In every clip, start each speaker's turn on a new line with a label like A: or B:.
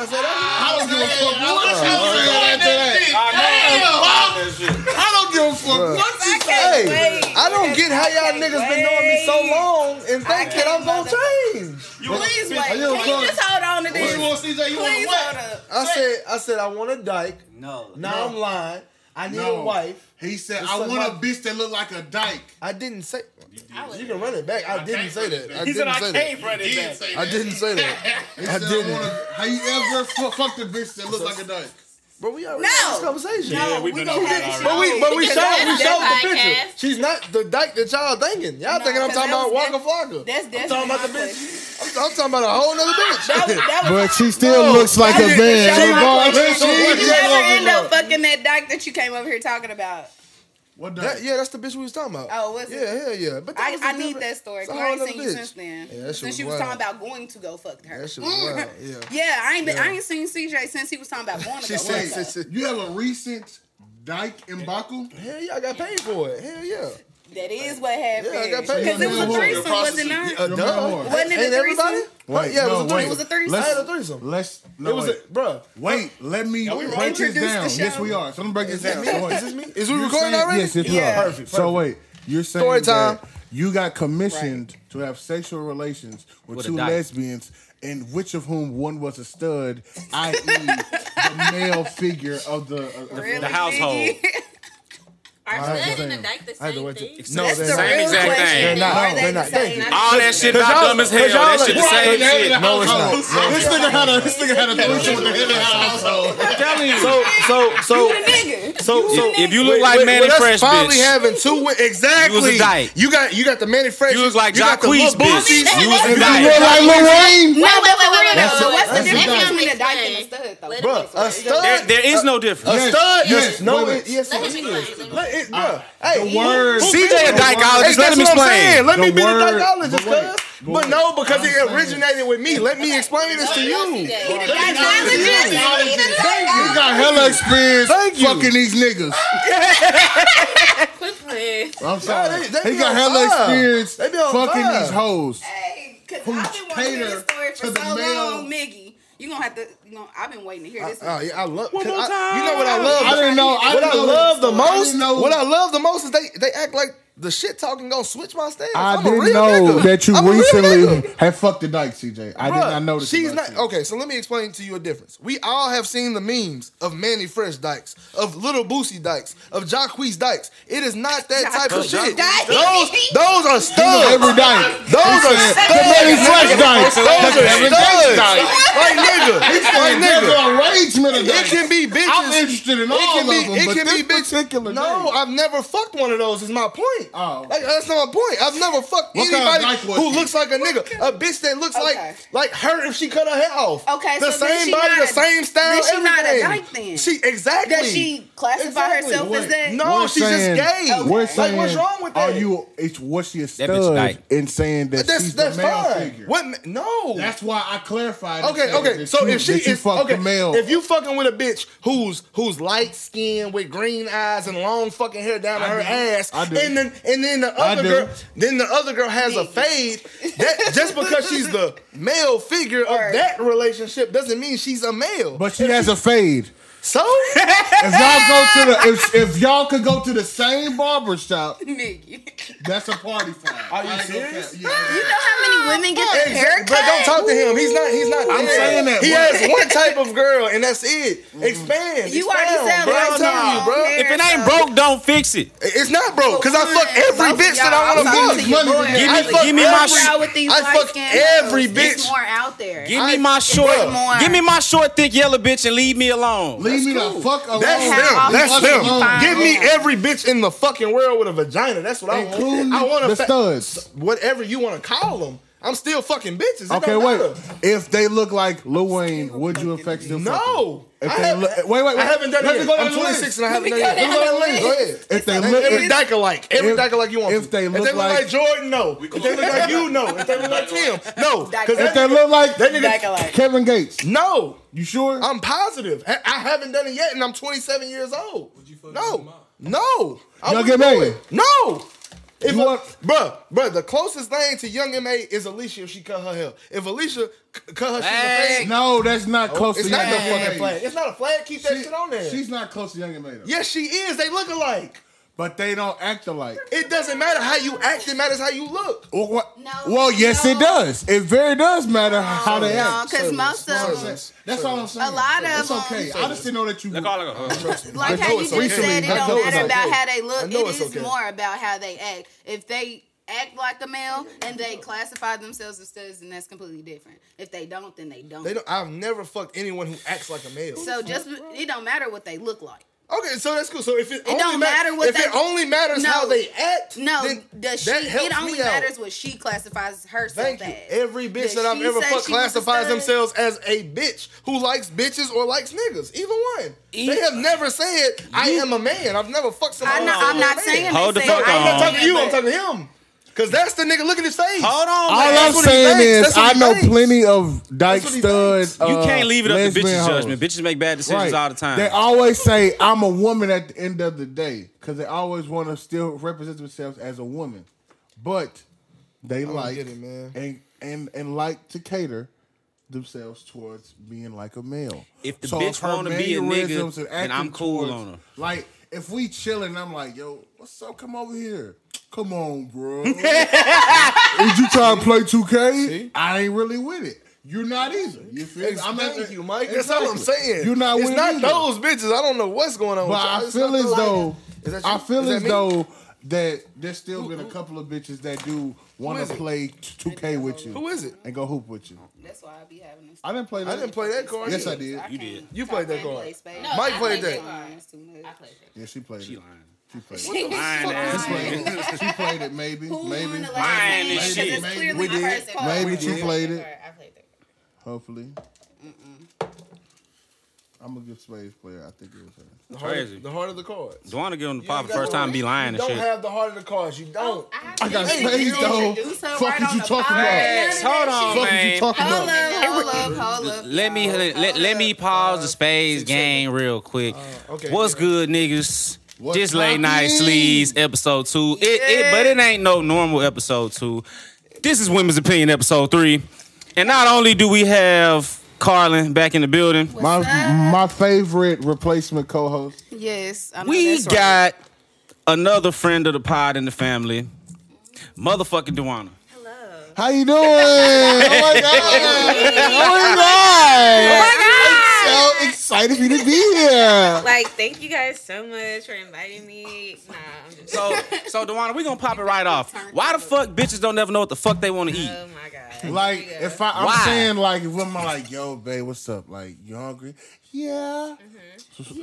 A: I said, I don't give a fuck what you said after that. I don't give a fuck what you
B: Hey, I know.
C: I can't
A: say.
C: wait.
A: I don't get how y'all
C: can't
A: niggas been knowing me so
C: wait.
A: long and
C: I
A: think that I'm gonna
C: can't mother-
A: change.
C: Please wait.
A: I
C: Can
A: don't
C: you
A: want-
C: just hold on to
B: What
C: this?
B: you want, CJ? You
C: Please
B: want
C: hold
B: what?
C: up.
A: I said, I said, I want a dyke.
D: No.
A: Now I'm lying. I need
B: No.
A: a wife.
B: He said,
A: It's
B: "I
A: like
B: want a
A: my-
B: bitch that look like a dyke."
A: I didn't say.
C: I was-
A: You can run it back. I,
B: I
A: didn't
B: can't
A: say
B: run it
A: that.
B: back.
A: I
E: He said
A: didn't
E: I
A: say that.
E: came from
B: He didn't
E: it.
B: say
A: I
B: that.
A: didn't say that.
B: He
A: I
B: said,
A: didn't.
B: wanna- have you ever fu- fucked a bitch that look like a dyke?
A: But we already
C: No.
A: had this conversation.
E: Yeah, we
C: we
E: been
C: gonna
E: over
C: have
E: that
C: to
A: But we, but we
C: Because
A: showed,
C: that's
A: we showed the
F: that
A: picture.
F: podcast.
A: She's not the dyke that y'all thinking. Y'all
C: No,
A: thinking I'm
C: 'cause
A: talking
C: that
A: about
C: was-
A: Waka Flocka.
C: That's that's
A: talking about
C: my
A: the bitch.
C: question.
A: I'm, I'm talking about a whole nother bitch.
C: That was that was.
G: But she still looks like a
A: She-
G: man.
A: she-
C: Did you
A: she-
C: ever end up fucking that dyke that you came over here talking about?
B: What
A: That-
B: dyke?
A: yeah, that's the bitch we was talking about.
C: Oh, was it?
A: yeah, hell yeah. But that
C: I,
A: was a
C: I need
A: different-
C: that story.
A: it's a
C: 'cause I
A: whole
C: ain't seen you
A: nother bitch.
C: since then.
A: Yeah, that shit
C: since
A: was
C: you was talking
A: wild.
C: about going to go fuck her.
A: That shit was wild. Yeah.
C: Yeah, I ain't been, I
A: Yeah.
C: ain't seen CJ since he was talking about going to
A: She
C: go
A: said,
C: fuck her.
A: she said-
B: You have a recent dyke and buckle?
A: Hell yeah, I got paid for it. Hell yeah.
C: That is what happened.
A: Yeah, I got paid.
C: Because it was a
B: You're
C: threesome, was it
D: prostitute.
C: not?
A: Uh, duh.
B: Your man whore.
C: Wasn't it
A: Ain't
C: a
A: everybody?
C: threesome?
A: Wait, oh, yeah, it was
B: no,
A: a
B: wait.
A: threesome.
C: It was a threesome.
A: I had a threesome.
B: Let's
A: it was a, bruh.
B: wait. Let me
C: we
B: break this
C: introduced the
B: down.
C: show.
B: Yes, we are. So let me break this down. So wait.
A: Is this me? Is we
B: You're
A: recording
B: saying-
A: already?
B: Yes, it's
C: Yeah.
B: are.
A: Perfect,
B: So wait, you're saying
A: Story time.
B: that you got commissioned to have sexual relations with,
D: With a
B: two
D: dyke.
B: lesbians, and which of whom one was a stud, i.e., the male figure of the. uh, of the-
C: Really,
D: The household.
C: Biggie?
F: Are
B: I had
F: stud
B: to
F: and a
B: say-
F: dyke the
A: I had to
F: same
A: wait till-
F: thing?
D: No,
C: That's the
D: they're same
C: real
D: exact
C: question.
D: thing.
A: They're not.
C: Are they
A: They're not.
C: the same?
A: Thank
D: All that shit about dumb as hell.
A: Cause y'all
D: That shit
A: like-
D: the same shit.
B: No, it's
G: not.
B: This nigga had a this nigga had a threesome with the head of the household.
D: I'm telling you.
A: So, so, so,
C: You the nigga.
A: so, so.
D: If you look like Manny
A: with us
D: Fresh,
A: finally
D: bitch.
A: having two wi- exactly.
D: You was a dyke.
A: You got you got the Manny Fresh.
D: You look like
A: you got the
D: Jacquees,
A: little
D: bitch.
A: boosies.
D: You was a
G: You
D: dyke.
G: look like Lil Wayne.
C: No, wait, wait, wait, wait,
F: That's
C: So
F: a-
C: what's the
F: that's a
C: difference
F: dyke.
C: between a dyke and a stud, though?
F: Let him
A: Bruh, a
F: explain.
A: stud.
D: There, there is no difference.
A: A
B: Yes,
A: stud is
B: yes,
A: no.
B: wait a
A: It, yes,
F: Let
A: it
F: him
A: is.
F: explain.
A: Let it, bruh. Hey,
B: Uh, the word-
A: who-
D: CJ a
A: who-
D: dykeologist.
A: Hey,
D: Let him
A: that's what I'm
D: explain.
A: saying. Let me
B: The
A: be the
B: word-
A: dykeologist,
B: but wait,
A: cuz.
B: but
A: But
B: wait.
A: no, because it
B: I'm saying-
A: originated with me. Let me explain this to you.
C: He the
B: Thank
C: gynecologist.
B: you. You got hella experience
A: Thank you.
B: fucking these niggas.
F: Quit playing.
B: I'm
A: Nah,
B: sorry.
A: they- they
B: he
A: be
B: got
A: on
B: hella
A: fire.
B: experience
A: They be on
B: fucking
A: fire.
B: these hoes.
C: Because
B: Who's
C: I've been wanting to hear this story
B: catered
C: for
B: to the
C: so
B: male-
C: long, Miggy. You're going to have to, you know, I've been waiting to hear this.
A: Oh,
C: one.
A: yeah, I love.
D: One
A: 'cause
D: more
A: I- You know what I
D: time.
A: love?
B: I didn't know. I
A: what
B: didn't
A: I
B: know
A: love
B: this.
A: the
B: I
A: most,
B: didn't know-
A: what I love the most is they, they act like the shit talking gonna switch my stance.
B: I
A: I'm a
B: didn't
A: real
B: know
A: nigga.
B: that you
A: I'm a real nigga.
B: recently had fucked the dyke, CJ. I did
A: Bruh,
B: not know this.
A: She's
B: about
A: not
B: you.
A: okay. So let me explain to you a difference. We all have seen the memes of Manny Fresh Dykes, of Little Boosie Dykes, of Jacquees Dykes. It is not that type of
C: Jacquees
A: shit.
C: Dykes.
A: Those those are studs.
B: Every dyke.
A: Those are
B: The Manny
A: studs.
B: Fresh dyke.
A: Those are studs. Like nigga. Like nigga.
B: arrangement of
A: It
B: dykes.
A: can be bitches.
B: I'm interested in all
A: it can
B: of
A: be,
B: them,
A: it
B: but
A: can be
B: this
A: bitch-
B: particular
A: No,
B: dyke.
A: I've never fucked one of those. Is my point.
B: Oh.
A: like, that's not my point. I've never fucked
B: What kind of
A: anybody
B: dyke was
A: who
B: he?
A: looks like a nigga. A bitch that looks
C: Okay.
A: like like her if she cut her hair off.
C: Okay,
A: the
C: so then
A: same
C: she
A: body,
C: not
A: the
C: a-
A: same style.
C: then she not a
A: everything.
C: dyke then.
A: She exactly.
C: Does she classify
A: Exactly.
C: herself as
B: Wait.
C: that?
A: No,
B: We're
A: Oh, she's
B: saying-
A: just gay.
B: We're
A: Like,
B: saying,
A: what's wrong with
B: are
A: that?
B: you? It's what she a
D: bitch dyke.
B: stud in saying that
A: That's
B: she's
A: that's
B: the male
A: fine.
B: figure.
A: What? ma- No.
B: That's why I clarified. and
A: Okay,
B: said
A: okay.
B: that
A: So
B: you-
A: if she
B: that you
A: is
B: fucked
A: okay,
B: the male,
A: if you fucking with a bitch who's who's light skinned with green eyes and long fucking hair down to
B: I
A: her
B: do.
A: ass,
B: I do.
A: and then and then the
B: I
A: other
B: do.
A: girl, then the other girl has a fade. That just because she's the male figure of
C: Word.
A: that relationship doesn't mean she's a male.
B: but she has a fade.
A: so
B: If y'all go to the if, if y'all could go to the same barber shop,
C: Miggy.
B: that's a party for her.
A: Are you
B: I ain't gonna
A: serious?
B: cap. Yeah.
C: You know how many women get their hair
A: Exact-
C: cut?
A: but don't talk to him. He's not. He's not.
B: I'm
A: there.
B: saying that. Mm-hmm.
A: he
B: What-
A: has one type of girl, and that's it. Expand.
C: You
A: expound,
C: already sound
A: bro.
C: like
A: I'm telling you,
C: y'all.
A: bro.
D: If it ain't broke, don't fix it.
A: It's not, bro, because I
C: Come
A: fuck
C: on,
A: every
C: both of
A: bitch that
C: y'all.
A: I want to
C: I'm talking
A: fuck.
C: to you,
B: Money
C: boy.
B: to get
D: Give
A: I
D: me-
A: fuck
D: give me my
A: every-
D: sh-
C: Y'all with these
A: I
C: light
A: fuck
C: skin
A: every
C: girls. It's
A: bitch.
C: more out there.
D: Give
A: I-
D: me my short.
C: more.
D: Give me my short, thick yellow bitch and leave me alone.
B: Leave me the fuck alone.
A: That's
C: Leave
A: them.
C: us
A: That's them.
C: alone.
A: Give me every bitch in the fucking world with a vagina. That's what I
B: Including
A: want. I want
B: the
A: to
B: studs.
A: whatever you want to call them. I'm still fucking bitches. It
B: Okay,
A: don't
B: wait.
A: matter.
B: If they look like Lil Wayne, would you affect them?
A: No.
B: If
A: I
B: they
A: haven't-
B: look, wait, wait, wait.
A: I haven't done
B: Let
A: it.
B: me
A: yet.
B: go down
A: I'm
B: the list.
A: 26 and I haven't done it.
C: Let me
A: yet.
C: go down the
A: Go ahead. Go ahead.
B: If they
A: Every-
B: look,
A: Every dyke alike. Every
B: if-
A: dyke alike you want.
B: if they
A: to.
B: look
A: if they look like,
B: like-
A: Jordan, no. If they look like you, no. If they look like Tim, no. Because
B: if they look like
A: that nigga,
C: Dyke alike.
B: Kevin Gates,
A: no.
B: you sure?
A: I'm positive. I, I haven't done it yet, and I'm 27 years old.
H: Would you fuck his
A: no,
H: mom?
A: no. I
B: Y'all
A: wouldn't
B: get
A: do
B: married?
A: it. No, If
B: You want-
A: bruh, bruh, the closest thing to Young Ma is Alicia if she cut her hair. If Alicia c- cut her shit
D: Hey.
A: in the flag,
B: No, that's not close
A: Oh, it's
B: to
A: not
B: Young
A: no
B: and May.
A: fucking flag. It's not a flag. Keep that shit on there.
B: She's not close to Young and May, though.
A: yes, she is. They look alike.
B: But they don't act alike.
A: It doesn't matter how you act. It matters how you look.
B: Well, what-
C: No,
B: well yes, it
C: no.
B: does. It very does matter how they
C: No,
B: act.
C: because most
B: That's what I'm
C: of
B: saying.
C: them,
B: That's all I'm saying.
C: A lot of
B: It's okay.
C: them-
B: I just didn't know that you.
D: That's all I got.
C: like
A: I
C: how
A: know
C: you
A: it's
C: just
A: okay.
C: said, it
A: I know
C: don't
A: it's
C: matter about
A: okay.
C: how they
A: I
C: look.
A: know
C: It
A: it's
C: is
A: okay.
C: more about how they act. If they act like a male and they classify themselves as studs, then that's completely different. If they don't, then they don't.
A: They don't, I've never fucked anyone who acts like a male.
C: so just it don't matter what they look like.
A: okay, so that's cool. So if it, only
C: don't
A: ma-
C: matter what
A: if
C: they-
A: it only matters
C: No.
A: how they act,
C: No,
A: then
C: does she?
A: that helps
C: It only
A: me out.
C: matters what she classifies herself
A: Thank you.
C: as.
A: Every bitch
C: Does
A: that I've
C: she
A: ever
C: say
A: fucked
C: she was a
A: classifies
C: stud?
A: themselves as a bitch who likes bitches or likes niggas. Either one. They
D: Either-
A: have never said I am a man. I've never fucked somebody.
C: I'm not,
A: who
C: I'm
A: said
C: not
A: a man.
C: saying
D: Hold
C: they
D: the
C: say
D: fuck
C: I
D: on.
A: I'm not
C: am,
A: talking to you. I'm
C: but-
A: talking to him. Cause that's the nigga. Look at his face.
D: Hold on.
B: All
D: man.
B: I'm
A: That's what he
B: saying
A: thinks.
B: is,
A: That's
B: I
A: what he
B: know
A: thinks.
B: plenty of dyke
A: what he
B: studs.
A: thinks.
D: You
B: uh,
D: can't leave it up to
B: lesbian
D: bitches'
B: hoes.
D: judgment. Bitches make bad decisions
B: Right.
D: all the time.
B: They always say, I'm a woman at the end of the day because they always want to still represent themselves as a woman. But they like
A: get it, man.
B: And, and, and like to cater themselves towards being like a male.
D: If the bitch
B: her
D: wanna be a nigga,
B: mannerisms and
D: then I'm
B: acting
D: cool on her.
B: Like, if we chilling, I'm like, yo, what's up? Come over here. Come on, bro. Did you try to play 2K?
A: See?
B: I ain't really with it. You're not either. You feel me?
A: I'm
B: not- e-
A: thank you, Mike. That's all I'm
B: Exactly.
A: saying.
B: You're not
A: It's
B: with
A: not
B: it either.
A: those bitches. I don't know what's going on.
B: But
A: with y'all.
B: I
A: It's
B: feel
A: not
B: as
A: the
B: though
A: Is that you?
B: I feel
A: Is that
B: as
A: me?
B: though that there's still been a couple of bitches that do want
A: is
B: to
A: it?
B: play 2K with you.
A: Who is it?
B: And go hoop with you.
C: That's why I be having this.
B: I didn't play that.
A: I didn't play that card.
B: Yes, I did.
C: I
D: You
C: can't-
D: did.
A: You played that
C: I can't
A: card.
C: play space.
F: No,
A: Mike
F: I
A: played
F: played
E: Oh
A: that.
F: that.
C: That's too much.
F: I played
B: Yeah, she played
D: She
B: it.
D: lying.
B: She played it.
F: that.
D: Lying ass nigga.
B: she played it. Maybe.
C: Who
B: maybe.
C: won the last
D: Lying and
C: game? Because
D: shit.
C: it's clearly
A: We
C: my
A: did.
C: first call.
B: Maybe she
F: that
B: played it.
F: card. I played that. card.
B: Hopefully. I'm gonna give Spades player. I think it was her.
A: The heart,
D: Crazy.
A: of, the heart of the cards.
D: Duana get on the
A: You
D: pop
A: ain't
D: the
A: got
D: first
A: no-
D: time be lying
A: you don't
D: and shit.
A: have the heart of the cards. You
C: Oh,
A: don't.
B: I got
A: Hey,
B: Spades
A: you
B: though.
C: introduced her
B: Fuck
C: right
B: is
C: on
B: you
C: the
B: talking
C: podcast.
B: about?
D: Facts. Hold on,
B: Fuck is you
D: man.
B: talking
C: Hold
B: about?
C: up, hold up, hold up.
D: Let me let, let me pause the spades game real quick.
A: okay.
D: What's good,
B: Uh,
D: niggas?
B: What's
D: this late
B: poppin'?
D: night sleeves episode two. It, it but it ain't no normal episode two. This is women's opinion episode three, and not only do we have Carlin back in the building,
B: My my favorite replacement co-host.
C: Yes, I know
D: we
C: that's right.
D: got another friend of the pod in the family, motherfucking Duana.
B: How you doing? oh my god! Oh my god!
F: Oh
B: So excited for you to be here.
F: Like, thank you guys so much for inviting me. Nah, I'm just.
D: So so Duana, we gonna pop it right off. Why the fuck bitches don't never know what the fuck they want to eat?
B: Uh,
F: oh my god.
B: Like
F: Yeah.
B: if I, I'm
D: Why?
B: saying like if I'm like, yo, babe, what's up? Like you hungry? Yeah. So, so-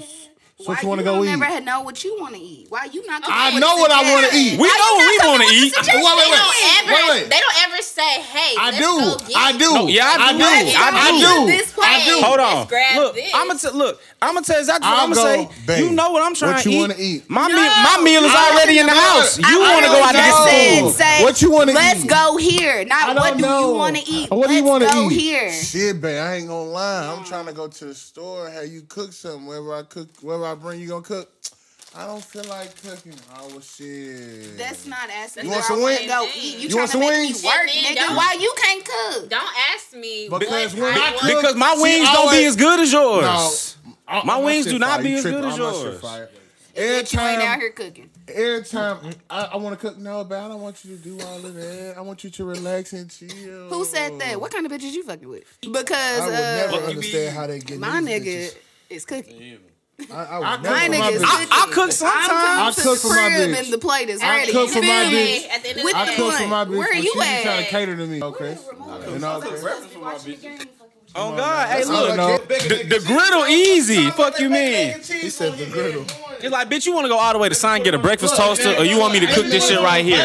B: so
C: Why
B: what you want to
C: you
B: go
C: don't
B: eat?
C: Never had know what you want to eat. Why you not? gonna
B: I
C: eat
B: know what I want to eat.
C: together?
D: We know what we want to eat.
B: Wait, wait,
E: They don't
B: wait,
E: ever.
B: wait, wait.
E: They don't ever say, "Hey,
B: I
E: let's
B: do.
E: Go get
B: I
E: it."
B: do.
D: No, yeah, I
B: I
D: do.
B: do.
D: I
B: I
D: do.
B: do.
E: This plate.
B: I do.
D: Hold on.
F: Let's grab
D: Look,
F: this.
D: I'm gonna t- look. I'm gonna tell you exactly
B: I'll
D: what I'm
B: go,
D: gonna say.
B: babe,
D: you know what I'm trying
B: what
D: to
B: you
D: eat.
B: wanna eat?
D: My meal. My meal is already in the
B: know.
D: house.
B: I
D: you wanna go out
B: don't
D: and
B: know.
D: get
C: Said,
D: some food?
C: say,
B: What you wanna
C: Let's
B: eat?
C: go here.
B: I
C: Not
B: don't
C: what do
B: know.
C: you want to eat.
B: What do you
C: Let's
B: want to
C: go
B: eat?
C: here.
B: Shit, babe, I ain't gonna lie. I'm trying to go to the store. Have you cook something? Wherever I cook, wherever I bring, you gonna cook. I don't feel like cooking. Oh well, shit.
C: That's not asking.
B: You want
C: where
B: some
C: I wanna
B: wings?
C: Go eat. You,
B: You want
C: tryna
B: some
C: make me
B: wings?
C: Work,
E: Yeah, man,
C: nigga.
E: don't-
C: Why you can't cook?
E: Don't ask me
B: Because
E: what
B: when
E: I
B: I
E: want.
B: cook-
D: Because my
B: See,
D: wings
B: I
D: don't be
B: always-
D: as good as
B: No,
D: yours.
B: I-
D: My
B: I'm
D: wings
B: Uh, shit
D: do not
B: fire.
D: be
B: You
D: as
B: tripping.
D: good as
B: I'm not shit
D: yours.
B: fire. Every
C: Bitch, you ain't out
B: time,
C: here cooking.
B: every time I, I want to cook. No, babe, I don't want you to do all of that. I want you to relax and chill.
C: Who said that? What kind of bitches you fucking with? Because
A: I would
C: uh,
A: never understand how they get
C: my
A: these
C: nigga
A: bitches.
C: is cooking.
A: I, I would
B: I
A: never.
B: cook
C: My
B: for my
C: nigga is
B: bitch.
C: cooking.
D: I- I cook sometimes.
C: I'm
B: I
C: coming to
B: cook for
C: the
B: my
C: crib
B: bitch.
C: and the plate is
E: I
C: ready.
B: cook for
C: You
B: my
C: feel me?
B: bitch.
E: At the end of
C: With
E: the
B: I
E: day,
B: cook for my
C: Where
B: bitch.
C: are
B: but
C: you
B: she be trying
C: at?
B: to cater to me. Okay. And all that.
D: Oh God! Hey,
A: That's all
D: look.
A: I
B: no.
A: get. Bacon
D: The,
A: and
D: the griddle easy. Fuck you, man.
A: He said the griddle.
D: It's like, bitch, you wanna go all the way to sign get a breakfast toaster, or oh, you want me to cook this shit right here?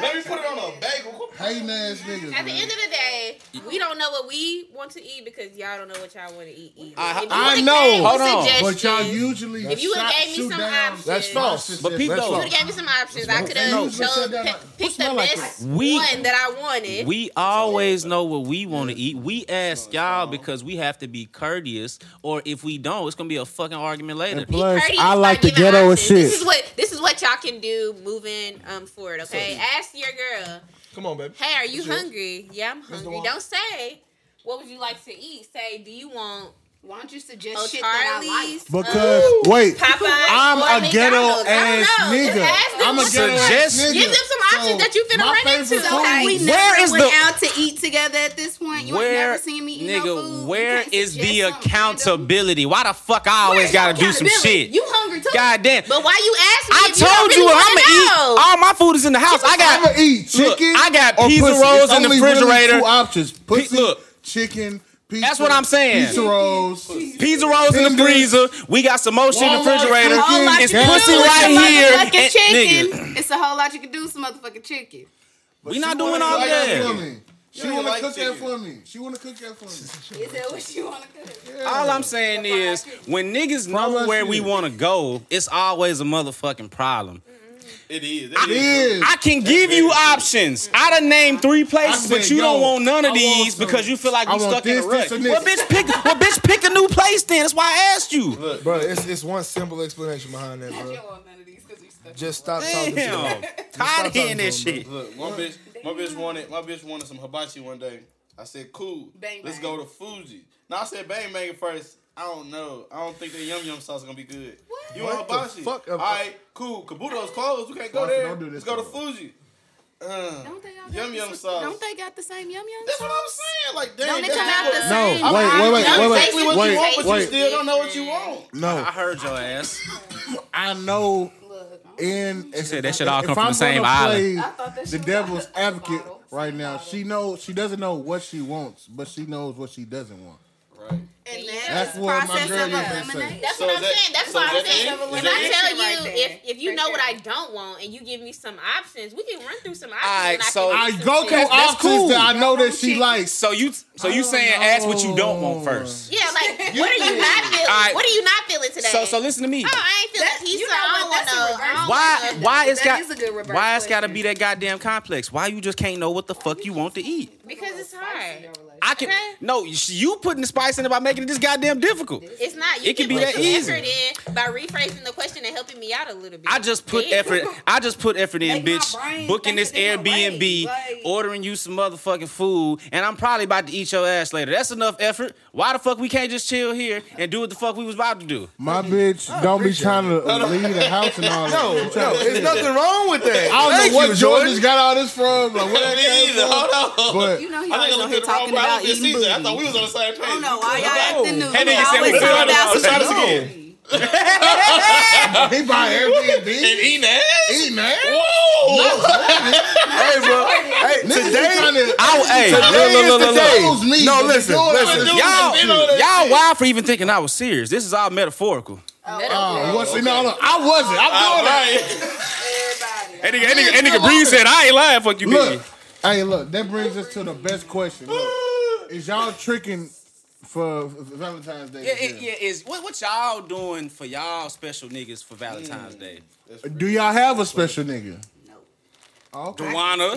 A: Let me put it on a bagel.
B: Hating ass niggas.
E: At the
B: man.
E: end of the day, we don't know what we want to eat because y'all don't know what y'all want to eat. Either.
D: I-
E: If you
D: I
E: would've
D: know.
E: gave me
D: Hold on.
B: But y'all
E: suggestions-
B: usually
E: If you would've
B: shot-
E: gave me
B: shoot
E: some
B: down-
E: options-
A: That's false.
D: But people-
B: That's
D: You
E: You
B: false.
E: would've gave me some options. I could
B: No,
E: have
B: you just
E: chose
B: said that
E: pick,
B: like- What
E: picked the
B: smell like
E: best
B: that?
D: We-
E: one that I wanted.
D: We always know what we want to eat. We ask y'all because we have to be courteous, or if we don't, it's gonna be a fucking argument later.
B: plus,
E: Courteous
B: I
E: by
B: like the
E: giving
B: ghetto
E: options.
B: as shit.
E: This is what this is
F: what y'all can do moving um forward. Okay, ask your girl.
A: Come on, baby.
F: Hey, are you
A: What's yours?
F: hungry? Yeah, I'm hungry.
A: Wong.
F: Don't say what would you like to eat. Say, do you want
C: Why don't you suggest
F: oh
C: shit that I like?
F: Charlie's?
B: Because
F: um,
B: wait,
F: Popeyes.
B: I'm
F: or
B: a ghetto
F: McDonald's?
B: ass
F: I don't know. Just
B: nigga.
F: ask them
B: I'm a
F: what-
B: ghetto ass
D: Suggest-
B: nigga.
F: Give them some options that you finna
B: my
F: run
B: favorite
F: into.
C: So
F: Like,
C: we
B: food-
C: never
D: Where is
C: went
D: the-
C: out to eat together at this point. You ain't never seen me eat
D: nigga,
C: no food. You
D: where
C: can't
D: is the
C: suggest something random.
D: accountability? Why the fuck I
C: Where's
D: always gotta
C: your
D: do some
C: accountability?
D: shit?
C: You hungry too?
D: God damn.
F: But why you ask me?
D: I
F: if
D: told
F: you,
D: you
F: don't
D: what
F: really
D: I'ma
F: wanna
D: eat.
F: know?
D: All my food is in the house. I
B: I'ma
D: got
B: eat
D: look,
B: chicken.
D: I got
B: or
D: pizza
B: pussy.
D: rolls
B: It's
D: in the
B: only really
D: refrigerator.
B: Two options: pussy,
D: look.
B: chicken, pizza.
D: That's what I'm saying.
B: Pizza rolls.
D: pizza rolls in the
B: Tenders.
D: freezer. We got some more shit in the
B: Walmart
D: refrigerator.
B: chicken.
C: Whole lot
D: It's
C: you can
D: pussy
C: do with
D: right
C: some
D: here.
C: motherfucking
D: And-
C: chicken.
D: nigga,
C: It's a whole lot you can do with some motherfucking chicken.
D: we not
B: She
D: doing
B: wanna
D: all
B: cook for
D: that.
B: me. She
A: don't
B: wanna
A: like
B: cook that
A: chicken.
B: for me. She wanna cook that for me.
C: Is that what you want to cook?
B: Yeah.
D: All I'm saying is, when niggas know
B: Promise
D: where we
B: you.
D: want to go, it's always a motherfucking problem.
H: It is.
B: It is.
D: I can give you options. I done named three places,
B: I
D: but
B: said,
D: you don't
B: yo,
D: want none of
B: I want
D: these
B: some.
D: because you feel like
B: I
D: we
B: want
D: stuck in a
B: this,
D: rut.
B: this, and
D: Well,
B: this.
D: bitch, pick. Well, bitch, pick a new place then. That's why I asked you.
A: Bro, it's, it's one simple explanation behind that,
C: You
A: bro.
C: don't want none of these because we stuck.
A: Just stop talking to them.
D: Damn, tired of hearing that shit.
H: Look, my bitch, my bitch wanted, my bitch wanted some hibachi one day. I said, "Cool,
C: Bang
H: let's
C: bang.
H: go to Fuji." Now I said, "Bang bang" at first. I don't know. I don't think that yum yum sauce is gonna be good. You want
A: What the
H: hibachi?
A: fuck?
H: All right, cool. Kabuto's closed. We can't go
B: Boston,
H: there.
B: don't do this
H: let's go to
B: to me.
H: Fuji. Uh,
C: Don't they all got
H: Yum
C: the
H: yum
C: sa-
H: sauce.
C: Don't they got the same yum yum?
H: that's what I'm saying. Like, damn,
C: Don't it
H: that's
C: come out
H: what-
C: the same?
B: No, wait,
C: line?
B: wait, wait,
H: that's
B: wait, wait.
H: exactly what you
B: Wait,
H: want, but
B: wait.
H: you still don't know what you want.
B: No,
D: I heard your ass.
B: I know.
C: Look, I
B: And she
D: said that shit all come from
B: I'm
D: the same
B: gonna
D: island.
B: play
C: I thought that
B: The
C: shit was
B: devil's
C: out of the
B: advocate
C: bottle.
B: right now. She knows she doesn't know what she wants, but she knows what she doesn't want.
H: Right.
C: And
B: That's what my girl been saying.
F: That's
H: So
F: what
H: is
F: I'm saying.
H: that-
F: That's
H: so
F: what
H: is
F: I'm
H: that
F: saying.
H: it?
F: When
H: Is
F: I
H: that
F: tell
C: it?
F: you,
C: Right
F: if
C: there.
F: if you
C: Right
F: know what
C: there.
F: I don't want and you give me some options, we can run through some options.
D: Alright,
F: and I
D: so-
F: can
B: I
F: do some
B: go
F: shit.
B: through options
D: cool.
B: that I know that she
C: Chicken.
B: likes.
D: So you, so you
B: don't
D: saying ask what you don't want
B: know.
D: first.
F: Yeah, like what are you not feeling?
D: Alright.
F: What are you not feeling today?
D: So, so listen to me.
F: Oh, I ain't feeling
C: That's-
F: pizza.
C: you know
F: I don't
C: what?
F: want
C: That's a
F: no.
C: reverse
F: I don't
D: Why?
F: want no-
D: Why it's
C: That
D: got?
C: is a good reverse
D: Why it's got to
C: question.
D: be that goddamn complex? Why you just can't know what the fuck you want to eat?
F: Because it's hard.
D: I can.
F: Okay.
D: No, you- you putting the spice in it by making it this goddamn difficult.
F: It's not. You
D: It can be
F: put
D: that
F: some
D: easy.
F: effort in by rephrasing the question and helping me out a little bit.
D: I just put
F: Yeah.
D: effort. I just put effort in,
C: Make my
D: bitch.
C: brain
D: Booking this
C: think a different
D: Airbnb,
C: way, like-
D: ordering you some motherfucking food, and I'm probably about to eat your ass later. That's enough effort. Why the fuck we can't just chill here and do what the fuck we was about to do?
B: My bitch don't be trying to leave the house and all that.
A: No,
B: She tryna-
A: no, there's nothing wrong with that.
B: I don't
A: Thank
B: know what
A: you,
B: Jordan's got all this from, like where that
H: Me
B: came
H: either.
B: from,
H: Hold on.
B: But
C: You know he
H: I
C: always
H: think I
C: on
H: looked
C: here
H: at the wrong
C: talking
H: part. I
C: about
H: looked at
C: eating
H: Caesar. I
C: booty.
H: thought we was on the same page.
C: I don't know why y'all
D: No.
C: acting new.
D: That
C: Y'all
D: nigga said
C: always
D: we
C: talking
D: got it
C: about
D: all.
C: some
D: Try this
C: booty.
B: he buy
H: And
B: Airbnb.
H: eating ass?
B: Eat man.
H: Whoa!
A: Hey, bro. Hey,
B: trying
A: today.
B: to
D: I, hey, look,
A: Today
D: look,
A: is
D: look,
A: the day.
D: look, look.
B: Expose me,
A: No,
B: but
A: listen,
B: before I
A: listen.
B: do-
D: Y'all,
H: Been on that
D: y'all, wild for even thinking I was serious. This is all metaphorical. um,
B: Oh, what's it? No, no, I wasn't. I'm doing that.
H: Alright.
D: And nigga, and nigga Breeze said, I ain't lying. Fuck you,
B: Look, hey, look, that brings us to the best question. Look, is y'all tricking for Valentine's Day?
D: Yeah,
B: this
D: it,
B: year?
D: yeah, is what, what y'all doing for y'all special niggas for Valentine's Day?
B: Do y'all have a special nigga?
D: Duana,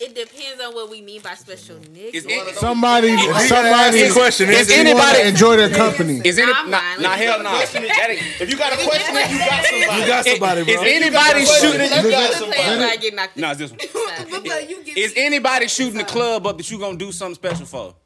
F: It depends on what we mean by special nigga.
D: is it,
B: Somebody, somebody,
A: this question.
D: is
B: you wanna
D: anybody
B: enjoy their company?
D: is any
F: Nah, I'm
D: nah,
F: lying.
D: nah, hell nah. That ain't-
H: If you got a question, then you got somebody.
A: You got somebody,
D: Is
A: bro.
D: anybody shooting?
H: You got
F: Other players
H: somebody.
F: might get knocked
D: Nah,
F: out.
D: it's this one.
C: But you get
D: Is anybody shooting the club up that you gonna do something special for?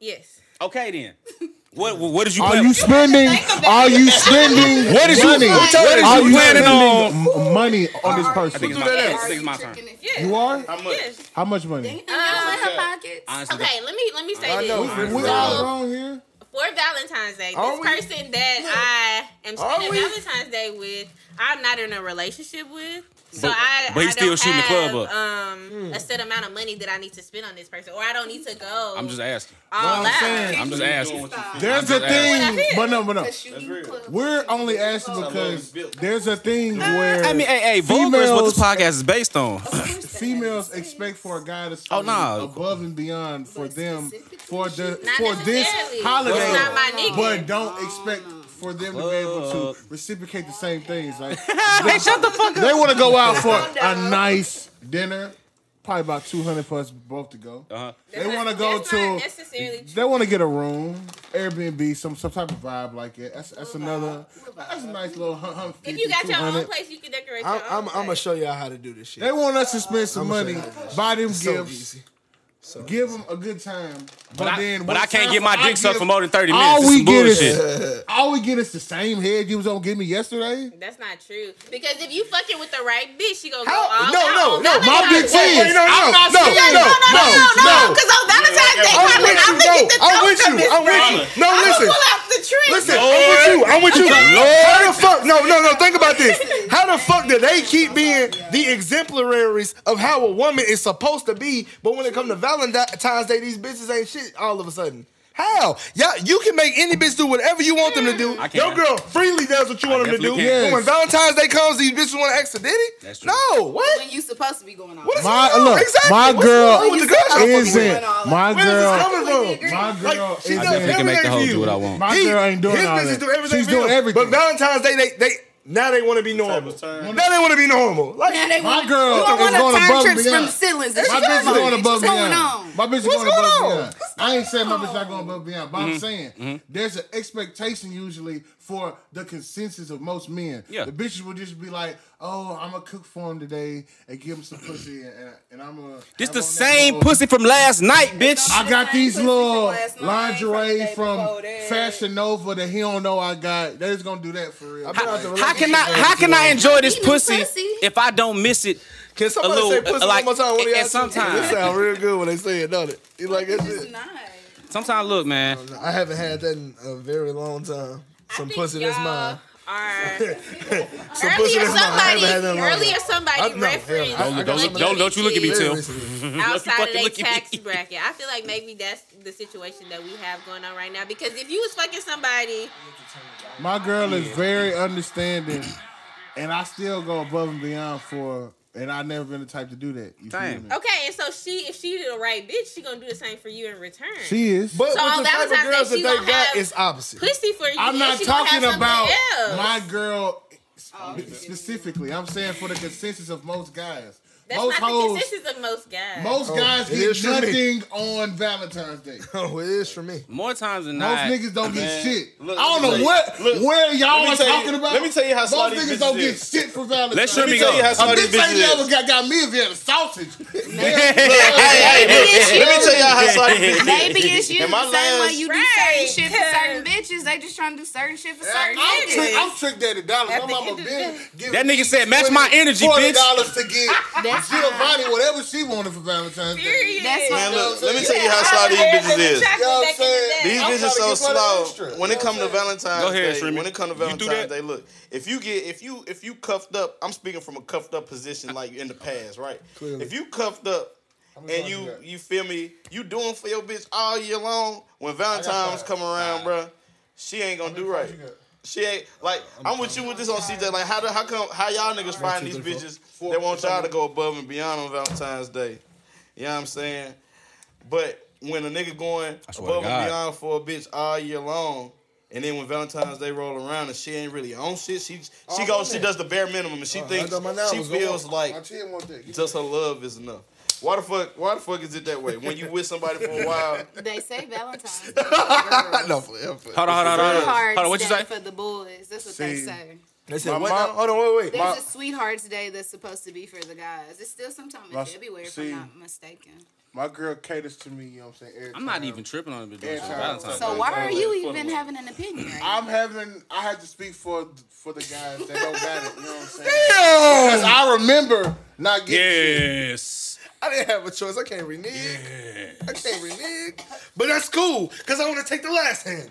F: Yes.
D: Okay then. What what did you
B: Are
D: plan?
B: you spending? Are you spending?
D: What is you-
B: money?
D: what is
B: Are
D: you planning
B: spending m- money on this
D: I think
B: person?
D: it's my,
A: that
D: I
A: is?
D: think it's my turn.
F: Yes.
B: You are?
H: How much?
F: Yes.
B: How much money?
C: in her pockets.
D: Honestly,
F: Okay, let me let me say
A: I
F: this.
A: know.
B: We all wrong here.
F: for Valentine's Day,
A: Are
F: this
A: we-
F: person that I am
A: Are
F: spending
A: we-
F: Valentine's Day with, I'm not in a relationship with. So
D: But-
F: I,
D: but
F: I
D: you still
F: don't
D: shooting the club
F: have,
D: up.
F: Um,
A: Hmm.
F: a set amount of money that I need to spend on this person, or I don't need to go.
D: I'm just asking.
F: all
B: Well, I'm
F: out.
B: saying-
D: I'm just
H: You
D: asking.
H: doing what you feel.
B: There's a
F: That's
B: thing,
F: it.
B: but no, but no.
H: real.
B: We're only asking because there's a thing where
D: I mean, hey, hey, vulgar is what this podcast is based on.
B: females expect for a guy to spend
D: no.
B: above and beyond for them for the
F: Not
B: for this
F: necessarily. It's not
B: holiday,
F: my nigga.
B: but don't expect
E: Ah.
B: for them to be able
D: Club.
B: to reciprocate the same things. Like
D: hey, shut the fuck up.
B: they want to go out for a nice dinner. probably about two hundred for us both to go.
D: Uh-huh.
B: They want to go
E: That's not
B: to.
E: necessarily true.
B: They want to get a room, Airbnb, some some type of vibe like it. That's that's another. That's a nice little hun- hun-
E: If you got your own
B: 200.
E: place, you can decorate your
A: I'm,
E: own.
A: I'm, I'm gonna
E: place.
A: show y'all how to do this shit.
B: They want us to spend some
A: I'ma show
B: money,
A: you how to do
B: buy them
A: It's so
B: gifts,
A: easy. So
B: give them a good time. But,
D: But, I,
B: then,
D: but
B: when
D: I
B: it's
D: can't
B: time
D: get my
B: our
D: dick sucked
B: gifts,
D: for more than 30 minutes.
B: all
D: It's
B: we
D: some
B: get
D: bullshit.
B: is all we get is the same head you was gonna give me yesterday.
E: That's not true. Because if you fucking with the right bitch, she gonna go
A: How?
E: all
A: No,
E: out
A: no,
E: on
A: no.
E: Valentine's
B: My big
E: Day.
B: team.
A: no, no,
B: I'm not
A: no,
B: saying-
A: no,
E: No,
A: no,
E: no, no,
A: no.
E: because on Valentine's Day,
A: I'm
E: Carmen,
A: with
E: I'm
A: you.
E: gonna
A: No,
E: get the
A: I'm
E: throat
A: with
E: from
A: you.
E: Miss
A: I'm
E: Brown.
A: with you. No,
E: I'm
A: listen.
E: gonna pull out the tree.
A: Listen, I'm with you. I'm with you. How the fuck? No, no, no. Think about this. How the fuck do they keep being the exemplaries of how a woman is supposed to be, but when it comes to Valentine's Day, these bitches ain't shit all of a sudden? How? Yeah, you can make any bitch do whatever you want them to do.
D: I can.
A: Your girl freely does what you
D: I
A: want them to do.
D: definitely
B: can.
A: But when Valentine's Day comes, these bitches want to accident it.
D: That's true.
A: No, what?
C: When you supposed to be going on.
A: What is
B: My
A: going on?
B: look,
A: exactly.
B: my
A: What's
B: girl
A: going on with the girl?
B: Isn't my
A: Where is
B: girl?
A: this coming from?
B: My girl
A: Like, she
B: is
D: I
A: does
D: definitely
A: everything
D: can make the
A: for
D: hoe
A: you.
D: do what I want.
B: My girl ain't doing
A: his
B: all
A: business
B: that.
A: do everything
B: She's
A: for him.
B: doing everything.
A: But Valentine's Day, they they now they want to be normal.
H: Tables turn.
A: Now they want to be normal. Like
C: Now they
B: My
C: want-
B: girl
C: you don't
B: is going
C: want to
B: above
C: turn
B: and
C: trips from
B: beyond.
C: the ceilings. That's
B: My bitch is
C: going
B: going
C: on.
B: above
C: What's
B: and
C: going
B: beyond.
C: on?
B: My bitch is
A: What's
B: going above
A: going
B: and
A: on?
B: beyond. I ain't saying my bitch not going above and beyond, but
D: Mm-hmm.
B: I'm saying there's an expectation usually for the consensus of most men.
D: Yeah.
B: The bitches will just be like, "Oh, I'm gonna cook for him today and give him some pussy, and, and I'm gonna."
D: Mm-hmm. This
B: have
D: the
B: on that
D: same
B: little-
D: pussy from last night, bitch.
B: I got these
C: Pussy from
B: little
C: last night, from the
B: lingerie
C: day
B: from
C: before that.
B: Fashion Nova that he don't know I got. They're just gonna do that for real.
A: been out the
B: Like,
D: How can I how can I enjoy this
C: Eating
D: pussy
C: pussy.
D: if I don't miss it?
A: can somebody
D: A
A: say
D: little-
A: pussy
D: like,
A: one more time? What do
D: and-
A: y'all
D: and
A: think?
D: sometimes-
A: It sound real good when they say it, don't it? You like that's
C: It's
A: it.
C: not.
D: Sometimes look, man.
A: I haven't had that in a very long time. Some
E: I think
A: pussy that's
E: y'all
A: mine.
E: Are earlier
A: Some pussy that's mine. I haven't
E: somebody,
A: had that in a long
E: earlier
A: time.
E: somebody
A: I- no,
E: referenced
A: hell, I- I got
D: Don't
A: some of
D: look,
E: LGBT
A: that.
D: don't, don't you look at me,
A: Very
D: Tim.
A: recently.
E: outside of
D: fucking
E: their
D: look at me.
E: tax bracket. I feel like maybe that's the situation that we have going on right now. Because if you was fucking somebody,
B: My girl is very understanding, and I still go above and beyond for. And I never been the type to do that. You feel
D: Damn.
B: me?
E: okay, and so she, if she did the right bitch, she gonna do the same for you in return.
B: She is.
A: But
E: So
A: with
E: on
A: the type of
E: Valentine's Day,
A: girls that
E: she
A: they
E: gonna
A: got
E: have
A: is opposite.
E: pussy for you.
B: I'm
E: and
B: not
E: she gonna have
B: talking
E: something
B: about
E: else. Oh,
B: my girl specifically. I'm saying for the consensus of most guys.
E: That's
B: most
E: not the
B: hoes,
E: consensus of most guys.
B: most guys
A: Oh, it
B: get
A: is for me.
B: nothing on Valentine's Day.
A: Oh, it is for me.
D: More times than
B: Most
D: not.
B: niggas don't
H: Man,
B: get shit.
H: look,
B: I don't know
H: look,
B: what
H: look,
B: where y'all
H: let me
B: are
H: tell you-
B: talking about.
H: let me tell you how
B: most
H: slutty bitches
B: niggas don't get
H: is.
B: shit for Valentine's.
D: Let's hear
B: Day.
D: me go.
H: tell you how
B: A
H: slutty
B: bitch ain't
H: bitches
B: never
H: is.
B: got, got me if he had a sausage.
H: Hey, hey, look, let me tell y'all how slutty bitches
C: Maybe
H: is.
C: it's you the
H: And my
C: same way
H: last-
C: you do
E: Right,
C: certain shit for certain bitches. They just trying to do certain shit for certain
B: I'm,
C: niggas.
B: trick, I'm tricked at a dollar. My
E: the end
B: mama
E: of the
B: been giving
D: That nigga
B: me
D: said, "Match my energy,
B: $40
D: bitch."
B: dollars to get Giovanni whatever she wanted for Valentine's Day.
E: Period.
C: That's
H: Man,
C: what
H: look, let me tell you how slutty bitches is.
B: You know what I'm
H: These
B: saying? I'm
H: bitches so
B: trying to get money
H: slow.
B: extra.
H: When it
B: You know
H: come to
B: what I'm
H: Valentine's
D: Go ahead,
H: Day,
D: Shrimi.
H: when it come to
D: You do that?
H: Valentine's Day, look, if you get if you if you cuffed up, I'm speaking from a cuffed up position like in the past, right?
A: Clearly.
H: If you cuffed up
B: many
H: and
B: times
H: you
B: you got?
H: you feel me, you doing for your bitch all year long. When Valentine's
B: five.
H: come around, bruh, she ain't gonna do right.
B: you got?
H: She ain't like I'm, with you with this on CJ. Like how do, how come how y'all niggas find these
A: three, four.
H: bitches that want y'all to go above and beyond on Valentine's Day? You know what I'm saying? But when a nigga going
D: swear to
H: above
D: God.
H: and beyond for a bitch all year long, and then when Valentine's Day roll around and she ain't really on shit, she she goes she does the bare minimum and she thinks
A: thought my nine
H: she
A: was going
H: feels
A: up.
H: like
B: My chin want that.
H: just her love is enough. Why the fuck? Why the fuck is it that way? When you with somebody for a while,
C: They say Valentine's Day
H: no, forever.
D: Hold on, hold on, hold on. Hold on, what
C: Sweethearts
D: you
C: Day
D: say?
C: for the boys. That's what they
B: See,
C: say.
A: They said,
B: My
A: what?
B: mom-
A: now? Hold on, wait, wait.
C: There's
A: My-
C: a Sweethearts Day that's supposed to be for the guys. It's still sometime in
B: My-
C: February, if
B: see.
C: I'm not mistaken.
B: My girl caters to me, you know what I'm saying? every
D: I'm not
B: time.
D: even tripping on it, bitch.
B: Yeah,
D: It's
B: child.
D: Valentine's
C: So
D: Day.
C: why are you even having an opinion? right now?
B: I'm having I had to speak for for the guys that don't got it, you know what I'm saying? Because
A: Damn!
B: I remember not getting shit.
D: Yes.
A: I didn't have a choice. I can't renege. I can't renege. But that's cool, because I want to take the last hand.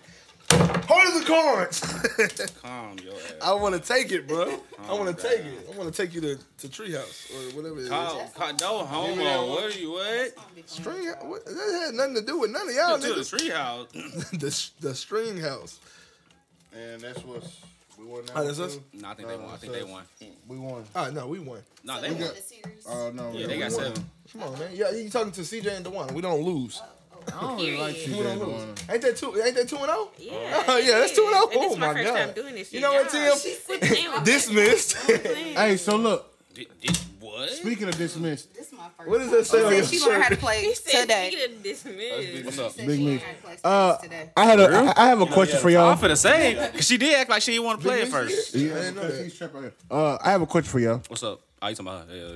A: Heart of the cards.
D: Calm your ass.
A: I want to take it, bro. I want to take it. I want to take you to, to Treehouse or whatever it is.
D: Calm, calm, no homo. What are you? What?
A: String, what, that had nothing to do with none of
B: Oh,
A: y'all
D: To the
A: niggas.
D: treehouse.
A: The, the string house.
B: And that's what we won
A: Oh, that's us?
D: No, I think they won. I think they won.
B: We won.
A: Oh, no, we won.
D: No, they
C: You
D: won.
C: want the series?
B: Oh no.
D: Yeah, they got seven.
A: Come on, man. Yeah, you talking to CJ and Dewana. We don't lose.
B: I don't really like you,
A: We don't lose. Ain't that two? Ain't that two and oh?
E: Yeah,
A: Oh, yeah, that's
E: it
A: two and oh.
E: is. And this
A: Oh,
E: is my
A: my
E: first
A: God.
E: time doing this shit.
A: You know what,
E: Y'all,
A: Tim?
E: she's with me.
A: Dismissed.
B: Hey, so look,
D: Did, did, what? What?
B: Speaking of dismissed,
C: This is my first.
A: What does that say on
C: She
A: your
C: said she learned how
A: shirt?
C: to play
F: He said,
C: today.
F: "Speaking of dismissed."
D: What's up?
C: Said
B: Big
C: she learned
B: Meech.
C: how to play space
B: uh,
C: today.
B: I had a, I, I have a question for y'all.
D: I'm finna say because she did act like she didn't want to play at first.
B: Yeah, I know that. Uh, I have a question for y'all.
D: What's up? Are you talking about? Yeah, yeah,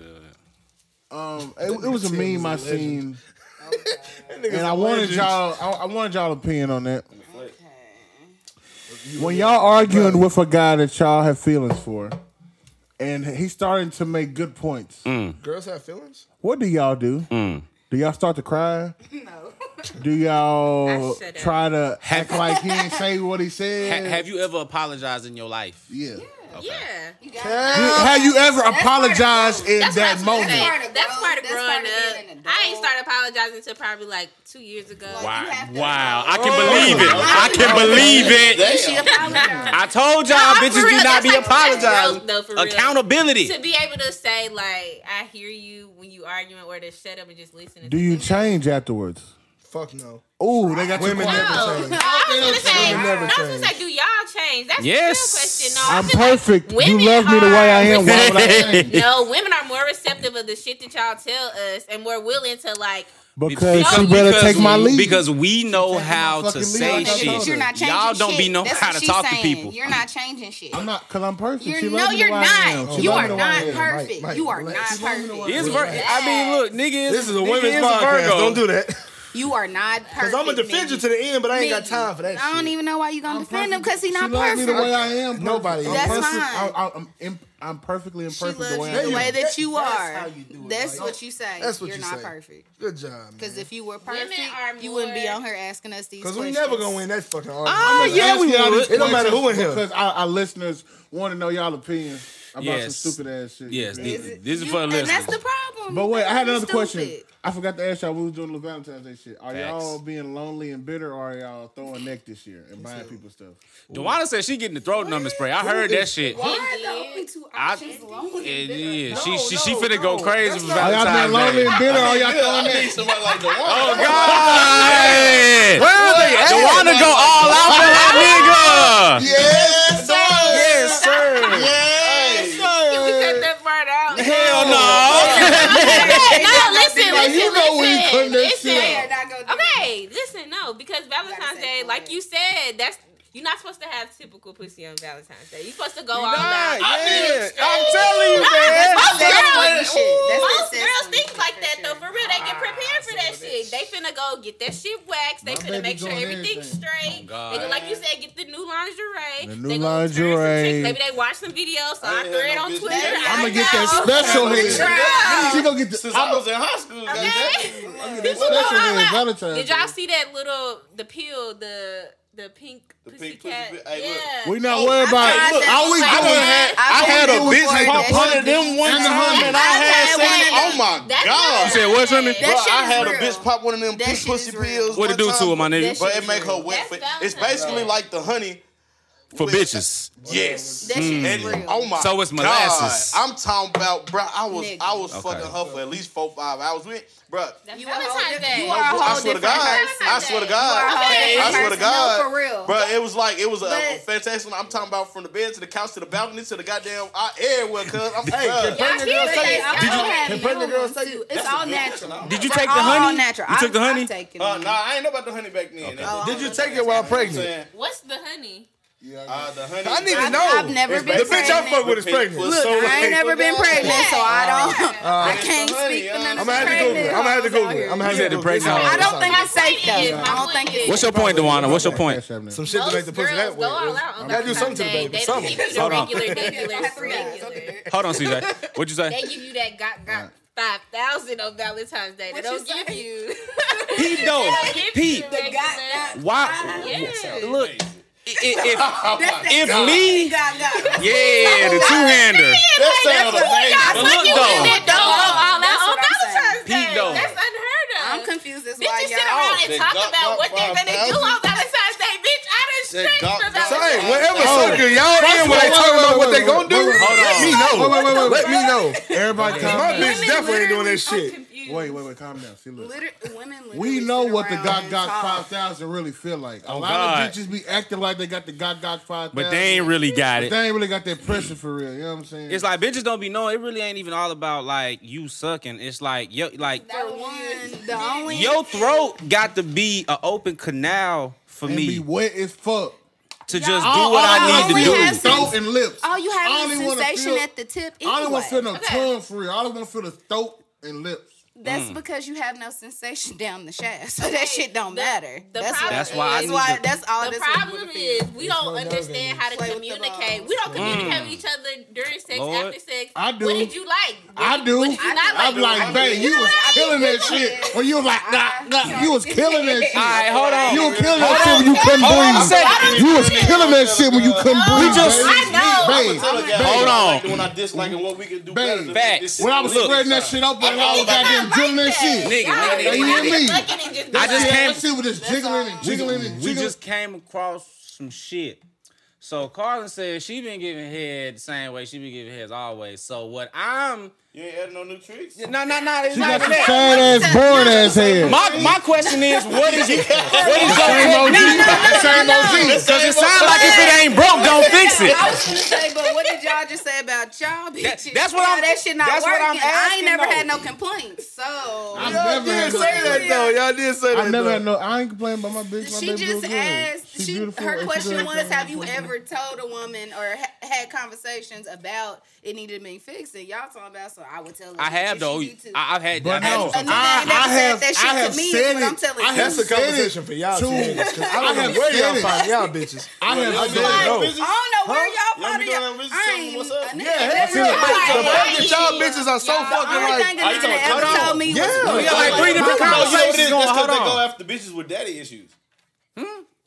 D: yeah.
B: Um, it, it was a meme I seen,
A: Niggas
B: and I
A: are
B: wanted
A: legends.
B: y'all. I, I wanted y'all opinion on that.
C: Okay.
B: When y'all arguing with a guy that y'all have feelings for, and he's starting to make good points,
A: Girls have feelings.
B: what do y'all do? Do y'all start to cry?
C: No.
B: Do y'all
F: I should've.
B: try to act like he didn't say what he said?
I: Ha- have you ever apologized in your life?
B: yeah.
F: Yeah.
C: You got
B: Do- have you ever apologized in that
F: That's
B: moment?
F: part of, that's part of
C: That's
F: growing
C: part of being an
F: up.
C: adult.
F: I ain't started apologizing until probably like two years ago.
C: Wow. You have to-
D: Wow, I can believe it. I can believe it.
C: She apologized.
D: I told y'all,
F: Nah,
D: bitches
F: for
D: do
F: real,
D: not
F: that's
D: be
F: like- that's
D: apologizing.
F: growth, though, for real.
D: Accountability.
F: To be able to say like, "I hear you" when you arguing, or to shut up and just listen.
B: Do you change afterwards?
A: Fuck no.
B: Oh, they got you
A: Women
B: quiet.
A: never
F: No,
A: change.
F: I was gonna say,
A: Women never
F: I was gonna
A: change.
F: say, do y'all change? That's
D: Yes.
F: the real question. No, I
B: I'm
F: feel like
B: perfect. You
F: women
B: love me the way I am. Why would I change?
F: No, women are more receptive of the shit that y'all tell us, and more willing to like.
B: Because
F: Because-
B: she better take my
D: we-
B: lead.
D: because we know
B: taking my
D: how to
B: fucking
D: say
B: lead. I
D: shit.
B: told her.
C: You're not changing
D: Y'all don't
C: shit.
D: be know
C: That's
D: how
C: what
D: to
C: she's
D: talk to
C: saying.
D: people.
C: You're not changing shit.
B: I'm not, cause I'm perfect.
C: You're,
B: she
C: no,
B: love me the
C: you're
B: way I am.
C: not.
B: She
C: You
B: love
C: are
B: me the way I
C: not
B: am.
C: perfect.
A: Mike,
C: you are
A: relax.
C: not
A: She love me the way I
D: He
C: perfect.
D: is Vir- I mean, look, nigga. Is,
A: This is a
D: nigga
A: women's
D: is
A: podcast.
D: Virgo.
A: Don't do that.
C: You are not perfect.
A: Cause I'm gonna defend you to the end, but I ain't got
C: Nigga.
A: time for that.
C: I don't
A: shit.
C: even know why you gonna defend him because he's
B: she
C: not
B: love me
C: perfect.
B: the way I am. perfect.
A: Nobody
B: I'm
A: is.
C: That's
B: perfect.
C: fine.
B: I, I, I'm, imp- I'm perfectly imperfect
C: she
B: the way I
C: loves you
B: am.
C: the way that you
A: That's
C: are.
A: how you do it,
C: That's
A: like-
C: what you say.
A: That's what
C: You're
A: you
C: not
A: say.
C: perfect.
A: Good job, man.
C: Because if you were
F: Women
C: perfect,
F: are
C: you wouldn't be
F: more-
C: on here asking us these
A: Because we
C: questions.
A: never gonna win that fucking argument.
D: Oh, yeah, we
B: Asking all
D: would.
B: these
A: It don't matter who in
B: questions
A: here.
B: Because our, our listeners want to know y'all opinion about
D: Yes.
B: some stupid ass shit.
D: Yes,
B: Yeah.
D: this, this is
C: You-
D: for the
C: and
D: listeners.
C: that's the problem.
B: But wait, I had
C: You
B: another question.
C: stupid.
B: I forgot to ask y'all. We was doing the Valentine's Day shit. Are
D: Facts.
B: y'all being lonely and bitter, or are y'all throwing neck this year and buying people stuff?
D: Dewana said she getting the throat number spray. I heard that shit.
C: Why are the only two
D: I,
C: options lonely and
D: yeah,
C: bitter?
D: yeah. she she she
A: no,
D: finna go
A: no.
D: crazy
A: That's
D: for
A: not-
B: Are y'all being
D: Valentine's
B: lonely
D: Day.
B: and bitter, or y'all
H: I
B: throwing neck?
H: need somebody like the one.
D: Oh God! Dewana go all out for that nigga.
B: Yes, sir.
D: Yes, sir.
F: Can we cut that part out?
D: Hell no.
F: no, listen,
B: Like,
F: listen,
B: you know when you
F: listen,
B: cutting that
F: listen.
B: shit
C: They are not gonna do
F: Okay, listen, no, because Valentine's
C: say
F: Day,
C: it
F: like
C: right.
F: you said, that's you're not supposed to have typical pussy on Valentine's Day. You're supposed to go
D: Nah,
F: all out.
D: yeah. I'm telling you, man.
F: Most
C: That's
F: girls,
C: shit. That's
F: most
C: incest for
F: girls think
C: me,
F: like
C: for
F: that though.
C: sure.
F: For real, they get prepared for that shit. They finna go get that shit waxed. They
B: My
F: finna
B: baby
F: make sure
B: doing
F: everything's
B: everything.
F: straight.
D: God.
F: They go, like you said, get the new lingerie.
B: The new
F: they gonna turn some
B: lingerie.
F: chicks. Maybe they watch some videos. So I,
H: ain't
F: thread
H: had no
F: on
H: bitch
F: Twitter.
H: that-
F: I
B: I'm gonna get that
F: know.
B: special head. She gonna get the.
H: Since I was in high school,
F: Okay.
B: Look
H: goddamn.
B: at that special head, Valentine's
F: Did
B: Day.
F: y'all see that little the pill the the pink
H: The
F: pussy
H: pink pussy
F: cat?
H: bi- hey,
F: yeah.
B: We not worried about
C: tried
B: it. Look,
C: that
B: all we
C: shit.
B: doing
C: I
B: had
H: I had a
C: been
H: bitch
C: before
H: pop
C: that.
H: one of them one
B: And the
H: time,
B: honey.
H: and I had
C: I had
H: sex.
C: one of
H: Oh my
F: That's
H: god!
F: not-
D: You said what, Remy?
H: Bro,
C: That shit
H: I
C: is
H: had a
C: real.
H: bitch pop one of them
C: That
H: pink
C: shit
H: pussy
C: is real.
H: pills.
D: What it
H: one
D: do to
H: time.
D: it, my
C: That
D: nigga?
C: shit-
H: But it make her wet.
F: That's
H: for-
F: Valentine's
H: It's basically
F: Day.
H: like the honey.
D: For bitches.
H: Yes.
C: That shit is
H: And
C: real.
H: oh my
D: So it's molasses.
H: God. I'm talking about, bro. I was,
C: Nigga.
H: I was
D: Okay.
H: fucking her for at least four, five hours with, bro.
F: That's
C: You are a whole
F: Valentine's
C: different-
F: Day.
C: you are a whole
H: I swear to
C: different
H: God,
C: person.
H: I swear to
C: You are a
H: God,
C: whole different
H: I swear to
C: person.
H: God,
C: No, for real.
H: bro. It was like it was a, a
C: But-
H: fantastic. I'm talking about from the bed to the couch to the balcony to the goddamn I, everywhere, cuz I'm
A: Hey, can
H: bruh.
A: pregnant girls take
C: But they
A: it?
C: also
A: Can
C: have
A: pregnant
C: little
A: girls
C: ones,
A: take
C: too.
A: it?
C: It's all natural.
D: Did you take the
C: all
D: honey?
C: natural.
D: You took the
C: I've-
D: honey?
C: I've taken
H: Uh,
C: it.
H: nah, I ain't know about the honey back then.
C: Oh,
A: Did you
C: I'm
A: take it while
H: I'm
A: pregnant?
H: saying,
F: What's the honey?
H: uh, the honey.
A: I need to
C: I've-
A: know.
C: I've never
H: It's
C: been
A: the bitch I
C: pregnant.
A: fuck with is
H: Look,
A: pregnant.
H: look,
A: So,
C: I ain't
A: like,
C: never been pregnant, so I don't. I can't
H: It's the honey, uh,
C: speak for
H: y'all.
C: none
A: I'm
C: of
A: gonna
C: the
A: have to Google it. I'm
C: pregnant
A: gonna have to
C: hoes out
A: Google it.
C: here.
A: I'm gonna have
D: You
A: to
D: said the
A: Google it.
D: pregnant
C: I
D: hoes.
C: don't think it's safe though.
F: Yeah.
C: I don't think it's.
D: What's your point, Dewana? What's your point?
A: Some shit to make the
F: Most
A: pussy that
F: girls
A: way.
F: go all out on
A: Gotta do something
F: Valentine's
A: to the
F: Day.
A: baby.
F: They don't
A: Something.
F: give you the
D: Hold on.
F: regular, regular, regular.
D: Hold on, CJ. What'd you
F: They
D: say?
F: give you that got got five thousand on Valentine's Day. They
C: What
F: don't
C: you
F: give
C: say?
F: you.
D: Pete,
A: Oh,
D: though.
F: They give you
D: Pete,
F: regular-
D: why?
F: Yeah.
D: Look, i- i- if, if
C: God.
D: me,
C: God, God.
D: yeah, the two hander.
H: That sound
D: But
H: amazing.
D: look,
F: And
D: though,
F: then don't go all out
C: That's
F: on
C: what I'm saying.
F: Valentine's Day.
D: Pete, though.
F: That's unheard of.
C: I'm confused as
F: Bitches
C: why
F: sit around
C: y'all.
F: and
H: They
F: talk
H: got
F: about
H: got
F: what they're gonna do
H: 5,000.
F: on Valentine's Day. Bitch, I done
H: that God-
E: for
A: So, hey,
E: Valentine's.
A: whatever
B: Oh.
A: circle y'all in where they talking
B: Wait, wait,
A: about
B: wait,
A: what they
B: wait,
A: gonna do,
B: wait, wait,
A: let
B: wait.
A: me know.
B: Wait, wait, wait,
A: Let me know.
B: Everybody calm
A: My
B: down.
A: bitch definitely ain't doing that
F: literally-
A: shit.
F: I'm confused.
B: Wait, wait, wait, calm down. See, look.
C: Liter- women literally
B: We know
C: sit
B: what the
C: around
B: Got
C: and
B: Got
C: talk.
B: 5000 really feel like. A lot
D: Oh, God.
B: of bitches be acting like they got the Got Got 5000.
D: But they ain't really got it.
B: They ain't really got that pressure for real. You know what I'm saying?
D: It's like bitches don't be knowing. It really ain't even all about like you sucking. It's like yo, like
C: For one, the only
D: your throat got to be an open canal for
B: and be
D: me
B: wet as fuck.
D: to just do
B: All-
D: what
B: all
D: I
C: only
D: need to
C: has
D: do.
B: Throat and lips.
C: all you
B: I
C: have is
B: only wanna
C: sensation
B: feel-
C: at the tip. Anyway.
B: I don't want to feel no
E: Okay.
B: tongue for real. I don't want to feel the throat and lips.
C: That's
D: Mm.
C: because you have no sensation down the shaft, so that shit don't matter.
E: the
C: that's,
E: problem
D: That's why I
C: that's
D: need
C: why
D: to-
C: that's all.
E: The
C: this
E: problem
C: would be.
E: is we don't
A: no
E: understand how to
C: Play with the
E: communicate.
C: balls.
E: We don't communicate with each other during sex,
D: Lord.
E: after sex.
B: Mm. I do.
E: What did you like?
B: I do.
E: What did you not
B: I'm
E: like?
B: like, babe, you
E: know
B: was
E: what? I
B: killing
E: think
B: that shit. When you was like, nah, nah, you was killing that shit.
D: All right, hold on.
B: You was killing that shit when you couldn't
D: Hold on a
B: breathe.
D: second.
B: You was killing that shit when you couldn't
E: No,
B: breathe.
D: just-
B: babe.
E: I know.
B: Babe,
H: Tell a guy
D: Hold
H: what I
D: on.
H: like and When I dislike and what we can do
B: Babe.
H: better. than
D: Facts.
H: this.
B: when I was
D: Look.
B: spreading that shit up, and I was
E: Nigga,
B: goddamn
E: not
B: drilling that
E: like
B: shit.
D: Nigga,
E: Y'all
D: nigga,
E: just
B: you hear
E: out here
B: me?
E: fucking and just
D: I just
E: fucking.
D: can't-
B: That shit was just jiggling and jiggling and
D: We
B: jiggling.
D: just came across some shit. So Carlin said she been giving head the same way she been giving heads always. So what I'm
H: You ain't adding no new tricks?
D: no no no it's
B: You
D: not
B: got some
D: that.
B: sad ass, bored ass head.
D: My my question is what is it? What is
B: Same
D: your
B: OG. Same OG.
D: Because it sound like if it ain't broke, don't fix it.
C: I was gonna say, but what did y'all just say about y'all bitches?
D: that's what
C: Y'all,
D: I'm-
C: That shit not
D: that's
C: working.
D: what I'm
C: I ain't
D: asking,
C: never
D: though.
C: had no complaints, so
B: I've
A: Y'all
B: never
A: did
B: had
A: say
B: no-
A: that though. Y'all did say that.
B: I never
A: though.
B: had no. I ain't complaining about my bitch. My
C: She
B: baby girl
C: just
B: good.
C: asked.
B: She
C: She,
B: beautiful, and
C: her
B: she
C: question
B: good,
C: was,
B: and
C: "Have you
B: everything."
C: ever told a woman or ha- had conversations about it needed to be fixed?" And y'all talking about, so I would tell. her,
D: I have
C: "Bitch,
D: though.
C: you need to."
D: I, I've had.
B: But
D: I've had
B: no,
D: some-
B: I,
C: I- And the man never
B: I
C: said
B: have,
C: that shit
B: I
C: to
B: have
C: me is
B: said
C: what
B: it.
C: I'm telling
B: I
C: you.
A: That's a
B: have said it
A: conversation for y'all.
B: to-
A: To, I
B: I
A: don't
B: have
A: know where y'all
B: said it.
A: find y'all bitches.
B: I have
A: I
B: said
A: don't
B: it.
A: know.
C: I don't know where
H: Y'all
C: y'all
H: be
C: found
H: doing
C: y'all.
H: that business,
C: I
H: tell
C: ain't.
H: them what's up.
C: I never-
A: Yeah, that's it. The
C: every-
A: fact
C: every-
A: that y'all bitches are so fucking
C: The only
A: like
C: thing that
H: you talking
C: nigga
H: about
C: ever
H: cut
C: told
H: off?
C: me
A: Yeah.
C: was
A: We got
D: like three different
H: No, you know what it
D: conversations
H: is?
D: going.
H: That's 'cause
D: Hold
H: they go
D: on.
H: after bitches with daddy issues.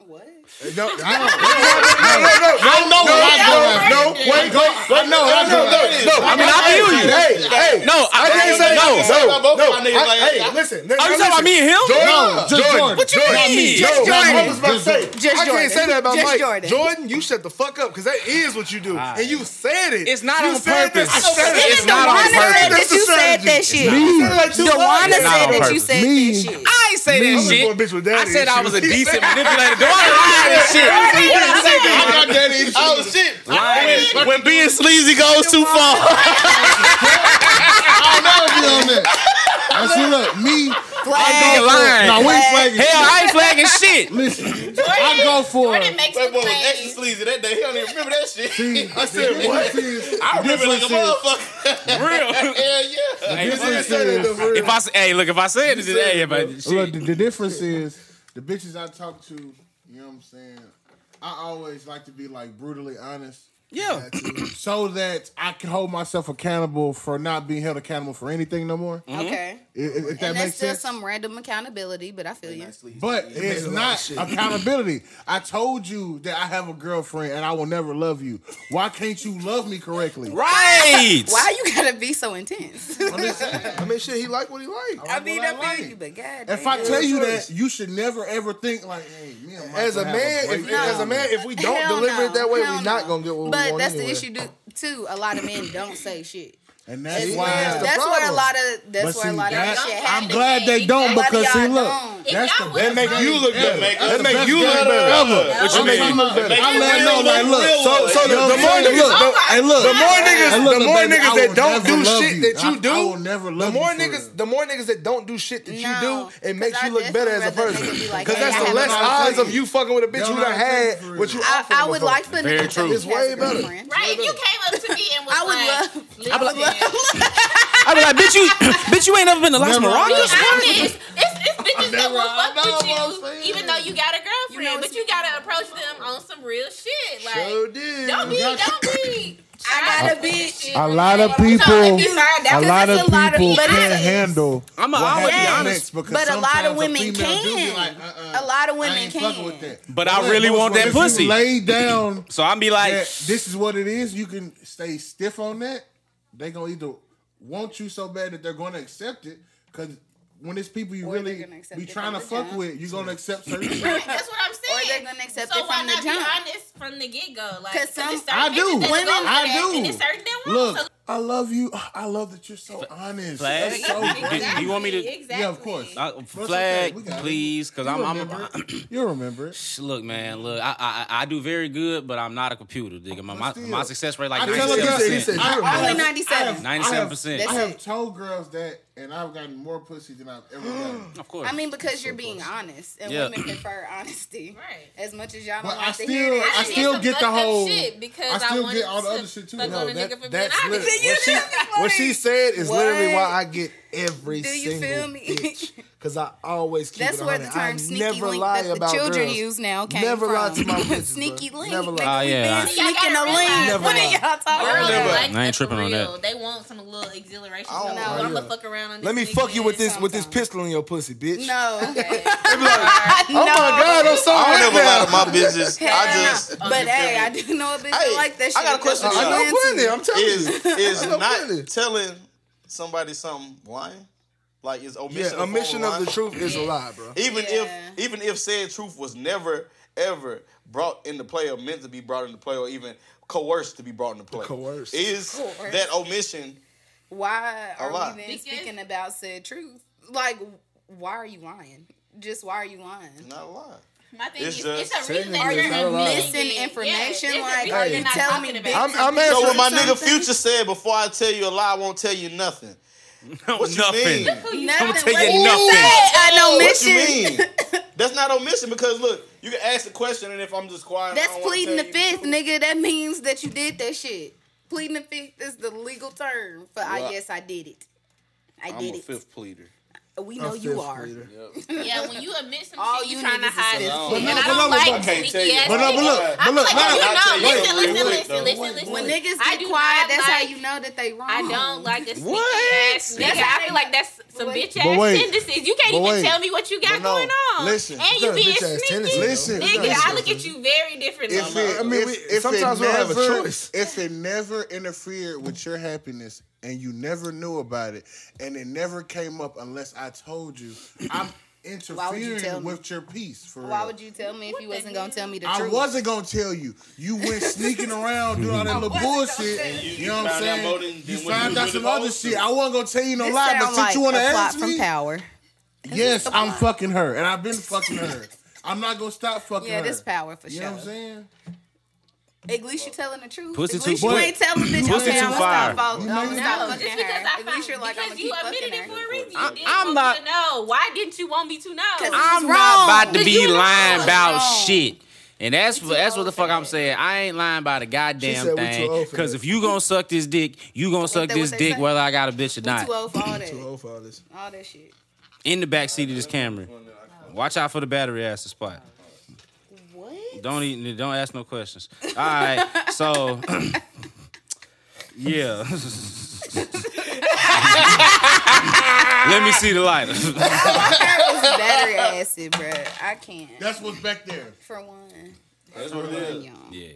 C: what?
A: No, I don't.
B: I know what I go after.
A: No, no, no, wait, go.
B: I know what I
A: No,
B: go after.
A: no, no.
D: I mean, I feel you.
A: Hey, hey.
D: No, I,
A: I can't say
D: no.
A: no. No,
H: both
A: no.
H: my niggas
A: I-
H: like-
A: Hey, listen.
D: Are you talking about me and him?
A: Jordan,
B: No, just Jordan. What
D: you
A: Not
D: mean?
A: me.
D: Just
A: No, I
C: Jordan.
A: was about to say.
C: Just
A: I
C: Jordan.
A: can't say that about
C: Just
A: Mike.
C: Jordan.
A: Jordan, you shut the fuck up because that is what you do,
B: Ah.
A: and you said it.
D: It's not
A: you
D: on
A: said
D: purpose.
A: This. I said
D: It's
A: it.
D: not on
C: Dewana said
A: That's
C: that
A: the
C: you said
A: strategy.
C: that shit.
A: You said it like two
C: Dewana
A: times.
D: Not on
C: said that you
D: purpose.
C: said
B: Me.
C: that shit.
D: I ain't say that
A: I'm
D: shit.
A: a bitch with daddy
D: I said I
A: issues.
D: was a decent manipulator. Don't lie to this shit. What I say?
B: I got that issue.
H: Oh, shit.
D: When, when being sleazy goes too far.
B: I never be on that. I see. Look, me. I go
D: Nigga lying.
B: No, we ain't flagging.
D: Hell, I ain't flagging shit.
B: Listen, I go for
E: Jordan
B: it.
E: makes
H: That boy was extra
E: complaints.
H: sleazy that day. He don't even remember that shit. I said, what? I
B: I
H: remember like a motherfucker.
D: Real.
H: Hell
B: The
H: yeah.
B: difference is,
D: If I say, hey, look, if I said it today, if I
B: look, the,
D: shit.
B: the difference is the bitches I talk to. You know what I'm saying? I always like to be like brutally honest.
D: Yeah.
B: so that I can hold myself accountable for not being held accountable for anything no more. If,
D: Mm-hmm.
C: Okay.
B: if- if that
C: Mm-hmm. And that's
B: makes
C: still
B: sense.
C: some random accountability, but I feel you.
B: but it's not accountability. I told you that I have a girlfriend and I will never love you. Why can't you love me correctly?
D: Right.
C: Why you gotta be so intense?
B: I'm just saying.
A: I mean, shit, he like what he like.
C: I
B: That's
C: mean,
B: what I
C: I feel
B: like.
C: you, but god.
B: If
C: damn.
B: I tell you that, you should never ever think like, "Hey, me and Michael
A: As a
B: have
A: man,
B: break
A: if,
B: down."
A: as a man, if we don't
C: Hell
A: deliver
C: no.
A: it that way,
C: Hell
A: we not
C: no.
A: gonna get what we
C: But
A: want
C: that's
A: anyway.
C: the issue do, too. A lot of men don't say shit.
B: and
C: That's,
B: that's
A: See,
B: why.
A: that's the
C: that's where a
A: problem.
C: lot of that's
B: but see,
C: where a lot
B: that-
C: of shit
B: I'm
C: happens.
B: glad they don't
C: A lot of
B: because see,
C: y'all
B: look,
C: don't.
B: that's the
A: That make you look better.
H: make us
A: That
H: the
A: make
B: best
A: you
B: game
A: look better.
B: ever.
A: That make you look better.
B: I let know like, look,
A: So, so the, the more niggas,
B: look,
A: the,
B: hey, look,
A: the more niggas,
B: Hey, look,
A: the more
B: baby, I
A: niggas
B: will
A: that don't
B: never
A: do
B: love
A: shit
B: you.
A: that
B: I-
A: you do,
B: I will never love
A: the more
B: you for
A: niggas,
B: real.
A: the more niggas that don't do shit that
C: No,
A: you do, it makes
C: 'cause
A: you
C: I
A: look better as a
C: definitely rather
A: person.
C: nigga be like,
A: Because
C: "Hey,
A: that's
C: I
A: the
C: haven't
A: less
C: fucked
A: odds
B: with
A: of
B: you."
A: you fucking with a bitch
B: Don't
A: who done
B: like me
A: had
B: for real.
A: what you
C: I,
A: offer.
C: I would like for
D: Very
C: niggas to
D: true.
C: be
A: It's way better.
E: Right, if you came up to me and was
C: I would
E: like,
C: love-
E: listen, I would love.
D: I be like, bitch, you, bitch, you ain't never been to Las
B: Never.
D: Maracas.
E: I mean, it's, it's, it's bitches that will
B: I
E: fuck
B: know what I'm
E: with
B: saying.
E: you, even though you got a girlfriend.
C: You know,
E: but you gotta approach them on some real shit. Like,
A: Sure did.
E: don't be, don't be.
C: I got a bitch.
B: A lot of
E: So,
B: people,
E: you find
B: a
E: out-
B: lot
C: it's
B: of
C: a lot of
B: people
C: people.
B: can't
C: Yes.
B: handle.
D: I'm a-
B: what
D: I'm gonna be
B: happens
D: honest.
B: next because
C: But a lot of
B: sometimes
C: women
B: female do be
C: can.
B: like, uh-uh,
C: A lot of
B: I
C: women
B: ain't fucking
C: can.
B: with that.
D: But I
B: Look,
D: really
B: boys,
D: want
B: well,
D: that
B: if you
D: pussy.
B: Lay down.
D: So I'm be like,
B: that this is what it is. You can stay stiff on that. They gonna either want you so bad that they're gonna accept it because when it's people you
C: Or they're
B: really
C: gonna accept
B: be
C: it
B: trying to
C: from the
B: fuck
C: jump.
B: with, you're gonna accept certain
E: Right,
B: shit.
E: That's what I'm
C: Or they're
E: saying.
C: gonna accept
E: so
C: it
E: why
C: from the
E: not
C: jump.
E: be honest from the get go? Like,
C: 'Cause some-
E: it's certain
B: I do.
E: bitches that
B: Women-
E: go for
B: I
E: that,
B: do.
E: And it's certain that won't.
B: Look,
E: So-
B: I love you. I love that you're so honest.
D: Flag?
B: That's so
D: Do-
B: great.
D: do you want me to-
E: Exactly.
B: Yeah, of course.
D: Uh,
B: okay.
D: flag,
B: We got it.
D: please, because I'm.
B: You'll
D: I'm
B: remember it. You'll remember it.
D: Shh, look, man, look, I, I I do very good, but I'm not a computer, nigga. My my,
B: still.
D: my success rate like
B: I tell a
D: ninety
B: girl,
A: he
D: seven
A: said,
D: percent.
A: "You
B: I
A: remember."
C: Only
B: have-
C: ninety seven.
B: I have-
D: Ninety seven percent.
B: I
C: That's
B: have
C: it.
B: told girls that, and I've gotten more pussy than I've ever gotten.
D: Of course.
C: I mean, because you're being honest, and
D: Yeah.
C: women prefer honesty.
E: Right.
C: As much as y'all
B: But
C: don't
B: I
C: like to hear
B: still,
C: that.
B: I
E: did
B: still
E: some
B: get the
E: fucked up
B: whole.
E: shit because
B: I still
E: I
B: get
E: wanted
B: all the
E: to
B: other shit too.
E: fuck
B: No,
E: on a
B: that-
E: nigga for being
B: that's
E: honest.
B: lit.
A: What she, what she said is literally why I get every
C: Do you
A: single
C: feel me?
A: bitch because I always keep
C: That's
A: it
C: where the
A: 100.
C: term
A: I
C: sneaky
A: never
C: link
A: lie
C: that the
A: about
C: children
A: girls.
C: use now came
A: Never
C: from.
A: lie to my bitches,
C: sneaky
A: bro.
C: link.
A: Never
C: nigga,
A: lie.
D: Oh, yeah,
C: we
D: I-
C: been sneaking a link.
A: Never
C: what
A: lie.
C: are y'all talking
E: Girls that
A: Never. I
E: like
D: ain't
E: that for
D: tripping on
E: real.
D: that.
E: They want some little exhilaration.
A: I don't
E: Some little,
A: know.
E: I'm
A: Yeah.
E: gonna fuck around on this.
A: Let me
E: nigga
A: fuck you with
E: and
A: this with this pistol in your pussy, bitch.
C: No.
A: They be like, oh my god, I'm so
H: I
A: hot
H: don't ever lie
A: now.
H: to my business. I
C: Hell no.
H: just
C: But hey, I do know a bitch that
H: Hey,
C: like that shit.
H: I got a question
C: That's
H: for
A: I
C: what
H: y'all.
C: I'm
A: know plenty.
C: into.
A: I'm telling
H: is
A: you.
H: is
A: I know
H: not
A: plenty.
H: telling somebody something lying. Like is omission.
A: Yeah,
H: a
A: omission
H: form
A: of the
H: lying?
A: truth is a lie, bro.
H: Even
C: Yeah.
H: if even if said truth was never ever brought into play or meant to be brought into play or even coerced to be brought into play.
A: Coerced.
H: Is
C: Coerced.
H: that omission
C: Why
H: A lie.
C: are we then
E: Because-
C: speaking about said truth? Like, why are you lying? Just why are you lying?
H: not a lie?
E: My thing
H: It's
E: is,
H: just-
E: it's a reason that
A: Technically,
E: you're
A: it's not a lie.
E: admitting it.
C: Misinformation,
E: Yeah, there's a
C: like,
E: reason
A: are
E: you're
A: you
E: not
C: telling
E: talking
C: me
E: about it.
A: I'm, I'm
H: So
A: answering
H: what my nigga
A: something.
H: Future said before I tell you a lie, I won't tell you nothing. What you
D: Nothing.
H: mean?
C: Nothing.
D: tell
C: What
D: you
C: did
D: nothing.
C: say? I know
H: Oh, What you
C: mission.
H: mean? That's not omission because look, you can ask the question and if I'm just quiet, I
C: That's
H: don't wanna
C: pleading the
H: tell you
C: fifth,
H: truth.
C: nigga. That means that you did that shit. Pleading the fifth is the legal term for I
H: Well,
C: guess I did it. I
H: I'm
C: did
H: a
C: it.
H: fifth pleader.
C: We know you
A: Fifth
C: are.
A: reader.
E: Yeah, when you admit some
C: All
E: shit, you
C: you
E: trying to
C: niggas is
E: hide it.
C: just-
H: But
E: And
H: no,
E: I
B: but
E: don't
B: no, but
E: like
B: I
H: can't tell
E: sneaky
H: you
E: ass
H: that.
B: But no, but look, but look,
E: I'm like,
B: now-
E: oh,
H: I'll tell
E: you
H: you
E: know,
H: that
E: listen,
H: real
E: listen, listen,
H: quick, though.
E: listen,
H: Wait,
E: listen.
C: When niggas
E: I
C: get
E: do
C: quiet,
E: not
C: that's how
E: like-
C: you know that they wrong.
E: I don't like a sneaky
D: What?
E: ass nigga. I feel like that's some bitch
B: But
E: ass
B: wait.
E: tendencies. You can't
B: But
E: even
B: wait.
E: tell me what you
B: But
E: got
B: no.
E: going on.
B: Listen.
E: and you
A: Not a
E: being
A: bitch-ass
E: sneaky.
A: tendency,
B: Listen.
A: though.
E: Nigga, I look at you very differently.
B: If it, I mean,
A: we-
B: if, if
A: sometimes
B: it
A: we don't have
B: never,
A: a choice.
B: If it never interfered with your happiness and you never knew about it and it never came up unless I told you, I'm
C: would you tell
B: interfering
C: me?
B: with your peace. For
C: Why
B: real.
C: would you tell me if you
E: the
C: wasn't gonna tell me the
B: I
C: truth?
B: wasn't gonna tell you. You went sneaking around doing all that little bullshit. You, know what I'm
H: found out more than-
B: saying? You
H: than what
B: found
H: you
B: out
H: really
B: some other
H: supposed to.
B: shit. I wasn't gonna tell you no
C: This
B: lie, but
C: sound
B: since you wanna
C: a plot
B: ask
C: from
B: me,
C: Power.
B: yes, I'm fucking her, and I've been fucking her. I'm not gonna stop fucking
C: Yeah,
B: her.
C: this Power for
B: You
C: sure.
B: know what I'm saying?
C: At least you telling the truth.
D: Pussy
C: At
D: too
C: least you
B: fire.
C: ain't telling bitch.
D: Pussy
C: okay,
D: too
C: I'm gonna
D: fire.
C: stop fucking. I'm
B: You
C: gonna
B: know what?
C: stop
E: just
C: fucking
E: because
C: her.
E: I
C: At least
E: found
C: you're like, I'm gonna
E: because you
C: keep
E: admitted
C: fucking
E: it
C: her.
E: for a reason. You
D: I-
E: didn't
D: I'm
E: want
D: not-
E: me to know. Why didn't you want me to know?
C: This
D: I'm not
C: is wrong.
D: about to
C: But
D: be
E: you know
D: lying
E: it's
D: about
C: wrong.
D: shit. And that's
C: We too
D: that's what
C: old
D: the
C: for
D: fuck I'm
C: that.
D: saying. I ain't lying about a
A: said
D: goddamn
A: we too
D: thing.
A: old for
D: Because
A: that.
D: if you gonna suck this dick, you gonna suck
C: that
D: this
C: what they
D: dick
C: say?
D: whether I got a bitch or
C: We
D: not.
C: too old for oh all
B: oh
A: Too
C: that.
A: old for all this.
C: All that shit.
D: In the back seat of this Camry. Watch out for the battery acid spot.
C: What?
D: Don't eat, don't ask no questions. All right, so yeah. Let me see the lighter.
C: That was battery acid, bro. I can't.
B: That's what's back there.
C: For one.
H: That's what it is.
C: Y'all.
D: yeah,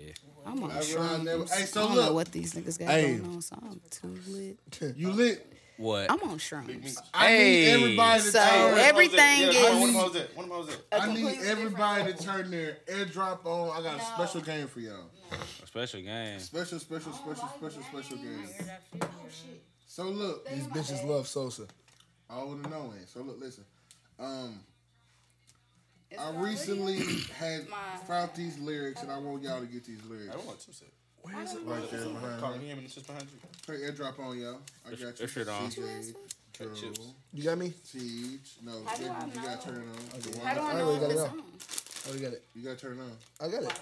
C: I'm on
B: That's what I never-
C: shrooms.
B: Hey, so
C: I don't know
B: look.
C: what these niggas got
B: Hey.
C: going on, so I'm too lit.
B: You lit.
D: what?
C: I'm on shrooms.
B: I
D: Hey.
B: need everybody to
C: So,
B: turn.
C: every- Everything
H: yeah, come on,
C: is-
H: What am I was at? What am I was at?
B: I need everybody to turn their airdrop on. I got a special game for y'all.
D: Special game.
B: Special,
E: Oh,
B: special, special, special, special game. So look,
A: These bitches love Sosa.
B: I wouldn't know it. So look, listen. Um, I recently had found these lyrics, and I want y'all to get these lyrics.
H: I want two sets.
B: Right there behind
H: Carl,
B: me.
H: you ain't even just behind you.
B: Put airdrop on y'all. I got you.
D: that shit on.
B: CJ, Drew,
H: chips.
A: You got me?
B: Teach. No, you,
C: do I
B: you gotta
C: know?
B: turn it on. The
C: How do
B: wine-
C: I
A: already
C: know
A: got
C: if
A: it
C: it's
A: out.
C: on?
A: I already Oh, got it.
B: You gotta turn it on.
A: I got it.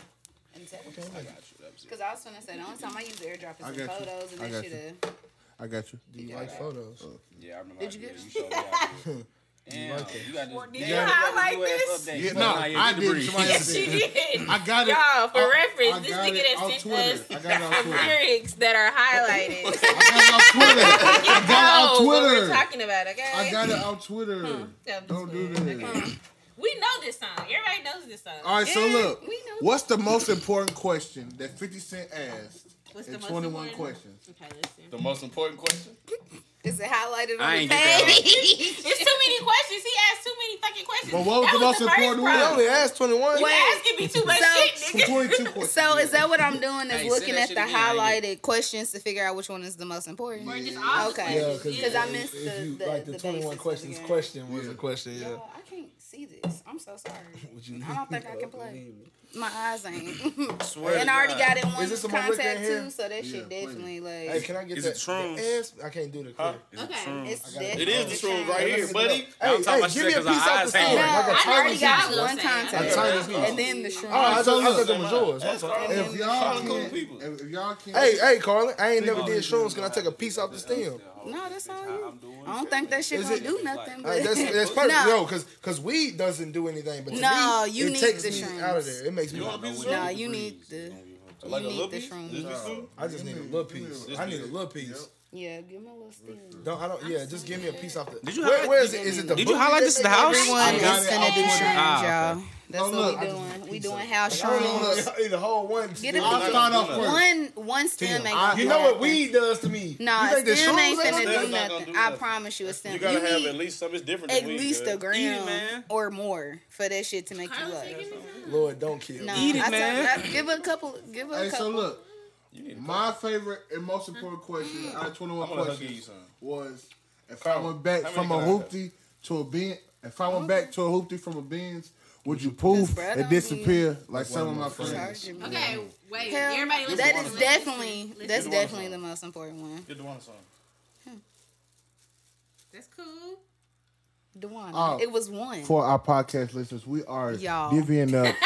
C: Because I was gonna say the only time I use the airdrop
B: I
C: is in
B: got you.
C: photos, and
B: I
C: that
B: got you.
C: should
B: I got you.
A: Do you like photos?
D: Yeah, I remember.
C: Did you get it?
D: Damn, you got this.
E: Did you highlight this?
B: Yeah, no, I did. Somebody else
E: She
B: did.
E: did.
B: I got it.
E: Y'all, for
B: I- I
E: reference, this
B: got
E: nigga
B: it
E: that
B: on
E: sent
B: Twitter.
E: us
B: I got it on
E: the
B: Twitter.
E: lyrics that are highlighted.
B: I got
E: know
B: it on Twitter. I got it on
E: what we're
B: Twitter.
E: talking about, okay?
B: I got it on Twitter.
E: That was
B: Don't do
E: weird.
B: that.
F: We know this song. Everybody knows this song.
B: All right, so
C: Yeah,
B: look,
C: we know.
B: what's the most important question that 50 Cent asked
F: What's
B: in
F: the most
B: 21
F: important?
B: questions?
F: Okay, listen.
H: The most important question.
C: Is it
D: I
C: highlighted on the
D: ain't get that
C: page?
F: It's too many questions. He asked too many fucking questions.
B: But what was
F: That
B: the most
F: first
B: important
A: I
F: problem.
B: one?
A: only asked 21.
F: You
C: Wait.
F: asking me too much
C: So-
F: shit,
B: For
F: nigga.
B: 22 questions.
C: So is that what I'm doing? Is
J: Hey, say
C: looking
J: that
C: at
J: shit
C: the
J: again, I ain't
C: highlighted questions to figure out which one is the most important?
F: Or just all the
C: Okay.
F: questions.
C: Yeah, 'cause I missed
A: if
C: the-
A: you-
C: the-
A: like the,
C: the
A: 21
C: basis
A: questions
C: of the game.
A: question was a question. Yeah.
C: Y'all, I can't see this. I'm so sorry. I don't think I can play. My eyes ain't.
D: Swear
C: and
D: to
C: I already
D: God.
C: got it in
A: Is
C: one
A: this the one Rick in
C: contact
A: here?
C: too, so that
B: Yeah,
C: shit definitely like.
A: Hey, can I get
D: Is
A: that?
D: it Trunks?
A: the ass- I can't do the clear.
H: Huh?
F: Okay.
C: it's
A: I got it.
H: It is the
C: definitely
H: truth right
C: changed.
H: here, buddy.
A: Hey,
D: I'm talking
A: hey,
D: about
A: give me a
D: shit 'cause
A: piece
D: our
A: out the
D: eyes hang
A: store.
C: No,
D: Like
C: I already
A: Like a
C: got
A: Chinese.
F: piece.
C: one
A: A
C: contact.
A: Chinese
C: And
A: piece.
C: then the shrimp.
A: Oh, I thought I thought that was
H: That's
A: yours.
H: That's
A: Okay.
H: all.
B: If y'all
H: Chronicle
B: can't,
H: people.
B: if if y'all can't,
A: Hey, hey, Carlin, I ain't never did shrooms. Can I take a piece off the stem?
C: no, that's all you. I don't think that shit gonna do nothing.
A: Uh,
C: But
A: that's that's perfect.
C: No.
A: No, because because weed doesn't do anything. But to
C: No,
A: me,
C: you
A: it
C: need
A: takes
C: the
A: me
C: shrooms.
A: out of there. It makes me.
C: nah, you need the.
H: Like
C: you
H: a
C: need
H: little
C: the
H: piece?
C: shrooms.
H: This piece too?
A: I just need a little piece. I need a little piece.
C: Yeah, give him a little steam.
A: Don't I don't. Yeah, just give me a piece off the.
D: Did you
A: Where-
D: highlight-
A: where is it? Is it the?
D: Did you
A: book
D: highlight
A: that
D: this to the
A: they
D: house?
A: got?
C: Everyone
B: got
C: is
B: it.
C: gonna do
B: Oh,
C: shrooms,
D: ah,
C: y'all. That's
B: Oh,
C: what
B: look,
C: we
B: I
C: doing. We
A: piece
C: doing
A: of-
C: house
A: I don't
C: shrooms.
A: want to eat a whole one.
C: Get a
B: I'll
C: piece.
B: start off first.
C: One one stem ain't.
B: I-
C: gonna
A: You
C: do
A: know what
C: nothing.
A: weed does to me?
C: Nah,
A: you
C: a
A: think the
C: stem ain't
A: shrooms
C: finna
A: ain't
C: do
H: Stem's not gonna
C: nothing.
H: do
C: I
H: nothing.
C: promise you, a stem.
H: You gotta have
C: need
H: at least something that's different
C: at
H: than weed.
C: least a
H: girl.
C: gram
D: man.
C: or more for that shit to make you love.
A: Lord, don't kill.
C: No,
A: me.
D: Eat it,
C: I
D: man.
C: Tell, I, give her a couple. Give her
B: hey,
C: a
B: so
C: couple.
B: look,
H: You need a couple.
B: my favorite and most important question
C: Mm-hmm.
B: out of 21
H: I'm gonna hug you
B: questions
H: something.
B: was if I
H: Carl,
B: went back
H: how many
B: from a
H: can I have?
B: hoopty to a bin, if I went back to a hoopty from a bins, would you poof
C: bread
B: and
C: on me.
B: disappear like some of my
C: Charge
B: friends?
C: your money.
F: Okay, wait.
C: Hell,
F: Everybody listen.
C: that
F: listen,
C: is
F: listen,
C: definitely
F: listen.
C: that's
H: Listen.
C: definitely the most important one.
H: Get the one song.
F: That's cool.
C: Dewana.
B: Oh.
C: It was one.
B: For our podcast listeners, we are
C: Y'all.
B: divvying up.
C: Y'all,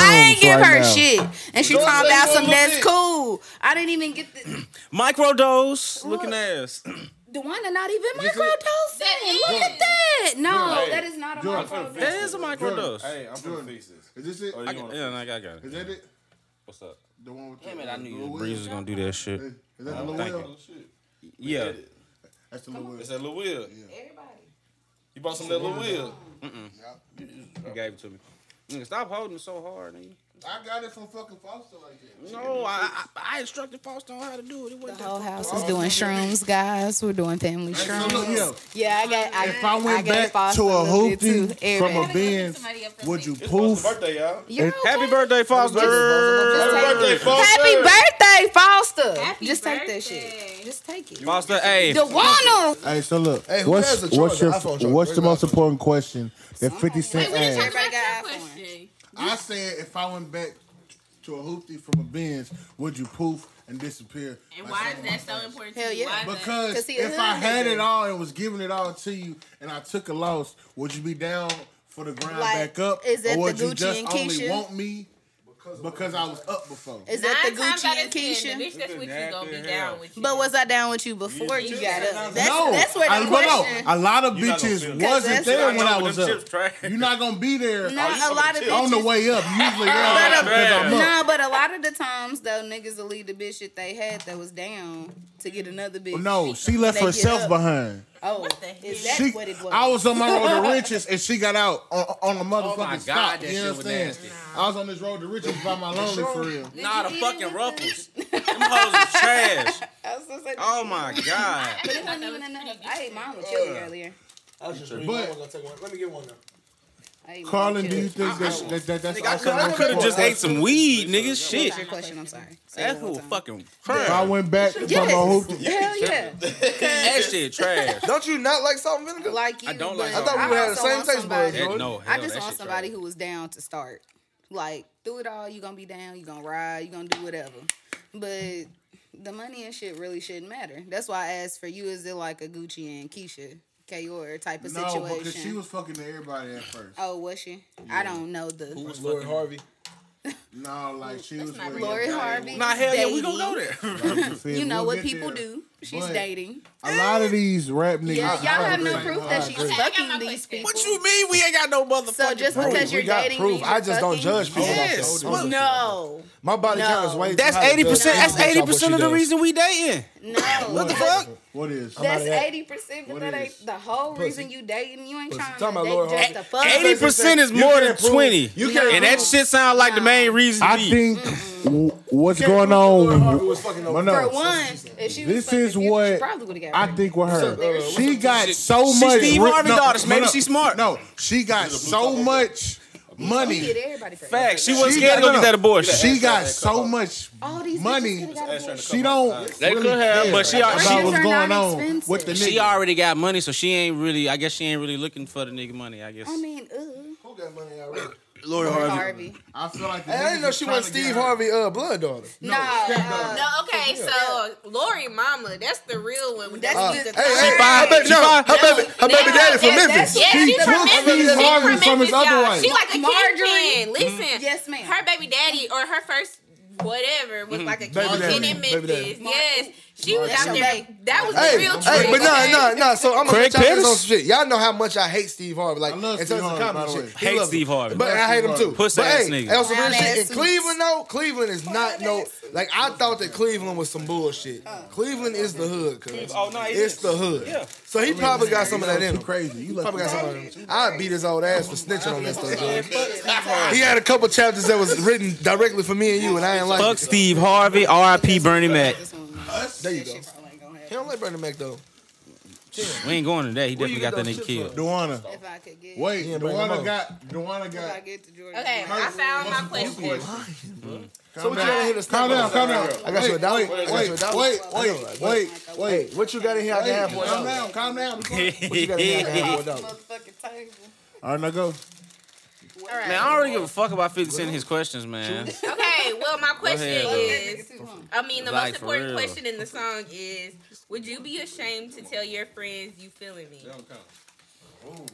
C: I ain't give
B: right
C: her
B: now.
C: shit, and she
H: Don't
C: talking
H: say
C: about
H: no
C: some
H: little
C: that's
H: bit.
C: cool. I didn't even get the
D: Microdose,
C: Look.
D: looking ass.
C: Dewana not even
B: Just look-
C: microdosing.
F: That
C: Look
F: is.
C: at that. No,
H: Hey,
C: that is not a
B: Jordan.
D: That
C: microdose.
D: is a microdose.
H: Hey, I'm from
B: Jordan.
H: Pieces.
B: Is this it?
H: Oh,
D: I,
H: you want
D: yeah, I got, I got
B: Is
D: it.
B: that it?
H: What's up?
B: The one with
J: Damn it, I knew you
B: Lil
J: was Oh,
B: Will?
D: Breeze is gonna do that shit. Oh,
B: Is is that the
D: I'm
B: Lil
D: thinking.
B: Will?
H: Oh, shit.
D: Yeah.
B: That's the Lil Will.
H: It's that Lil Will.
C: Everybody.
H: You bought some of that Lil Will.
D: He gave it to me. Nigga, Stop holding so hard, nigga.
B: I got it from fucking Foster like that.
D: No, I, I, I instructed Foster on how to do it. It
C: The
D: wasn't that
C: whole house is doing shrooms, guys. We're doing family
B: So look,
C: shrooms.
B: yo,
C: Yeah, I got. I,
B: if I
C: I
B: went
C: gave
B: back
C: Foster
B: to a
C: little bit, too.
B: hoopty from
C: Everybody-
B: a Benz,
F: Somebody up for
B: would you
F: me.
H: It's Foster's
B: poof?
H: birthday, y'all.
C: You're okay.
D: Happy birthday, Foster.
A: Happy
H: Happy birthday, Foster.
C: Happy birthday, Foster.
F: Happy
C: Just take that
F: birthday.
C: shit. Just take it.
D: Foster, hey.
C: Dewana.
B: Hey, so look,
A: Hey, who has
B: what's
A: the
B: what's
A: charger?
B: your
A: iPhone charger.
B: what's
A: Where's
B: the most
A: the iPhone?
B: important question that Fifty
F: Wait,
B: Cent
F: we didn't talk
B: asked?
C: Everybody
F: about your
C: got iPhone.
F: question.
B: I said if I went back to a hoopty from a Benz, would you poof and disappear?
F: And
B: Like
F: why
B: some-
F: is that so important
C: Hell
F: to you?
C: yeah.
F: Why is that-
B: Because
C: 'Cause he a
B: if I
C: hood
B: had
C: nigga.
B: it all and was giving it all to you, and I took a loss, would you be down for the grind
C: Like,
B: back up,
C: is that
B: or
C: the
B: would you
C: Gucci
B: just
C: and
B: only
C: Keisha?
B: want me because I was up before?
C: Is
F: Nine
C: that the
F: times
C: Gucci
F: out
C: and
F: of ten, the
C: Keisha?
F: bitch that's with you gonna be down with you.
C: But was I down with you before you got up? That's,
B: no,
C: that's where the
B: I, but no,
C: question.
B: a lot of
H: You're not gonna feel
B: bitches
H: it.
B: wasn't
C: that's
B: there
C: right.
B: when I was
D: Them
B: up.
D: chips trash.
B: You're not gonna be there
C: Not a lot of
H: Oh,
B: on the
C: bitches.
B: way up. Usually,
C: Shut
B: yeah,
C: up.
B: because I'm up.
C: Nah, but a lot of the times though, niggas will leave the bitch that they had that was down to get another bitch.
B: No, she left
C: They get
B: herself
C: up.
B: behind.
C: Oh,
F: the
C: is
B: She,
C: that what it was?
B: I was on my road to riches, and she got out on, on the motherfucking
J: Oh God,
B: stop.
J: that
B: you
J: shit was
B: understand?
J: nasty.
B: I was on this road to riches by my lonely for real.
D: Nah, the fucking ruffles. Them hoes is trash.
C: I was just like,
D: Oh my god.
C: But it wasn't even enough. I ate mine with chili earlier.
B: But
A: Let me get one now.
C: I ate mine
B: Carlin,
C: with
B: do
C: chili.
B: you think that, that, that that's
D: I
B: also
D: could
B: an
D: have
B: important
D: just ate some weed, nigga.
C: What's your
D: Shit.
C: question? I'm sorry. Say
D: That
C: it one
D: whole
C: time.
D: fucking
B: If I
D: crap.
B: went back from
C: Yes.
B: my hoop,
C: Hell yeah.
D: That shit trash.
A: Don't you not like salt and vinegar?
C: Like you.
D: I don't
C: but
D: like
A: I thought we would have the
C: also
A: same
C: want
A: taste buds,
C: somebody-
D: That,
A: Jordan.
D: no, hell,
C: I just
D: that
C: want
D: shit
C: somebody
D: trash.
C: who was down to start. Like through it all, you gonna be down, you gonna ride, you gonna do whatever. But the money and shit really shouldn't matter. That's why I asked for you. Is it like a Gucci and Keisha Kayor type of
B: no,
C: situation?
B: because she was fucking to everybody at first.
C: Oh, was she? I don't know the
A: was Lord Harvey.
B: No, like she was. with-
C: Lori Harvey.
D: Nah, hell yeah, we
C: baby.
D: gonna go there.
B: You feel me?
C: You know
B: We'll
C: what
B: get
C: people
B: there.
C: do. She's
B: But-
C: dating.
B: A lot of these rap niggas.
C: Yeah,
B: is
C: y'all have
B: hungry.
C: no proof that she's
F: Okay, I got my
C: fucking these
F: question.
C: people.
F: What
K: mean we ain't got no motherfucking
C: So just because
A: We
C: you're
A: got
C: dating
A: proof.
C: means
A: I
C: you're
A: just don't
C: fucking-
A: judge people
K: Yes.
A: off their
K: Well,
C: No,
A: My body
C: No.
A: count is way.
D: That's
A: high to
D: eighty
A: judge
D: percent. That's
A: people based
D: eighty
A: off what she
D: percent of the
A: does.
D: reason we dating.
C: no.
D: What the fuck?
B: What is?
A: outta
C: That's
A: that.
C: eighty percent because that ain't
A: Pussy.
C: the whole
A: Pussy.
C: reason you dating. You ain't
A: Pussy.
C: trying
A: Talking about
C: to
A: Lord
C: date just
A: Harvey.
C: the fuck.
D: Eighty percent is
A: You
D: more
A: can't
D: than
A: prove-
D: twenty,
A: You
C: No.
A: can't.
D: and that
A: prove-
D: shit sound like the main reason.
B: I
D: be.
B: think w- what's
A: can't
B: going
A: prove Lord Harvey
B: on.
A: was fucking no
B: Well,
C: For
B: no.
C: one, if she was
B: This
C: fucking
B: is
C: Future,
B: what
C: she probably would have got.
B: I
C: pregnant.
B: think with her,
C: What's up,
B: she got so
D: She's
B: much.
D: Steve
B: ri-
D: Harvey daughters. Maybe she's smart.
B: No, she got so much
C: She
B: money.
C: get everybody pregnant.
D: Fact, she wasn't
B: She
D: scared to
B: got-
D: go get that abortion.
B: She got so much
C: All these
B: Money.
C: money.
B: She don't.
D: They could have, but she al-
B: about what's
D: she-
C: Abortions are
B: going
C: not
B: on
C: expensive.
B: with the nigga.
K: She already got money, so she ain't really. I guess she ain't really looking for the nigga money. I guess.
C: I mean, ugh.
A: Who got money already?
C: Lori Harvey.
B: I feel like the
A: Hey, I didn't
B: niggas
A: know
B: is
A: she
B: trying
A: was
B: to get
A: Steve
B: her.
A: Harvey uh, blood daughter.
C: No, uh,
F: No, okay, so Lori Mama, that's the real one. That's
C: Uh,
F: the
A: Hey, hey,
D: fine.
A: her baby,
D: She
A: no,
D: fine.
A: her baby, her baby
F: No,
A: daddy from
F: that-
A: Memphis.
F: Yeah,
B: She
F: she
B: took
F: from
B: Steve
F: Memphis. She
B: Harvey
F: from
B: from his
F: Memphis,
B: other
F: y'all.
B: wife.
F: She like a
C: Marjorie.
F: Marjorie. Listen,
C: Yes, ma'am.
F: Her baby daddy or her first whatever was like a
A: Baby
F: kingpin
A: daddy.
F: in
A: Baby
F: Memphis.
A: daddy.
F: Yes, she was
C: That's
F: out
C: your
F: there.
C: baby.
F: That was the
A: Hey,
F: real
A: hey,
F: trick.
A: but nah,
F: okay?
A: nah, nah. So I'm gonna
D: Craig
A: let y'all do some
D: Pettis?
A: shit. Y'all know how much I hate Steve Harvey. Like,
B: I love
A: in terms
B: Steve
A: of
B: Harvey, by
A: comedy
B: the
A: shit.
B: way.
A: He
D: Hate
A: loves
D: Steve
A: him.
D: Harvey.
A: But I hate him too.
D: Puss
A: but
D: ass
A: hey,
D: nigga.
A: on some real
C: Clown ass
A: shit. In
C: nigga.
A: Cleveland though, Cleveland is not
C: ass
A: no.
C: nigga.
A: Like I thought that Cleveland was some bullshit. Cleveland is the hood, cuz.
D: Oh, no, it
A: It's
D: is.
A: the hood.
D: Yeah.
A: So he probably got some of that in
B: Too
A: him.
B: crazy. You
A: Probably got
B: left.
A: some of that in him. I'd beat his old ass for snitching on that stuff, dude.
C: Fuck
A: He had a couple chapters that was written directly for me and you, and I ain't like
D: Fuck
A: it.
D: Steve Harvey, R.I.P. Bernie Mac.
C: this one.
A: There you
C: That
A: go.
C: shit probably ain't gonna
A: He
C: happen.
A: don't like Brandon Mac though.
D: We ain't going to that. He
A: Where you
D: definitely got that
A: get
D: nigga
A: those chips
D: killed.
B: Duana.
C: If I could get,
B: Wait,
A: Yeah, bring them
B: Duana
A: up.
B: got. Duana
C: if I
B: got.
C: get to Georgia.
F: Okay, I found my question.
A: So what you gotta hit us
B: Calm down, calm down.
A: I got you a dollar.
B: Wait,
A: I
B: wait,
A: got you a dollar.
B: wait,
A: I know,
B: wait,
A: right?
B: wait,
A: Hey,
B: wait.
A: what you got in here? I can have for a
B: Calm
A: dollar.
B: down, calm down.
A: What you got in here? I can have for a dollar.
C: Motherfucking table.
B: All right, now go.
F: All right.
D: Man, I don't really give a fuck about 50 Cent and his questions, man.
F: Okay, well, my question
D: ahead,
C: Fuck that
F: is.
C: nigga too, huh?
F: I mean, the
D: Like,
F: most
D: for
F: important
D: real.
F: question in the song is: Would you be ashamed to tell your friends you feeling me?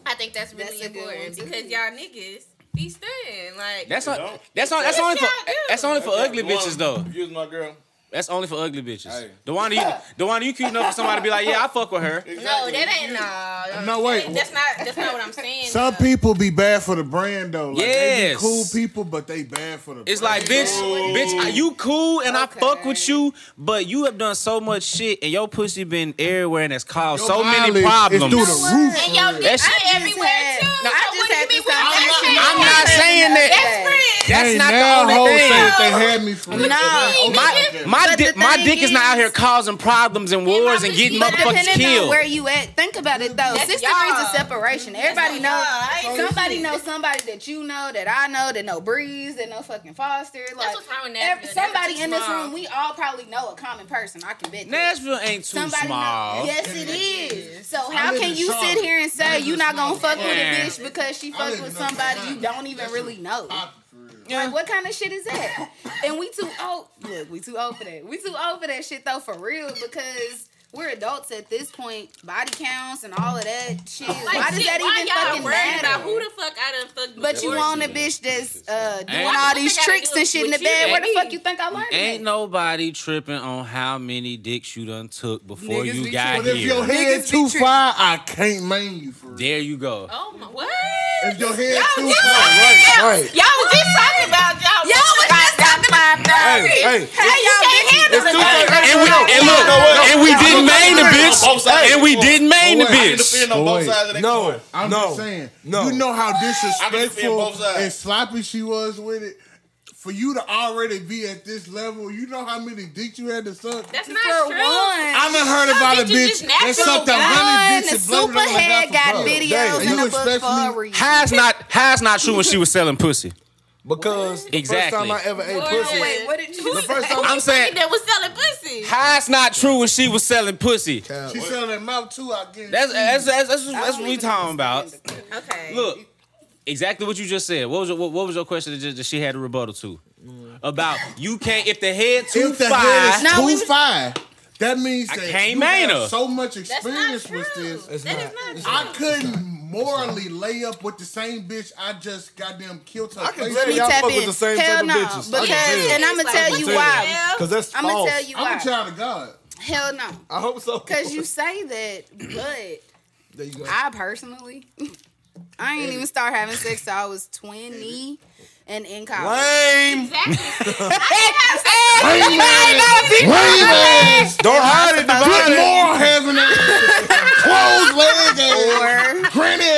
F: I think that's really
C: That's a good one,
F: important
C: too.
F: because y'all niggas be studying like
D: That's not. That's not. That's only for. That's only for ugly bitches though.
H: If you was my girl,
D: That's only for ugly bitches.
H: Hey.
D: Dewana, you, Dewana, you cute enough for somebody to be like, yeah, I fuck with her.
F: no, that ain't no.
B: No, wait.
F: That's not. That's not what I'm saying.
B: Some
F: though.
B: people be bad for the brand though. Like, They be
D: Yes.
B: cool people, but they bad for the.
D: It's
B: brand.
D: like, bitch, bitch, you cool and I fuck with you, but you have done so much shit and your pussy been everywhere and it's caused
B: Your
D: so many
B: mileage
D: problems.
B: Is through the roof.
F: And y'all
D: That
F: dick
D: shit-
F: out everywhere too.
C: No, I
F: So
C: just
F: what do you
C: had
F: mean
C: to
F: we
C: stop. I'm
F: best friends?
C: not-
D: I'm not saying that.
F: Best friends.
D: That's
B: Hey,
D: not
B: now
D: the
B: hoes
D: only
B: say
D: thing.
B: that they had me for.
C: No,
D: Oh, My my
C: But the
D: dick my
C: thing
D: dick is, not out here causing problems and wars and getting
C: But
D: motherfuckers
C: depending on
D: killed.
C: where you at, think about it though.
F: That's
C: Six
F: y'all.
C: degrees of separation. Everybody
F: y'all.
C: knows.
F: I ain't
C: Somebody knows somebody that you know, that I know, that know Breeze, that know fucking Foster. Like
F: what's wrong with
C: every-
F: Nashville.
C: somebody
F: Nashville's
C: in this
F: small.
C: room, we all probably know a common person. I can bet. that.
D: Nashville ain't too
C: Somebody
D: small.
C: Know. Yes, it is. So how
B: live
C: can
B: in
C: you
B: Charlotte.
C: sit here and
B: I
C: say
B: live
C: you
B: in
C: not gonna
B: Charlotte.
C: fuck with a
D: Yeah.
C: bitch because she fucked
B: live
C: with
B: in North
C: somebody you
B: Carolina.
C: don't even really know? Like, what kind of shit is that? and we too old. Look, we too old for that. We too old for that shit though, for real, because we're adults at this point. Body counts and all of that shit. why does
F: shit,
C: that
F: why
C: even
F: y'all
C: fucking
F: worried about
C: matter?
F: who the fuck I done fucked
C: But you
F: before?
C: want a bitch that's uh, doing
D: Ain't-
C: all these
F: What they gotta
C: tricks
F: do
C: and shit in the
F: with you
C: bed. Where
F: and
C: the
F: me?
C: fuck you think I learned
D: Ain't
C: it?
D: nobody tripping on how many dicks you done took before
A: Niggas be
D: you got
B: But if your
D: here.
B: head
A: Niggas be
B: too
A: tripping.
B: far, I can't maim you for. real.
D: There you go.
F: Oh my what?
B: If your head
F: Y'all
B: too
F: just-
B: far.
A: Right, right.
F: Y'all was just talking about y'all.
C: Y'all was just talking about that.
A: Hey, hey.
C: How y'all bitches
A: It's two thirty.
D: And we, and look, and we didn't main the bitch. And we didn't main the
B: Boy, I
H: I
D: bitch.
H: defend on both
B: Boy.
H: sides of that
A: No.
H: coin.
B: I'm
A: No.
B: just saying.
A: No.
B: You know how disrespectful
H: both sides.
B: and sloppy she was with it. For you to already be at this level, you know how many dicks you had to suck.
F: That's
C: For
F: not
C: one,
F: true.
B: I done heard about a
F: bitches
B: bitch
F: just
B: that
F: natural.
B: sucked a
C: one,
B: hundred
C: the
B: dicks and blowed it on the
C: superhead got
B: bathroom.
C: videos
B: Dang,
C: in
B: you
C: the book
B: expect
C: for a
B: me-
C: reason.
D: Has not has not true when she was selling pussy.
A: Because the first
D: Exactly.
A: time I ever ate
F: What?
A: pussy.
C: Wait, what did you
F: Who
A: The
F: the
A: first time
D: I'm saying
F: that was selling pussy.
D: has not true when she was selling pussy.
B: She selling that mouth too. I guarantee.
D: That's that's that's, that's,
C: I
D: that's
C: don't
D: what we
C: even
D: talking about.
C: understand the-
F: Okay.
D: Look, exactly what you just said. What was your, what, what was your question that, just, that she had a rebuttal to?
C: Mm.
D: About you can't if the head too
B: if the head
D: far.
B: is
C: No, we
B: too
C: was-
B: far, that means that
D: can't
B: you
D: man
B: have
D: her.
B: so much
F: That's not
B: experience
F: true.
B: with this.
F: That is
A: not-
F: not true.
B: I couldn't morally lay up with the same bitch I just goddamn killed her.
A: I can
B: face
A: tell
B: with.
A: y'all
C: tap
A: fuck with
C: in.
A: the same
C: Hell
A: type
C: no,
A: of bitches. I can
C: because-
A: tell.
C: and I'ma tell you
A: why.
F: Well,
A: Because that's
C: I'm gonna
A: false.
C: tell you
B: I'm a
C: why.
B: child of God.
C: Hell no.
A: I hope so.
C: Because you say that, but
A: There you go.
C: I personally, I ain't even start having sex till I was 20 and in college.
A: Lame.
E: Exactly.
A: Don't hide it, divide it.
B: More hands in there. Closed leg and
C: Or,
B: granny.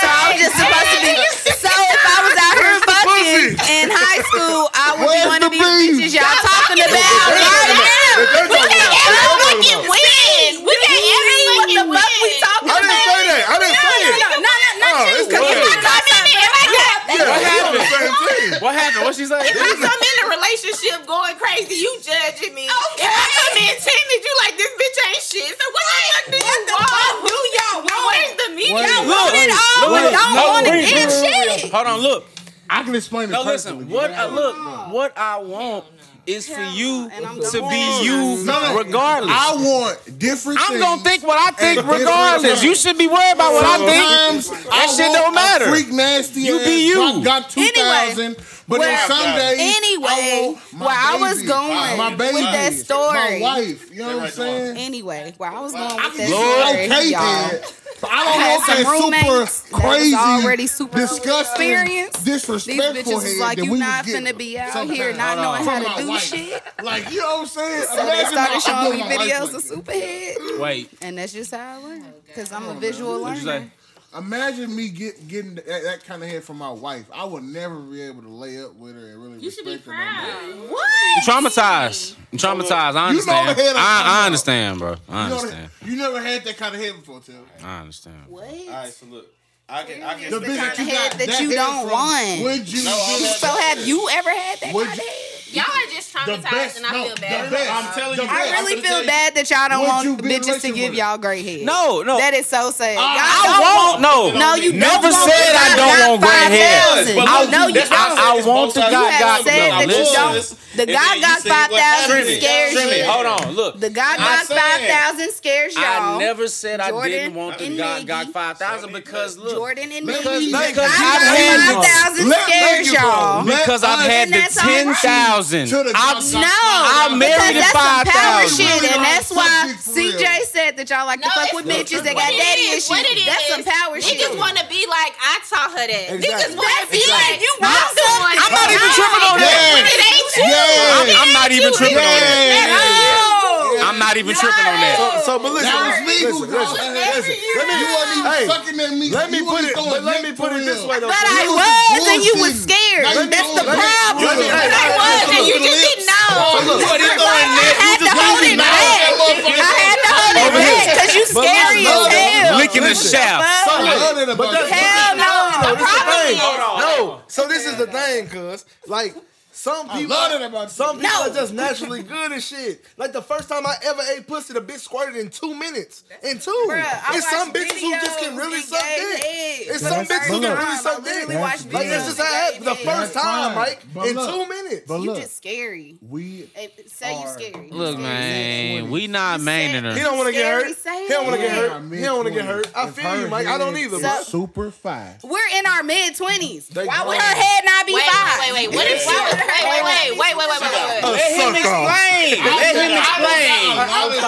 C: so I'm just supposed to be. So if I was out here fucking in high school, I would be
B: Where's
C: one
B: the
C: of these
B: beef?
C: bitches y'all talking about.
A: If Oh, they're talking about-
E: fucking win. We got every
C: What the
E: fucking win.
C: fuck we
A: I
C: talking about?
A: didn't say that. I didn't say it.
C: No, no, no, not
A: Oh,
C: you.
A: it's
C: 'Cause if I
A: weird.
C: come in there, if I got-
A: Yeah, we on the same team.
D: What happened? What she say?
E: If I come in a relationship going crazy, you judging me. If I come in timid, you like this bitch ain't shit. So what the fuck do you want? Do y'all want? Where's the media? Y'all want it all.
D: Look,
C: don't
D: no,
C: wanna
D: wait.
C: give shit.
D: Hold on, look.
B: I can explain it
D: No,
B: personally.
D: listen. What I
B: Hell
D: look,
B: no.
D: what I want is for
C: Hell
D: you
C: no, and I'm
D: to
C: gonna-
D: be you,
B: No, no.
D: regardless.
B: I want different
D: I'm
B: things.
D: gonna think what I think
B: And this
D: regardless.
B: is-
D: You should be worried about what I
B: Sometimes
D: think. That
B: I
D: shit
B: want
D: don't
B: a
D: matter.
B: Freak nasty.
D: You
B: ass
D: be you.
B: drop, Got two thousand, but
C: Well,
B: on some days, I
C: Anyway,
B: want Oh, my
C: where I was
B: baby,
C: going
B: my baby,
C: with that story.
B: my wife. You know what I'm saying?
C: Anyway, where I was going
B: I can
C: with that
B: get you
C: story,
B: okay
C: y'all.
B: then. But I don't
C: I had some
B: want that
C: roommates
B: super
C: that was
B: crazy,
C: already super
B: disgusting,
C: experienced. These
B: disrespectful
C: bitches was
B: head
C: like,
B: that
C: you
B: we
C: not
B: was
C: finna
B: getting
C: be out
B: sometimes.
C: here
B: Hold
C: not knowing
B: on.
C: how
B: From my
C: to do
B: wife.
C: shit.
B: Like you know what I'm saying?
C: So they
B: Imagine
C: started
B: my- I
C: showing me
B: feel my life like
C: videos of
B: that.
C: Superhead,
D: Wait,
C: and that's just how I learned. Cause I'm a visual
D: what you
C: learner.
D: say?
B: Imagine me get, getting that, that kind of head from my wife. I would never be able to lay up with her and really
E: You should be
B: respect her. no more.
E: proud.
D: I'm traumatized. I'm traumatized. I
B: You know the
D: understand.
B: head I'm talking
D: I,
B: about.
D: I understand, bro. I
B: You, know,
D: understand.
B: you never had that kind of head before, Tim.
D: I understand.
C: What?
H: All right, so look, I can, I
B: The
H: can.
B: bitch that you
C: head
B: got,
C: that you
B: head
C: don't
B: from,
C: want.
B: Would you?
H: No, I'm
B: do-
H: not-
C: So have you ever had that
B: Would
C: kind
B: you-
C: of head?
E: Y'all are just
B: the
E: traumatized,
B: best.
E: and I
B: no,
E: feel
B: The
E: bad.
B: best.
H: I'm telling
B: The
H: you,
B: best.
C: I
H: I'm
C: really
H: gonna tell
C: feel
H: you.
C: bad that y'all don't
B: Would you
C: want
B: be in a
C: bitches to
B: relationship
C: give
B: with
C: y'all great head.
D: No, no.
C: That is so sad. y'all
D: I
C: don't
D: won't. No,
C: No, you
D: never
C: don't want
D: said I
C: that.
D: don't
C: Not
D: want gray hair.
C: 5,000.
D: But
C: I
D: look,
C: know you
D: that's what
C: don't.
D: I, I
H: It's
D: want the
H: both
D: guy.
H: sides.
C: You have
D: God,
C: said that
D: God,
C: you
D: listen.
C: don't. The
H: And
C: guy
H: then you
C: got
H: see what
C: 5,000
H: happened.
C: scares
H: Trim it.
C: you.
D: Hold on, look.
C: The God
D: I'm
C: got
D: saying,
C: five thousand scares
D: I
C: y'all.
D: never said I
C: Jordan
D: didn't want the
C: and
D: God
C: Miggy.
D: God five thousand because look
C: Jordan and me.
B: Because-
C: the God
B: because
D: I've
C: got
D: had-
C: five thousand scares y'all.
B: Let
D: because I've
B: us-
D: had
C: And
D: the
C: that's all
D: ten
C: right.
D: thousand.
B: To the
D: I
B: God-
C: No,
B: I'm
D: married to
C: because that's some power
D: 5,000.
C: shit, and that's why
B: Fuck you for real.
C: CJ said that y'all like to
E: No,
C: fuck
E: it's-
C: with
E: no,
C: bitches that
E: What
C: got
E: it
C: daddy
E: is, what it
C: issues. That's
E: is,
C: some power
E: niggas
C: shit.
E: Niggas want to be like, I taught her that.
A: Exactly.
E: Niggas want to be like, you want
C: That's it.
E: someone.
C: I'm not
E: to
D: even
E: know
D: tripping on
E: because
B: that.
E: It ain't you.
B: Yeah.
D: I'm, I'm not even tripping on that.
C: No.
D: I'm not even tripping on that.
A: So, so but listen,
B: That was legal,
A: listen,
B: bro.
A: listen, listen. Let
B: You
A: me,
B: wasn't even
A: Hey,
B: sucking at me.
A: let me
B: You
A: put
B: wasn't
A: it,
B: throwing
A: but let
B: dick
A: me put
B: for
A: it this
B: real.
A: way though.
C: But I
B: You was
C: was, and you was
B: bullshitting.
C: scared.
B: Now you
C: That's the
B: bullshitting.
C: problem.
A: Let me- hey,
C: I
A: hey,
C: was,
E: And you just didn't know.
A: So look,
C: I had to hold it back. I had to hold it
A: Over here.
C: back because you
A: But
C: scary
A: listen,
C: as hell.
D: Licking the
A: Listen.
D: shaft.
A: so
B: I love
A: look,
B: it about
A: but that's-
B: you.
C: Hell
A: No,
C: no.
A: this is the thing.
D: on,
A: No, Oh, so this is the thing, cuz. Like, some
B: I
A: people,
B: love that about you.
A: some people
C: No.
A: are just naturally good at shit. Like, the first time I ever ate pussy, the bitch squirted in two minutes. In two.
C: Bruh, I
A: it's some
C: watch
A: bitches who just can
C: videos
A: really
C: and
A: suck
C: gay
A: dick.
C: legs.
A: It's some bitches who can
B: look.
A: really
C: I
A: suck dick.
C: literally watch
A: Like, that's
C: videos
A: just
C: and
A: how it
C: gay
A: happened. The
C: legs.
A: first
B: That's
A: time,
B: fine.
A: Mike,
B: But
A: in
B: look.
A: two minutes.
B: But
C: You
B: look,
C: just scary.
B: we
C: Eh, Say you
B: Are-
C: scary. You
D: Look,
C: scary.
D: man, we not maining
A: He
D: her.
A: don't want to get hurt.
C: Scary saying.
A: He don't want to get
B: Yeah,
A: hurt. He don't want to get
B: mid-twenties.
A: hurt. I
B: If
A: feel you,
B: her
A: Mike. I don't
B: head
A: either.
B: is
A: bro.
C: So-
B: Super five.
C: We're in our mid twenties.
A: They
C: Why would
A: grown.
C: her head not be
E: Wait,
C: five?
E: wait, wait, wait. What is? Wait, wait, wait, wait, wait, wait, wait, wait.
A: A sucker.
D: explain. Oh, Let him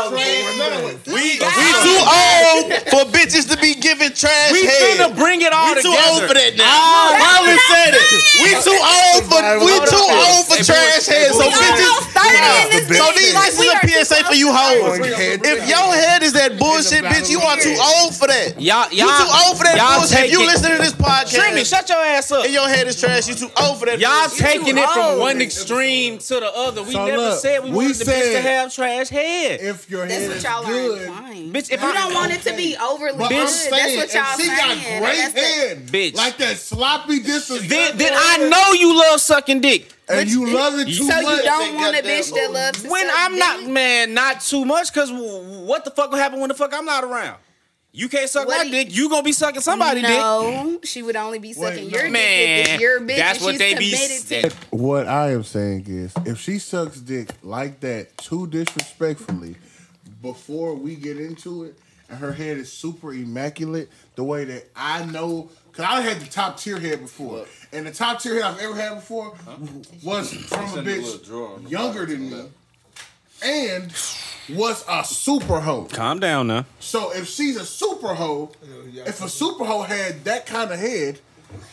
D: explain.
H: We, we too old for bitches to be giving trash
D: We finna
H: head.
D: bring it all
H: we too old
D: together.
H: for that now. Ah, Marvin said it. We too old for we too old for trash head. So bitches.
C: Almost thirty in this
H: So
C: bitch.
H: this,
C: Like,
H: this
C: we
H: is
C: are
H: a
C: too
H: PSA for
C: close
H: you
C: to
H: hoes.
A: Your head
H: If your head is that bullshit, bitch, you are too old for that.
D: Y'all, y'all,
H: You too old for that
D: y'all
H: bullshit. If you
D: taking-
H: listen to this
D: Trimmy,
H: podcast
D: shut your ass up.
H: and your head is trash, you too old for that.
D: Y'all
H: bullshit.
D: taking it
C: old.
D: from one extreme to the other. We
B: So
D: never
B: look,
D: said we,
B: we
D: wanted the bitch to
B: said-
D: have trash head.
B: If your head
C: That's
B: is
C: what y'all are
B: good,
C: implying.
D: Bitch, if
C: you
D: I-
C: don't want it to be overly
B: but
C: good.
B: I'm
C: That's
B: saying,
C: what y'all
B: if she
C: saying.
B: got great
C: That's the-
B: head,
D: Bitch.
B: like that sloppy disrespect,
D: then, then I know you love sucking dick.
B: and you love it too
C: So
B: much.
C: you don't
H: They
C: want a
H: got that
C: bitch that loves to
D: When
C: suck
D: I'm not,
C: dick?
D: man, not too much, because what the fuck will happen when the fuck I'm not around? You can't suck
C: What
D: my
C: do you-
D: dick. You gonna be sucking somebody
C: No, she would only be sucking
B: Wait,
D: dick.
C: your dick
D: Man,
C: if your bitch.
D: that's
C: and
D: what
C: she's
D: they be.
C: committed to.
D: that-
B: What I am saying is, if she sucks dick like that too disrespectfully, before we get into it, and her head is super immaculate, the way that I know, because I had the top tier head before, and the top tier head I've ever had before was from a bitch younger than me, and was a super hoe.
D: Calm down now.
B: So if she's a super hoe, if a super hoe had that kind of head,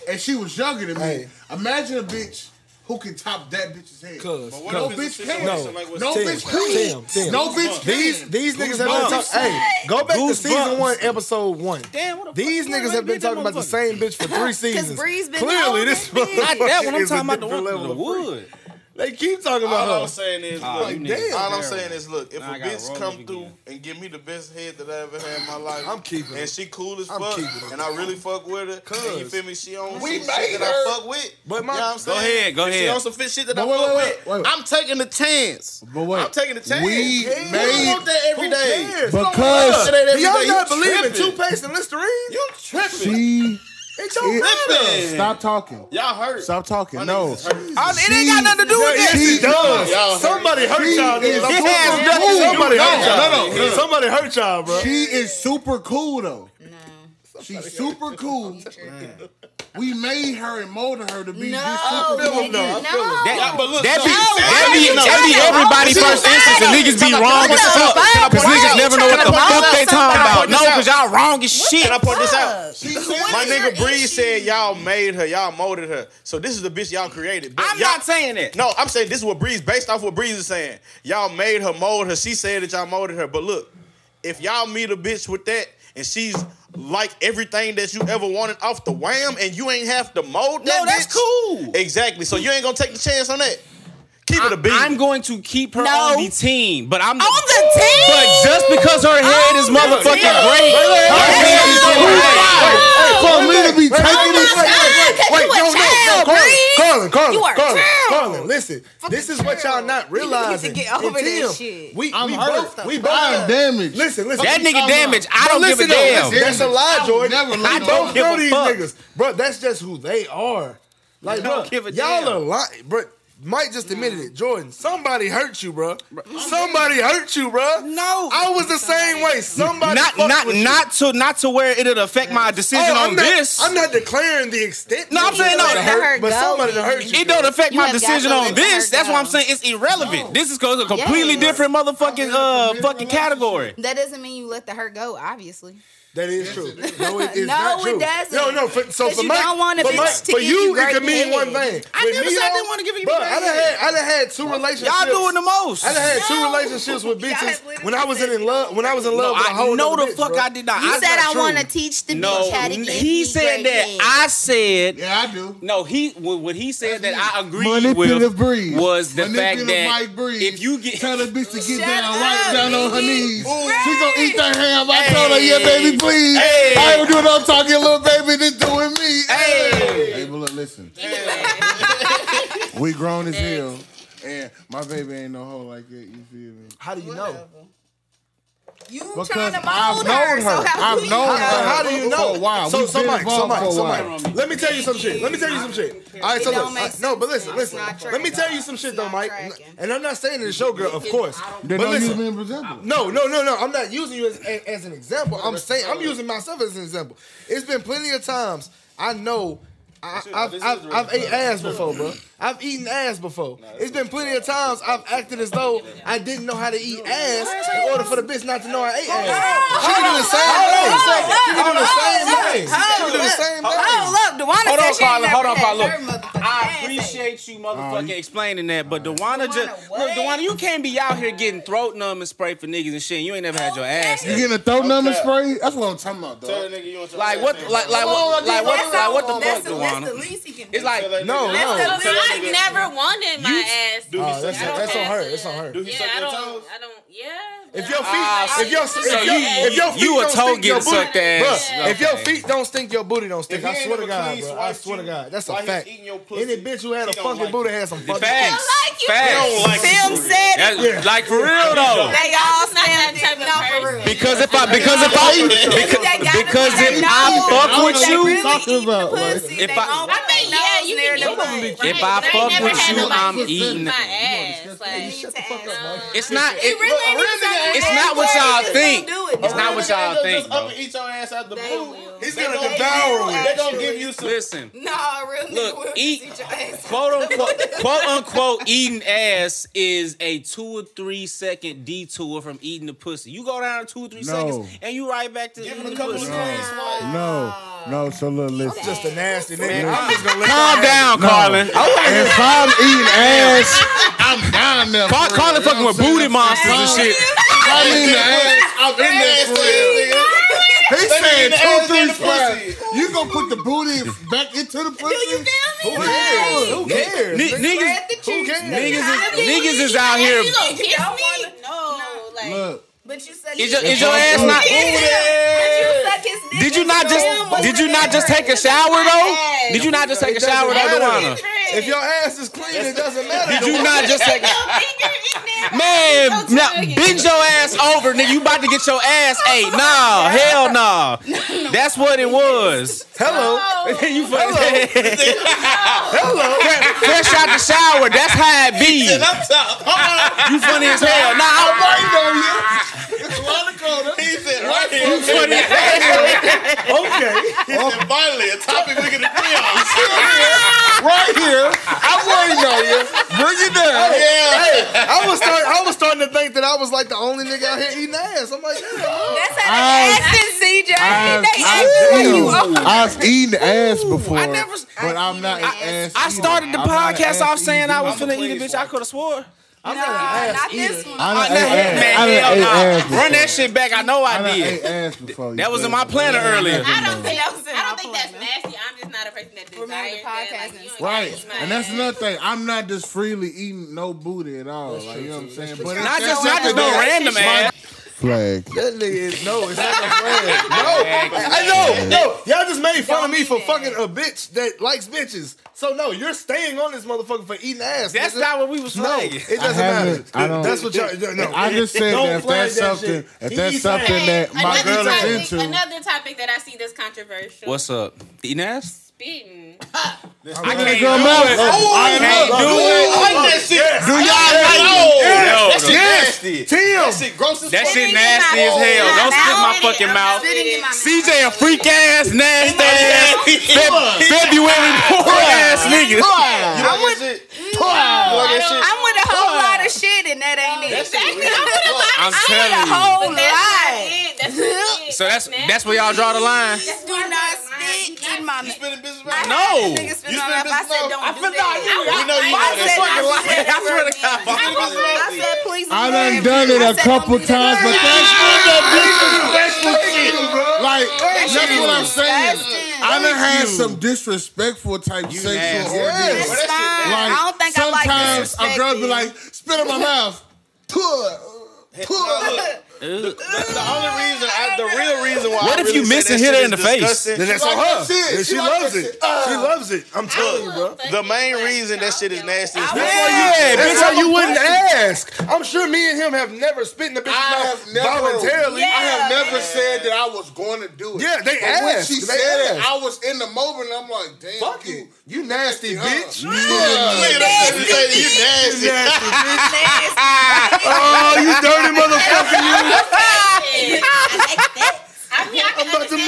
B: and she was younger than me,
A: Hey.
B: imagine a bitch who can top that bitch's head.
A: Cuz.
H: But what
B: No
H: if it's a
B: bitch can.
H: situation
A: No.
H: like what's
B: No
A: Tim,
B: bitch can.
A: Tim, Tim.
B: No bitch can.
A: These these niggas have been
D: Goosebumps.
A: talking. Hey, go back to
D: Goosebumps.
A: season one, episode one.
D: Damn, what the fuck
A: These
D: you ain't
A: niggas
D: like
A: have been
D: me, that
A: talking about the
D: motherfucker?
A: same bitch for three seasons.
C: Breeze been
A: Clearly,
C: holding
A: this
C: that bitch.
D: Not that one. I'm
A: is a
D: talking about the
A: different
D: one through the
A: level of freak.
D: wood.
A: They keep talking about
H: All
A: her.
H: I'm saying is,
D: Nah,
H: look,
D: Ah, you
A: niggas
H: all I'm
D: terrible.
H: saying is, look, if
D: Nah, I
H: a
D: gotta
H: bitch
D: roll
H: come
D: up
H: through
D: again.
H: and give me the best head that I ever had in my life,
A: I'm keeping
H: and
A: it.
H: she cool as
A: I'm
H: fuck,
A: keeping it.
H: and I really fuck with her. And you
A: Cuz.
H: feel me? She on
B: We
H: some
B: made
H: shit that
B: her.
H: I fuck with.
A: But my-
H: you know what I'm
D: Go
H: saying?
D: ahead, go
H: If She
D: ahead.
H: on some fit shit that
B: But
H: I
B: wait, wait,
H: fuck with.
B: wait, wait.
H: I'm taking the chance.
B: But wait,
H: I'm taking the chance.
B: we
H: You don't
B: made
H: want that every
A: Who
H: day.
A: cares?
G: Because
H: That
A: Do
H: every
A: y'all
H: day.
A: not
H: You
A: believe in
H: tripping.
A: toothpaste and Listerine?
H: You tripping?
B: she.
A: It don't matter.
H: tripping.
B: Stop talking.
H: Y'all hurt.
B: Stop talking.
H: My
B: No.
H: niggas hurt.
D: I- it ain't got nothing to do with
A: Yeah, yes,
D: that.
A: it
B: She-
H: Y'all
A: does.
H: hurt.
A: Somebody hurt
B: She
A: y'all.
B: is
A: niggas. I'm
D: It has
A: talking-
D: nothing to do
A: Somebody
D: with
A: hurt
D: that.
A: y'all. No, no. Somebody hurt y'all, bro.
B: She is super cool though. She's super cool. We made her and molded her to be this
A: I
B: super
A: feel
B: cool.
A: him, though. I
B: bitch.
A: feel him.
H: Y'all- but look,
D: That be,
H: no.
D: that be, that be everybody first instance and niggas be wrong as fuck. Cause niggas never know what the fuck they talking about. No, cause y'all wrong as shit.
H: Can I point this out?
B: She said
H: My
E: is
H: nigga
E: her
H: Bree
E: issue?
H: said y'all made her, y'all molded her. So this is the bitch y'all created. But
D: I'm
H: y'all-
D: not saying that.
H: No, I'm saying this is what Breeze based off what Breeze is saying. Y'all made her mold her. She said that y'all molded her. But look, if y'all meet a bitch with that and she's like everything that you ever wanted off the wham, and you ain't have to mold that.
D: No, that's
H: bitch,
D: cool.
H: Exactly. So you ain't gonna take the chance on that. Keep it a beat.
D: I'm going to keep her
C: No.
D: on the team, but I'm
C: On the team?
D: But just because her head is motherfucking
H: team.
D: great, her head is great.
G: for me to be
A: Oh
G: taking this.
A: Wait, no, no, no, Carlin, Carlin, Carlin,
C: You are a
A: Carlin,
C: child.
A: Carlin, listen. this is what y'all not realizing.
E: get over
A: And
E: that
A: Tim,
E: shit.
A: We,
B: I'm
A: we
B: hurt.
A: both, we both,
B: I'm damaged.
A: Listen, listen.
D: That
C: uh,
D: nigga damaged. I
A: Bro,
D: don't give a
A: listen though,
D: damn.
A: listen, That's a lie, Jordan.
B: never
A: I
B: leave
A: don't
B: no
A: know
D: fuck.
A: these
D: Fuck.
A: niggas, bro. That's just who they are. Like, bro,
D: don't give a
A: y'all
D: damn.
A: are lying, bro. Mike just admitted it. Jordan, somebody hurt you, bro. Somebody hurt you, bro.
D: No.
A: I was the same way. Somebody
D: Not,
A: fucked
D: not,
A: with you.
D: not to, not to where it'll affect my
A: Oh,
D: decision on
A: I'm not,
D: this.
A: I'm not declaring the extent.
D: No, I'm saying no.
A: Somebody
D: Let
A: hurt,
C: her
A: but
C: go.
A: somebody to hurt you.
D: It don't affect
C: You
D: my
C: have got
D: decision
C: to
D: on
C: let her
D: this. That's
C: go.
D: why I'm saying it's irrelevant. This is goes a completely
C: Yes.
D: different motherfucking uh fucking category.
C: That doesn't mean you let the hurt go, obviously.
A: That is true. No, it is
C: No,
A: not
C: it
A: true.
C: doesn't.
A: No, no. For, so
C: 'Cause
A: for
C: you
A: Mike,
C: don't want a
A: for
C: bitch
A: Mike-
C: to
A: for
C: give
A: you,
C: you
A: it
C: great
A: could mean
C: head.
A: one thing.
D: I
A: With me,
D: never said I
A: though,
D: didn't wanna give you
A: Bro, I
D: great
A: done
D: head.
A: had, I done had two relationships.
D: Y'all doing the most.
A: I done had two
F: No.
A: relationships with
F: Y'all
A: bitches
F: literally
A: when I was in, in love. When I was in love
D: No,
A: with a whole
D: I know
A: other
D: the
A: bitch,
D: fuck
A: bro.
D: I did not.
C: You
D: I
C: said I
A: true.
C: want to teach the
D: no.
C: bitch how to get
D: He
C: these
D: said
C: great
D: that.
C: men.
D: I said
B: Yeah, I do.
D: No, he what what he said
B: That's
D: that I
B: me.
D: agreed
B: Manipulative
D: with
B: Breeze
D: was the fact
B: Manipulative
D: that
B: Mike Breeze.
D: if you get
B: tell the bitch to
E: Shut
B: get down,
E: up,
B: right down on her
E: nigga.
B: knees,
E: Right.
B: she gonna eat that ham. I told her, yeah,
D: Hey.
B: baby, please.
D: Hey.
B: I ain't doing no talking, little baby. This doing me.
D: Hey.
B: hey but look, listen. we grown as hell, and my baby ain't no hoe like that. You feel me?
A: How do you know?
E: You
B: Because
E: trying to mold her,
B: I've known
E: so
B: her.
E: how
B: I've
E: do you
B: known
A: How,
B: her.
E: know?
A: how do you know?
B: For a while.
A: So
B: We've been
A: somebody,
B: involved
A: somebody,
B: for a while.
A: somebody. Let me tell you some shit. Let me tell you some shit. All right, so
C: It don't
A: look.
C: make
A: I- No, but listen,
C: sense.
A: listen.
C: It's not
A: Let me
C: tracking.
A: tell you some shit though,
C: It's not
A: Mike.
C: tracking.
A: And I'm not saying it's showgirl, of course.
B: They
A: But
B: don't use
A: listen,
B: me in Brazil.
A: No, no, no, no. I'm not using you as, as, as an example. I'm saying I'm using myself as an example. It's been plenty of times I know I, I've, I've, I've ate ass before, bro. I've eaten ass before. It's been plenty of times I've acted as though I didn't know how to eat ass in order for the bitch not to know I ate ass. She can do the same thing. She can do the same thing. She can do the same thing.
C: Oh, look,
D: Hold
C: Dewana said
D: on,
C: she
D: Carla.
C: ain't
D: Hold on,
C: never
D: Carla.
C: had her motherfucking
D: I
C: ass
D: appreciate Oh, you motherfucking
B: you-
D: explaining that, but Dewana just
C: what?
D: look, Dewana, you can't be out here getting throat numb and spray for niggas and shit. And you ain't never had your ass.
B: You getting a throat number
H: Okay.
B: spray? That's what I'm talking about,
H: Tell
B: dog.
H: that nigga you want your
D: Like
H: ass
D: what?
H: in.
D: Like like what? Like what? Like what the
C: That's
D: fuck,
C: the, that's the
D: Dewana?
C: least he can do.
D: It's like
H: Tell that
A: No,
H: nigga-
A: no.
H: Tell that
F: I've
H: nigga-
F: never wanted my ass.
H: he
A: Oh,
H: suck
A: that's,
H: your
F: I don't
A: that's on
F: have
A: her.
F: to-
A: That's on her.
H: Do he
F: Yeah,
H: suck
F: I
H: your
F: don't.
H: toes?
F: I don't. Yeah.
A: If your feet,
D: Ah,
A: if your,
F: so
A: if your,
F: you-
A: if your feet
D: you a
A: don't
D: toe
A: stink, your
D: getting
A: booty,
D: sucked ass.
A: Bruh, if your
D: Okay.
A: feet don't stink, your booty don't stink.
H: If he
A: I
H: ain't
A: swear to
H: never
A: God,
H: clean
A: bro. I
H: swiped
A: swear to
H: you
A: God, that's a
H: while he's
A: fact.
H: eating your pussy,
A: Any bitch who had a
H: he don't
A: fucking
H: like
A: booty
H: it.
A: had some fucking.
D: Facts.
F: like you.
D: Facts.
H: like
C: Film said it.
D: That's- Like for real though.
C: They all stand
F: that type
C: taking
F: of
C: off for real.
D: Because if I because if I because, because if I fuck with
C: They
D: you,
C: really
B: Talking
C: eating the
B: about, like-
C: pussy.
D: If I-
C: They don't
F: I mean,
C: put their
F: yeah,
C: nose
F: you
C: near the
F: can eat
D: probably
F: Right,
D: if I
F: but I ain't
D: fuck
F: never
D: with
F: had
D: you,
F: nobody
D: I'm
F: kiss
D: eating.
F: my ass. Like,
A: Shut the fuck up, Mike.
D: It's not. It,
C: really ain't even
D: it's
C: something
D: not what
C: that
D: y'all
C: they
D: think.
C: just don't do it.
D: It's not
C: Or
D: what
C: they'll
D: y'all
C: just
D: think,
C: up
D: bro.
C: and
H: Eat your ass out the
C: They
H: blue.
C: will.
A: He's gonna
C: They
A: devour
C: will,
A: it.
H: They gonna give you some.
D: Listen,
C: No, a real nigga
D: Look,
C: will
D: eat-
C: eat your ass.
D: quote unquote, quote unquote, eating ass is a two or three second detour from eating the pussy. You go down two or three
B: No.
D: seconds, and you right back to
H: Give
D: eating
H: him a
D: the
H: couple of
D: pussy.
H: days. Like,
B: No, no. So look, listen.
A: I'm just a nasty nigga.
D: Man,
A: I'm just gonna let
D: Calm
A: y'all have
D: down, Carlin.
B: If I'm eating ass, I'm down there.
D: Car-
B: for it,
D: Carlin
B: you know
D: fucking
B: what I'm
D: with
B: saying?
D: booty monsters and shit.
B: If I'm eating the ass. I'm in there for real. He
H: me
B: said
H: the
B: two,
H: ass and
B: three,
H: the
B: five. You gonna put the booty back into the pussy?
A: it. Who cares? Who cares?
D: Ni- niggas,
A: Who cares?
D: niggas, is, niggas is out here.
F: You gonna kiss me? No, like.
B: Look,
C: But you said
D: Is
C: you
D: your, is your ass not?
C: suck his dick.
D: Did you not just? Did you not just take a shower though? Did you not just take a shower though, Dewana?
A: If your ass is clean, it doesn't matter.
D: Did you not just take? Man, now bend your ass over, nigga. You about to get your ass ate? Nah, hell nah. That's what it was.
A: Hello.
D: you fucking fresh out the shower. That's how it be. You funny as hell. Nah, I'm
B: I know you.
H: He said, right here.
D: you funny as hell.
H: He said, finally, a topic we can agree on.
B: Right here. I'm waiting on you. Bring it down.
A: I was start, I was starting to think that I was like the only nigga out here eating ass. I'm like, yeah,
C: That's how they asked it, CJ.
B: I've,
C: They asked
B: I've,
C: when you
B: eaten, I've eaten ass before,
D: I never-
B: but I'm not an ass.
D: I started
B: eater.
D: the
B: I'm not an E
D: podcast
B: ass
D: off saying
B: eater.
D: I was
H: I'm a
D: finna eat a
H: please
D: bitch. I could have swore.
A: I'm
C: Nah,
A: not an ass
C: not
A: eater.
C: this one.
B: I
D: I
B: done
D: done
B: ate
D: had-
B: ass. I
D: man, hell
B: done ate ass
D: nah.
B: before.
D: Run that shit back. I know
B: I
D: I
B: done
D: did.
B: ate ass before.
D: That
B: you
D: was in
B: feel
D: my
B: me?
D: planner
B: I ain't
D: earlier.
B: never
F: I don't
B: known.
F: think
C: That was in my
F: I don't think that's
C: plan.
F: nasty. I'm just not a person that desires
C: Remember the
F: that.
C: podcast
F: Like,
C: and
F: you ain't gotta
B: Right,
F: eat my
B: and that's
F: ass.
B: another thing. I'm not just freely eating no booty at all. Like you know what I'm saying? But
D: Not
B: if
D: just
B: that's
D: not just no
B: something that-
D: random ass.
B: flag.
A: That nigga is no, it's not a friend. No, I know, no. Y'all just made fun of me for fucking a bitch that likes bitches. So no, you're staying on this motherfucker for eating ass.
D: That's
A: nigga.
D: not what we was
A: No,
D: flagging.
A: it doesn't
B: I
A: matter.
B: haven't- I don't-
A: That's what y'all. No,
B: I just said
A: Don't
B: that if
A: flag
B: that's
A: that
B: something,
A: shit.
B: if
A: He
B: that's
A: eats
B: something that my
F: another
B: girl
F: topic,
B: is into,
F: Another topic that I see that's controversial.
D: What's up? Eating ass?
F: spitting?
D: I can't
B: Your mouth-
D: do it.
B: Oh,
D: I
B: I
D: can't
B: love-
D: do it.
A: Oh,
H: I like that shit. Do y'all
D: Yo,
H: That shit nasty. That
A: Tim,
H: shit gross as
D: That
H: fuck.
D: shit nasty as hell. Don't spit my fucking mouth.
C: Spitting in my mouth.
D: CJ a freak ass, nasty ass, Feb- February poor ass nigga.
H: You like that shit? You like that shit?
C: I'm with a whole lot of shit and that ain't it.
F: Exactly. I'm gonna lie.
D: I'm
C: A
D: telling you.
C: whole lot.
F: That's not it.
D: So that's that's where y'all draw the line.
C: Do not spit in my mouth.
H: Spinning business
C: I
H: right now.
C: had
D: No.
C: that nigga spit in
H: You
C: my
H: spit
C: mouth. I
H: this
C: said
H: mouth?
C: don't
H: I
C: do that.
H: We know you
C: I said,
H: know that shit.
C: I said,
D: I swear to God.
H: Spinning
C: I
H: business right now.
C: said, please.
B: I
C: don't
B: done
C: do
B: done it
C: that. I
B: a
C: said,
B: couple
C: don't do that.
B: times, but that's not that
A: bro.
B: Like that's what I'm saying.
C: disgusting.
B: I done had some disrespectful type sexual
D: nasty.
B: ordeals.
C: That's fine.
B: Like,
C: I don't think I like
B: sometimes a girl be
C: disrespected.
B: like, spit in my mouth.
H: The only reason, I, the real reason why.
D: What
H: I
D: if
H: really
D: you
H: say
D: miss
H: that
D: and hit
H: shit
D: her in
H: is
D: the face?
H: disgusting-
A: Then that's
B: She
A: on
B: like
A: her.
B: that shit.
A: Then
B: She
A: she
B: like
A: loves
B: that
A: it.
B: shit.
A: She loves it. I'm telling you, bro.
F: Fuck
H: The
F: you,
H: main
F: fuck
H: reason
F: you.
H: that shit is nasty as
F: I
H: fuck.
D: Yeah,
A: That's
D: bitch.
A: how you wouldn't ask. I'm sure me and him have never spit in the bitch's
B: I
A: mouth
B: have never-
A: voluntarily.
B: I have never said that I was going to do it.
A: Yeah, they
B: But when
A: asked.
B: she
A: They
B: said it,
A: asked.
B: I was in the moment. and I'm like, damn,
A: Fuck
B: you
A: it. You nasty bitch.
B: Yeah.
H: Look at that shit, say You nasty.
A: Oh, you dirty motherfucker. You.
F: I mean, I
A: I'm
F: can
A: about to
F: understand,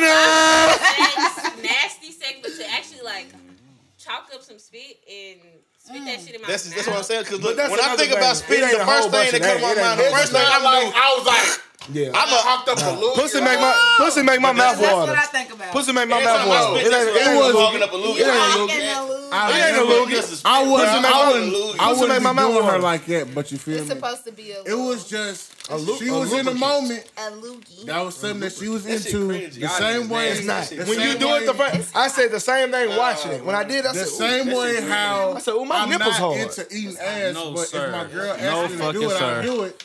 A: motherfucking uh.
F: sex, nasty sex, but to actually like chalk up some spit and spit that
A: Mm.
F: shit in my
H: That's,
F: mouth.
H: that's what I'm saying. Cause look,
A: that's
H: when I
A: another
H: think about
A: thing. It
H: spitting,
A: ain't
H: the
A: a whole
H: first thing
A: bunch of
H: that comes
A: that.
H: to
A: It ain't a whole
H: my mind, the first thing
A: bunch.
H: I'm like, I was like,
A: Yeah.
H: I'm a hopped up balloon.
A: Pussy make my pussy make my mouth
C: That's
A: water.
C: what I think about.
A: Pussy make my
H: Every
A: mouth
H: time I
A: water.
H: spit,
A: It
H: that's
A: ain't- it
H: what I
A: ain't
H: was
A: a-
H: walking up a loogie.
A: it ain't a
C: I'm
A: loogie.
C: getting a little-
B: I
A: ain't
B: never-
A: a loogie.
B: I
A: make my mouth-
B: wasn't. I wasn't.
A: pussy
B: I
A: make
B: wasn't
A: my mouth
B: doing
A: water.
B: her like that. But you feel
C: It's
B: me?
C: supposed to be a
B: It was just
A: lu-
B: she
A: a
B: was in the
A: lubricant.
B: moment.
C: a loogie.
B: That was something that she was
H: That shit
B: into.
H: cringy.
B: The
H: Y'all
B: same
H: niggas
B: way
H: nasty. That shit
A: When you
B: same
A: do it the
B: way-
A: first, I said the same thing watching it. When I did, I
B: The
A: said,
B: same
A: ooh.
B: way how
A: I said, "Ooh, my
B: I'm
A: nipples
B: not
A: hard."
B: into eating ass,
D: No,
B: but
D: sir.
B: if my girl asked
D: No
B: me to
D: fucking
B: do it, I
D: sir.
B: do it.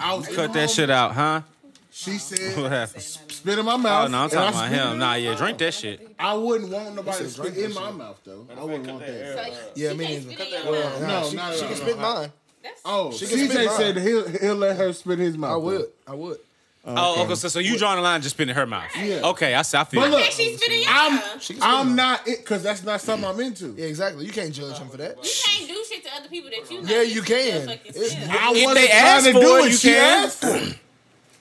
B: I was in the
D: Cut that
B: moment.
D: shit out, huh?
B: She
D: What
B: said,
D: happened?
B: "Spit in my mouth."
D: Oh no, I'm
B: and
D: talking
B: I
D: about
B: spit-
D: him. Nah, yeah, drink that shit.
B: I wouldn't want nobody to spit in my mouth though. I wouldn't want that.
A: Yeah, me
F: Can't
A: neither.
F: spit in your mouth.
B: No,
A: Nah, she,
B: no, no,
A: she
B: no,
A: can spit mine.
B: Oh,
A: can spit
B: CJ
A: mine.
B: said he'll he'll let her spit his mouth.
A: I would.
B: though.
A: I would.
D: Oh, okay. So, so you drawing the line just spitting in her mouth?
B: Yeah.
D: Okay, I see. I feel.
B: But
D: you.
B: look,
F: She's spitting your
B: I'm
F: mouth.
B: I'm not it because that's not something I'm into.
A: Yeah, exactly. You can't judge him for that.
F: You can't do shit to other people that you.
A: Yeah, you can. It's-
B: I
D: If
B: wasn't
D: they
B: trying
D: ask
B: to
D: for
B: do
D: it,
B: it.
D: you
B: she
D: can.
B: asked for it.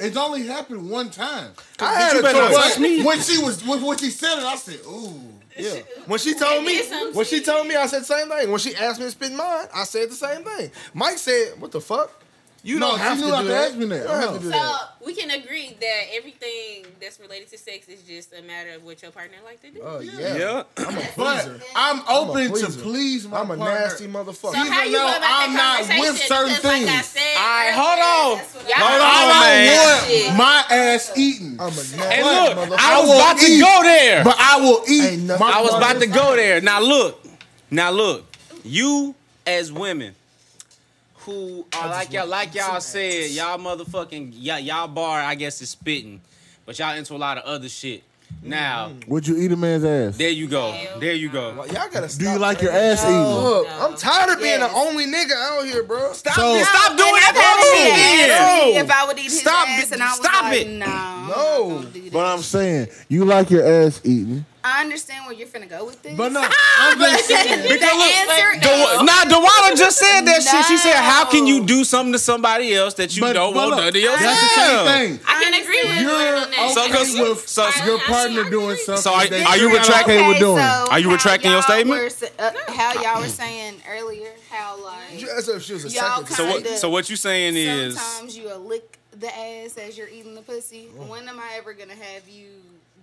B: It's only happened one time.
A: I had a
D: better not
A: choice.
D: touch
B: But when she was when, when she said it, I said, "Ooh."
A: Yeah. When she told me,
F: did something
A: when
F: to
A: she
F: you.
A: told me, I said the same thing. When she asked me to spit mine, I said the same thing. Mike said, "What the fuck? You
B: No,
A: don't
B: she
A: have to
B: knew
A: do
B: not to
A: that.
B: ask me that.
A: You don't have to do
F: So
A: that."
F: we can agree that everything that's related to sex is just a matter of what your partner like to do.
A: Oh yeah.
D: Yeah.
B: But I'm open to
A: pleaser.
B: please my
A: I'm a
B: partner.
A: nasty motherfucker.
F: so how you
B: though
F: go about
B: I'm
F: that
B: not
F: conversation?
B: with certain
F: Because like I
B: things.
F: said,
D: Alright, hold
F: earlier,
D: on.
F: that's what I-
D: Hold
B: I
D: on,
B: don't
D: man.
B: want my ass eaten.
A: I'm a nasty
D: And
A: motherfucker.
D: look, I
B: I
D: was
B: will
D: about to
B: eat.
D: go there.
B: But I will eat.
A: Ain't nothing-
B: my
D: I was about
B: partner.
D: to go there. Now look, now look, you as women who are like y'all, like y'all said, y'all motherfucking y'all, y'all bar, I guess is spitting, but y'all into a lot of other shit. Now
B: Would you eat a man's ass?
D: there you go, there you go.
A: Oh, Y'all gotta stop.
B: Do you like your
A: bringing
B: ass eaten?
A: up. I'm tired of being
C: Yes.
A: the only nigga out here, bro. Stop.
B: So-
D: Stop, stop doing
C: When
D: that
C: I've
D: bullshit.
C: had a man ask me If I would eat his
D: Stop
C: ass,
D: it.
C: and I was
D: Stop
C: like,
D: it.
C: No, I'm
A: No.
C: not gonna do that.
B: But I'm saying you like your ass eaten.
C: I understand where you're finna go with this.
B: But no, I'm just saying.
C: the answer is
D: Now nah, Dewada just said that shit. She said, "How can you
C: No.
D: do something to somebody else that you
B: But-
D: don't
B: but
D: want
B: look,
D: done to yourself?"
B: That's the same thing.
F: I can agree with
B: You're
F: her on that.
B: okay
D: So, 'cause-
B: with
D: so-
B: your
F: I- I-
B: partner
F: I-
B: doing something.
D: So, are-
B: that
D: are you
B: you're not
D: retracting-
B: okay with
C: Okay,
B: doing?
C: so
D: Are you
C: how
D: retracting your
C: y'all
D: statement?
C: were sa- uh, how y'all were saying earlier, how like
A: You asked her if she was a
C: Y'all
A: second.
D: So what?
C: Kinda.
D: So what you saying is?
C: sometimes you a lick the ass as you're eating the pussy. When am I ever gonna have you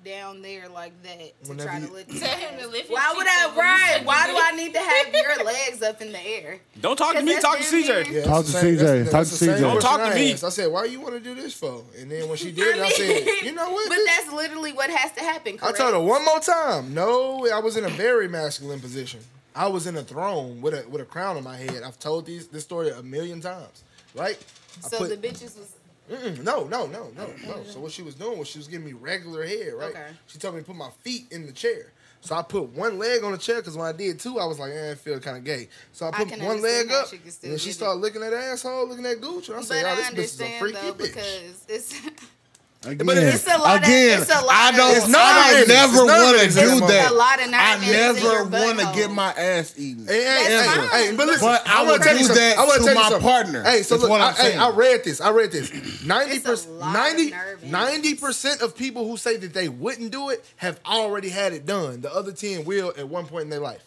C: down there like that to
A: Whenever
C: try
A: you-
C: to lick?
F: Tell
C: my
F: him
C: ass?
F: to lift his
C: Why would
F: cheeks
C: I?
F: up when you
C: Right?
F: suck
C: Why do
F: his
C: I
F: dick.
C: need to have your legs up in the air?
D: Don't talk to
C: Cause
D: me.
C: that's
D: Talk to
C: them
D: CJ.
C: men.
A: Yeah,
B: Talk
A: it's
B: to
A: the same-
B: CJ.
A: that's the-
B: Talk
A: that's
B: to
A: the same
B: CJ. Don't
D: talk to
A: question I
D: me.
A: asked. I said, "Why you want to do this for?" And then when she did, it, I said,
C: mean,
A: "You know what?
C: But
A: bitch?
C: that's literally what has to happen.
A: I
C: Correct?
A: told her one more time. No, I was in a very masculine position. I was in a throne with a with a crown on my head. I've told these this story a million times, right? I
C: So
A: put-
C: the bitches was
A: Mm-mm, no, no, no, no, no. So what she was doing was she was giving me regular head, right?
C: Okay.
A: She told me to put my feet in the chair. So I put one leg on the chair because when I did two, I was like, eh, I feel kind of gay. So I
C: I
A: put
C: can
A: one
C: understand
A: leg
C: how
A: up,
C: she can still
A: and then she
C: get it.
A: started looking at asshole, looking at Gucci. I said,
C: But
A: oh, this
C: I
A: bitch is a
C: understand
A: freaky
C: though
A: bitch.
C: because it's
B: Again,
C: it's a lot of-
B: again,
C: it's a lot
B: I
C: of-
B: don't.
C: It's
A: nerve
B: I
A: endings.
B: don't never
A: It's nerve
B: want to
A: endings in
B: do
A: that
B: that.
C: a lot of
B: I
C: nerves in
B: never
C: your
B: want to
C: butthole.
B: get my ass eaten.
A: Hey, hey,
C: That's
A: hey,
C: fine.
A: hey, but listen,
B: But I
A: I, want
B: would
A: to tell you
B: do
A: something.
B: that
A: I want
B: to
A: tell you
B: my
A: something.
B: partner.
A: Hey, so
B: That's
A: look,
B: what
A: I,
B: I'm
A: hey,
B: saying.
A: I read this. I read this. 90
C: It's a lot of nerve endings.
A: 90 percent of people who say that they wouldn't do it have already had it done. The other ten will at one point in their life.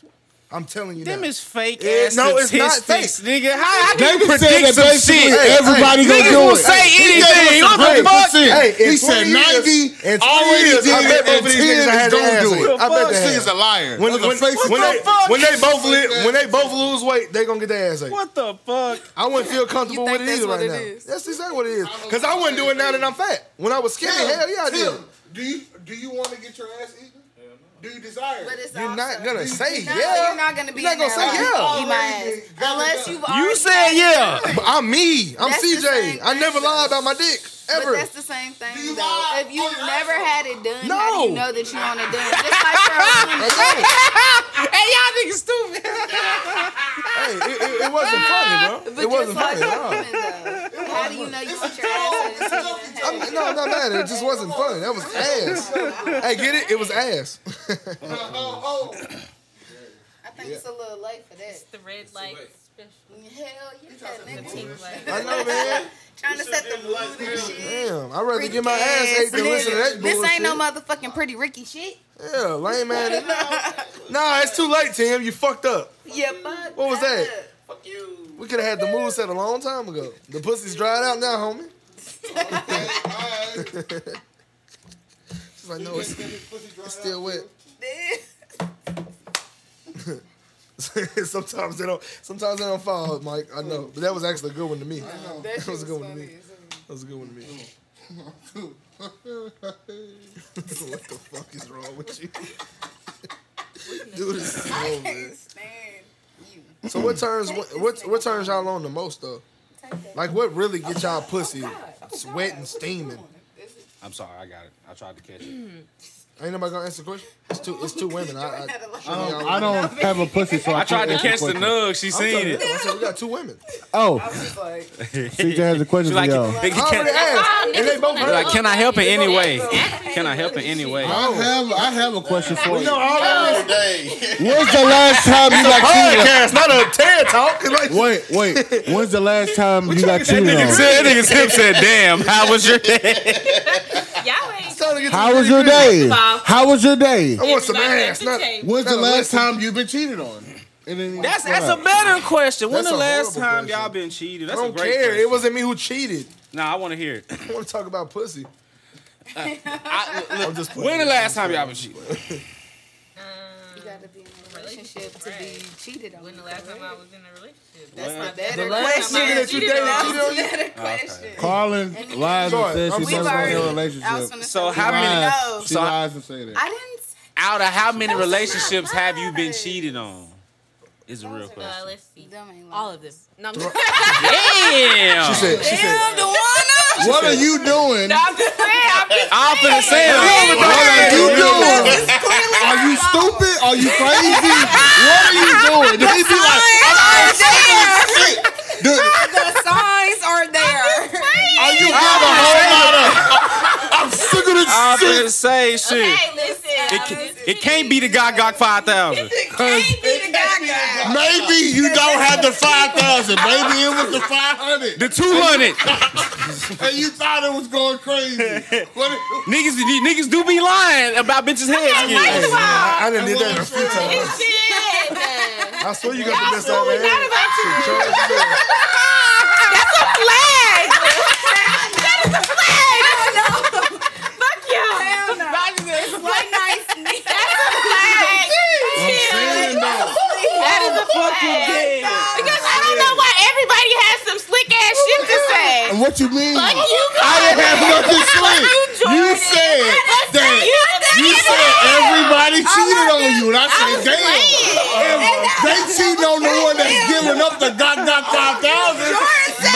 A: I'm telling you,
D: Them
A: now.
D: is fake
A: Yeah,
D: ass
A: no, it's not
D: statistics, nigga. How, how
B: They
D: can you
B: said
D: predict
B: that
D: some
B: basically
D: shit?
A: Hey,
B: everybody
A: hey,
B: gonna
D: niggas
B: do
D: will
B: it.
D: say
B: He gave
D: anything.
B: us
D: What the
B: a 20%.
D: fuck?
A: Hey, in
B: he
A: 20
B: said ninety
A: years- in 20
B: already
A: years,
B: did
A: I bet both
B: it, and
A: of these
B: ten
A: niggas had
B: is
A: their
B: gonna
A: ass
B: do
A: ate.
B: it.
A: I bet they
B: This
A: had.
B: nigga's a liar.
A: when,
B: Motherface,
A: when, when,
B: what
A: they,
B: the fuck?
A: when they both li- when they both lose weight, they gonna get their ass ate.
D: What the fuck?
A: I wouldn't feel comfortable
C: You
A: with it
C: think
A: either
C: that's what
A: right now.
C: it is?
A: That's exactly what it is. Because I wouldn't do it now that I'm fat. When I was skinny,
B: Tim,
A: hell yeah, I did.
B: Tim, do you do you want to get your ass eaten? Do you desire?
C: But it's
A: You're not
C: also-
A: gonna say
C: No,
A: yeah.
C: You're not gonna be.
A: You're not
C: in
A: gonna say
C: there like,
A: yeah.
C: Eat my ass. Unless you've already.
D: You said yeah.
A: But I'm me. I'm
C: That's the
A: CJ.
C: same
A: I never
C: thing.
A: lie about my dick
C: But
A: ever.
C: that's the same thing
B: you
C: though.
B: lie
C: If you've
B: on your
C: never had it done,
A: No.
C: how do you know that you want it done? Just like you're a woman.
A: hey, it, it, it wasn't funny, bro.
C: But
A: it wasn't
C: just like
A: funny
C: you're
A: at
C: a
A: all.
C: woman though. How do you know you want your ass done? until you've had
A: I'm,
C: it?
A: no, I'm not mad. It just wasn't funny. That was ass. hey, get it? It was ass.
B: oh, oh.
C: I think it's a little late for that.
F: The red light special.
C: Hell yeah, nigga.
F: Pink light.
A: I know, man.
C: Trying to set the mood and shit.
A: Damn, I'd rather get my ass ate than listen to that bullshit.
C: this ain't no motherfucking pretty Ricky shit.
A: Yeah, lame ass. nah, it's too late, Tim. You fucked up.
C: Yeah, fuck.
A: What was that?
E: Fuck you.
A: We could have had the mood set a long time ago. The pussy's dried out now, homie. She's like, no, it's, it's still wet. sometimes they don't. Sometimes they don't follow, Mike. I know, but that was actually a good one to me. That was a good one to me. That was a good one to me. what the fuck is wrong with you? Dude, this is slow, man. So what turns what what, what turns y'all on the most though? Like what really gets y'all pussy sweat and steaming?
D: I'm sorry, I got it. I tried to catch it.
A: Ain't nobody gonna answer the question. It's two. It's two women. I, I,
D: Oh,
B: I don't, I don't have a pussy, so I,
D: I tried to
B: can't
D: catch
B: answer
D: the
B: questions.
D: nug. She
A: I'm
D: seen
A: telling you,
D: it.
A: I'm telling you, we got two women.
B: Oh,
L: It's like,
B: CJ has a question for
D: Like,
B: y'all.
D: they
A: I already
D: can't-
A: asked, and they both heard.
D: like, can I help in any way? Can I help in any way?
B: I have, I have a question for you.
H: Every day.
B: When's the last time you got
A: podcast,
B: cheated?
A: not a TED talk. Like,
B: on? Wait, wait. When's the last time you got cheated
D: Nigga
B: on?
D: said, nigga Tim said, damn, how was your day?
F: Y'all ain't.
A: trying to get to
B: How
A: the
B: was your
A: nitty-gritty.
B: day? How was your day?
A: I want some
F: Everybody
A: ass.
F: at the
A: Not,
F: table.
B: When's the
A: Gotta
B: last
A: listen.
B: time you've been cheated on? And then you
D: That's
B: find
D: that's
B: out.
D: a better question. When
A: That's
D: the
A: a
D: last
A: horrible
D: time
A: question.
D: y'all been
A: I
D: cheated? That's a
A: don't
D: great
A: care.
D: question.
A: It wasn't me who cheated.
D: Nah, I want to hear it.
A: I want to talk about pussy.
D: I, look, when the last time y'all been cheated?
C: You gotta be in a relationship to be cheated on.
F: Um, When the last time I was in a relationship?
C: That's my better
A: The last
C: question.
A: nigga that you
F: cheated
A: dated
F: on.
A: cheated on you.
C: Better question.
B: Carlin lies and
A: Sorry,
B: says
A: I'm sorry.
B: she doesn't want
C: We've
B: a
C: already- I was
B: relationship.
C: gonna
D: So
C: say-
D: how
B: She
D: many?
B: lies. She
D: So-
B: lies and say that.
C: I didn't.
D: Out of how many
C: Those are
D: relationships
C: not
D: have you been
C: nice.
D: cheated on? Is a real
F: Uh,
D: question.
F: let's see.
C: Them ain't
F: All
C: like-
F: of them. No, I'm just
D: Damn.
A: She said. She said.
B: What are you doing?
F: I'm just saying. I'm just
D: I'm finna say
B: What are you doing? Are you stupid? Are you crazy? What are you doing? They be like, "Oh, shit." Dude,
C: The signs are there.
B: are you have a whole lot of? I'm sick of this
D: I'm
B: shit.
D: finna say shit.
F: Hey, listen.
D: It, can, it can't be the Gaga 5000.
B: Maybe you don't have the five thousand. Maybe it was the five hundred,
D: The 200.
B: and you thought it was going crazy. What-
D: niggas, niggas do be lying about bitches' heads.
F: First of
D: getting-
F: all,
A: I done did that a few times.
F: shit. That's
A: I swear you got the best
F: what
A: out
F: we
A: of
F: got
A: that.
F: about you. a flag. that is a flag. Fuck y'all. Roger this.
C: One night sneak.
F: Flag.
B: Man, no.
F: That is a fucking
D: dead.
F: Because I don't know why everybody has some slick ass shit to say.
B: And what you mean?
F: Fuck you,
B: I didn't have nothing slick. You
F: Jordan.
B: said that.
F: You
B: You said everybody cheated on you, and I said, damn. If they cheating on the one that's giving up the God God five thousand.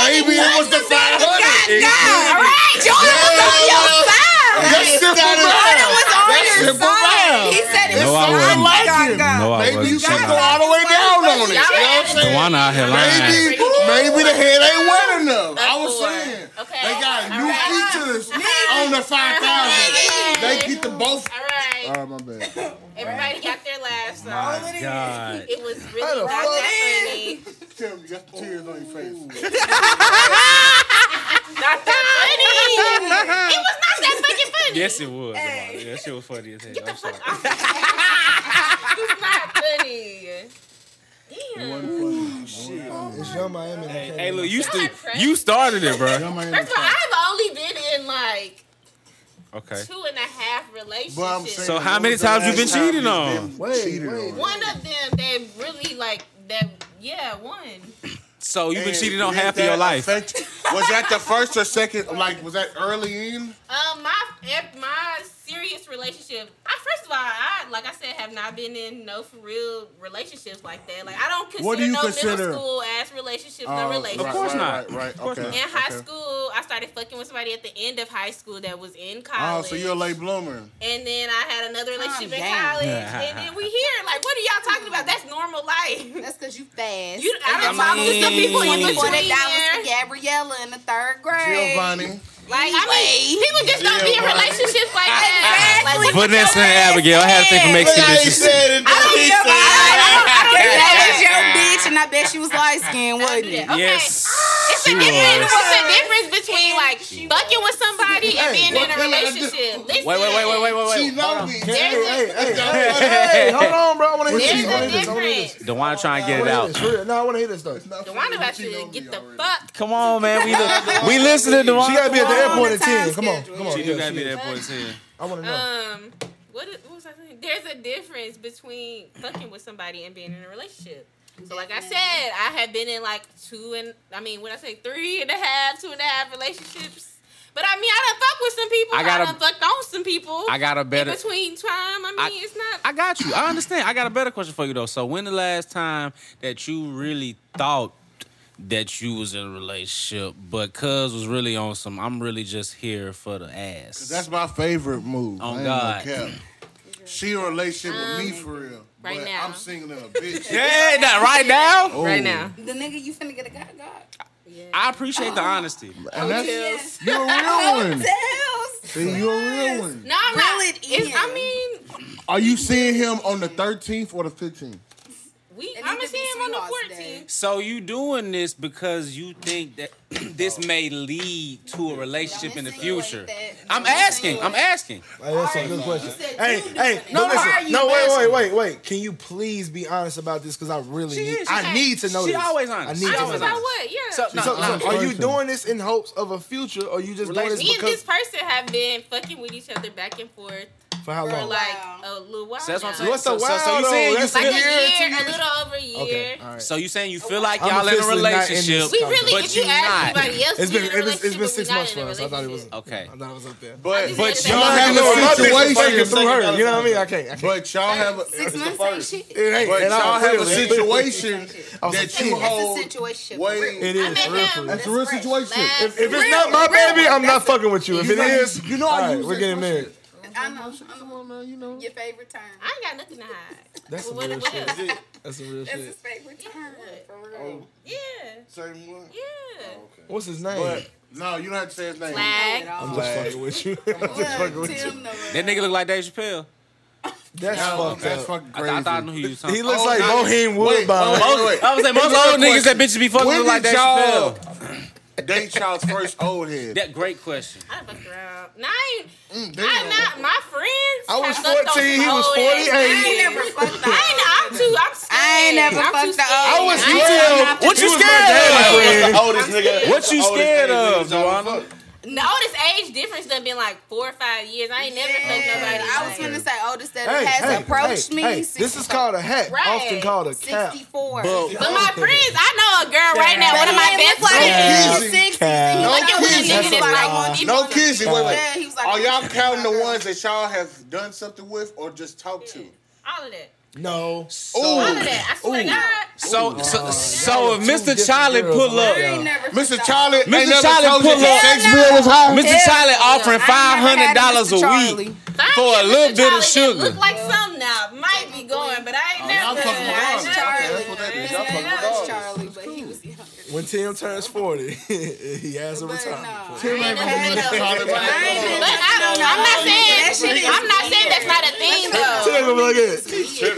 B: Maybe it was the five hundred.
F: All right, Jordan was on your side.
B: That's simple math.
F: was on
B: That's
F: your
B: simple
C: He
B: math.
C: said it
D: No, I
C: was
D: wouldn't.
C: like God.
B: Maybe you should go all the way down on it. You know what I'm saying?
D: Why not? Hell,
B: Maybe, maybe the head ain't wet enough. I was
F: Four.
B: saying
F: Okay.
B: they got
F: All
B: new
F: right.
B: features on the five thousand. They get the both.
F: All right.
B: All right, my bad.
F: Everybody got their laugh, so
D: My God.
F: it was really not that funny.
B: Tim, you got tears on your face.
F: Not that funny. It was not that fucking funny.
D: Yes, it was. Devon. That shit was funny as hell. I'm sorry.
F: It's not funny. Damn.
A: It's your Miami. okay.
D: Hey, look, you, st- you started it, bro.
F: First of all, I've only been in like
D: Okay.
F: two and a half relationships.
D: So how many times you been cheated on?
A: Wait, wait.
F: one of them that really like that. Yeah, one.
D: So you've been
B: And
D: cheated on
B: did
D: half of your
B: that
D: life.
B: affect- was that the first or second? Like, was that early in?
F: Um, my if my serious relationship. I first of all, I like I said, have not been in no for real relationships like that. Like I don't consider
B: What do you
F: no
B: consider-
F: middle school ass relationships
B: Oh,
F: no
B: right,
F: relationships.
D: Of course
B: right,
D: not.
B: Right, right.
D: Of course
B: okay.
D: not.
F: In high
B: okay.
F: school, I started fucking with somebody at the end of high school that was in
B: Oh,
F: college.
B: so you're a late bloomer.
F: And then I had another relationship in
C: down.
F: college. and then we here. Like, what are y'all talking about? That's normal life.
C: That's because you fast.
F: You, I done
D: I
F: talked to some people in
D: mean-
F: between
C: Twenty dollars
F: there.
C: to Gabriella in the third grade.
B: Giovanni.
F: Like, I mean, people just don't be in relationships like that.
C: Exactly.
F: Like, what the
D: Vanessa
F: fuck?
D: and Abigail, I had to think for
H: Look
D: Mexican
H: how he
D: bitches.
H: said it. though. He
C: I
H: said it.
C: don't care. That was your bitch, and I bet she was light skinned, wasn't
F: Okay. Ah,
C: it?
D: Yes.
F: It's
D: she
F: a difference.
D: was.
F: What's the difference between like fucking with somebody and being in a relationship? Listen,
D: Wait, wait, wait, wait, wait, wait,
B: She
D: wait.
B: know me.
A: Hey, hey, hey, hey, hey,
B: Hey,
A: hold on, bro. I want to hear
F: There's
A: this. I want to hear this. I want
F: a
A: to hear this.
F: difference.
D: Don't want to try and
A: I
D: get it
A: wanna hear
D: out.
A: this, for real. No, I want to hear this though. She
F: The one about to get the fuck.
D: Come on, man. We look, we listening to
A: gotta be at the airport at
C: time
A: ten. Come on, come on.
D: She do
A: Yeah,
D: gotta
A: she
D: be
A: is.
D: that boy's here.
A: I want to know.
F: Um, what, is- what was I saying? There's a difference between fucking with somebody and being in a relationship. So, like I said, I have been in like two and I mean, when I say three and a half, two and a half relationships. But I mean, I done fuck with some people.
D: I
F: I,
D: gotta-
F: done fucked on some people.
D: I got a
F: in
D: better.
F: between time. I
D: I-
F: mean, it's not.
D: I got you. I understand. I got a better question for you though. So when the last time that you really thought that you was in a relationship, but Cuz was really on some, I'm really just here for the ass.
B: That's my favorite move.
D: Oh,
B: I ain't
D: God.
B: gonna cap. She in a relationship with
D: Um,
B: me for real.
F: right
B: but
F: now.
B: I'm single and a bitch.
D: Yeah, that right now.
B: Oh.
F: right now.
C: The nigga you finna get a god god.
D: I appreciate the honesty.
B: And that's,
C: Yes.
B: you're a real one.
C: Tails.
B: See, you're a real one.
F: No, I'm not.
C: Reel it
F: It's, I
C: in.
F: mean,
B: Are you seeing him on the 13th or the 15th?
F: we.
C: It
F: I'm
C: need
F: gonna
C: to be
F: see him on
C: sweethearts
F: the 14th.
C: day.
D: So you doing this because you think that this may lead to a relationship in the future? I'm asking. I'm asking.
A: Hey, that's a good question.
C: You said
A: Hey,
C: you doing
A: hey,
C: it.
A: no,
D: No, no,
A: listen,
D: why are you
A: no, wait, wait,
D: asking?
A: wait, wait. Can you please be honest about this? Because I really
D: She
A: need,
D: is.
A: I
D: She-
A: need to know
D: she
A: this.
D: always honest.
A: I need
D: She
A: to know
F: Honest
D: always
A: this.
F: about what? Yeah.
D: So no,
A: So,
D: no,
A: so are you
B: person.
A: doing this in hopes of a future, or you just doing this
D: Relationship.
F: me and this
A: because
F: person have been fucking with each other back and forth
A: for how
F: for
A: long?
F: like
C: Wow.
F: a little while.
D: So that's what I'm
F: now.
D: saying.
A: What's a
D: So- so- so
A: while
D: you saying
A: though?
D: you
A: That's
F: Like
A: a
F: a
D: feel-
A: year, two
F: year, a
A: years?
F: little over a year.
A: Okay, all right.
D: So you saying you feel like
A: I'm
D: y'all in a
A: officially not in this
D: relationship?
F: We
A: Okay.
F: really,
D: But
F: if you
D: you
F: ask
D: not.
F: anybody else,
A: It's
F: we
A: been
F: in a
A: it's been, it's been
F: relationship,
A: six
F: we not
A: months
F: in
A: for
F: a
A: us. I thought it was
F: relationship.
D: Okay.
A: I thought it was up there.
F: I
B: But
F: just
D: but
F: said
D: y'all
F: that.
D: have
B: a
A: my
B: situation.
A: bitch is fucking through her. You know what I mean? I can't. I can't.
B: But y'all have a
C: Six months ain't shit.
A: It ain't.
B: but
A: and I
B: y'all
A: was
B: have a
A: real.
B: situation
A: I was
B: that
A: like,
B: you
A: "Damn."
B: hold
C: That's a situationship.
B: way-
C: Real.
A: It
F: I
A: is.
F: met
A: real
F: him.
A: for real.
B: That's a real situation.
F: Last
A: If it's not my
C: real
A: baby,
C: one.
A: I'm not fucking with you. If it
B: know,
A: is,
B: you know,
A: all
B: I
A: right,
B: use
A: we're
B: that
A: getting
B: question.
A: married.
C: I know. I'm
B: Come on, man, you know.
C: your favorite term.
F: I ain't got nothing to hide.
A: That's some
F: What-
A: real
F: what
A: shit.
F: else?
A: That's some real
C: That's his
A: shit.
C: favorite term. For
A: Oh.
C: real.
F: Yeah,
B: Same one.
F: yeah.
B: Okay.
A: What's his name?
B: But no, you don't have to say his name.
F: Flag.
A: I'm just fucking with you. I'm just fucking with you.
D: That nigga look like Dave Chappelle.
A: That's
B: No,
A: fucked
B: that's
A: up.
B: fucking
D: I,
B: crazy.
D: th- I thought I knew who you was talking.
A: He looks
B: Oh,
A: like
B: no.
A: Bohem Woodbine.
B: wait, wait, wait.
D: I was like most
B: Here's
D: old
B: my
D: niggas that bitches be fucking
B: When
D: look like
B: did
D: Dave
B: y'all-
D: Chappelle.
B: Date y'all's first old head.
D: That great question.
F: I done fucked around. Nah, I ain't.
B: Mm,
F: I not my friends.
A: I was
F: have fucked on
A: 14, he
F: some
A: was
F: old ass
A: 48.
F: niggas.
C: I ain't never fucked the
F: I ain't. I'm too. I'm scared.
C: I ain't never
F: I'm too
C: fucked the
F: scared.
C: old
A: I was
F: ain't-
A: you tell
D: What you
A: he was my
D: scared
A: daddy
D: of?
A: friend.
M: That's the oldest nigga.
D: What you
M: Oldest
D: scared
M: age
D: of,
M: nigga y'all
D: Joanna?
M: fuck.
F: The oldest age difference done been like four or five years. I ain't never fucked nobody.
C: I was gonna say oldest that
A: Hey,
C: has
A: hey,
C: approached
A: hey,
C: me.
A: hey, this is called a hat,
F: Right.
A: often called a cap.
C: 64.
F: But my friends, I know a girl right now,
C: But
F: one of my
C: he
F: best
C: looked like
F: friends.
C: he
A: friends.
C: was in his 60s.
A: Cap.
C: He
A: No
C: looked like one of them
B: kidding.
C: niggas that, like,
F: Wow.
C: wanna keep
B: No
C: on the-
B: kids. Wait, wait.
C: Yeah, he was like,
B: Are
C: "Oh,
B: y'all
C: this is
B: counting the
C: my girl."
B: ones that y'all have done something with or just talked to?
F: All of that.
A: No.
F: All
B: Ooh,
F: of that. I swear to God.
D: So, so, so
A: Two
D: if Mr.
A: different
D: Charlie
A: girls.
D: pull
A: I
D: up,
A: ain't
C: He never
B: Mr.
C: fucked
B: Charlie,
D: Mr.
B: ain't never
D: Charlie
B: told you
D: pull
B: that
D: up.
B: sex bill was high.
D: Mr. Charlie offering five
C: I ain't never
D: hundred
C: had a
D: dollars a
C: Mr.
D: week
C: Charlie.
D: for a little bit of
F: Look
D: sugar.
F: like some now. Might be going, but I ain't
A: Oh,
B: y'all
F: never.
B: fucking with
F: I
B: dogs.
F: ain't
C: Charlie.
F: never-
B: That's what that is.
C: Yeah,
B: Y'all fucking
C: that
B: with
C: was
B: dogs.
C: Charlie, but he was younger.
A: When Tim turns 40, he has a
C: But
A: retirement
C: no,
A: plan.
C: I ain't never had a- I ain't
F: But
C: never-
F: I don't know. I'm not saying. I'm not saying that's not a thing though.
A: Tim gonna be like this.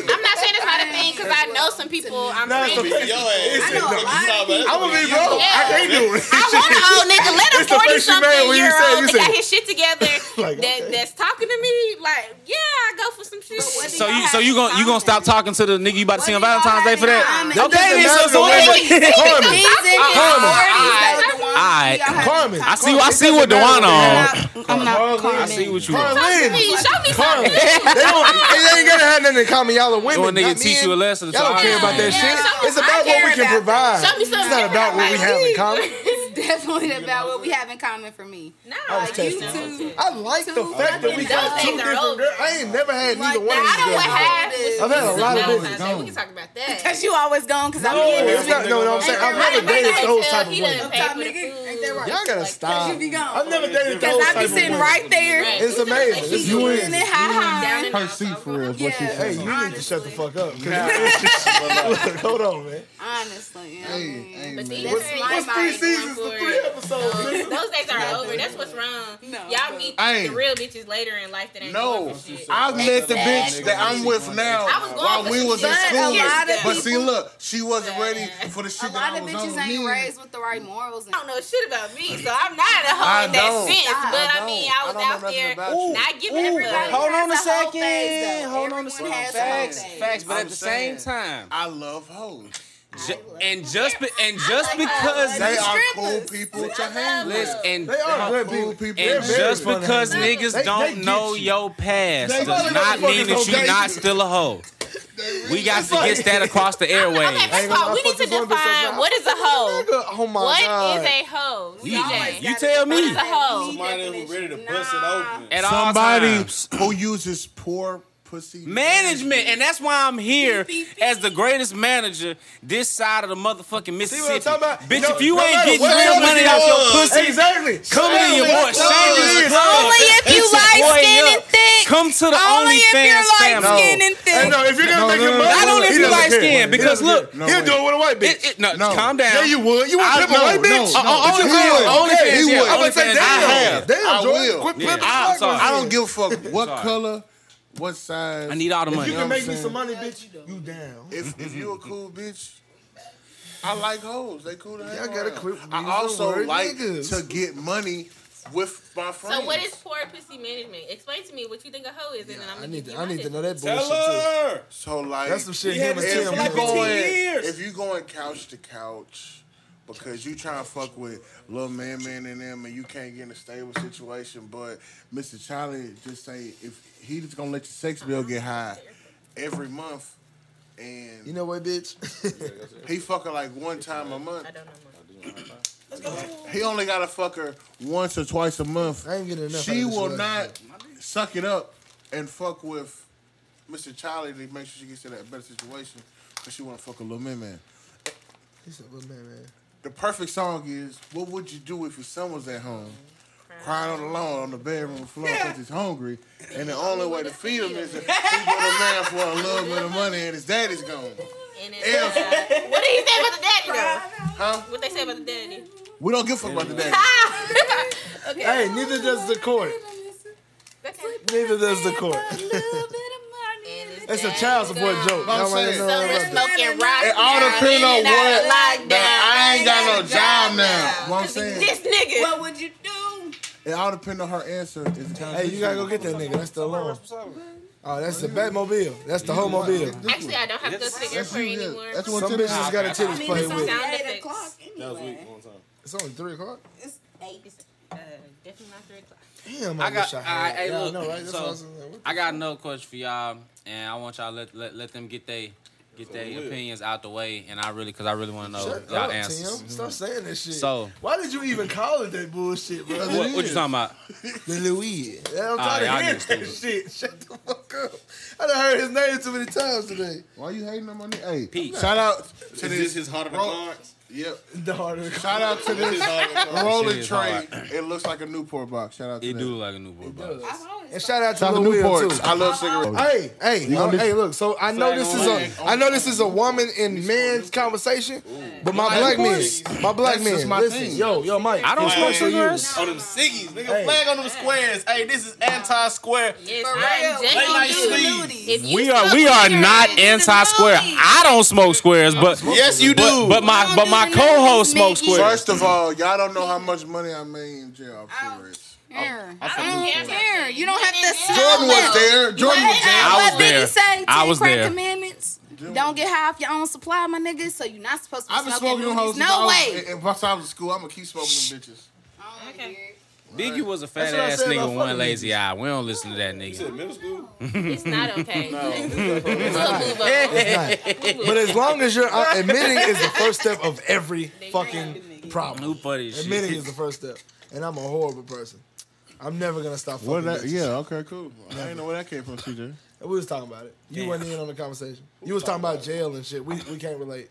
F: I'm not saying that's not a thing because I know some people. um, I'm
A: Nah, it's
F: friends.
A: the
F: with.
A: face.
H: Yo ass.
C: I know a lot of people.
A: I'm gonna be broke. I can't do it.
F: I want an old nigga. Let a
A: It's the face
F: forty
A: you made
F: something
A: when you
F: year
A: said-
F: old
A: you
F: that got
A: said-
F: his shit together
A: Like,
F: that
A: okay.
F: that's talking to me. Like, yeah, I go for some shit.
C: what
D: So
C: do
D: you,
C: y'all
D: so
C: have
D: you
C: in
D: gonna you gonna stop
C: common?
D: talking to the nigga you about to see on
F: What do y'all
D: Valentine's Day
F: have
D: for
F: in
D: that?
C: common?
D: Okay, then so, so
A: That
D: what?
A: doesn't matter. Carmen,
C: He's in his
A: Carmen.
C: 40s, though, the one
D: Alright.
C: y'all had
A: Carmen.
C: talked
D: I see I
C: about.
D: see what Dewana on.
C: I'm not Carmen.
D: I see what you on.
F: Show me,
A: Carmen.
F: show me
A: Carmen.
F: something.
A: They, don't, they ain't gonna have nothing in common. Y'all are women.
D: Or a nigga
A: not
D: teach
A: men.
D: you a lesson.
A: Y'all don't
D: so
A: care
D: I-
A: about that
C: Yeah.
A: shit. It's
C: I
A: about what
C: care
A: we can
C: about that.
A: provide.
F: Show me
A: It's
F: something.
A: not about what we have in common.
C: It's definitely about what we have in common for me.
F: Nah,
A: I was
F: you
A: testing.
F: two.
A: I like the
C: Two
A: fact that we got
F: fucking
A: two
F: dogs.
A: different girls. I ain't never had neither one of
F: I don't
A: these girls.
F: want half.
C: I've
A: I've had a lot of
F: Valentine's
A: business.
F: Day. We can talk about that.
C: Cause you always gone. Cause I'm
A: No,
C: in
A: it's
C: it.
A: not. No, no, I'm saying I've never dated those type of women.
C: Top nigga, ain't that right?
A: Y'all gotta stop.
C: you be gone.
A: I've never dated
C: Cause
A: those
C: I
A: type
C: be
A: of
C: sitting
A: women.
C: right there.
A: It's amazing. It's
C: She's
B: You
A: beautiful.
B: in.
C: in it high high.
B: Her seat for real is what she
C: Yeah.
A: Hey,
B: said.
A: you need to shut the
C: Honestly.
A: fuck up. 'cause
B: Nah.
A: you- Hold on, man.
C: Honestly, yeah.
B: Hey, hey,
F: But
B: man.
F: these
C: What's-
F: are-
C: what's
F: my
C: three
F: mind going
A: seasons to
F: forward.
A: three episodes,
F: No,
A: nigga?
F: Those days are over. That's what's wrong.
C: No.
F: Y'all meet
B: Hey.
F: the real bitches later in life that ain't
B: No,
F: going for shit.
B: I've met the bitch
F: Exactly.
B: that I'm with now
F: I was going
B: while
F: for
B: we
F: some
B: was in
F: shit.
C: But a
B: school.
C: lot of
B: But see,
C: people-
B: look, she wasn't ready for the
C: A
B: shit that
C: lot
B: I
C: of
B: was
C: bitches
B: on.
C: ain't
B: Me.
C: raised with the right morals. And
F: I don't know shit about me, so I'm not a hoe
B: I
F: in that
B: don't.
F: sense.
C: I
F: But I,
B: don't.
F: mean,
B: I
F: I was
B: don't know
F: out
B: nothing
F: there
B: about you.
F: not giving
D: Ooh,
F: a fuck.
D: Hold on
C: has
D: a
C: a whole phase,
D: second.
C: though.
D: Hold on a
C: Everyone
D: second.
C: has a whole
D: Facts,
C: phase.
D: facts. But
B: I'm
D: at the
B: saying,
D: same time,
B: I love hoes.
D: ju- and just be- and just because
B: They are cool
C: strippers.
B: people to hang with.
D: Listen, and
A: They are good
B: cool
A: people.
B: people.
A: They're
D: And
A: very
D: just
A: fun to
D: because
A: hang with.
D: niggas
A: They- they
D: don't
A: get
D: know
A: you.
D: your past
B: They
D: does
B: get
D: not
A: you.
D: mean that
A: Motherfuckers
D: you're
A: don't
D: not
A: date you.
D: still a hoe. We got to get that across the
F: Okay,
D: airwaves.
F: first of all, we need to define what is a hoe.
A: Nigga, Oh my
F: What
A: god.
F: is a hoe?
C: always
F: CJ.
D: You
C: gotta
D: tell me.
C: define that. We need
H: Somebody who ready to
C: definition.
H: bust it
C: Nah.
H: open.
D: At all
B: Somebody
D: times.
B: who uses poor pussy
D: Management, and that's why I'm here as the greatest manager this side of the motherfucking
A: See what I'm
D: Mississippi.
A: talking about?
D: Bitch,
A: No-
D: if you
A: no
D: ain't
A: matter
D: getting
A: what
D: real
A: else
D: money
A: it
D: out your
A: was.
D: pussy,
A: Exactly.
D: come in your boy. Shame
A: Shame
D: is
A: is
D: a club.
A: club.
D: Only if you light skin and thick. Come to the
C: Only if you're
D: OnlyFans
C: light
D: family.
C: skinned
A: Hey,
C: and thick.
A: no, if you're gonna
B: No,
A: make
B: no,
A: him
B: no, no,
A: money,
D: Not only
A: he
D: if you
A: doesn't
D: light
A: care.
D: skinned, because
A: He doesn't
D: look-
A: care. he'll do it with a white bitch.
D: It, it, no,
B: No.
D: calm down.
A: yeah, you would. You would
B: I-
A: flip a
B: no,
A: white bitch.
B: no, no.
A: But you would.
D: only
A: Okay,
D: fans,
A: he
D: yeah,
A: would. I'm
D: only
A: gonna say,
D: fans, I
A: damn,
D: have.
A: damn,
B: I
A: Jordan,
B: will.
A: quit
D: Yeah.
A: flipping. the
D: I'm
A: black
D: sorry.
A: man.
B: I don't give a fuck what
D: Sorry.
B: color, what size.
D: I need all the
A: If
D: money.
A: you
B: know
A: can
B: what
A: make
B: I'm
A: me some
B: saying?
A: money, bitch, you down.
B: If if you a cool bitch, I like hoes. They cool to hang
A: Y'all gotta
B: around.
A: quit using
B: I
A: the
B: also
A: word
B: like
A: niggas.
B: to get money with my friends.
F: So what is poor pussy management? Explain to me what you think a hoe is, and then I'm
A: I
F: gonna
A: need
F: give
A: to,
F: you
A: I
F: my
A: need to
F: tip.
A: know that
N: Tell
A: bullshit too.
N: her.
B: so like
A: That's some shit
N: You had
A: him and
N: to
A: Tim
N: for
B: If
N: like
B: you
A: do.
N: 15
B: going,
N: years.
B: if you going couch to couch, because you trying to fuck with little man, man, and them, and you can't get in a stable situation. But Mr. Charlie just say if he just gonna let your sex bill get high every month, and
A: You know what, bitch?
B: he fuck her like one time a month.
F: I don't know more.
B: He only gotta fuck her once or twice a month.
A: I ain't getting enough.
B: She
A: out of this
B: will
A: relationship.
B: not suck it up and fuck with Mr. Charlie to make sure she gets in a better situation because she want to fuck a little man man.
A: He said, "Well, man, man."
B: The perfect song is "What Would You Do If Your Son Was at Home?" Crying on the lawn on the bedroom floor because he's hungry, and the only way to feed him is to feed a man for a little bit of money, and his daddy's gone.
F: And then, uh,
B: If
F: what did he say about the daddy though?
B: huh?
F: What they say about the daddy?
B: We don't give a fuck about the daddy.
A: Hey, neither does the court.
F: That's
A: Neither does the court. That's a child support joke.
B: I'm
A: Y'all wanna
B: saying-
A: know
B: So
A: about that.
B: it's
F: Smoking rock.
B: It all depends on what.
F: Lockdown.
B: Now, I ain't got no job now. What I'm
F: This
B: saying,
F: nigga.
C: What would you do?
B: it all depends on her answer. Is the
A: Hey, you gotta go get that nigga. That's the alarm. Oh, that's the Batmobile. That's the Homobile.
F: Actually, I don't have to go to the airport
B: you, yeah.
F: anymore.
B: That's
A: Some
B: what
A: bitches just got a
C: I
A: titties
C: mean, it's
A: played
C: only
A: with.
F: Sound
C: eight
F: effects.
C: o'clock anyway.
A: It's only three o'clock.
C: It's eight.
F: Uh, definitely not three o'clock.
A: Damn,
D: I
A: I wish
D: got-
A: I
D: I- hey,
A: had. Y'all
D: look,
A: know, right? That's
D: so-
A: what I was saying. What
D: I got another question for y'all, and I want y'all to let, let let them get they get their opinions out the way, and I really because I really want to know
A: Shut
D: Oh, y'all
A: up,
D: answers. Mm-hmm.
A: Tim. Stop saying that shit.
D: So-
A: why did you even call it that bullshit, bro?
D: What, what you talking about?
A: The Louis. I'm
D: Ah,
A: tired
D: y'all
A: of hearing that
D: niggas
A: shit. Shut the fuck up. I done heard his name too many times today.
B: Why you hating on my nigga? Hey,
D: Pete.
B: shout out to
H: Is
B: this.
H: this his heart of the
B: Bro-
H: cards?
B: Yep.
A: The harder.
B: Shout out to
H: This is
B: this
H: heart of the cards.
B: rolling
D: Shit is
B: tray. It looks like a Newport box. Shout out to
D: It
B: that.
D: do look like a newborn box.
A: And shout out to
B: Shout out to
A: Lil Will
B: Newport.
A: too.
B: I love cigarettes.
A: Hey, hey, uh,
B: You gonna
A: hey! Look, so I know
D: Flag
A: this
D: on
A: is
D: leg.
A: a, I know this is a woman and man's conversation, but my black man, my black
B: That's just
A: man,
B: my
A: listen,
B: thing.
A: yo, yo, Mike,
D: I don't
A: this
D: smoke
A: one's for you.
D: cigarettes.
H: On them ciggies, nigga.
A: Hey.
H: Flag on them squares. Hey, this is anti-square.
F: Yes, I'm
H: Late night
F: just
H: sleep.
F: If you
D: We are
F: smoke
D: we are
F: cigarettes
D: not
F: in the
D: anti square.
F: morning,
D: I don't smoke squares, but
H: Yes, you do.
D: but, but my but my co-host smokes squares.
B: First of all, y'all don't know how much money I made in jail off cigarettes.
C: Here.
H: I
C: I
H: feel
C: don't
H: you.
C: care. You don't have to smell
B: Jordan
C: it.
B: was there. Jordan was there.
D: I was
C: what did
D: there.
C: he say?
D: I
C: Ten
D: was
C: crack
D: there.
C: commandments. Don't get high off your own supply, my niggas. So you're not supposed to be
B: I've been
C: smoking
B: smoking them hoes.
C: hoes.
B: since
C: No
B: I was-
C: way.
B: And once I was in school, I'm gonna keep smoking them bitches.
D: Biggie was a
A: That's
D: fat
A: what I
D: ass
A: said
D: nigga
A: about
D: with
A: fucking
D: one lazy eye. We don't listen to that nigga.
H: Middle school.
F: It's not okay.
A: But as long as you're uh, admitting is the first step of every fucking
D: Who
A: problem.
D: funny as
A: Admitting
D: shit?
A: is the first step, and I'm a horrible person. I'm never gonna stop fucking. bitches.
B: okay, cool. I didn't know where that came from, CJ.
A: we was talking about it. You wasn't in on the conversation. You was talking about jail and shit. We we can't relate.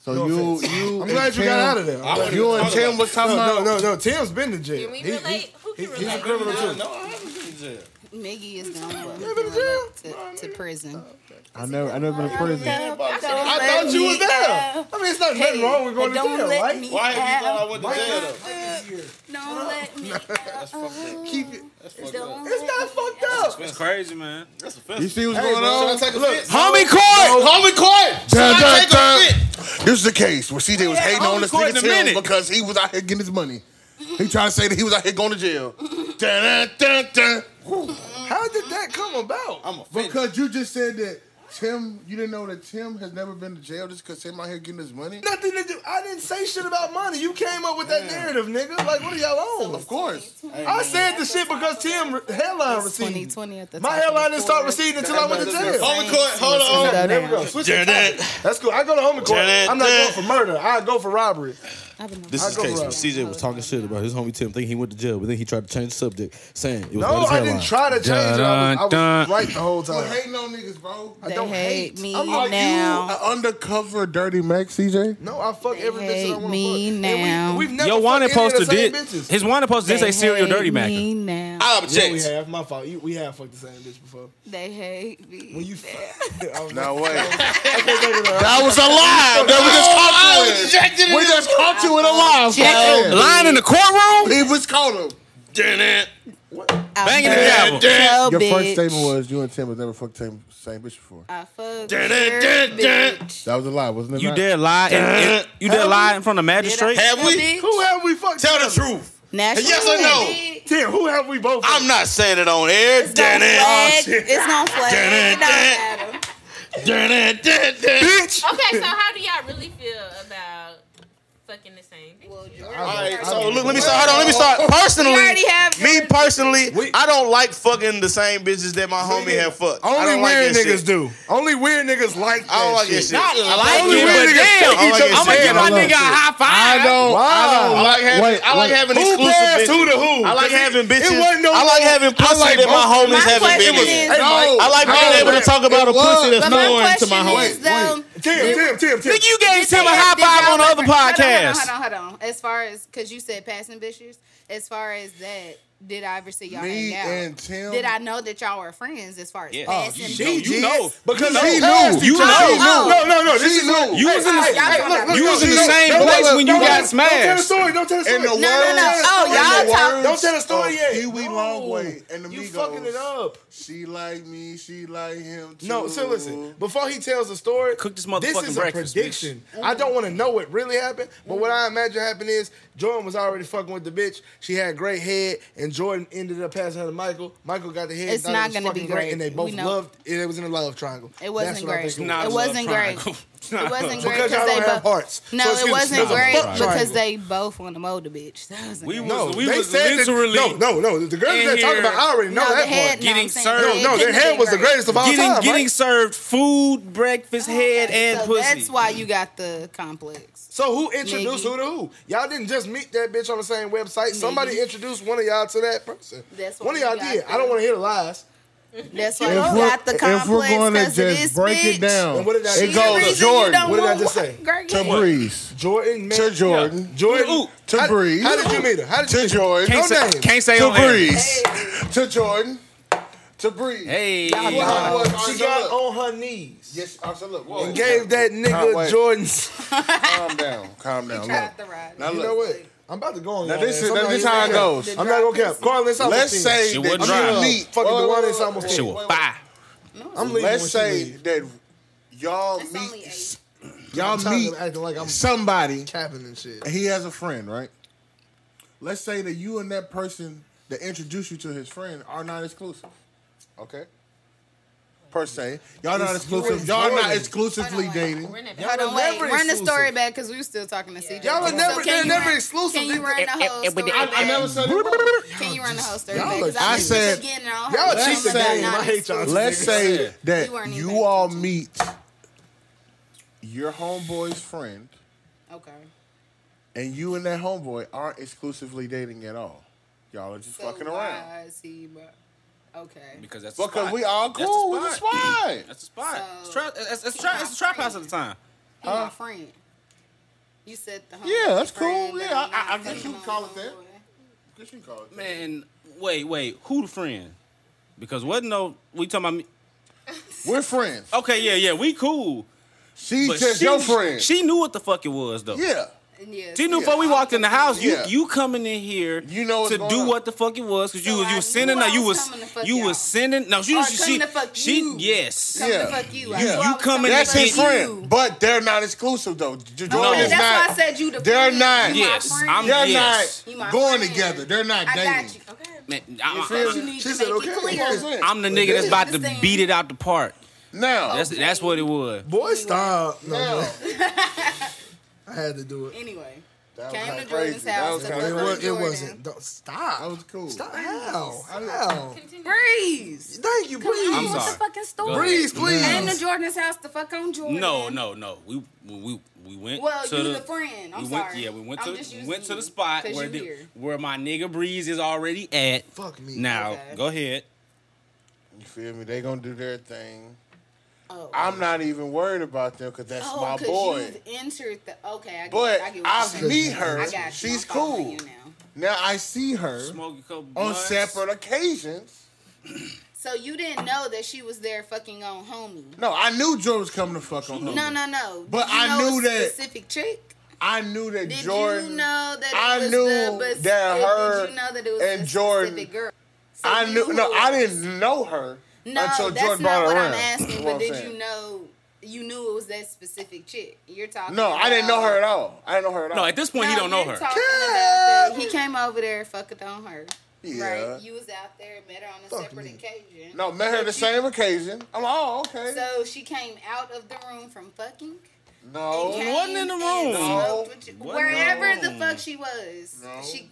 B: So
A: No
B: you,
A: offense.
B: you,
A: I'm
B: and
A: glad you
B: Tim-
A: got out of there. I'm glad-
B: You and Tim was talking
A: No,
B: about.
A: no, no. Tim's been to jail.
F: Can we
A: He- he-
F: relate? Who can
A: he's a
F: relate?
A: criminal too.
H: No, I haven't been in jail.
O: Miggy is going
A: jail?
O: to, to prison.
B: I never, I never been to prison.
A: I thought you was there. I mean, it's not nothing wrong with going to
C: Don't
A: jail,
C: let
A: right?
C: me
H: Why have you
C: out.
H: thought I went to jail though?
C: Don't let me
H: That's fucked up.
A: Keep it.
H: That's fucked up.
A: It's not fucked up.
D: That's crazy, man.
H: That's
B: You
H: offensive.
B: see what's
A: Hey,
B: going
A: bro,
B: on?
A: should I take a look?
D: Homie Court.
H: Homie
B: Dun,
H: Court! Should
B: dun,
H: I take
B: dun.
H: a fit?
B: This is the case where CJ was hating on
D: homie
B: this
D: Court
B: nigga
D: in a
B: Tim
D: minute.
B: because he was out here getting his money. He tried to say that he was out here going to jail. Dun, dun, dun, dun.
A: How did that come about?
H: I'm offended.
B: Because you just said that Tim, you didn't know that Tim has never been to jail just because Tim out here getting his money.
A: Nothing to do. I didn't say shit about money. You came up with that narrative, nigga. Like, what are y'all on?
B: Of course.
A: I said the shit because Tim re- hairline receded.
O: 2020 at the
A: My
O: top of
A: hairline didn't start
O: forward.
A: receding until I went to jail.
H: Homie Court, hold on.
O: Go
A: There we
O: down.
A: go. Switch the topic. That's cool. I go to homie court. I'm not going for murder. I go for robbery.
O: I've been-
H: This
A: I
H: is
A: go
H: the case
A: for
H: where CJ was talking shit about his homie Tim, thinking he went to jail, but then he tried to change the subject, saying it was about
A: No,
H: his
A: I
H: hairline.
A: didn't try to change it. I was, I was
D: Dun, dun.
A: right the whole
B: We're
A: time.
B: hating on niggas, bro.
O: They
A: don't
O: hate,
A: hate.
O: me
A: I'm uh,
B: Are
O: now.
B: you an undercover dirty Mac, CJ?
A: No, I fuck every bitch that I
O: hate
A: want to fuck.
O: me
A: And
O: now.
A: We, have never
D: Your
A: fuck
D: wanted
A: any of the
D: poster
A: same
D: did.
A: bitches.
D: His wanted poster did say serial dirty macker.
C: now.
A: Yeah,
H: I
A: we
H: object.
A: have. My fault. You, we have fucked the same bitch before.
C: They hate me.
A: When you fuck. I was
B: No way.
A: that
B: was a lie. That we just caught
H: Objected
B: you. in. We just caught you in a lie. fam.
D: Lying in the courtroom,
B: He was caught him.
D: banging the gavel.
C: Tell
B: Your first
C: bitch.
B: statement was you and Tim has never fucked the same, same bitch before.
C: I fuck
H: it,
C: your
H: dun, dun.
C: bitch.
B: That was a lie, wasn't it?
D: You
B: not?
D: dare lie. in- in- you dare lie in front of magistrate.
H: Have we?
A: Who have we fucked?
H: Tell the
A: together?
H: truth.
C: National
H: Yes or no?
C: It's
A: Tim, who have we both?
H: I'm not saying it on air.
C: gonna
H: Dun it.
D: Oh,
C: flag.
A: shit.
C: It's gonna flag. It don't
H: Dun, dun.
C: matter.
H: Dun it, dun, dun.
A: bitch.
F: Okay, so how do y'all really feel about fucking the same? bitch?
B: All right,
H: So look, let me start. Hold on, let me start.
C: You
H: Personally,
C: already have
H: me
C: your-
H: personally,
A: We-
H: I don't like fucking the same bitches that my homie have fucked. I
A: Only
H: don't like
A: weird
H: that
A: niggas
H: shit.
A: do. Only weird niggas like that
H: I don't like
A: shit.
H: this shit. I
D: like
A: Only
D: it,
A: weird
D: but
A: niggas
D: damn,
A: take
H: I
A: each
H: like
A: other's
H: it.
D: I'm gonna give
A: head.
D: my
B: I love
D: nigga a high five.
B: I don't.
A: Wow.
H: I like having.
B: Wait,
H: I like
B: wait.
H: having
A: Who
H: exclusive
A: passed who
H: bitches.
A: to who?
H: I like having bitches.
A: It wasn't no
H: I like
A: more-
H: having
A: I
H: pussy
A: like
H: that my
A: both-
H: homies
C: my
H: having
C: question
H: bitches.
C: is-
A: Hey, Mike.
H: I like being able to talk about a
B: It was.
H: pussy that's
C: But my
H: foreign to
C: question
H: my
C: is
H: homie.
C: though.
A: Tim, Tim, Tim, Tim.
D: Nigga, you gave Tim a
C: Did-
D: high
C: did
D: five
C: y'all
D: on the other
C: ever- hold on,
D: podcast.
C: Hold on, hold on, hold on. As far as because you said passing bitches, as far as that, did I ever see y'all
B: Me
C: hang out?
B: and Tim.
C: did I know that y'all were friends? As far as
D: Yeah.
C: passing,
D: Oh,
C: bitches?
D: she- you know.
A: because
B: She
A: they
B: knew.
A: passed
D: You
A: each other.
D: know.
A: She No, no, no. This
B: She
A: is what-
B: knew.
D: You was in the-
A: Hey,
C: y'all
A: hey,
C: talking
A: look,
C: about-
A: look,
D: You
A: look,
D: was in the
A: look,
D: same
A: don't-
D: place
A: don't-
D: when you
A: don't-
D: got
A: Don't tell the
D: smashed.
A: story. Don't tell the story.
B: In the
A: Don't
B: words,
C: no, no. Oh,
B: in the
C: y'all talk-
B: words
A: Don't tell the
B: of
A: story yet.
B: Pee Wee
A: No.
B: Longway and the
A: You fucking it up.
B: She like me. She like him too.
A: No, so listen. Before he tells the story,
D: Cook this
A: This
D: motherfucking
A: is a
D: breakfast,
A: prediction. I don't want to know what really happened, but what I imagine happened is Jordan was already fucking with the bitch. She had great head, and Jordan ended up passing her to Michael. Michael got the head.
C: It's
A: thought it
C: not
A: was
C: gonna
A: fucking
C: be great.
A: and they
C: We
A: both
C: know.
A: loved. It, it was in a love triangle.
C: It wasn't
A: That's what I
C: great.
A: think
C: It
D: Nah,
C: wasn't
D: love
C: great.
D: triangle.
C: It
A: Because
C: wasn't great
A: y'all
C: because they
A: don't have
C: both.
A: hearts.
C: No,
A: So
C: it
A: excuse
C: wasn't
A: me, it's a
C: great
A: fuck
C: because
A: triangle.
C: they both want to mold the bitch. That wasn't
D: We
C: great.
A: No,
D: was, we
A: they
D: was
A: said that-
D: literally
A: no, no, no. The girls
D: in
A: that talking
D: here-
A: about, I already know
C: no,
A: that
C: the head.
A: part.
C: no, I'm
D: Getting
C: saying
D: served.
C: the
A: No, no, their
C: couldn't have
A: head
C: been
A: was the
C: great.
A: greatest of all
D: getting
A: time.
D: getting
A: right?
D: served food, breakfast, head, and
C: so
D: pussy.
C: That's why you got the complex.
A: So who introduced
C: Nigga.
A: who to who? Y'all didn't just meet that bitch on the same website. Somebody
C: Nigga.
A: introduced one of y'all to that person.
C: That's what
A: one of
C: we
A: y'all
C: got
A: did. I
C: there.
A: don't want to hear the lies.
C: That's why
B: If
C: you
B: we're,
C: got the complex.
B: if we're going to
C: 'cause of
B: just
C: this
B: break
C: bitch.
B: it down,
A: And what did I
B: Oh. it
A: say?
C: Reason you
B: goes Jordan
C: don't
A: What did I
C: want
A: just
C: one
A: say?
C: great
B: to
C: head.
B: Breeze
A: Jordan met
B: to Jordan
A: Jordan
D: Ooh,
B: to
A: how,
B: Breeze.
A: How did you meet her? How did you
B: to
A: meet her?
B: Jordan
D: Can't
A: No
D: say,
A: name.
D: can't say
B: to
D: on air.
B: Breeze to Jordan to Breeze.
D: Hey,
B: Wow.
A: She got on her knees
B: Yes, I said, look, whoa.
A: and gave that
B: Can't
A: nigga
B: wait.
A: Jordan's.
B: Calm down, calm down. Look.
C: Tried to ride it.
B: Now
A: You know
B: look,
A: what? I'm about to go on.
B: Now
A: y'all,
B: this
A: man.
B: is-
A: Somebody
B: this
A: ain't
B: how
A: gonna
B: it
A: cap.
B: goes.
A: I'm not gonna cap. Carl, let's
B: let's say
D: She
B: that
D: wasn't
B: you
D: driving.
B: meet
A: Fucking
B: Whoa,
A: Duane
B: whoa,
A: is
B: whoa,
A: almost
B: whoa.
D: she
A: dead.
D: was fire.
A: I'm leaving.
B: Let's
A: when she
B: say
A: leave.
B: that y'all
C: It's only
B: meet
C: eight.
B: y'all
A: I'm tired
B: meet
A: of acting like I'm
B: somebody.
A: capping and shit.
B: He has a friend, right? Let's say that you and that person that introduced you to his friend are not exclusive. Okay. Per se, y'all not
A: It's
B: exclusive.
A: yours,
B: Y'all not
A: Jordan.
B: exclusively dating.
F: We're in a-
C: Hold on,
A: were
C: wait.
A: never
C: Run the
A: exclusive.
C: story back because we were still talking to CJ.
A: Y'all are
C: So
A: never-
C: can
A: they're
C: you
A: never
C: run-
A: exclusive.
C: Can
A: They-
C: you run the whole story
B: I, I never
C: back?
B: said. it was.
C: Can you run the whole story
A: y'all
C: back?
A: are
C: 'Cause
B: I
C: keep
B: said-
C: forgetting all her
A: Y'all
C: shit
A: cheat the game.
C: about
A: I hate y'all.
C: non-exclusive.
B: Let's say
C: We
B: that
C: weren't even
B: you
C: paying
B: all
C: attention.
B: meet your homeboy's friend,
C: Okay.
B: and you and that homeboy aren't exclusively dating at all. Y'all are just
C: So
B: fucking around
C: why is he bu- okay.
D: Because that's the
B: because
D: spot.
B: we all
D: That's the
B: cool. It's a spot.
D: That's the spot.
C: So-
D: it's, tra- it's, it's, tra- it's a trap house at the time.
C: He my friend. You said the homie.
B: Uh, Yeah, that's
C: friend,
B: cool.
C: but
B: Yeah,
C: I'm
B: I- I- I
C: not
B: guess you
C: fucking
B: can call it
C: my
B: that.
C: homeboy.
B: Guess you can call it that.
D: Man, wait, wait. Who the friend? Because wasn't no. We talking about me.
B: We're friends.
D: Okay, yeah, yeah. We cool.
B: She's
D: But
B: just
D: she,
B: your friend.
D: She knew what the fuck it was, though.
B: yeah.
C: And Yeah,
D: She knew
C: so
D: before we walked in the house, you
B: Yeah.
D: you coming in here
B: You know what's
D: to
B: going
D: do
B: on.
D: what the fuck it was because you
C: So
D: was you
C: I
D: was sending
C: knew
D: her,
C: I
D: you
C: was
D: was
C: coming to fuck
D: you
C: y'all.
D: was sending no she
C: Or I
D: was she
C: come to fuck
D: she
C: you.
D: yes
C: Come
B: Yeah.
C: to fuck you. I
B: Yeah.
C: knew I
D: You
C: was
D: come in
B: That's
D: and
B: his
D: fuck
B: friend.
C: you.
B: But they're not exclusive, though. J-
D: No.
B: Jordan is
C: That's why I
B: not.
C: said you the
B: They're
C: friend.
B: not.
C: You my
D: Yes,
C: friend.
D: I'm-
B: They're
D: Yes.
C: You my
B: not going
C: friend.
B: together. They're not
C: I
B: dating.
C: got you.
F: Okay.
D: Man,
B: You
D: I,
B: feel
C: You
B: me?
C: need
A: She
C: to
A: said,
C: make
A: okay,
C: it
A: I'm
C: clear.
A: gonna
B: say it.
D: am the nigga that's about to beat it out the park.
B: Now,
D: That's that's what it was.
A: Boy, stop. No,
B: now.
A: no. I had to do it.
C: Anyway,
B: That was
C: Came
B: kinda
C: to Jordan's
B: crazy. That
C: house
B: was
C: to
B: kinda
A: It,
C: fuck
B: crazy.
A: was, it
C: Jordan.
A: wasn't. Don't, stop.
B: That was cool.
A: Stop. How? How?
F: Continue.
C: breeze.
A: Thank you, Breeze.
D: I'm
C: What's
D: sorry.
C: the fucking story?
A: Breeze, please.
C: Came to Jordan's house to fuck on Jordan.
D: No, no, no. We we we went
C: Well,
D: to
C: you
D: the,
C: the friend. I'm
D: we went,
C: sorry.
D: Yeah, we went
C: I'm
D: to
C: just
D: we
C: using
D: went to
C: you
D: the spot
C: 'cause
D: where
C: you
D: the,
C: here.
D: where my nigga Breeze is already at.
A: Fuck me.
D: Now
C: Okay.
D: go ahead.
B: You feel me? They gonna do their thing.
C: Oh.
B: I'm not even worried about them because that's
C: Oh,
B: my
C: 'cause
B: boy.
C: You've entered the okay. I get,
B: But
C: I get what
B: I
C: you're saying.
B: meet her.
C: I got you.
B: She's
C: I'm following
B: cool.
C: You now.
B: Now I see her
D: Smoke a couple
B: on
D: blunts.
B: separate occasions.
C: So you didn't know that she was there fucking on homie.
B: No, I knew Jordan was coming to fuck on her.
C: No, no, no. Did
B: But
C: you
B: I
C: know
B: knew
C: a
B: that-
C: specific trick.
B: I knew that
C: Did
B: Jordan.
C: you know that it
B: I
C: was
B: knew
C: the, but
B: that
C: did
B: her
C: you know that it was
B: and
C: a
B: Jordan-
C: specific girl? So
B: I
C: you
B: knew. No,
C: who-
B: I didn't know her
C: No,
B: until
C: that's
B: Jordan brought
C: not
B: her
C: what
B: around.
C: I'm asking.
B: That's
C: But
B: what I'm
C: did
B: saying.
C: you know? You knew it was that specific chick. You're talking.
B: No, I didn't know her at
C: about-
B: all. I didn't know her at all.
D: No, at this point, he
C: No,
D: don't know
C: you're
D: her.
C: talking about the- he came over there fucking on her.
B: Yeah.
C: Right? You was out there, met her on a separate occasion.
B: No, met her the same occasion. I'm like, oh, okay.
C: So she came out of the room from fucking.
B: no.
C: came
D: wasn't in the
C: and
D: room.
C: smoked with you-
D: No.
C: Wherever
D: Wasn't in
C: the
D: the
C: fuck she was,
B: No.
C: she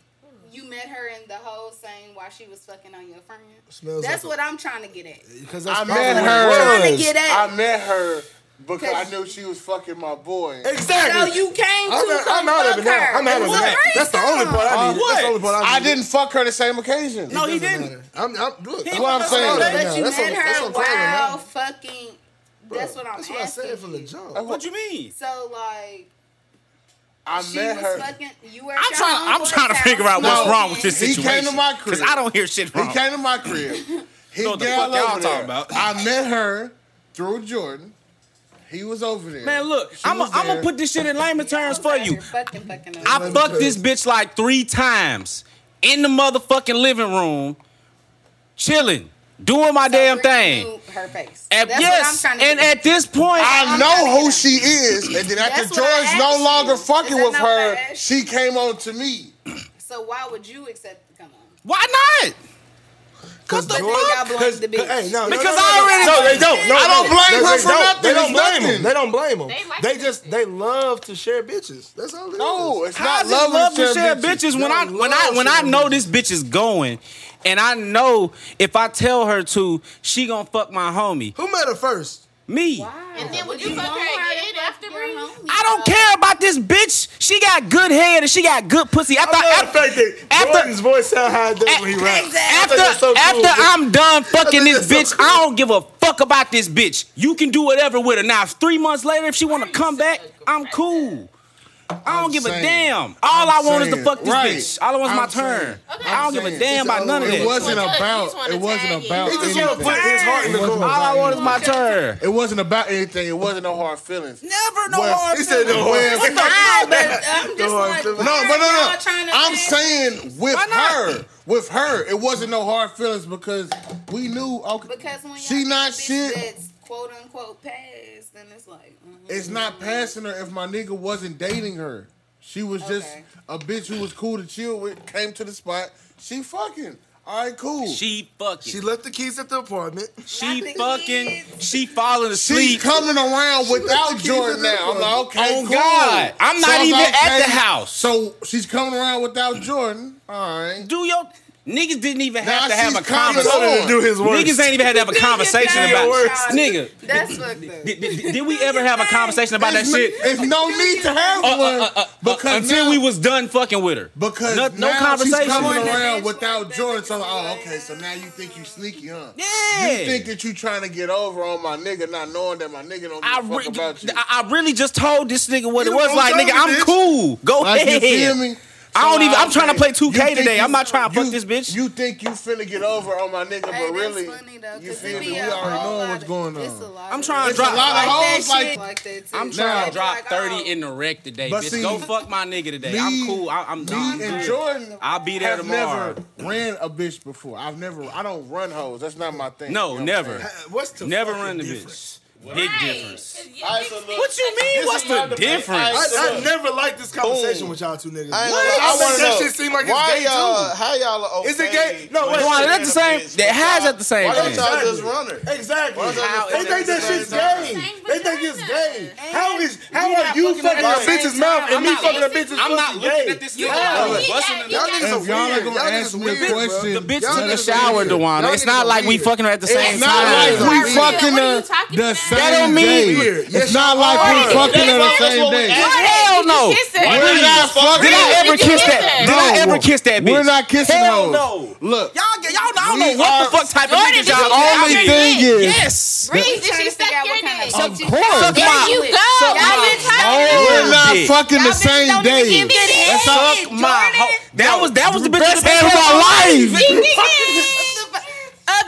C: you met her in the whole same while she was fucking on your friend.
A: Smells
C: That's
A: like
C: what i I'm trying to get at.
A: Because that's
B: I
A: probably
B: met
A: what it
B: her.
A: was.
C: Trying to get at.
B: I met her because I
C: Cause-
B: knew she was fucking my boy.
A: Exactly.
C: so you came to
A: I'm, not, I'm
C: come
A: out of
C: fuck
A: it now.
C: her.
A: I'm out of it
C: What
A: now. That's the only part I needed. That's the only part I
B: I
A: needed.
B: didn't fuck her the same occasion.
D: No, he
A: It doesn't
D: didn't.
A: matter. I'm, I'm, look, I'm,
B: what I'm
A: I'm
B: saying.
A: out of it
B: But
A: now.
C: you
A: That's
C: met
A: on- that's
C: her
A: on Tyler now.
C: while fucking. That's what I'm
A: That's
C: asking.
A: what I said from the
C: you.
A: jump.
B: That's
D: What you mean?
C: So like.
B: I
C: She
B: met
C: was
B: her.
C: fucking. You were.
D: I'm trying. I'm trying to figure out what's
B: No.
D: wrong with this
B: He came
D: situation.
B: to my crib.
D: because I don't hear shit wrong.
B: He came to my crib. He
D: Know what the
B: down
D: fuck y'all
B: over there.
D: talking about.
B: I met her through Jordan. He was over there.
D: Man, look,
B: She
D: I'm
B: was
D: gonna
B: there.
D: put this shit in layman terms for you.
C: Fucking, fucking over.
D: I fucked this bitch like three times in the motherfucking living room, chilling, doing my damn
C: Rick
D: thing.
C: knew Her face.
D: At,
C: That's
D: yes,
C: what I'm trying to
D: and
C: get
D: at this point,
B: I
C: I'm
B: know
C: not
B: who
C: either.
B: she is, and then after
C: That's what I
B: Jordan's no
C: asked
B: longer
C: you.
B: fucking
C: Is that
B: with
C: not what I
B: her,
C: asked
B: she came on to me.
C: So why would you accept to come on?
D: why not?
A: Because
C: But then y'all blame the bitch.
A: Hey, no, no,
D: Because
A: no,
D: I
A: no,
D: already-
A: no, they don't. No,
B: I don't
A: they-
B: blame
A: they-
B: her
A: they
B: for
A: don't.
B: nothing.
A: They don't
B: It's
A: blame
B: nothing.
A: them. They don't blame them.
F: They like
A: They
F: to
A: just they love to share bitches. That's all. it
B: No,
A: is.
B: it's
D: I
B: not
D: just
B: love,
D: love to share bitches when
A: Y'all
D: I when I
A: love
D: when I
A: sharing
D: know
A: bitches.
D: this bitch is going, and I know if I tell her to, she gonna fuck my homie,
A: Who met her first?
D: me.
F: And then would you fuck her again after Bree?
D: I don't care about this bitch. She got good head and she got good pussy. I
A: I love
D: thought after
A: the fact that
D: after-
A: Jordan's voice sound how it does when he raps. I think that's
D: after,
A: so cool,
D: after
A: but-
D: I'm done fucking
A: think
D: this
A: that's
D: bitch,
A: so
D: I don't give a fuck about this bitch. You can do whatever with her. Now, if three months later, if she want to come back, I'm cool. I don't
B: I'm
D: give
B: saying-
D: a damn. All i
B: I'm
D: want is to
B: saying,
D: fuck this
B: right.
D: bitch. All I want is my
B: I'm
D: turn.
F: Okay.
D: I don't
B: I'm
D: give a
B: saying,
D: damn
B: it's
D: about
B: all-
D: none of
B: It
D: that.
B: wasn't
F: You just
B: about.
F: wanna
B: It wasn't
F: tag in.
B: about.
A: He just want to
B: anything.
A: put his heart in the
B: It wasn't
D: All
A: car.
B: about-
D: I want is my turn.
B: It wasn't about anything. It wasn't no hard feelings.
D: Never no
B: Well,
D: hard
A: He said
D: feelings.
A: no
B: Well,
A: way.
C: Why? But I'm just
A: Go on,
C: like,
A: Philip.
B: No,
C: why
B: but no,
C: are
B: no.
C: y'all trying to
B: I'm
C: pass-
B: saying with
D: Why not?
B: her, with her, it wasn't no hard feelings because we knew. Okay,
C: because when y'all
B: she
C: get
B: not
C: a bitch
B: shit.
C: That's quote unquote past, then it's like mm,
B: It's not passing her if my nigga wasn't dating her. She was just
C: Okay.
B: a bitch who was cool to chill with. Came to the spot. She fucking. All right, cool.
D: She
A: She
D: fucking.
A: left the keys at the apartment.
D: She
C: Not the
D: fucking.
C: kids.
D: She falling
B: She's
D: asleep.
B: coming around without
A: keys
B: Jordan
A: in the
B: now. I'm like,
A: room.
B: okay,
D: Oh,
B: cool.
D: God. I'm not even at the house.
B: So she's coming around without Jordan. All right.
D: Do your niggas didn't even have
B: Now
D: to have
B: she's
D: a
B: coming
D: conversation.
A: Told her to do his work.
D: Niggas ain't even had to have a conversation
C: Nigga,
D: about
C: worse.
D: nigga.
C: That's fucked up.
D: Did, did- did we ever have a conversation about that
B: There's no-
D: shit
B: There's no need to have
D: Uh, uh,
B: one
D: uh, uh, uh,
B: because
D: until
B: now-
D: we was done fucking with her?
B: Because
D: no, no
B: now
D: conversation.
B: She's coming
C: Jordan
B: around
C: bitch
B: without
C: like that.
B: Jordan. So, oh, okay. So now you think you sneaky, huh?
D: Yeah.
B: You think that you trying to get over on my nigga, not knowing that my nigga don't give
D: I,
B: a fuck
D: re-
B: about you.
D: I, I really just told this nigga what
B: You
D: it was
B: don't
D: like,
B: tell
D: nigga.
B: me,
D: I'm
B: bitch.
D: cool. Go
B: Like, you
D: ahead.
B: feel me?
D: I don't
B: So,
D: even- I'm trying to play
B: okay,
D: 2K
B: you think
D: today.
B: you-
D: I'm not trying to fuck
B: you-
D: this bitch.
B: You think you finna get over on my nigga,
C: Hey,
B: but
C: that's
B: really,
C: funny though,
B: you
C: 'cause
B: feel
C: it
B: me?
C: be
B: We
C: a
B: already
C: whole
B: know
C: lot
B: what's
C: of-
B: going
C: It's a
B: on.
C: lot
D: I'm
C: of-
D: trying to
B: It's a lot of
D: drop.
C: that
B: hoes like
C: shit that too.
D: I'm trying
B: Now-
D: to drop
C: Like, oh,
D: 30 in the wreck today,
B: But
D: bitch.
B: see,
D: Go fuck my nigga today.
B: me-
D: I'm cool. I, I'm done.
B: Me and Jordan
D: I'll be there
B: have
D: tomorrow.
B: never ran a bitch before. I've never. I don't run hoes. That's not my thing.
D: No,
B: You know what I'm
D: never.
B: saying?
A: What's the
D: Never
A: fucking
D: run the
A: difference?
D: bitch. Big difference.
B: All right, so look,
D: What you mean?
B: This
D: What's
B: is my
D: the
B: debate. I-
D: difference?
A: I, I never liked this conversation with
B: Boom.
A: y'all two niggas.
B: I
A: What?
B: ain't gonna- I
A: I think
B: wanna
A: that
B: know,
A: shit seem like it's
B: Why
A: gay
B: y'all?
A: too.
B: How y'all are okay?
A: Is it gay? No,
B: with
A: wait.
D: Why,
B: sharing
D: that's the
B: a
D: same-
B: bitch,
D: that
B: but
D: has
B: y'all-
D: at the same
B: Why don't
D: thing.
B: y'all just
A: Exactly.
B: run her?
A: Exactly.
B: Why
D: How
A: They
D: is
A: think
D: that
A: that
D: the
A: shit's
B: same time?
A: gay.
F: Same
A: They think it's gay. How is how
C: you
A: are
C: not
A: you
C: fucking
A: fucking a
C: at the same
A: bitch's mouth
C: time.
A: and me
D: I'm not-
A: fucking a bitch's pussy?
D: I'm not looking
A: gay.
D: at this nigga.
A: Yeah.
D: like, what's in the-
A: Y'all niggas are
B: If y'all are
A: weird.
B: gonna
A: Y'all
B: ask
A: niggas
B: me a
A: weird, bro.
B: question,
D: The bitch
A: Y'all
D: took a
A: niggas
D: shower,
A: weird. Y'all
D: Dewana. It's
A: niggas
D: not like we
A: weird.
D: fucking her at the same
B: It's not
D: time.
B: like we
F: Sorry, Leah,
B: fucking
F: what are you
B: uh,
F: talking
B: the
F: about?
B: same
D: That don't mean
B: day.
A: weird.
B: It's
A: Yes,
B: not
A: y'all
B: like
A: are.
B: we fucking on
F: That's
B: the
F: why-
B: same day.
D: Hell no.
H: Ah,
F: She said-
D: Did I ever kiss that? Did I ever
P: never kiss that bitch.
B: We're not kissing
P: Hell
B: hoes.
P: no.
B: Look,
P: Y'all, get- y'all, y'all
B: We
P: know what the
B: are-
P: fuck type of
Q: Jordan,
P: niggas
Q: did
P: y'all
Q: you
P: are.
Q: get
B: only
Q: your
B: thing
Q: dick?
B: is,
P: Yes.
Q: Breeze, did
C: Trying
Q: she
C: to
Q: suck
C: figure out
Q: your
C: what kind of
Q: dick?
C: shit
B: Of
C: you-
B: course.
C: Fuck
Q: There
C: my-
Q: you go.
P: Suck
Q: Y'all
P: my
Q: been talking
P: whole
B: we're not
P: dick.
B: fucking the
C: Y'all bitches
B: same
C: don't even
B: day.
C: give me a dick.
B: That's
P: Suck
B: all.
P: my
C: Jordan.
P: hoe. That was that was the bitch
B: Best
P: that
B: head of my life.
C: of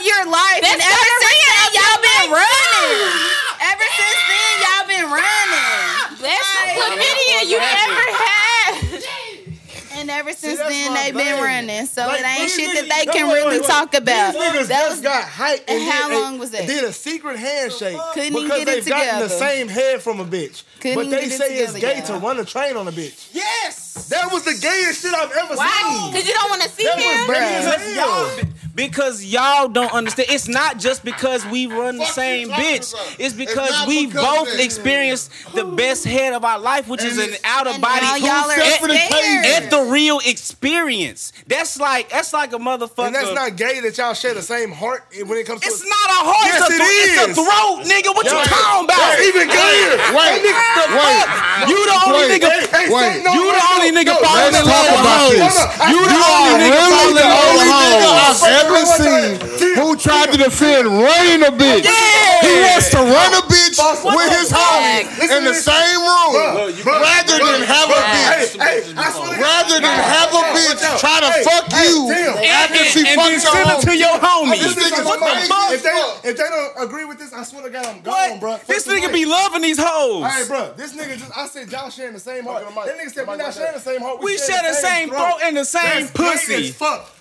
C: your life.
Q: That's
C: and ever
Q: better
C: since then,
Q: than your
C: y'all been
Q: life.
C: running. Ever since then, y'all been running.
Q: Best chlamydia you ever had.
C: And ever since
A: that's
C: then,
A: my
C: they been
A: thing.
C: running. So
A: Like,
C: it ain't
A: these
C: shit
A: niggas-
C: that they
A: no,
C: can
A: wait, wait,
C: really
A: wait.
C: talk about.
A: These niggas
C: That
A: just
C: was
A: got hype and,
C: And how
A: did a-
C: long was that?
A: Did a secret handshake
C: Couldn't even
A: because
C: get
A: they've
C: it
A: gotten the
C: together.
A: same head from a bitch.
C: Couldn't
A: but they
C: get it
A: say it's
C: together,
A: gay to
C: y'all.
A: run a train on a bitch. Yes, that was the gayest shit I've ever
Q: Why?
A: seen.
Q: Because you don't want to see
A: That
Q: him.
A: was gay as hell.
D: Because y'all don't understand. It's not just because we run the
B: Fuck you
D: same
B: talking
D: bitch.
B: about?
D: It's because
B: not
D: we
B: because
D: both
B: that-
D: experienced the best head of our life, which is
B: And
D: an
B: it's-
D: out of body.
C: now y'all are
D: at,
C: scared.
D: at the real experience. That's like that's like a motherfucker.
A: And that's not gay that y'all share the same heart when it comes to.
D: It's not a heart.
A: Yes,
D: it's, a
A: it
D: thro- it's a
A: is.
D: throat, nigga. What you talking about?
A: That's even gayer.
B: Wait, wait.
D: You the only
B: Wait,
D: nigga.
A: Hey,
B: Wait.
A: say no,
D: you the
A: no,
D: only
A: no,
D: nigga
A: no,
D: falling
B: let's
D: in
B: talk
D: love with
B: about
D: hoes.
B: this.
A: I-
D: You the
B: You
D: only
B: are
D: nigga
B: really
D: falling
B: the
D: in love
B: only
D: with
B: nigga
D: hoes.
B: I've ever seen who tried to defend running a bitch.
D: Yeah.
B: He wants to run a bitch with his homies
A: Listen
B: in
A: to
B: the
A: this.
B: same room
A: Bruh, bruh,
B: rather
A: bruh,
B: than have a
A: bruh,
B: bitch.
A: Hey, hey, I swear to God.
B: Rather than have a bitch try to
A: Hey,
B: fuck
A: hey,
B: you
A: damn.
B: after she
D: And then
B: fucks your
D: send it to
B: homie.
D: your homie.
B: This nigga's
A: What
B: crazy as
A: If
B: fuck.
A: they, if they don't agree with this, I swear to God, I'm gone,
D: What?
A: bro.
D: this nigga be loving these hoes.
A: Hey, bro, this nigga just, I said y'all sharing the same heart.
B: Fucking mic.
A: That nigga said we
B: Mic
A: not
B: like
A: sharing
B: that.
A: the same heart.
D: We share the same throat and the same
A: That's gay
D: pussy.
A: as fuck.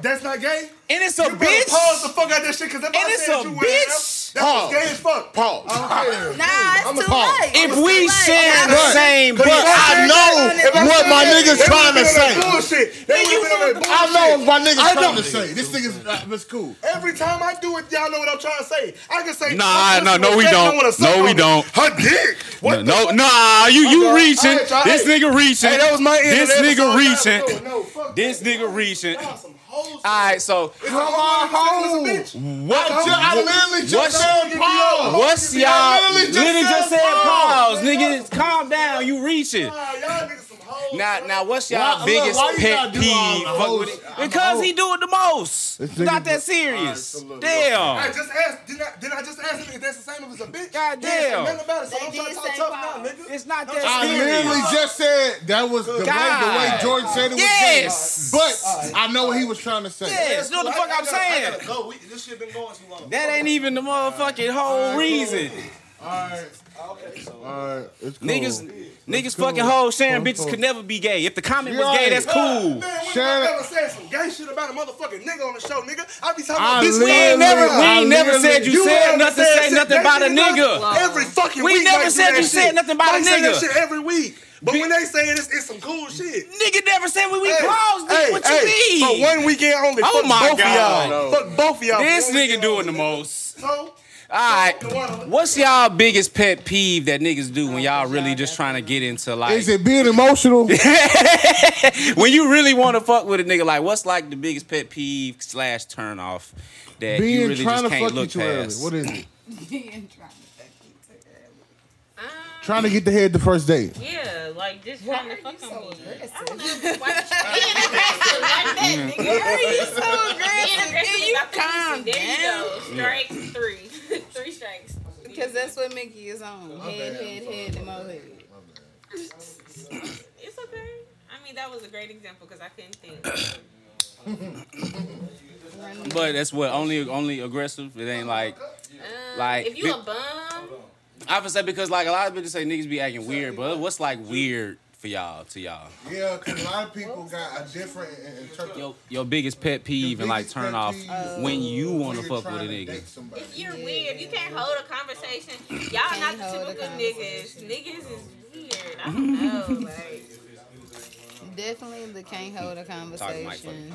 A: That's not gay?
D: And it's a
A: You better
D: bitch.
A: pause the fuck out that shit, because if
D: And
A: I
D: it's
A: said
D: a
A: you were
D: bitch.
A: that's what's
B: Pause.
A: gay as fuck.
B: Pause.
A: I don't care.
C: nah,
B: I'm
C: it's
B: a
C: too
B: pause.
C: late.
D: If we
C: It's too late.
D: share
C: Y'all
D: the
B: But-
D: same
A: But
D: bitch,
B: I know what my niggas trying to say.
A: Bullshit. They
D: you
A: would've been on
D: know
A: that
D: the
A: bullshit.
B: I know what my niggas
A: I know.
B: trying to say. This nigga's not, it's cool.
A: Every time I do it, y'all know what I'm trying to say. I can say,
D: Nah,
A: "My pussy
D: nah, no,
A: was
D: we
A: fat,
D: don't.
A: I wanna suck
D: No, we
A: on it."
D: don't.
A: Her dick. What the
D: no,
A: fuck?
D: nah, you
A: All
D: you
A: right,
D: reaching.
A: y'all,
D: This
A: hey.
D: nigga reaching.
A: Hey, that was my end. of
D: This
A: the
D: nigga
A: episode. Y'all
D: reaching.
A: do it. No, fuck
D: This
A: that.
D: nigga reaching.
A: Y'all some hoes.
D: All right, so
A: It's all on the bitch.
D: what?
B: Ju- I literally just
D: what's-
B: said pause.
D: What's
B: I
D: y'all?
B: literally just
D: Literally
B: said
D: just said
B: pause.
D: pause, nigga. Calm down. You reaching.
A: Nah, y'all niggas some hoes.
D: Now, now, what's
B: Why-
D: y'all
B: look,
D: biggest
B: why you gotta
D: pet
B: do all
D: peeve?
B: the
D: Fuck
B: hoes?
D: with it.
B: I'm a
D: Because
B: hoe.
D: he do it the most.
B: This
D: It's not
B: nigga-
D: that serious.
B: Alright, so look,
A: I
D: Damn.
A: just asked, did I, did I just ask him if that's the same if it's a bitch?
D: God
A: They ain't said
D: damn.
A: nothing about it, so I'm
C: They
A: trying to
C: did
A: talk
C: say
A: tough now,
C: pause.
A: nigga.
D: It's not that
B: I literally
D: serious.
B: just said that was the way, the way
D: God.
B: George said it was
D: Yes.
B: gay. But I know what he was trying to say.
D: Yes, know the fuck I'm saying.
A: go. We, this shit been going too long.
D: That ain't even the motherfucking whole reason.
B: All right, it's cool.
D: Niggas, niggas fucking hoes sharing
B: Cool,
D: bitches
B: cool.
D: could never be gay. If the comment was gay,
B: Right.
D: that's cool.
A: Man, we
B: Shut
A: never
B: up.
A: said some gay shit about a motherfucking nigga on the show, nigga. I be talking
B: I
A: about bitch.
D: We
B: Literally,
D: ain't never, we ain't
B: I
D: never said
B: literally-
D: you said
A: ever
D: nothing, say
A: shit
D: nothing
A: gay
D: about a
A: shit
D: nigga.
A: Every fucking
D: We
A: week.
D: never
A: Mike do
D: said
A: that
D: you
A: shit.
D: said nothing about a
A: Mike say that
D: nigga.
A: shit every week. But when they saying it's, it's some cool shit.
D: Nigga never said we we
A: Hey,
D: paused. Nigga,
A: hey,
D: what
A: hey,
D: you
A: For
D: mean?
A: one weekend only.
D: Oh
A: Fuck
D: my
A: both
D: God.
A: of y'all. Fuck both of y'all.
D: This
A: One
D: nigga
A: weekend
D: doing the
A: only.
D: most.
A: So,
D: All right. What's y'all biggest pet peeve that niggas do when y'all really just trying to get into like
B: Is it being emotional?
D: when you really want to fuck with a nigga? Like, what's like the biggest pet peeve slash turn off that you
B: being
D: really
B: trying
D: just
B: to
D: can't
B: fuck you
D: look
B: too
D: past?
B: early. What is it?
C: Being trying to fuck you too early.
Q: Uh,
B: Trying to get the head the first date.
F: Yeah, like just trying to fuck on
C: aggressive?
F: me. Being aggressive like that, nigga. Being aggressive
C: you
F: about the
C: calm
F: pussy. There
C: down.
F: you go. Strike three. three strikes.
C: Because that's what Mickey is on. Head, head, head, and more head.
F: It's okay. I mean, that was a great example because I couldn't think. Um,
D: But that's what only only aggressive. It ain't like
F: Um,
D: Like,
F: if you a
D: bi-
F: bum,
D: I would say because like a lot of people say niggas be acting weird, but what's like weird for y'all to y'all?
B: Yeah, because a lot of people got a different interpretation.
D: Your your biggest pet peeve and like turn off when you want to fuck with a nigga.
F: if you're weird, you can't hold a conversation. Y'all not the
C: hold a
F: typical niggas. Niggas is weird. I don't know. Like,
C: Definitely the can't hold a
D: to Mike,
C: conversation.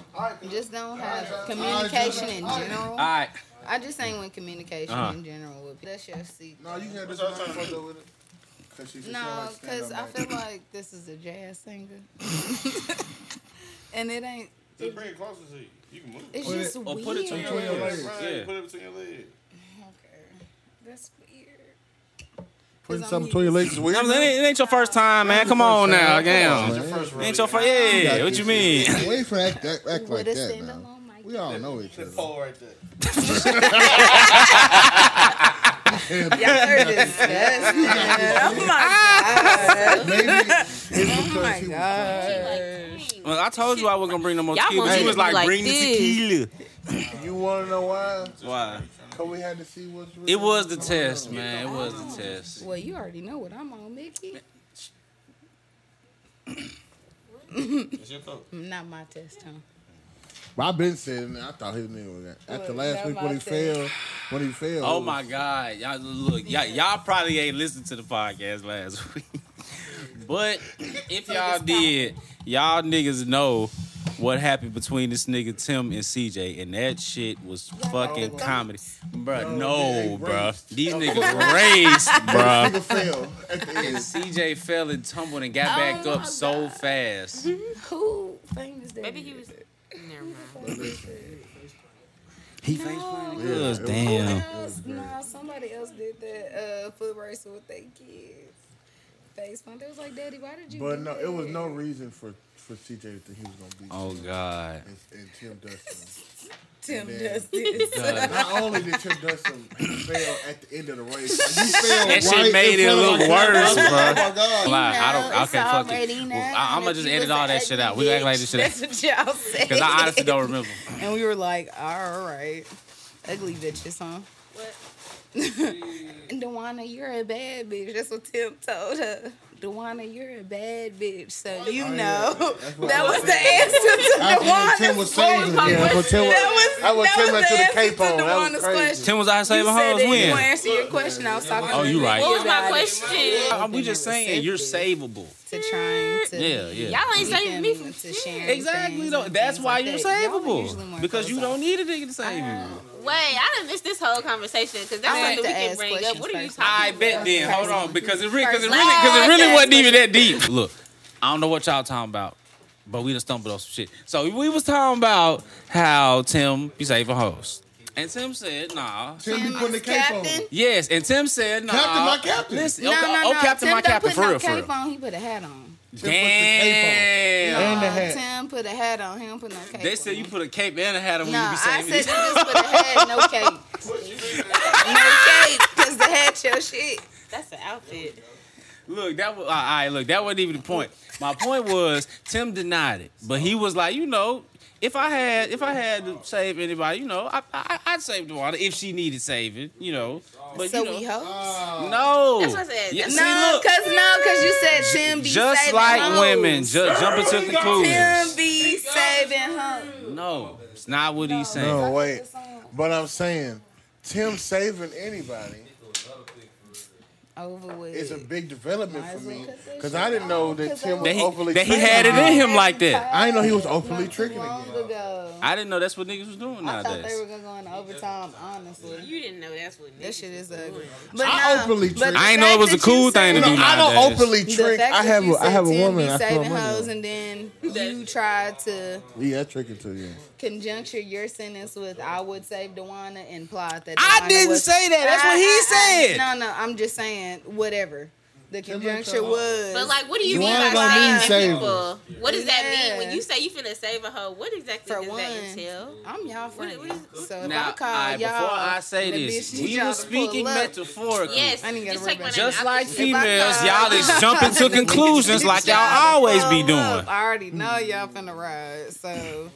C: Just don't have communication in general.
D: All right,
C: I just ain't with communication
D: Uh-huh.
C: in general. With that's your seat.
B: No, you had this one photo with it. Cause she
C: No, because I feel like this is a jazz singer, and it ain't.
H: Just bring it closer to you. You can move.
C: It's
B: Put it-
C: just
D: or
C: weird.
D: put it to your
B: your
D: legs.
B: legs.
D: Yeah.
H: Put it between your legs.
C: Okay, that's weird.
B: Putting something between your legs is weird.
D: I'm saying, it ain't- it ain't your first time, man. Come on now,
B: It's your
D: damn.
B: first
D: Ain't your first, yeah. What you mean?
B: Wait for act, act, act like
C: Would've
B: that
C: said
B: now.
C: alone, Mike.
B: We all know each other.
H: right there.
R: Oh my god.
B: Maybe it's because
R: my
B: he was
D: Well, I told you I was gonna bring no more
F: Y'all
D: tequila.
F: want
D: You
F: it
D: was
F: to be
D: like,
F: like
D: bring
F: this.
D: the tequila.
B: You want to know why?
D: Why?
B: Because we had to see what's real.
D: It was the test, man. It was the test.
C: Well, you already know what I'm on, Mickey. Not my test time.
B: I've been saying that. I thought his nigga was that. After last week when he failed, when he failed.
D: Oh my God, y'all look, y'all, y'all probably ain't listened to the podcast last week, but if y'all did, y'all niggas know what happened between this nigga Tim and CJ, and that shit was fucking comedy, bruh. No, bruh, these niggas raised, bruh.
B: Nigga failed at the
D: And
B: end.
D: CJ fell and tumbled and got back up so fast.
C: Who famous that?
F: Maybe he was. Never mind.
D: He face planted goods, damn.
C: else? No, somebody else did that uh, foot racer with their kids. Face fun. They was like, Daddy, why did you?
B: But
C: do
B: no,
C: that?"
B: it was no reason for, for CJ to think he was going to beat
D: Oh God.
B: and, and Tim Dustin. Damn.
C: Tim Justice.
B: Not only did Tim Dustin fail at the end of the race, you failed
D: That
B: right
D: shit made
B: in
D: it
B: front of my
D: look worse,
B: camera.
D: bro.
B: Oh my God.
D: Lie. I don't.
C: know, it's
D: Okay, fuck
C: already
D: it.
C: known
D: I, am gonna
C: if
D: just
C: you
D: edit
C: was
D: all
C: an
D: that shit
C: ugly
D: out. We act like this shit out
C: That's what y'all said.
D: because I honestly don't remember.
C: And we were like, all right, ugly bitches, huh?
F: What?
C: Dewana, you're a bad bitch. That's what Tim told her. Dewana, you're a bad bitch. So you know
B: That's what
C: that
B: I
C: was the answer to
B: After Tim
C: Dewana's
B: was saving him. Yeah, but Tim was-
C: That was
B: was Tim
C: that was
B: to
C: the
B: the
C: answer
B: capo. That
C: to
B: was
C: Dewana's
B: crazy.
C: question.
D: Tim was out here
C: You
D: saving
C: said
D: hoes.
C: that you gonna
D: When?
C: answer your question. I was talking.
D: Oh,
C: to
D: you
C: the
D: right.
C: nigga
F: What was my
C: about it.
F: question?
D: Uh, We just saying you're savable.
C: To trying to
D: Yeah, yeah.
F: Y'all ain't
C: lead
F: saving
C: them
F: me from
C: to
F: shit.
C: sharing
D: Exactly
C: things
D: though.
C: and
D: That's
C: things
D: why
C: like
D: you're
C: that. Y'all are usually
D: savable
C: more
D: because you
C: closed off.
D: don't need a nigga to save you.
F: Wait, I done missed this whole conversation because that's
C: I like
F: something we
C: to
F: can
C: ask
F: bring up.
C: questions
F: What are you
C: first.
F: talking
D: I bet then. Hold on, because it really, because it really, because
F: Last
D: it really wasn't
F: question.
D: even that deep. Look, I don't know what y'all talking about, but we done stumbled on some shit. So we was talking about how Tim be saving hoes, and Tim said, "Nah."
B: Tim be putting the cape on.
C: Captain.
D: Yes, and Tim said, "Nah."
B: Captain, my captain.
D: Listen,
C: No,
D: okay,
C: no, no.
D: oh, Captain,
C: Tim
D: my
C: don't
D: captain,
C: put
D: for
C: no
D: real, for
C: cape
D: real.
C: on. He put a hat on.
B: Tim put the cape
D: Damn.
B: And the
C: No,
B: hat.
C: Tim put a hat on. He don't put no cape.
D: They said
C: on.
D: you put a cape and a hat on when
C: No,
D: you be
C: I
D: saving
C: said
D: these.
C: you just put a hat, no cape. no cape, cause the hat your shit.
F: That's an outfit.
D: Look, that was all right. Look, that wasn't even the point. My point was Tim denied it, but he was like, you know, if I had if I had to save anybody, you know, I, I I'd save Dwana if she needed saving, you know. But
C: So
D: you know,
C: we hoes.
D: no,
F: That's what I said.
D: Yeah,
F: That's-
D: see,
C: no,
D: look,
C: cause no, cause you said Tim be
D: just
C: saving
D: like
C: hoes.
D: women, just jumping to
C: Tim
D: conclusions.
C: be saving hoes.
D: No, it's not what he's saying.
B: No, wait. But I'm saying, Tim saving anybody
C: Over with.
B: is a big development
C: Might
B: for
C: as well
B: me
C: cut that
B: because
C: shit
B: I didn't know that
C: off,
B: Tim
C: 'cause
B: was
D: That he,
B: overly.
D: that he
B: tricking
D: had it
B: me.
D: in him like that.
B: I didn't know he was overly tricking
C: Long
B: again.
C: ago.
D: I didn't know that's what niggas was doing
C: I thought they
D: nowadays.
C: were gonna go into overtime. Honestly,
F: You didn't know that's what
C: that
F: niggas
C: shit is
F: was
C: ugly.
F: doing.
C: But
B: I
C: no,
B: openly
C: but
B: trick-
C: the
D: I ain't know it
C: fact
D: was a
C: that you
D: cool thing to
C: said-
D: do.
B: No, I don't
D: Nowadays.
B: openly
C: The
B: trick.
C: fact
B: I
C: that
B: have
C: you
B: a, I have a
C: said Tim
B: woman.
C: Be
B: I throw
C: saving hoes,
B: money. at.
C: and then you tried to
B: Yeah, I trick it to you.
C: conjuncture your sentence with "I would save Dewana" and implied that
D: I
C: Dewana
D: didn't
C: was-
D: say that. That's what
C: I-
D: he
C: I-
D: said.
C: I- No, no, I'm just saying whatever the conjuncture
B: Dewana-
C: was.
F: But like, what do you
B: You
F: mean
B: ain't
F: by
B: gonna mean
F: saving
B: saving.
F: people? What does that
C: Yeah.
F: mean when you say you finna save a hoe? What exactly
C: For
F: does
C: one,
F: that entail?
C: I'm y'all friend.
F: what is-
C: So if I
D: Now,
C: call
D: all right,
C: y'all,
D: before I say
C: the
D: this,
C: bitch
D: we
C: y'all
D: were
C: to pull
D: speaking
C: up,
D: metaphorically.
F: Yes,
C: I didn't gotta
F: just
C: worry
F: take one
C: about
F: of the
D: Just like
F: opposite.
D: females,
C: If I
D: y'all
C: could-
D: is jumping to conclusions like y'all always be
C: pull
D: doing.
C: up, I already know y'all finna ride, so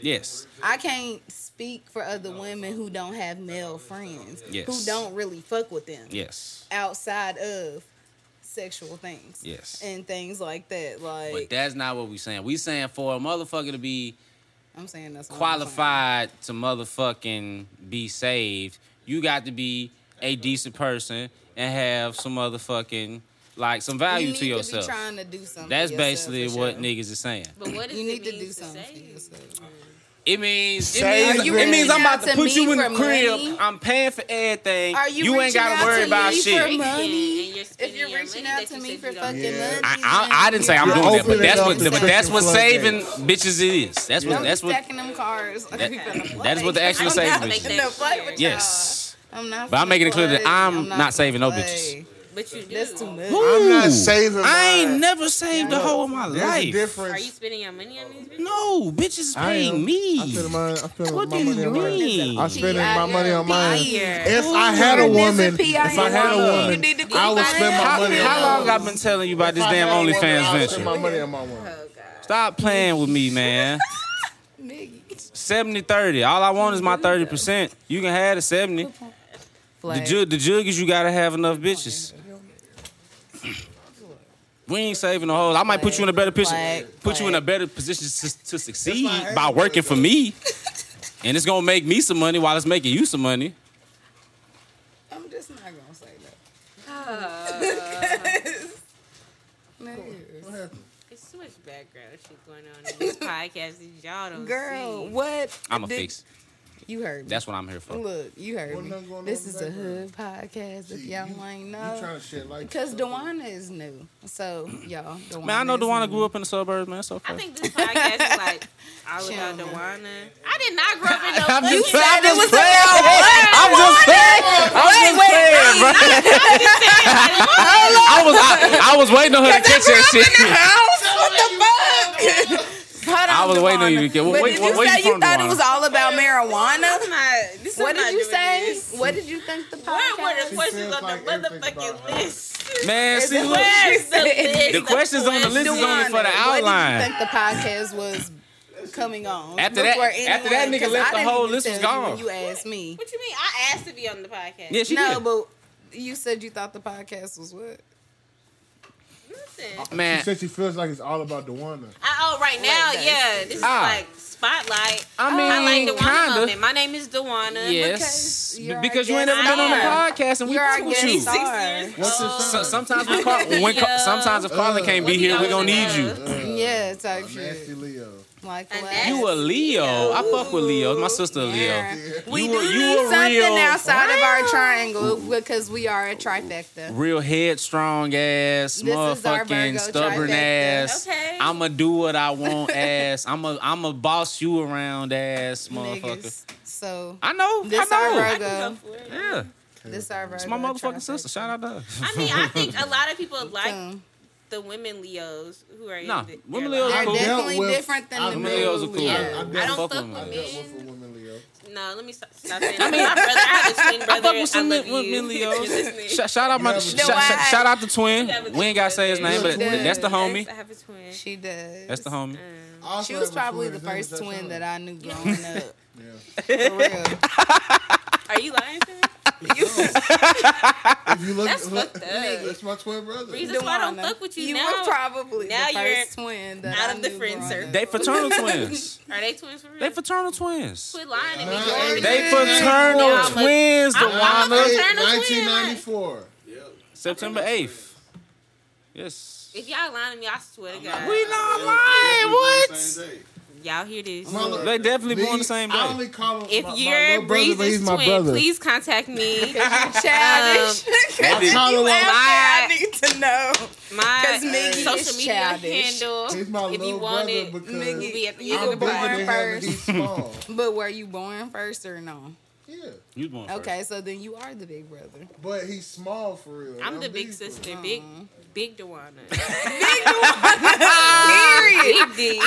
D: Yes.
C: I can't speak for other women who don't have male friends
D: Yes.
C: who don't really fuck with them
D: Yes.
C: outside of sexual things
D: Yes.
C: and things like that.
D: But
C: Like
D: that's not what we saying. We saying for a motherfucker to be
C: I'm saying that's what I'm
D: qualified to motherfucking be saved, you got to be a decent person and have some motherfucking like some
C: saying.
D: value
C: you
D: to
C: need
D: yourself.
C: To be trying to do something.
D: That's
C: for yourself,
D: basically
C: for
D: what
C: sure.
D: niggas is saying.
F: But what does
C: You
F: it
C: need to
F: mean
C: do something for
F: save?
C: yourself.
D: It means it
B: Save
D: means,
B: the
D: it means I'm about
C: Are
D: to
C: you
D: put
C: reaching
D: you in the
C: out to me for money?
D: crib. I'm paying for everything.
C: Are you
D: ain't
C: reaching
D: gotta
C: out
D: worry
C: to
D: about
C: me
D: shit.
C: for money?
F: And you're
C: If
F: spending
C: you're
F: your
C: reaching
F: money
C: out
F: that
C: to
F: you
C: me
F: said
C: for
F: you don't
C: fucking
B: Yeah.
C: money,
D: I, I, I didn't say I'm
B: You're
D: doing that, but
B: opening
D: that's
B: up
D: what
B: the
D: but that's what saving
B: Christian
D: bitches is. That's what
C: I'm
D: that's what
C: stacking them cars.
D: that is what the actual
F: I'm not
D: saving
F: making
D: bitches.
F: that
C: No fight with
F: shit.
C: y'all.
D: Yes.
C: I'm not.
D: But I'm making it clear that
C: playing.
D: I'm not saving no
C: playing.
D: bitches.
F: But you do.
C: That's too much.
A: I'm not saving.
D: I ain't
A: mine.
D: never saved the whole of my
A: There's a
D: life.
F: Are you
A: difference.
F: spending your money on these bitches?
D: No, bitches is
A: I am.
D: paying
A: I
D: me.
A: spend my, I spend
D: What
A: my
D: do
A: money
D: you
A: on mine.
D: mean?
A: I'm spending my money on mine.
S: Liar.
A: If I had a
C: There's a
A: woman, if
C: PIA
A: I had a
D: woman.
A: woman,
S: You need to
A: I would
S: keep
A: spend my
D: How,
A: money.
D: how
A: on
D: long
A: mine.
D: I've been telling you about
A: If
D: this
A: I
D: damn
A: had a woman,
D: OnlyFans
A: I would spend
D: venture?
A: My money on my woman.
D: Stop playing with me, man. 70 30. All I want is my 30%. You can have the 70. The
C: Flag.
D: jug, the jug is you gotta have enough bitches. We ain't saving the whole. I might put you in a better position.
C: Flag,
D: Put you in a
C: flag.
D: better position to, to succeed by working for me, and it's gonna make me some money while it's making you some money.
C: I'm just not gonna say that.
F: It's too much background shit going on in this podcast that y'all don't
C: Girl,
F: see.
C: what?
D: I'ma
C: did-
D: fix.
C: You heard me.
D: That's what I'm here for.
C: Look, you heard
A: What nothing going on
C: me. This
A: in
C: is
A: the
C: a hood podcast. If
A: Gee,
C: y'all
A: you-
C: ain't
A: You
C: know,
A: trying to shit like
C: because Dewana is new. So y'all, Dewana
D: Man, I know
C: is
D: Dewana
C: new.
D: grew up in the suburbs, man. So
F: I
D: far.
F: think this podcast is like all about Dewana. I did not grow up in no
D: I'm
F: fucking
D: just, I'm
C: it was
D: just playing. I'm just playing. I'm just playing, bro. I was, I, I was waiting on her to catch that shit.
C: What the fuck? Hold on,
D: I was waiting on you to get-
C: But
D: wait,
C: did
D: where-
C: you
D: where
C: say
D: you
C: you,
D: from,
C: thought
D: Dewana?
C: it was all about marijuana?
F: my, this is
C: What
F: not
C: did you
F: doing
C: say?
F: this.
C: What did you think the
F: Where
C: podcast?
F: were the
A: She
F: questions
A: said,
F: on the
A: like, everything about
F: motherfucking
A: her.
F: list?
D: Man, see,
C: that
D: look,
C: what she
F: Where's the
C: said?
F: list?
D: The questions on the list is only
C: Dewana,
D: for the
C: What
D: outline.
C: did you think the podcast was coming on?
D: After that-
C: Before
D: after that
C: anyone-
D: nigga
C: 'cause
D: left,
C: I
D: the
C: didn't
D: whole
C: even
D: list was
C: tell you when
D: gone.
C: You asked me.
F: What you mean? I asked to be on the podcast.
D: yeah, she
C: No,
D: did.
C: but you said you thought the podcast was what?
F: Listen.
A: She
D: Man,
A: said she feels like it's all about Dewana.
F: I, oh, right now,
C: Like that.
F: yeah. This is
D: Ah.
F: like spotlight.
D: I
F: I
D: mean,
F: like Dewana
D: kinda.
F: moment. My name is Dewana.
D: yes,
C: Because you're
D: because
C: our
D: you ain't
C: guest
D: ever been on the
F: star.
D: podcast, and we
C: You're our
D: fuck with
C: guest
D: you.
C: star.
A: What's your
D: So-
A: sign?
D: sometimes when Car- when Car-
F: Yeah.
D: sometimes if Carla can't be here, we gonna need you.
C: Yeah, type shit.
A: Nasty Leo.
C: Like
F: And
C: last-
F: that-
D: You a Leo? I fuck with Leo. My sister a Leo.
C: Yeah.
D: you
C: do
D: a,
C: need
D: you a
C: something
D: real,
C: outside of our triangle because we are a trifecta.
D: real headstrong ass,
C: This is our
D: motherfucking
C: Virgo
D: stubborn
C: trifecta.
D: ass.
F: Okay.
D: I'ma do what I want ass. I'ma I'ma boss you around ass, motherfucker.
C: Niggas. So
D: I know.
C: this
D: I
C: our
D: know.
C: Virgo.
D: Yeah,
C: This our Virgo.
D: it's my motherfucking
C: trifecta.
D: sister. Shout out to her.
F: I mean, I think a lot of people like
C: So,
F: the women Leos who are
D: Nah,
F: in the,
D: women
F: their
D: Leos
C: they're
D: are
A: I
D: cool.
A: dealt
C: definitely
A: with-
C: different than
A: I-
C: the
D: Them Leos are
C: new
D: cool.
A: Yeah.
C: Leo.
A: I
F: I
A: dealt
F: don't
D: Fuck
F: fuck
D: with
F: with
A: I
D: them.
A: dealt with a
F: men.
A: woman Leo.
F: No, let me stop, stop saying. I mean, my brother, I have a twin
D: I
F: brother.
D: fuck with some
F: love
D: men, with
F: you.
D: men Leos.
F: You're listening.
D: Shout, shout out my
A: You
D: sh-
A: have
D: sh-
A: a
D: shout,
C: twin.
D: shout out the twin.
F: You have a
D: We ain't gotta say his name, but
A: twin.
D: that's the homie.
F: Yes, I have a twin.
C: She does.
D: That's the homie.
A: I also
C: She was
A: have a
C: probably
A: twin. His
C: the
A: name is
C: first twin
A: Deshaun.
C: that I knew growing up.
A: Yeah.
C: For real.
F: Are you lying to me?
A: If you look,
F: That's
A: look-
F: fucked up.
A: That's my twin brother.
F: Reason- That's why I don't
C: Dewana,
F: fuck with you
C: You
F: now.
C: were probably
F: Now
C: the
F: you're
C: first twin that
F: out
C: I
F: of the
C: knew
F: friend
C: growing
F: circle.
C: up.
D: They fraternal twins.
F: Are they twins for real?
D: They fraternal twins.
F: Quit lying to me.
A: Nah,
F: Jordan.
A: they
D: They fraternal
F: Nah, but-
D: twins.
F: I'm- I'm a
D: Dewana.
A: Hey,
F: fraternal twin,
A: 1994.
D: September eighth. Yes.
F: If y'all lying to me, I swear to God.
D: We not lying. What?
A: Same day.
F: Y'all hear this?
A: Mother-
D: They definitely born the same
A: I
D: day.
A: only call him
F: If
A: my, my
F: you're
A: little brother, but
F: Breeze's
A: he's my
F: twin,
A: brother.
F: please contact me.
D: Um,
C: Childish.
A: I call him my-
C: I need to know.
F: My
C: 'Cause Miggy is
F: social media
C: childish.
F: handle,
A: He's my
F: if you
A: little
F: want
A: brother
F: it,
A: because
F: will be at the end
A: I'm
F: of the
A: bigger
F: podcast.
A: than him and
C: first.
A: he's small.
C: But were you born first or no?
A: Yeah,
D: You born first.
C: Okay, so then you are the big brother.
A: but he's small for real.
F: I'm the
A: for
F: big
A: real.
F: sister, big, big Dewana.
C: Period.
F: big D.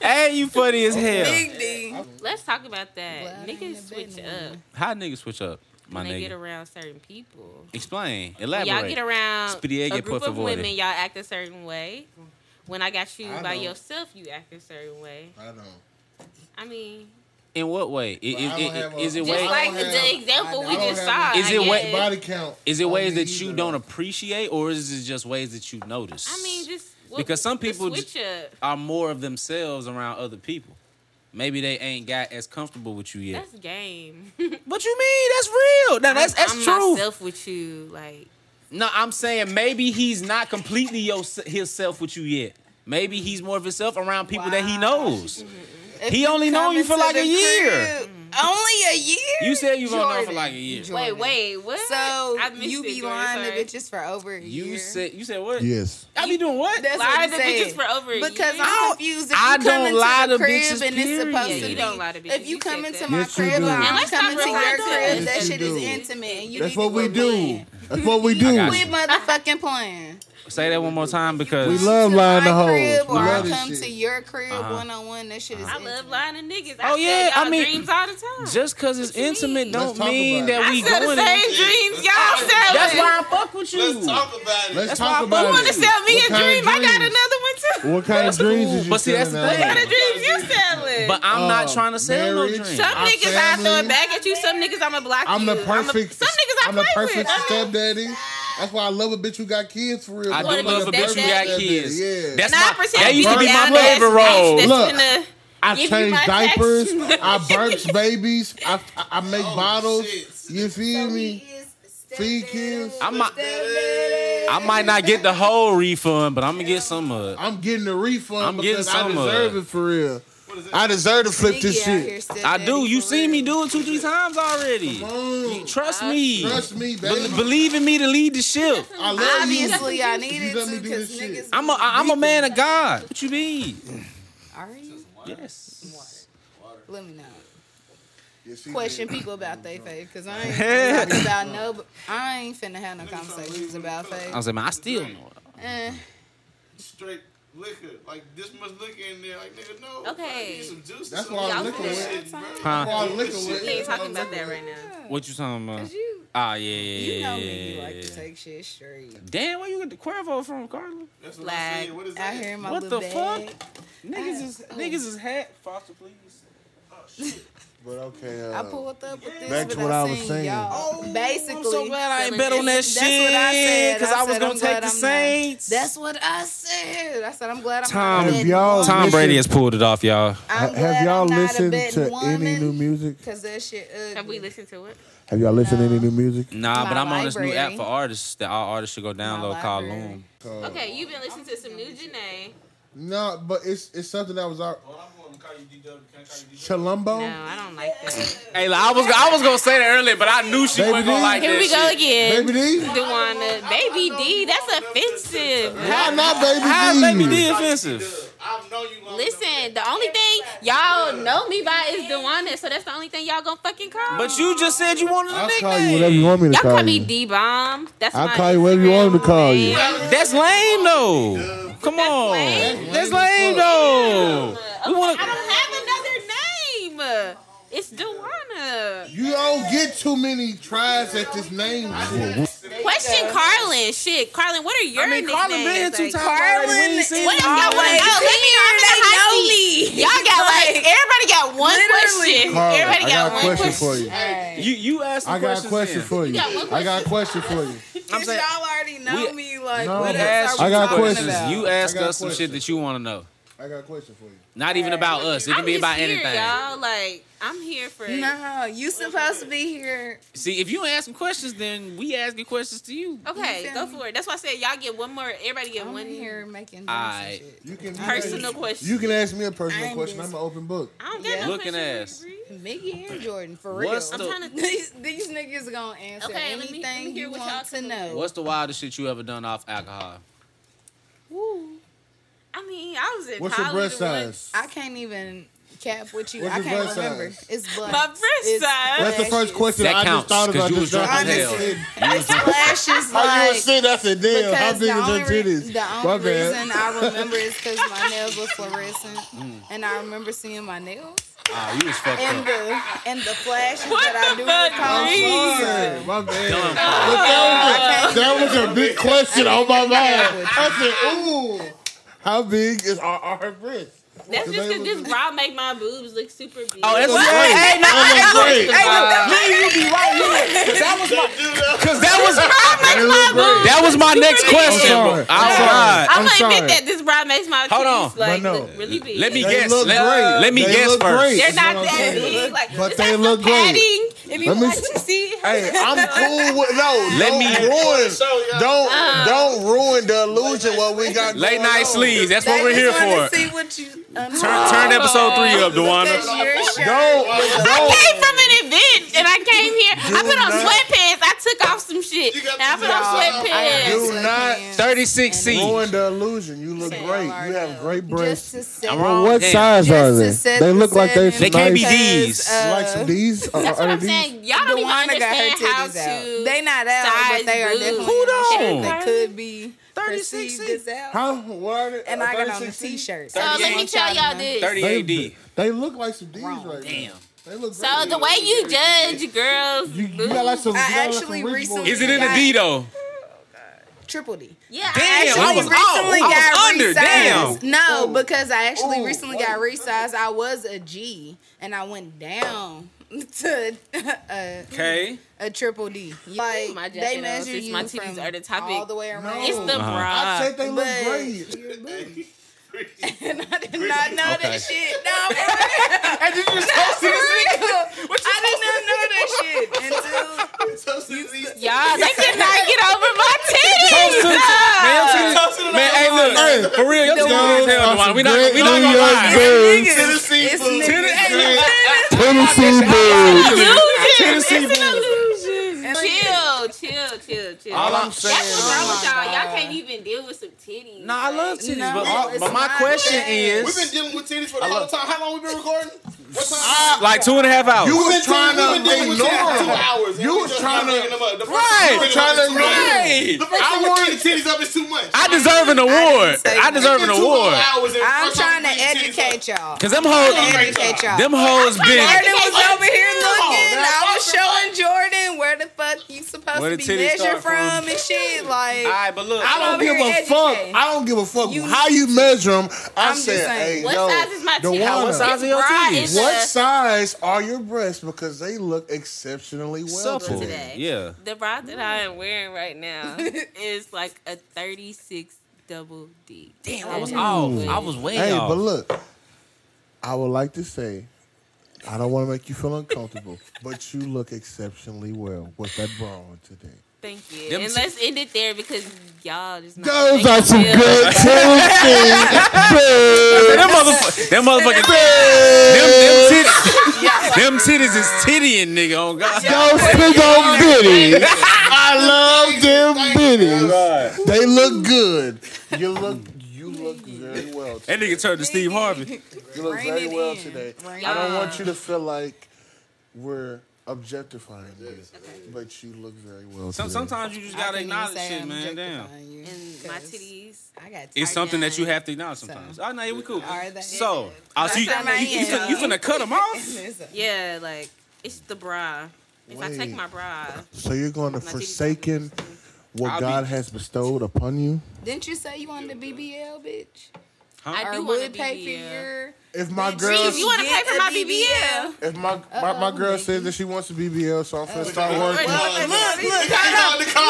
D: Hey, you funny as hell.
C: Big D.
F: Let's talk about that.
C: Well, I ain't a
F: Niggas switch
C: big
F: up
D: How niggas switch up, my
F: when they get
D: nigga?
F: around certain people.
D: Explain.
F: When y'all
D: Elaborate.
F: get around
D: Spaghetti,
F: a group
D: por
F: of
D: favor.
F: women, y'all act a certain way. When I got you
A: I
F: by
A: don't.
F: yourself, you act a certain way.
A: I know.
F: I mean,
D: In what way? I-
A: Well, I
D: i-
A: don't
D: i-
A: have a-
D: is it
A: Just
D: way?
F: just
A: I
F: like
A: don't
F: the,
A: have-
F: example
A: I
F: we
A: don't
F: just saw.
A: have
D: Is
F: I
D: it way-
F: guess.
A: Body count.
D: Is it
A: on
D: ways
A: me
D: that
A: either,
D: you don't
A: though.
D: appreciate, or is it just ways that you notice?
F: I mean, just what-
D: Because some
F: the
D: people
F: switch up.
D: are more of themselves around other people. Maybe they ain't got as comfortable with you yet.
F: That's game.
D: what you mean? That's real. Now that's that's
F: I'm
D: true.
F: myself with you, like
D: No, I'm saying maybe he's not completely your, himself with you yet. Maybe he's more of himself around people that he knows.
C: If
D: He
C: you
D: only known
C: come
D: you for
C: into
D: like a
C: the
D: year.
C: crib, Only a year.
D: You said you've been on for
C: Jordan.
D: like a year.
F: Wait,
C: Jordan.
F: wait, what?
C: So
F: I missed
C: you
F: it,
C: be
F: Jordan,
C: lying to
F: sorry.
C: bitches for over a year.
D: You said you said what?
B: Yes.
D: I be doing what?
C: That's
F: Lie
C: what
F: to
C: you said.
F: bitches for over a
C: because
F: year.
C: I'm confused. If
D: I
C: you come
D: don't
C: into
D: lie
C: the
D: to
C: crib
D: bitches,
C: and it's
D: period.
C: supposed to
D: Yeah,
C: be,
D: you
F: don't lie to bitches.
C: If you
F: You
C: come
F: said
C: into
F: that.
C: my
B: Yes, you
C: crib,
B: do.
C: and
B: And
C: I'm
F: let's not
C: coming to
F: rely
C: your
F: on
C: crib,
F: it.
C: that
B: Yes,
C: shit
B: you
C: is
B: do.
C: intimate, and you
B: That's
C: need
B: what
C: to
B: we
C: quit
B: do.
C: playing.
B: That's what we do.
D: got
C: Quit motherfucking playing.
D: Say that one more time because
B: We love lying to
C: My
B: hoes.
C: crib,
B: We
C: or I
B: love this
C: come to
B: shit. Uh-huh.
C: your crib one on one. That shit is.
F: I
C: intimate.
F: love lying to niggas.
D: Oh,
F: I
D: yeah, I
F: Said y'all
D: mean,
F: dreams all the time.
D: just because it's
F: What you
D: intimate
F: mean?
D: don't
B: Let's talk
D: mean
B: about it.
D: that
F: I
D: we
F: said the
D: going.
F: same
D: in-
F: dreams y'all said.
D: That's why I fuck with you.
H: Let's talk about it.
B: Let's
D: That's why I
B: talk about
D: fuck
B: it.
D: with
F: want to sell me
B: What
F: a
B: kind of
F: dream. I got
B: dreams?
F: another one too.
B: What kind of dreams
D: cool.
B: is you
D: But see, that's
B: selling out of?
D: the thing.
F: What kind of dreams you selling?
D: But I'm not
B: Uh,
D: trying to sell no
B: marriage.
D: dream.
F: Some
B: Our
F: niggas I throw
B: family.
F: it back at you. Some niggas I'ma block
B: I'm
F: you.
B: the perfect.
F: some niggas I
B: I'm
F: play
B: the perfect
F: with. I mean,
B: stepdaddy. That's why I love a bitch who got kids for real.
D: I
B: I'm
D: do
F: Wanna
B: like
D: love a
F: be
D: bitch who
F: stepdad?
D: got
B: stepdaddy,
D: kids.
B: Yeah.
D: That's
F: Nine
D: my
F: percent
D: that used to be my
F: down there,
D: favorite
F: that's
D: role.
F: That's
B: Look.
F: gonna-
B: I
F: Give you
B: change
F: my
B: diapers.
F: tax.
B: I birth babies. I, I, I make
F: Oh,
B: bottles.
H: shit.
B: You feel me? Feed kids.
D: I might, I might not get the whole refund, but I'm gonna get some of it.
B: I'm getting a refund
D: I'm getting
B: because I
D: some of
B: deserve
D: it.
B: it for real. I deserve to flip this shit.
D: I do. You see me do it two, three times already.
B: Boom.
D: Trust me.
B: Trust me,
D: Be-
B: baby.
D: believe in me to lead the ship.
B: I love you.
C: Obviously, I
B: You
C: needed
B: let me
C: to
B: do
C: because
B: this
C: niggas.
B: shit.
D: I'm a I- I'm a man of God. What you mean?
C: Are you?
D: Yes.
C: Let me know.
B: Yes, he
C: question
B: did.
C: people about they faith because I ain't finna talk about no. I ain't finna have no conversations about
D: I
C: faith.
D: was like, man, I still know. it.
C: Eh,
H: Straight liquor, like this much liquor in there, like nigga, no.
F: Okay.
H: I need some juice. or
B: That's
H: something.
B: why I
F: Y'all
B: liquor
F: finna
B: with.
D: Huh?
B: Why I liquor with.
F: We ain't talking about that right now.
D: What you talking about?
C: you,
D: Ah, yeah, yeah,
C: you
D: yeah,
C: know
D: yeah,
C: me. You
D: yeah,
C: like to
D: yeah.
C: take shit straight.
D: Damn, where you get the Cuervo from, Carla?
H: That's what I'm
F: Flag.
H: saying. What is
C: I
H: that?
C: hear my
D: What
C: little
D: the
C: bag.
D: Niggas is niggas is hat. Foster, please.
B: But okay.
C: I
B: uh,
C: pulled up with this.
B: Back
C: but
B: to what I was
C: seen
B: saying.
C: Y'all. Basically,
D: I'm so glad I ain't bet on that
C: that's
D: shit.
C: what I said.
D: Cause I, was
C: said,
D: gonna
C: I'm
D: take
C: glad
D: the
C: I'm not-
D: Saints.
C: That's what I said. I said I'm glad I'm
D: Tom,
C: not a
B: Have
C: betting
B: y'all-
C: woman.
B: Tom
D: Tom
B: Listen.
D: Brady
B: Brady
D: has
B: has
D: pulled it off, y'all.
C: I'm glad
B: have y'all
C: I'm not a
B: listened
C: betting
B: to
C: woman
B: any new music?
C: Cause that shit ugly.
F: Have we listened to it?
B: Have y'all listened to any new music?
D: Nah,
C: My
D: but I'm on this new app
C: library.
D: for artists that all artists should go download called
C: library.
D: Loom.
F: Okay, you've been listening to some new Janae.
B: No, but it's it's something that was out.
H: Well, I'm gonna call you DW. Can I call you DW?
F: No,
B: Chalumbo.
F: I don't like that.
D: Hey, like, I was I was gonna say that earlier, but I knew she
B: Baby
D: wasn't gonna
B: D.
D: like
F: Here
D: that.
F: we go again.
B: Baby D.
F: Dewana. Baby D, that's offensive.
B: Why not Baby
D: How
B: D?
D: baby D offensive?
H: I've known you long
F: Listen, the only thing y'all know me by is Dewana, so that's the only thing y'all gonna fucking call.
D: But you just said you wanted a
B: I'll
D: nickname.
B: call you whatever you want me to
F: y'all
B: call,
F: call me
B: you.
F: D Bomb. That's
B: I'll
F: my
B: call you whatever you want me to call you.
F: Instagram name.
D: That's lame though. Come on,
B: lame.
D: that's
B: That's lame as
D: lame
B: fuck.
D: though. We
F: I
D: want
F: don't have another name. It's Dewana.
B: You don't get too many tries at this name.
F: Question Carlin. Shit, Carlin, what are your
D: I mean, Carla
F: nicknames?
D: been here two
F: Like,
D: times already. We ain't seen
F: What else
D: you.
F: y'all want to know? Let me know. I'm in the hot seat. Y'all got like everybody got one question.
B: Carla,
F: everybody
B: I
F: got,
B: got a
F: one
B: question,
F: question.
B: for you.
D: You you asked some
B: I got a
D: questions
B: question
D: then.
B: for you. I got a question for you.
D: I'm saying
C: y'all already know
D: We-
C: me. Like
B: No,
C: what
D: we
B: but-
C: else
D: asked
C: are
B: I
D: you
C: we
B: got
C: talking
B: questions.
C: about?
D: questions. You asked
B: I got
D: us some shit
B: questions.
D: that you want to know.
B: I got a question for you.
D: Not even about us. It
F: I'm
D: can be
F: just
D: about
F: here,
D: anything.
F: y'all. Like I'm here for.
C: No, you supposed to be here.
D: See, if you ain't asking questions, then we asking questions to you.
F: Okay,
C: You feel
F: go
C: me?
F: for it. That's why I said y'all get one more. Everybody get
C: I'm
F: one
C: here making jokes and
D: Alright.
C: shit.
B: You can
F: personal question.
B: You can ask me a personal
C: I'm
B: question.
C: busy.
B: I'm an open book.
F: I don't get
C: Yeah.
F: no
D: Looking
F: questions for you, Bree.
C: Mickey and Jordan, for real.
D: What's
F: I'm
D: the-
F: trying to think.
C: these, these niggas gonna answer
F: Okay, let me-
C: anything
F: let me hear
C: you
F: what y'all
C: want to
F: come up
C: know.
D: What's the wildest shit you ever done off alcohol?
F: I mean, I was in
B: What's your
F: college.
B: breast
F: and
B: size?
C: I can't even cap with you.
B: What's
C: I
B: your
C: can't
B: breast
C: remember.
B: size?
C: It's black.
F: My breast
C: it's
F: size?
B: That's the first question
D: That
B: I just
D: counts,
B: thought
D: 'cause
B: about.
D: you was
B: just now.
D: drunk
B: I just
D: as hell.
B: said-
C: Flashes
B: How you
C: like
B: would sit? I said, damn, how
C: because
B: big
C: the
B: is your
C: only, re-
B: titties?
C: the
B: My
C: only
B: bad.
C: reason I remember is because my nails were fluorescent,
D: Mm.
C: and I remember seeing my nails
D: Ah, you was fucked
C: and
D: up.
C: the and the flashes
F: What
C: that I
F: the
C: do
F: fuck,
C: recall.
B: I'm sorry. My bad.
D: Dumb.
B: But that, was a, that was a big question on my mind. I said, ooh, how big is our, our breast?
F: That's just because this bra make my boobs look super big.
D: Oh, that's
B: That's
D: right.
B: great. That's great.
D: Cause that was that was my next
B: I'm
D: question. Oh,
B: sorry. sorry.
D: I'm sorry.
F: I'm,
B: I'm
F: gonna
B: sorry.
F: admit that this bra makes my
D: Hold
F: titties,
D: on.
F: like
B: But no.
F: look really big.
D: Let me
B: They
D: guess.
B: look
D: Let,
B: great.
D: let me
B: They
D: guess
B: look
D: first.
B: great.
F: They're
B: That's
F: not
B: what I'm
F: that
B: saying.
F: big. Like,
B: But
F: just
B: they
F: have some
B: look great.
F: padding. If you
B: Let me
F: like
B: s-
F: to see,
B: Hey, I'm cool with no.
D: Let
B: don't
D: me-
B: ruin. Don't don't ruin the illusion what we got.
D: Late
B: going
D: night
B: on.
D: sleeves. That's what we're here for.
C: want to see what you. Um,
D: Turn, turn episode three up, Dewana.
C: your shirt.
B: Don't don't.
F: I paid for came here, I put on
A: not-
F: sweatpants. I took off some shit.
H: You got
F: And I
H: the-
F: put on sweatpants.
A: Do not
D: Thirty-six C.
A: ruin the illusion. You look great. You have great
C: Just
A: breasts.
C: to set,
D: I'm
C: just
D: wrong.
J: Well, what
D: Damn.
J: size
C: to
J: are they?
C: set
J: They
C: the
J: look like they.
D: They
C: setting
D: can't be
C: because,
D: these.
C: uh,
A: like some these. Are,
F: That's what
A: are
F: I'm
A: these?
F: saying. Y'all don't
C: Duana
F: even
C: got her
F: understand how
C: titties out.
F: to.
C: They not out, but
F: size
C: they are
F: boobs.
C: definitely
F: Hold
C: in the
D: on.
C: shape They could be
D: 36
C: perceived as out.
A: How? Why are they,
C: And
A: uh,
C: I got on a
A: 36?
C: t-shirt.
F: So let me tell y'all
A: They,
F: this.
D: Thirty-eight D.
A: they look like some D's right now. They look
F: So the way you judge girls,
A: you, you got like some.
C: I
A: you got like some
C: actually
A: rich boy
C: recently-
D: Is it in the
C: Yeah.
D: D though?
C: Triple D.
F: yeah,
D: Damn,
F: I
D: I was
F: actually,
D: off. I was under.
C: resized.
D: Damn.
C: No,
A: Oh.
C: because I actually
A: Ooh,
C: recently
A: wait.
C: got resized. I was a G, and I went down to a,
D: Okay.
C: a triple D. Like
F: my jacket
C: they
F: on,
C: measure
F: since
C: you
F: my titties
C: from
F: are the topic.
C: all the way around.
A: No.
F: it's the
A: Uh-huh. I
F: bra.
A: said they look
C: But-
A: great.
C: and I did not know
D: Okay.
C: that shit. No, I'm for real. I did not know that shit until
F: Y'all, they could not get over my titties.
D: Man, y'all too- man, hey, look, for real, y'all just gonna get down Duane. We not, we not gonna lie.
J: Tennessee
H: Tennessee
C: it's
H: food.
C: niggas.
J: Bills.
F: Illusion.
D: Tennessee blues.
F: It's an illusion. Chill, chill, chill, chill.
D: All I'm
F: That's
D: saying.
F: what's wrong with y'all. Y'all can't even deal with some titties.
D: No, I love
C: No,
D: titties, but, all,
C: it's
D: but my
C: not
D: question
C: that.
H: We've been
D: is,
H: dealing with titties for the whole time. How long we been recording? What time?
D: Ah, like two and a half hours.
A: You
H: We've
A: was
H: been
A: trying to
H: dealing- we've been dealing with titties for two
A: ignore.
H: hours.
A: You
H: We
A: was
H: just
A: trying
H: not
A: to-
H: bringing them up. The first
D: Right.
H: time we
A: Trying to
H: bringing them up is too
D: Right.
H: much. The first time
A: I
H: we
A: want-
H: bring titties up is too much.
D: I deserve an award. I deserve an
H: Two whole
D: award.
H: hours and
C: I'm
H: first time
C: trying to
H: we bring titties up.
C: educate y'all.
D: Cause them hoes,
C: Educate y'all.
D: them hoes been.
C: Jordan was over here looking. I was
H: now, fuck the
C: showing Jordan where the fuck you supposed
D: Where
C: to
D: the
C: be
D: titties
C: measured
D: start from.
C: from and shit. Like,
D: All right, but look,
A: I
C: I'm
A: don't
C: over
A: give
C: here
A: a fuck.
C: educating.
A: I don't give a fuck
C: You-
A: how you measure them. I
C: I'm just
A: said,
C: saying,
A: hey,
F: What
A: yo,
F: size is my titty?
A: Dewana,
D: what size are your
F: Right,
D: titties?
F: it's
A: what
F: the-
A: size are your breasts? Because they look exceptionally well.
D: Supple.
A: today.
F: today.
D: Yeah.
F: The bra that I
C: Mm.
F: am wearing right now is like a 36 double D. Damn,
D: I was off. I was way
A: Hey,
D: off.
A: but look, I would like to say, I don't want to make you feel uncomfortable, but you look exceptionally well with that bra on today.
F: Thank you.
D: Them
F: and
D: t-
F: let's end it there because y'all just not.
J: Those
F: making
J: are some
F: me feel-
J: good Tennessee
D: Them motherfuckers, them motherfucking, them, them
J: Bills.
D: titties, them titties is tittying, nigga. Oh God.
J: Those big old bitties. I love them bitties.
A: They look good. You look, you look very well.
D: That nigga turned to Steve Harvey.
A: You look
C: Rein
A: very
C: it
A: well
C: in.
A: today.
C: Rein
A: I don't
F: it
A: want you to feel like we're objectifying you, but you look very well
D: Some,
A: today.
D: sometimes you just gotta acknowledge shit, man. Damn.
F: And my titties.
C: I got
D: It's
C: titties.
D: something that you have to acknowledge sometimes. Oh no, yeah, we cool.
C: Are they-
D: So, oh, so you,
F: That's not
D: you, you,
F: my
D: finna, you finna cut them off?
F: Yeah, like it's the bra. If I
A: Wait.
F: take my bra, off,
A: So you're going to
F: my titties
A: forsaken what
D: I'll be-
A: God has bestowed upon you.
C: Didn't you say you wanted a BBL, bitch?
F: I
C: Or
F: do want to
C: would
F: be
C: pay for
F: here.
C: your.
A: If my girl,
F: Reeves, you want to pay
C: Get
F: for
C: a
F: my
C: BBL.
F: BBL?
A: if my, my, my girl says that she wants a BBL, so I'm gonna start working.
H: Look, look,
C: look,
H: hold on.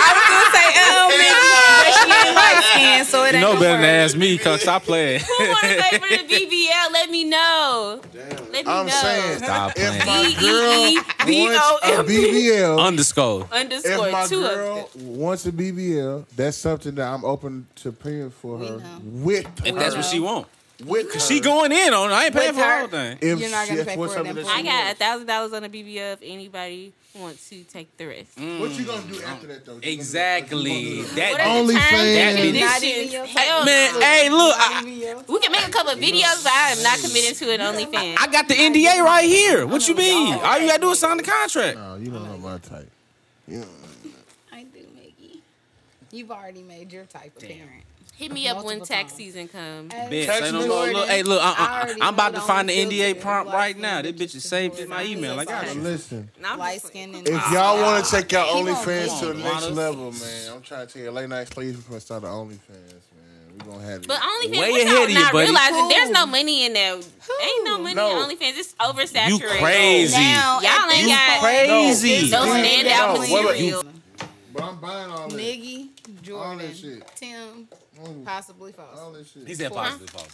C: I was gonna say
F: oh,
C: L, but she ain't light skinned, so it
D: You
C: ain't
D: know
C: gonna
D: better than
C: work.
D: ask me, cuz stop playing.
F: Who want to pay for the BBL? Let me know. Let me
A: I'm
F: know.
A: saying,
D: Stop
A: if
D: playing.
A: my girl
D: E
A: wants a BBL,
D: Underscore.
F: Underscore
A: if my
F: two of them.
A: girl wants a BBL, that's something that I'm open to paying for her
C: know.
A: with
D: If
A: her.
D: that's what she want.
A: with her.
D: She going in on it. I ain't paying
C: With
D: for
C: her.
D: her thing.
A: If
C: You're not
A: she-
C: gonna pay
A: what's
C: for it,
A: something
C: then
A: that
F: I
A: she
F: got a
A: wants.
F: thousand dollars on the BBL. If anybody wants to take the risk,
D: Mm.
A: What you gonna do after that though? You gonna-
D: Exactly.
F: what are
D: That
A: Only
F: the terms
A: thing-
F: and
D: That bitch-
C: Not even your
F: conditions? Hell,
D: man,
F: no.
D: hey, look, I,
F: we can make a couple of videos. But I am not committing to an OnlyFans.
D: mm. I got the NDA right here. What you mean? All you gotta do is sign the contract.
A: No, you don't know my type. You don't-
C: I do, Maggie. You've already made your type of parent.
F: Hit me up when
C: Multiple
F: tax
C: times.
F: season comes.
D: Bitch,
A: Text
D: ain't no
A: me,
D: more
A: Jordan.
D: look. Hey, look, uh,
C: I
D: uh,
C: already
D: I'm about
C: know
D: to find the
C: the only
D: NDA
C: filter
D: prompt
C: is
D: right
C: light
D: now. That
C: skin,
D: bitch is
C: bitches
D: saved
C: before
D: in my
C: it
D: email. I got
C: is
D: you.
A: Listen,
F: Now I'm
C: Light
F: just
C: skinned
F: playing.
C: and
A: if y'all want to take y'all
C: He gonna
A: OnlyFans
C: come
A: to the
D: on,
A: next
D: Lana.
A: level, man, I'm trying to tell you, late night sleep before I start the OnlyFans, man. We gonna have it.
F: But OnlyFans,
D: Way
F: what
D: ahead
F: y'all
D: of you,
F: not
D: buddy.
F: realizing there's no money in that. Ain't no money
A: No.
F: in OnlyFans. It's oversaturated.
D: You crazy.
C: Now,
F: Y'all ain't got
D: Crazy.
F: no
A: No,
F: standout
A: no, wait, wait.
F: material.
A: but I'm buying all this,
C: Miggy,
A: all
C: Jordan,
A: that shit, Mm.
C: Tim,
A: all
C: possibly Foster.
A: this
D: He
A: shit,
D: said possibly false.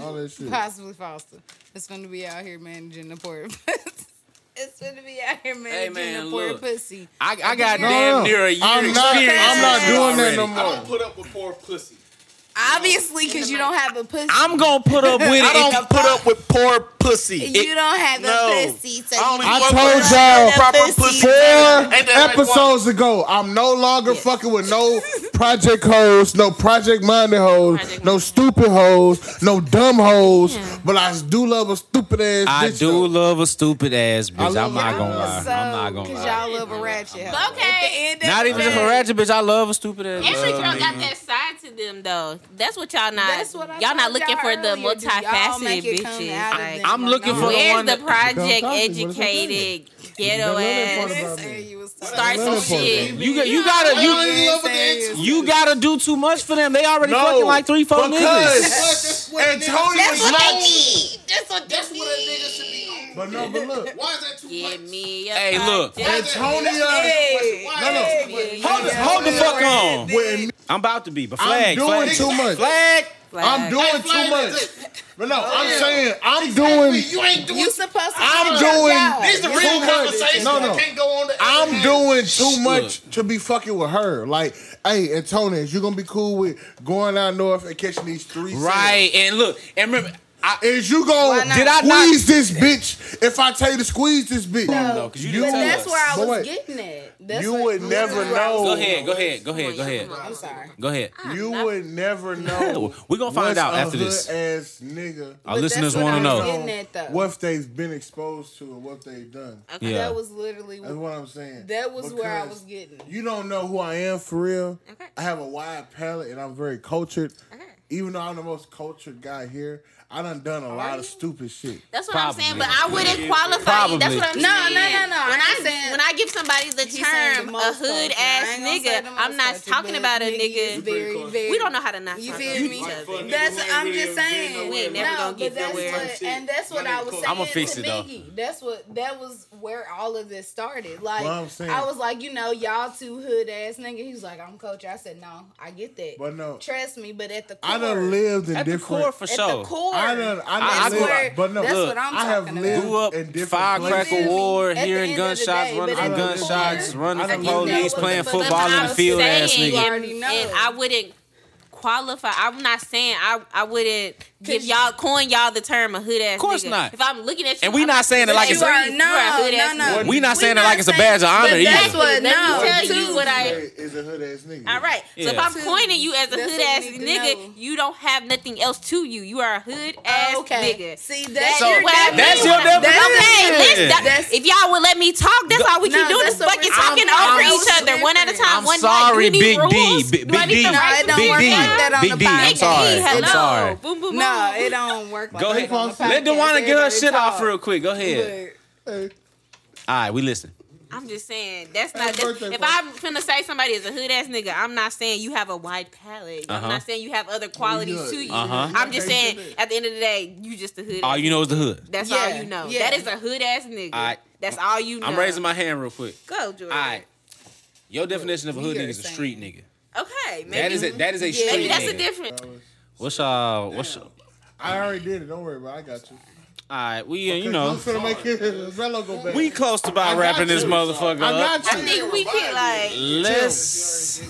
A: all that
D: Hmm.
A: shit.
C: Possibly Foster. It's gonna be out here managing the poor It's gonna be out here managing
D: man,
C: the poor
D: look.
C: pussy.
D: I, I got
C: No,
D: damn near a year
A: I'm not,
D: experience.
A: I'm
D: in
A: not
D: this
A: doing that
D: already.
A: no
H: I don't
A: more.
H: put up with poor pussy.
C: Obviously, because you don't have a pussy.
D: I'm gonna put up with it.
H: I
D: if you
H: don't put up with poor pussy.
J: You don't have a
H: no.
J: pussy, so
H: I only
J: you
H: fuck
J: don't
H: with
J: have
H: proper
J: a
H: pussy.
A: Four
H: Ain't that right,
A: Uh, episodes ago, I'm no longer fucking with no project hoes, no project minded hoes, no stupid hoes, no dumb hoes. But I do love a stupid ass.
D: I
A: bitch,
D: do
A: though.
D: love a stupid ass bitch. I'm not gonna
C: y'all
D: lie. I'm not gonna
C: Cause
D: lie.
C: y'all love a ratchet. hoe.
F: Okay.
D: Not even just a ratchet bitch. I love a stupid ass.
F: Every
D: bitch.
F: girl got that side to them though. That's what y'all not.
C: That's what I
F: y'all not
C: told
F: looking
C: y'all
F: for the
C: earlier. Do y'all
F: multifaceted
C: make it come
F: bitches.
C: out of
F: Like,
C: them
D: I'm
C: or
D: looking
C: not?
D: for the
F: where's
D: one
F: the
D: that-
F: project
A: toxic, what is that
F: educated ghetto
A: Don't know that part
F: ass
A: about me. Don't know that
F: start some
A: part about
F: shit?
A: me.
D: You got, you gotta,
A: I don't even
D: you,
A: love the ex-
D: you gotta do too much for them. They already fucking like three, four niggas.
A: because Antonio's not.
B: That's what that's what a nigga should
A: But no, but look.
B: Why is that too
F: Give me a
D: Hey, look.
F: project.
A: Antonio,
D: Hold, the- hold the fuck on.
A: when
D: I'm about to be, but
A: I'm
D: flag,
A: doing
D: flag,
A: too much.
D: flag.
A: I'm doing too much. But no, I'm saying I'm doing.
B: You ain't doing
C: You supposed to.
A: I'm
C: tell
A: doing-
C: y'all.
B: This is the real
A: much.
B: conversation.
A: No, no.
B: I can't go on the
A: I'm doing too much to be fucking with her. Like, hey, Antonia, you gonna be cool with going out north and catching these three? sales?
D: Right, and look, and remember, I,
A: Is you
C: Why
A: gonna did
C: not?
D: Did I
A: I
D: not-
A: squeeze this bitch if I tell you to squeeze this bitch?
D: no, because you,
A: You-
D: didn't
C: But
D: tell
C: that's
D: us.
C: where I
A: But
C: was
A: wait.
C: getting at. That's
A: You
C: what-
A: would never
C: that's where I was-
D: Go
A: know.
D: ahead, go ahead, go ahead, go ahead,
C: I'm sorry.
D: go ahead.
A: You would never know.
D: We're gonna find
A: what's
D: out
A: a
D: after this.
A: hood Ass nigga.
D: Our
C: But
D: listeners
C: that's what
D: want to
C: I was
D: know.
C: getting at, though.
A: What they've been exposed to and what they've done.
D: Yeah.
C: That was literally.
A: That's what I'm saying.
C: That was where I
A: Because
C: was getting.
A: You don't know who I am for real.
F: Okay.
A: I have a wide palate and I'm very cultured.
F: Okay.
A: Even though I'm the most cultured guy here, I done done a lot of stupid shit.
F: That's what
D: Probably.
F: I'm saying, but I wouldn't qualify.
D: Probably.
F: You. That's what I'm
C: No,
F: saying.
C: no, no, no. I'm
F: When I
C: just saying-
F: when I give somebody the
C: saying
F: term
C: the
F: a
C: most
F: hood
C: culture. I
F: ass
C: ain't gonna say
F: nigga,
C: the most
F: I'm not
C: culture,
F: talking
C: but
F: about a
C: is
F: nigga.
C: Very, very,
F: We don't know how to knock.
C: You
F: our
C: feel
F: doors
C: me?
F: each other.
C: That's I'm just saying.
F: We ain't never
C: no,
F: gonna
C: but
F: get
C: that's
F: nowhere.
C: what, and that's what I was saying.
D: I'ma fix
C: to
D: it, though.
C: Biggie. That's what that was where all of this started. Like
A: Well, I'm saying-
C: I was like, you know, y'all two hood ass nigga. He was like, I'm culture. I said, no, I get that.
A: But no.
C: trust me. But at the core,
A: I done lived in
D: At the
A: different.
D: core, for
C: at
D: sure.
C: the core,
A: I done. I done
D: I- I
A: lived,
D: swear,
A: but no,
C: that's
D: look,
C: what I'm
A: I have
C: talking about.
A: lived
D: Grew up,
A: in different
D: firecracker
A: places.
D: war,
C: At the end
D: hearing
C: of the
D: gunshots,
C: day,
D: running
C: but
D: from
A: at the
D: gunshots,
A: core,
D: running
A: I
D: from
A: don't know
D: police,
A: what
D: playing
A: the-
F: But
D: football
F: what
D: in
F: I'm
D: the field,
F: saying,
D: ass nigga.
C: you
F: and-
C: already know.
F: And I wouldn't qualify. I'm not saying I I wouldn't give y'all coin y'all the term a hood ass. Of
D: course not.
F: If I'm looking at you,
D: And we
F: I'm
D: not saying it like
C: you
D: it's.
C: are
F: You
C: no,
F: are a hood
C: no,
F: ass
C: no.
F: nigga.
D: We not saying it
C: not
D: like it's a
C: saying-
D: badge of honor
C: but that's
D: either.
C: what
F: Let
C: no.
F: me tell
C: too.
F: you what I.
A: Is a hood ass nigga.
F: All right. So if
D: Yeah.
F: I'm coining you as a
C: That's
F: hood
C: what
F: ass
C: we need to know.
F: nigga, you don't have nothing else to you. You are a hood ass
C: Oh, Okay.
F: nigga.
C: See, that's
D: So,
C: your definition.
D: that's your definition.
F: Okay, listen, that-
C: That's-
F: if y'all would let me talk, that's all we
C: No,
F: keep doing
C: that's
F: is
C: what
F: fucking
C: we're-
F: talking
C: I'm-
F: over
C: I'm
F: each other one at a time.
D: I'm
F: one
D: sorry,
F: like, do you
D: Big
F: need
D: D.
F: rules?
D: Big
F: Do I need
D: D.
F: some
C: No, it
F: rights
C: don't
F: to
D: Big
C: work
D: D.
C: like that on
D: Big
C: the
D: D. I'm
C: podcast.
D: sorry. I'm
F: Hello.
D: sorry.
F: Boom, boom, boom.
C: No, it don't work like
D: Go
C: that. on
D: ahead.
C: the
D: Let
C: podcast.
D: DeWanna get her
C: Everybody
D: shit
C: talk.
D: off real quick. Go ahead.
C: But-
D: All right, we listen.
F: I'm just saying that's not. That's,
A: birthday
F: if
A: party.
F: I'm finna say somebody is a hood ass nigga, I'm not saying you have a wide palate.
D: Uh-huh.
F: I'm not saying you have other qualities
A: good.
F: to you.
D: Uh-huh.
F: I'm just
A: Okay,
F: saying
A: shit.
F: at the end of the day, you just a hood.
D: All you know is the hood.
F: That's
C: Yeah,
F: all you know.
C: yeah.
F: That is a hood ass nigga.
D: All right.
F: That's all you know.
D: I'm raising my hand real quick.
F: go, Jordan.
D: All right. Your definition of a hood
C: we are
D: nigga is a
C: saying-
D: street nigga.
F: Okay. Maybe,
D: That is a, that is a street
F: maybe that's
D: nigga.
F: a different.
D: What's y'all? What's all
A: I already did it. Don't worry about. it. I got you.
D: right? We uh, you know
A: I'm finna make it. Rello go back.
D: we close to about
A: got
D: wrapping this
A: you.
D: motherfucker
A: I
D: up.
A: got
F: I
A: you.
F: think we can like.
D: Let's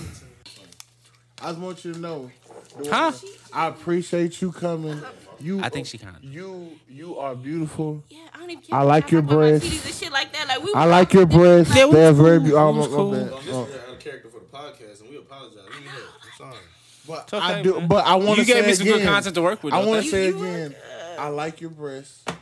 A: I just want you to know.
D: Huh?
A: I appreciate you coming. You.
D: I think she kind of.
A: You. You are beautiful.
F: Yeah, I don't even care.
A: I like
F: have
A: your
F: up on my
A: breasts.
F: titties and shit like that. Like we.
A: I like your breasts.
D: Yeah, we
A: They're
D: was
A: very
D: cool.
A: beautiful.
D: We was cool.
A: Oh.
T: This is out of character for the podcast, and we apologize. Let me help. I'm sorry.
A: But
D: okay,
A: I do.
D: man.
A: But I want
D: You
A: to.
D: gave me some good content to work with.
A: I
D: though.
A: want to
D: Thank
A: say
F: you.
A: again. I like your breasts.
D: you.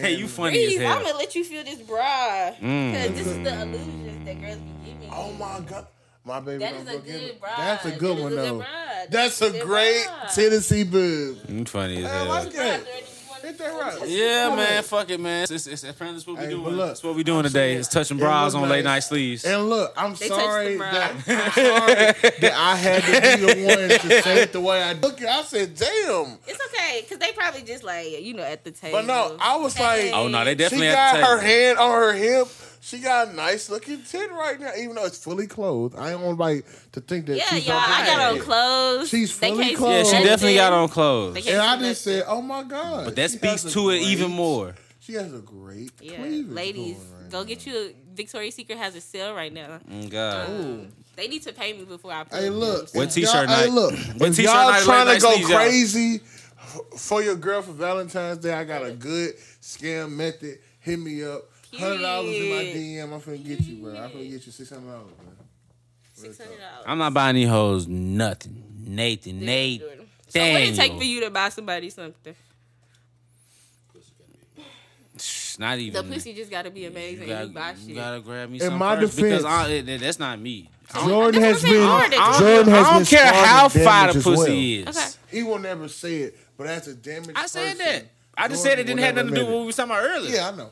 D: Hey, you
A: And-
D: funny
F: Please,
D: as
F: I'm
D: hell.
F: gonna let you feel this bra.
D: Mm.
F: Cause this is the illusions that girls be giving. you.
A: Oh my god, my baby.
F: That
A: don't
F: is
A: go
F: a
A: get
F: good
A: it.
F: bra.
A: That's a
F: That
A: good
F: is
A: one
F: a good
A: though.
F: bra. That
A: That's
F: is
A: a
F: good
A: great
F: bra.
A: Tennessee boob.
D: You funny as
A: Man,
D: hell.
A: what's good?
F: Hit
A: Hit that right.
D: Yeah, man. Fuck it, man. It's, it's, it's apparently this what we
A: Hey, but
D: doing.
A: look,
D: That's what we doing today. It's touching
A: it
D: bras
A: look
D: on
A: nice.
D: late night sleeves.
A: And look, I'm
F: touched
A: sorry
F: the bra.
A: that, I'm sorry that I had to be the one to say it the way I look. I said, damn.
F: It's okay, cause they probably just like you know at the table.
A: But no, I was like,
D: Oh no, they
A: she
D: definitely
A: got
D: have
A: her
D: to take.
A: hand on her hip. She got a nice looking tit right now, even though it's fully clothed. I don't want nobody to think that
F: yeah,
A: she's
F: y'all, I
A: okay.
F: got on clothes.
A: She's
F: They
A: fully
F: can't see
A: clothed.
D: Yeah, she
A: That's
F: nothing.
D: definitely got on
F: They
D: clothes.
A: And
F: can't see
A: I just
F: nothing.
A: said, oh my God.
D: But that
A: she has
D: speaks
A: a
D: to it even
A: great-
D: more.
A: She has a great
F: Yeah,
A: cleavage
F: ladies,
A: going right
F: go
A: now.
F: get you. A, Victoria's Secret has a sale right now.
D: Mm, God.
F: Um, they need to pay me before I.
A: Hey,
F: put
A: look.
F: them.
D: What
A: if
D: t-shirt
A: y'all- Hey,
D: night?
A: look.
D: What
A: if
D: t-shirt
A: y'all
D: night, late
A: trying
D: night
A: to go
D: sleeves, y'all?
A: crazy, for your girl for Valentine's Day, I got a good scam method. Hit me up. Hundred dollars in my DM. I'm finna get you, bro. I'm finna get you six hundred dollars, bro.
F: Six hundred dollars.
D: I'm not buying these hoes nothing. Nathan, Nate,
F: So what it
D: Daniel.
F: take for you to buy somebody something?
D: It's not
F: The
D: even.
F: pussy just gotta be
D: you,
F: amazing. You,
D: gotta,
F: buy
D: you
F: shit.
D: gotta grab me
A: In
D: some
A: my
D: first
A: defense-
D: because I, it- that's not me.
A: Jordan has been.
F: Jordan. I don't-
A: Jordan has
D: I don't
A: been
D: care
A: scarred
D: how
A: and
D: far the
A: damaged as
D: pussy
A: well.
D: is.
A: He will never say it, but as a damaged
D: I said
A: person,
D: that. I just said it didn't have nothing to do with what we were talking about earlier.
A: Yeah, I know.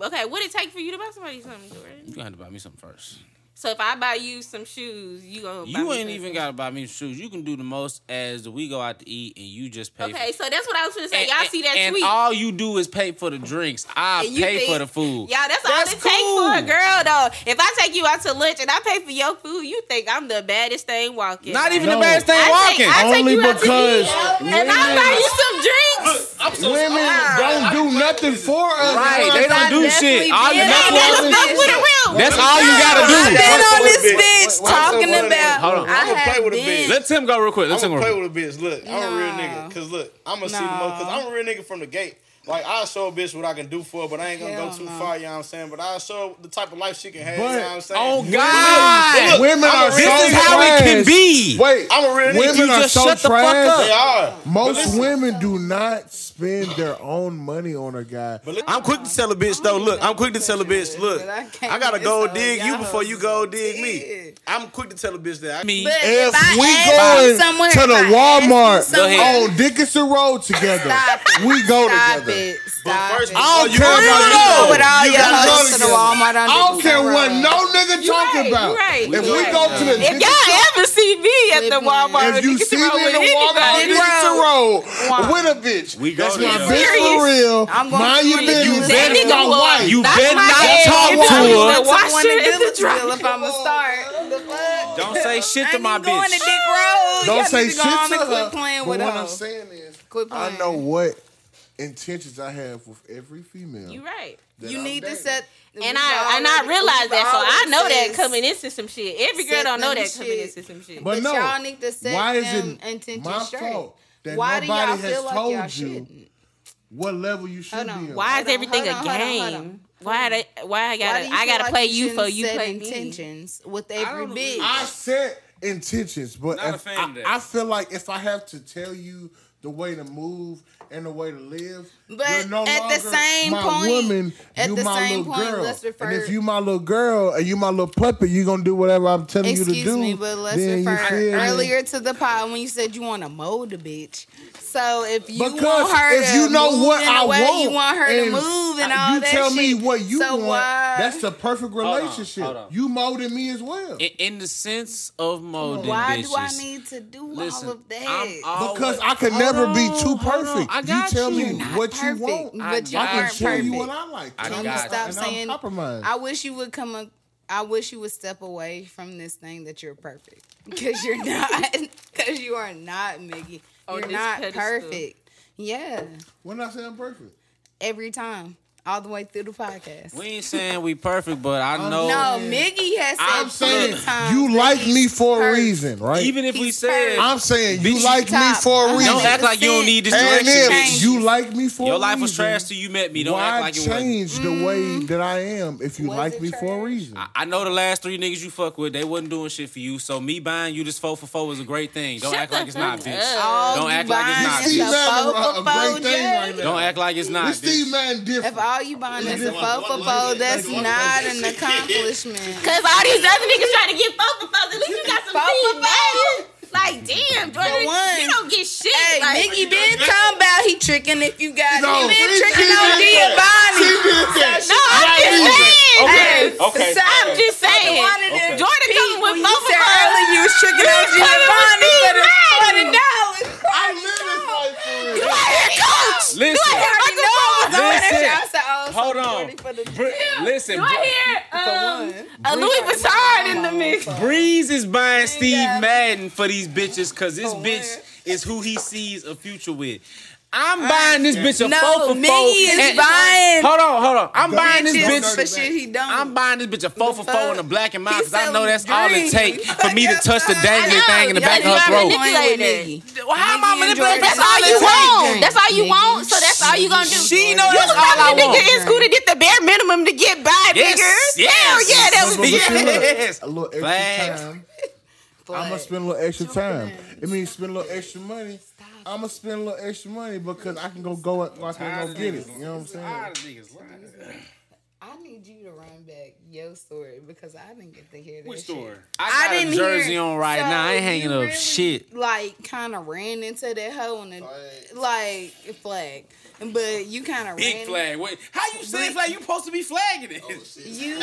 F: Okay, what it take for you to buy somebody something, Jordan?
D: You gonna have to buy me something first.
F: So if I buy you some shoes, you gonna buy
D: You
F: me
D: ain't
F: something.
D: even gotta buy me shoes. You can do the most as we go out to eat and you just pay.
F: Okay,
D: for
F: so that's what I was gonna say. Y'all
D: and,
F: see that
D: and
F: tweet?
D: all you do is pay for the drinks. I
F: And you
D: pay
F: think-
D: for the food.
F: Y'all, that's, all it takes for a girl, though. If I take you out to lunch and I pay for your food, you think I'm the baddest thing walking.
D: Not even
J: No.
D: the baddest thing
F: I
D: walking.
F: take, I take
J: Only
F: you out to
J: because
F: eat, and I
J: women-
F: buy you some drinks.
J: Women don't do nothing for us.
D: Right, they don't do shit. All you,
F: Man,
D: that's,
F: that's
D: what-
F: stuff with a real.
D: that's all you
U: I've
D: gotta
U: been on this
H: Wait,
U: bitch talking about.
D: Hold on.
U: I
H: I'ma play
U: have
H: with a
D: do.
H: bitch.
U: been.
D: Let Tim go real quick. Let
H: I'm
D: Tim go.
H: gonna
D: Real
H: play
D: quick.
H: with a bitch. Look, I'm a real nigga. Cause look, I'm gonna see the most. Cause I'm a real nigga from the gate. Like I show a bitch what I can do for her, but I ain't gonna go too far. You know what I'm saying? But I show the type of life she can have. you know what I'm saying?
D: Oh God,
A: Women are so
D: this is how it can
A: trash.
D: be.
A: Wait,
H: I'm a real nigga.
A: women
D: You
A: are
D: just
A: so
D: shut the fuck
A: trash.
D: up.
H: They are.
A: Most women do not spend their own money on a guy.
H: I'm quick to tell a bitch though. Look, I'm quick to tell a bitch. Look,
C: I can't
H: I gotta
C: do
H: go
C: this,
H: dig
C: though.
H: you
C: Y'all
H: before you go dig me. I'm quick to tell a bitch that. I
D: Me.
U: But
A: If,
U: I ask you somewhere,
A: we going to
U: if I
A: the
U: ask you
D: Go
U: somewhere-
D: ahead.
A: Walmart on Dickinson Road together,
U: Stop
A: we go
C: Stop
A: together.
C: it.
H: But
C: Stop
H: first,
C: it.
H: before
A: don't
H: you
A: care about
H: go dig
A: no.
H: me,
C: Go with all
H: you
C: your
H: gotta go
C: hoes to the
H: together.
C: Walmart. under
A: I don't
C: the
A: care
C: road.
A: what no nigga talking
F: right,
A: about.
F: you right,
A: if
F: you
A: we
F: right.
A: go to the
F: If
A: Dickinson
F: y'all ever see me at the
C: Flip
F: Walmart,
A: if you
F: niggas
A: see me
F: around
A: in
F: with
A: the walk on
F: anybody,
A: Dickinson Road with a bitch,
D: We go
A: that's my
D: together.
A: bitch for
F: Serious.
A: real.
C: I'm gonna
A: Mind your
C: do it.
A: business.
F: That
A: That's
F: nigga
A: my
F: will.
A: wife.
D: You
F: That's
D: better
F: my
D: not
F: head.
D: talk
F: If I was
D: to
F: the
D: her.
F: washer
C: Someone to deal
F: and the
C: with
F: dryer.
C: you if I'ma start.
D: Don't say shit
C: I
D: to
C: ain't
D: my
C: even going
D: bitch.
C: to Dick Road.
A: Don't
C: Y'all
A: say
C: need to
A: shit
C: go
A: to
C: on and
A: her.
C: Quit playing
A: but
C: with
A: what
C: her.
A: I'm saying is,
C: Quit
A: I
C: playing.
A: know what intentions I have with every female.
F: You right.
A: that
C: You
A: I'm
C: need to
A: dating.
C: set.
F: And I and I realize that, so I know that coming into some shit. Every girl
C: set
F: don't know
C: them
F: that coming
C: shit.
F: into some shit.
A: But,
C: But
A: no,
C: y'all need to set
A: why is
C: them
A: it
C: intentions
A: my
C: straight.
A: fault that
C: Why do
A: nobody
C: y'all
A: has
C: feel like
A: told
C: y'all
A: you
C: shouldn't?
A: what level you should
C: Hold
A: be
C: on.
A: on?
F: Why is
C: Hold on,
F: everything
C: hold on,
F: a
C: hold on,
F: game?
C: hold on.
F: Why they, why I
C: Why
F: gotta
C: do
F: I
C: feel
F: gotta
C: like
F: play you for
C: shouldn't
F: you
C: set
F: play me?
C: intentions with every
D: don't agree.
C: bitch?
A: I set intentions, but
D: Not a
A: if
D: fan
A: I,
D: of that.
A: I feel like if I have to tell you the way to move and the way to live,
C: But
A: you're no
C: at the
A: longer
C: same
A: my
C: point-
A: woman,
C: at
A: you
C: the
A: my
C: same
A: little
C: point,
A: girl.
C: let's refer-
A: and if you my little girl and you my little puppet, you gonna do whatever I'm telling you
C: Excuse
A: to do.
C: me, but let's
A: then you
C: refer
A: feel me?
C: earlier to the pod when you said you want to mold a bitch. So if you
A: Because
C: want her
A: if
C: to
A: you know
C: move
A: what
C: in a
A: I
C: way,
A: want,
C: you want her to
A: and
C: move and
A: I-
C: all
A: you
C: that
A: tell
C: shit.
A: me what you
C: so
A: want.
C: Why,
A: That's the perfect
D: on,
A: relationship.
D: hold on.
A: You molded me as well.
D: In, in the sense of molding
C: why
D: bitches.
C: do I need to do
D: Listen,
C: all of that?
D: I'm all-
A: because I could
D: Hold
A: never be
D: on,
A: too
D: hold on.
A: perfect.
D: I got
A: you tell
D: you.
A: me
D: You're
A: what
C: perfect,
A: you want.
D: I
C: but you
A: I
D: got
A: can
C: aren't
A: show you what
C: perfect.
A: I like.
D: I
A: Can
D: got
A: you
D: you.
A: stop
C: Stop
A: saying
C: saying-
A: compromise?
C: I wish you would come up. I wish you would step away from this thing that you're perfect because you're not. Because you are not, Miggy.
F: On
C: You're
F: this
C: not
F: pedestal.
C: perfect. Yeah,
A: We're not saying perfect.
C: every time, all the way through the podcast.
D: We ain't saying we perfect, but I
A: I'm
F: Oh,
D: know.
C: No, Miggy has said
D: I'm saying,
C: three times
A: you
C: that
A: like
C: he's
A: me for a
C: perfect.
A: reason, right?
D: Even if we
C: He's
D: said,
A: I'm saying you
D: Bitch,
A: like me
C: top.
A: for a
C: Uh-huh.
D: don't
A: reason.
D: act like you don't need this
A: And
D: direction.
A: if
D: bitch.
A: you like me for
D: Your
A: a
D: life was
A: reason,
D: trash till you met me. Don't
A: why
D: act like it wasn't. Mm.
A: change the way that I am if you
C: Was
A: like
C: it
A: me for a
C: trash?
A: reason?
D: I- I know the last three niggas you fuck with, they wasn't doing shit for you. So me buying you this four for four is a great thing. Don't
F: Shut
D: act
F: the
D: like it's not,
F: fuck
D: bitch.
F: up.
D: Don't
C: you
D: act like it's
C: buying
D: not.
C: is
A: Steve
C: a
A: Madden, a
C: faux for
A: great
C: faux,
A: thing
C: Jay.
A: right now.
D: Don't act like it's not,
A: This Steve
D: bitch.
A: man different.
C: If all you buying is a
A: Listen,
C: fo for fo, that's not an accomplishment.
F: Cause all these other niggas trying to get fofo fofo. At least you got some
C: Fofo
F: feet,
C: fofo.
F: man. Like damn, Jordan,
C: one.
F: you don't get shit.
C: Hey,
F: like,
C: Miggy been talking about he tricking if you guys.
A: No,
C: he been
A: he
C: tricking
A: did
C: on
A: that.
C: Giovanni.
F: No, I'm just saying.
C: Okay,
H: okay,
F: I'm just saying.
C: wanted to
F: Jordan coming with
C: When you
F: fofo
C: said
F: fofo.
C: earlier you was tricking on
F: coming with
C: Giovanni for the
F: Steve Madden.
C: forty dollars.
A: I live this life for real.
F: Coach,
D: Listen, Listen. hold
C: Hold
D: on. Br- Listen,
F: do I hear um, a Louis Vuitton in the mix?
D: Breeze is buying Steve Madden for these bitches because this bitch is who he sees a future with. I'm buying this bitch a
C: No,
D: four for four.
C: Miggy is
D: and-
C: buying
D: Hold on, hold on. I'm buying this bitch
C: bitches for shit he done.
D: I'm buying this bitch a four for four in a black and mild because I know that's all it
C: selling
D: takes for me to touch the dangly thing in the back of her
V: Y'all
D: throat.
V: manipulating it.
D: How am I manipulating?
V: That's all you want. That's all you want. So that's all you gonna do.
D: She know
V: you
D: that's
V: was
D: all
V: talking
D: I
V: to nigga
D: want.
V: in school to get the bare minimum to get by,
D: Yes,
V: nigga.
D: yes.
V: Hell yeah, that was
A: But- but look,
D: Yes.
A: a little extra
D: Facts.
A: time. I'm gonna spend a little extra time. It means spend a little extra money. I'm gonna spend a little extra money because I can go go out like I can go get it. You know what I'm saying?
C: I need you to run back your story because I didn't get to hear that
D: Which
C: shit.
D: story?
C: I
D: I got a
C: didn't
D: jersey
C: hear-
D: on right
C: so
D: now. I ain't hanging
C: you
D: up
C: really-
D: shit.
C: Like, kind of ran into that hoe on the like flag, but you kind of
D: Big
C: ran.
D: flag. Wait, how you say flag? You supposed to be flagging it.
C: You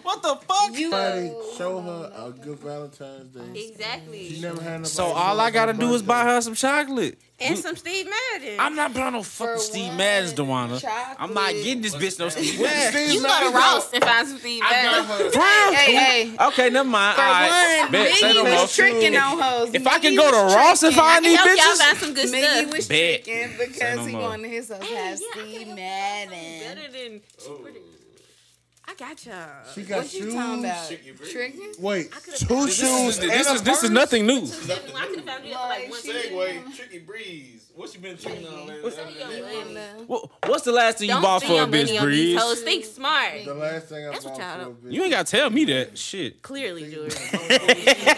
D: what the fuck?
C: you
A: Somebody show her a good Valentine's Day. She
F: Exactly.
A: never had nobody
D: So all
A: know
D: I gotta
A: her
D: do is buy her some chocolate.
F: And some Steve Madden.
D: I'm not buying no fucking
C: For
D: Steve
C: one
D: Madden's, Dewana.
C: chocolate.
D: I'm not getting this bitch no Steve
A: birthday.
D: Madden.
A: Steve's
F: you
A: not-
F: go to Ross and find some Steve Madden.
D: For real?
C: hey hey.
D: Okay, never mind.
C: For
D: all right.
C: one,
D: Bet. Say no
C: Miggy
D: more.
C: was tricking on hoes.
D: If I can
C: Miggy
D: go to
C: was
D: Ross and
C: tricking.
D: find these
F: Help y'all
D: bitches,
F: find some good
C: Miggy
F: stuff.
C: was
D: Bet.
C: tricking
D: Say no
C: because he
D: more.
C: going to his house has
F: yeah, I can
C: Steve
F: help
C: Madden.
F: Better than. I got y'all.
A: She got
C: What you
A: shoes.
C: talking about? Tricking?
A: Wait,
F: could've
A: two
F: found-
A: shoes.
D: this is
A: and
D: this
A: a
D: is this is
A: purse?
D: nothing new.
F: I could have found you for like one
C: Like,
F: second.
H: Segway, Tricky Breeze. What you been tricking on lately?
D: Wha- What's the last thing you
F: Don't
D: bought
F: spend
D: for a
F: your
D: bitch,
F: money on these
D: Breeze?
F: hoes. Think smart.
A: The last thing I
F: That's what
A: bought
F: y'all
A: for a bitch.
D: You ain't gotta tell me that shit.
F: Clearly, George. Cheap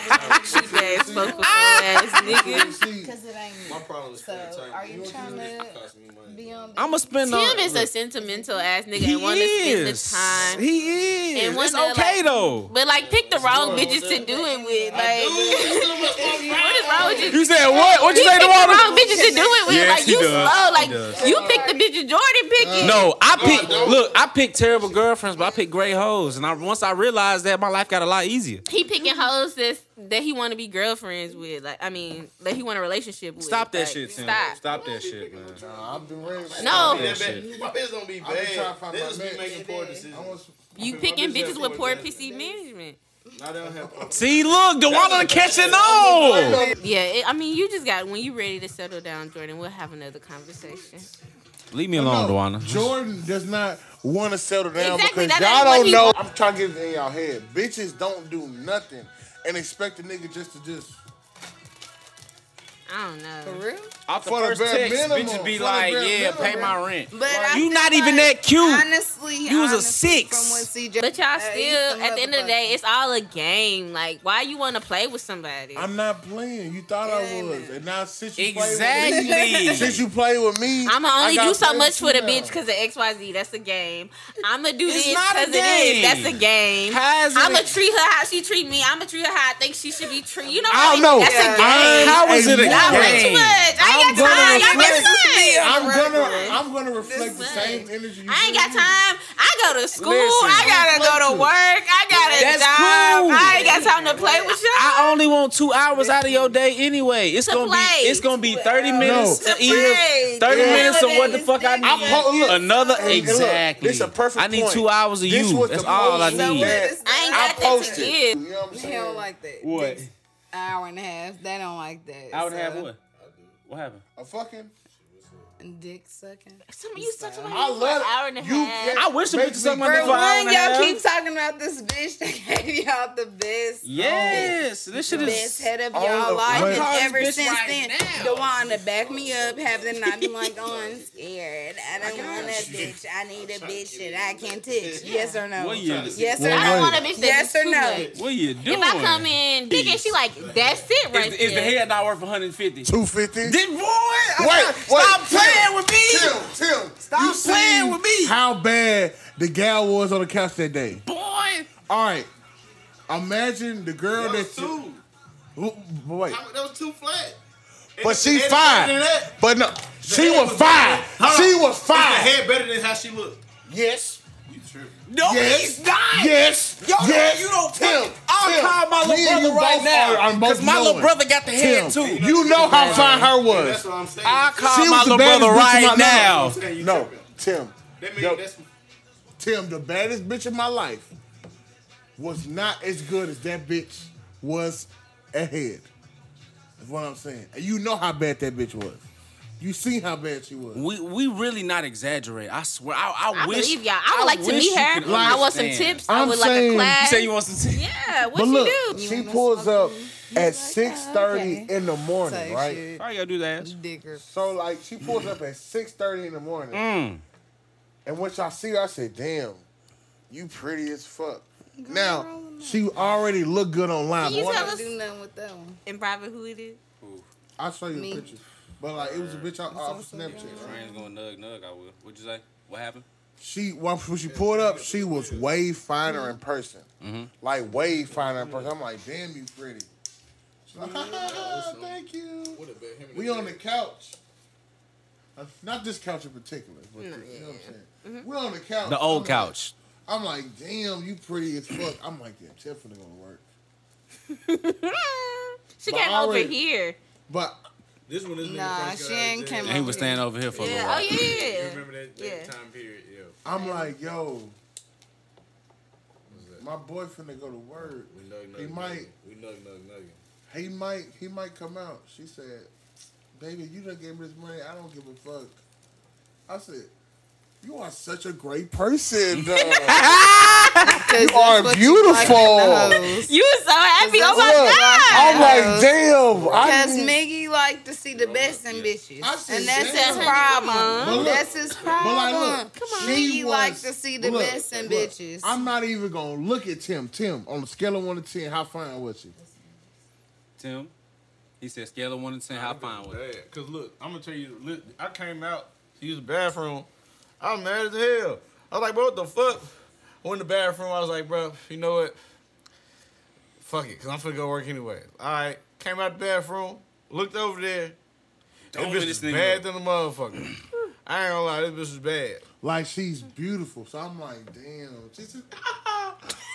F: ass, fuck with ass nigga.
A: See,
C: Because it ain't me.
H: My problem is
C: So, are you trying to
H: cost me money.
C: be on
D: I'ma spend on.
F: Tim is a sentimental ass nigga
D: he
F: and want to spend the
D: is.
F: time.
D: He is.
F: And
D: It's
F: wanna,
D: okay
F: like-
D: though.
F: But like, pick the wrong bitches to do it with. Like, what is wrong with you?
D: You said what? What you
F: He
D: say,
F: picked the wrong
D: Dewana?
F: bitches to do it with.
D: Yes,
F: like
D: he
F: you
D: does.
F: slow. Like
D: He does.
F: you picked the bitches Jordan picking.
D: No, I picked. Look, I picked terrible girlfriends, but I picked great hoes. And I, once I realized that, my life got a lot easier.
F: He picking hoes that that he want to be girlfriends with. Like I mean, that he want a relationship with.
D: Stop that
F: Like,
D: shit, Tim.
F: Stop.
D: Stop that shit, man.
A: nah, I've been ready. for-
F: No.
H: My bitch don't be
A: been trying
H: bad.
A: to find
H: They
A: my
H: just be
A: man.
H: making poor
A: I
H: decisions.
A: want some-
F: You picking bitches with poor PC management.
H: Now they don't have.
D: See, look, Dewana catching on.
F: Yeah, it, I mean, you just got when you ready to settle down, Jordan. We'll have another conversation.
D: Leave me alone,
A: No,
D: Dewana.
A: Jordan does not want to settle down
F: Exactly,
A: because
F: that's
A: y'all
F: what
A: don't
F: he-
A: know. I'm trying to get it in y'all head. Bitches don't do nothing and expect a nigga just to just
F: I don't know.
C: For real?
D: Off the
A: For the
D: first
A: bare
D: text,
A: minimum.
D: bitches be
A: For the
D: like,
A: bare
D: "Yeah,
A: minimum.
D: pay my rent."
C: But I
D: You
C: feel
D: not even
C: like,
D: that cute.
C: Honestly,
D: You was a
C: honestly,
D: six.
C: From what CJ,
F: But y'all
C: Hey, he's
F: still,
C: some
F: at the end of the day, it's all a game. Like, why you want to play with somebody?
A: I'm not playing. You thought I
C: Yeah,
A: was, and now since you play with me, since
D: Exactly.
A: you play with me,
F: I'm gonna only
A: I got
F: do so
A: played
F: much for the
A: now.
F: bitch because of X Y Z. That's a game. I'm gonna do
D: It's
F: this
D: not a
F: because it is.
D: game.
F: That's a game.
D: How is it
F: I'm
D: a-
F: gonna treat her how she treat me. I'm gonna treat her how I think she should be treated. You know, what
D: I
F: mean?
D: don't know.
F: That's a game.
D: How is it a
F: Y'all play too
D: game?
F: much. I ain't
D: I'm
F: got time.
D: gonna
F: Y'all get fun.
A: I'm gonna, I'm gonna reflect the same energy. You
F: I ain't
A: give
F: got
A: me.
F: time. I go to school.
D: Listen.
F: I gotta go to work. I got a
D: That's
F: job.
D: cool.
F: I ain't got time to play with y'all.
D: I only want two hours out of your day anyway. It's
F: To
D: gonna
F: play.
D: be it's gonna be thirty minutes
F: To
D: to either
F: play.
D: thirty
F: Yeah.
D: minutes of what the fuck I
A: I'm po-
D: need.
A: look.
D: Another
A: Hey, look,
D: exactly.
A: this a perfect
D: I need
A: point.
D: two hours of
A: This
D: you.
A: was
D: That's
A: the
D: all I
A: point
D: need.
A: that
F: I ain't
A: I
F: got that to
A: posted.
F: give.
A: You know what I'm
C: He don't
A: saying?
C: like that. This hour and a half. They don't like that.
D: Hour and a half.
C: So,
D: What? What happened?
A: A fucking.
C: Dick sucking.
F: Some of you such a
A: I
F: for
A: love
F: an hour and a
A: you
F: half.
A: can't
D: I wish the
A: make
D: bitch
A: me
D: sucked my
A: burn.
D: dick
C: For
D: for an hour and
C: one,
D: a
C: y'all
D: half.
C: keep talking about this bitch that gave y'all the best.
D: Yes, this shit
C: Best
D: is.
C: head of
A: all
C: y'all
A: of-
C: life,
A: Right.
C: and
D: Call this
C: ever
D: bitch
C: since
D: right
C: then,
D: now.
C: Dewana back me up, having not been like, oh, I'm scared. I don't want a bitch. I need a bitch that I can touch. Yes or no?
D: What year?
C: Yes or
A: Well,
F: I don't
A: wait.
C: no?
F: want a bitch that
C: Yes
F: do
C: or
F: too
C: no?
F: much.
D: What you doing?
F: If I come in dick and she like, that's it right
D: Is, is the
F: there.
D: head not worth 150?
A: Two fifty.
D: Then boy, I-
A: Wait,
D: stop
A: wait,
D: playing with me.
A: Tim, Tim,
D: Stop
A: you
D: playing
A: seen
D: with me.
A: How bad the gal was on the couch that day.
D: Boy,
A: All right, imagine the girl
H: That was
A: that. you-
H: two.
A: Who- Wait,
H: That was too flat.
A: but she
H: And- and better
A: fine.
H: than that,
A: But no, she
H: head
A: was
H: was
A: fine.
H: Hold
A: She
H: on.
A: was
H: Is the
A: fine.
H: head better than how she looked?
A: Yes.
H: You tripping.
D: no,
A: Yes.
D: he's not.
A: Yes.
D: Yo,
A: yes.
D: you don't
A: Tim.
D: fucking- I'll
A: Tim,
D: call my little
A: me and
D: brother
A: you
D: right
A: both
D: now,
A: are- are both
D: 'cause my little
A: knowing.
D: brother got the head,
A: Tim,
D: too.
A: You know how fine her
H: That's
A: was.
H: what I'm saying.
D: I
A: She
D: call
A: was
D: my
A: the
D: little
A: baddest
D: brother
A: bitch in my
D: right
A: life.
D: now.
H: saying you
A: No,
H: tripping.
A: Tim.
H: That means
A: Yo,
H: that's
A: Tim, the baddest bitch in my life, was not as good as that bitch was ahead. That's what I'm saying. And you know how bad that bitch was. You seen how bad she was.
D: We we really not exaggerate. I swear. I, I,
F: I
D: wish
F: believe y'all. I would like to
D: wish
F: meet
D: you
F: her.
D: could
F: I want some
D: understand.
F: tips. i
A: I'm
F: would like
A: saying-
F: a
A: You
D: You
F: class.
D: say you want some tips?
F: yeah, what
A: But
F: you
A: look,
F: do?
A: she pulls up at six
F: "Oh,
A: thirty in the morning,
C: Say
A: right?
C: shit.
D: Why you gotta do that?
C: Digger.
A: So like she pulls up at six thirty in the morning,
D: Mm.
A: and once I see her, I said, "Damn, you pretty as fuck." Now she already looked good online.
F: Can you
A: but
F: tell
A: when I-
F: us-
C: Do nothing with that one.
F: in private who it is.
A: I'll show you
C: Me.
A: a picture, but like it was a bitch I off Snapchat. right?
D: Friends going nug nug. I will. What'd you say? What happened?
A: She when she pulled up, she was way finer in person, like way finer in person. I'm like, "Damn, you pretty." She's like, "Thank you." We on the couch. Uh, Not this couch in particular, but the- you know what I'm saying. We on the couch.
D: The old
A: I'm
D: couch.
A: Like, I'm like, damn, you pretty as fuck. I'm like, damn, Tiffany gonna work.
F: she
A: But
F: came
A: I
F: over
A: already-
F: here.
A: But
H: This one is
C: Nah, she ain't came
D: And he was standing over here for a little
F: Yeah. Oh
D: while.
H: You
F: yeah.
H: remember that, that
F: Yeah.
H: time period? Yeah.
A: I'm like, yo, my boyfriend to go to work.
H: We nug nug.
A: He might,
H: We nug nug nugging.
A: he might, he might come out. She said, baby, you done gave me this money. I don't give a fuck. I said, you are such a great person, though.
C: You
A: are beautiful.
F: You was so happy. Oh my
A: Look,
F: god.
A: I'm like, damn. I
C: Because
A: didn't-
C: Miggy like to see the best in bitches.
A: I see
C: And that's
A: that.
C: his
A: But
C: problem.
A: look,
C: That's his
A: But like,
C: problem.
A: look,
C: Miggy
A: was-
C: like to see the
A: look,
C: best in
A: look,
C: bitches.
A: I'm not even gonna look at Tim. Tim, on a scale of one to ten, how fine was she?
D: Tim. He said scale of one to ten. How fine was it?
H: Bad. Cause look, I'm gonna tell you. Look, I came out to use the bathroom. I'm mad as hell. I was like, bro, what the fuck? I went in the bathroom. I was like, bro, you know what? Fuck it, cause I'm finna go work anyway. All right, came out the bathroom, looked over there. This
D: Don't
H: bitch
D: let
H: was
D: this nigga
H: bad
D: know.
H: than a motherfucker. I ain't gonna lie, this bitch was bad.
A: Like she's beautiful. So I'm like, damn. She's just,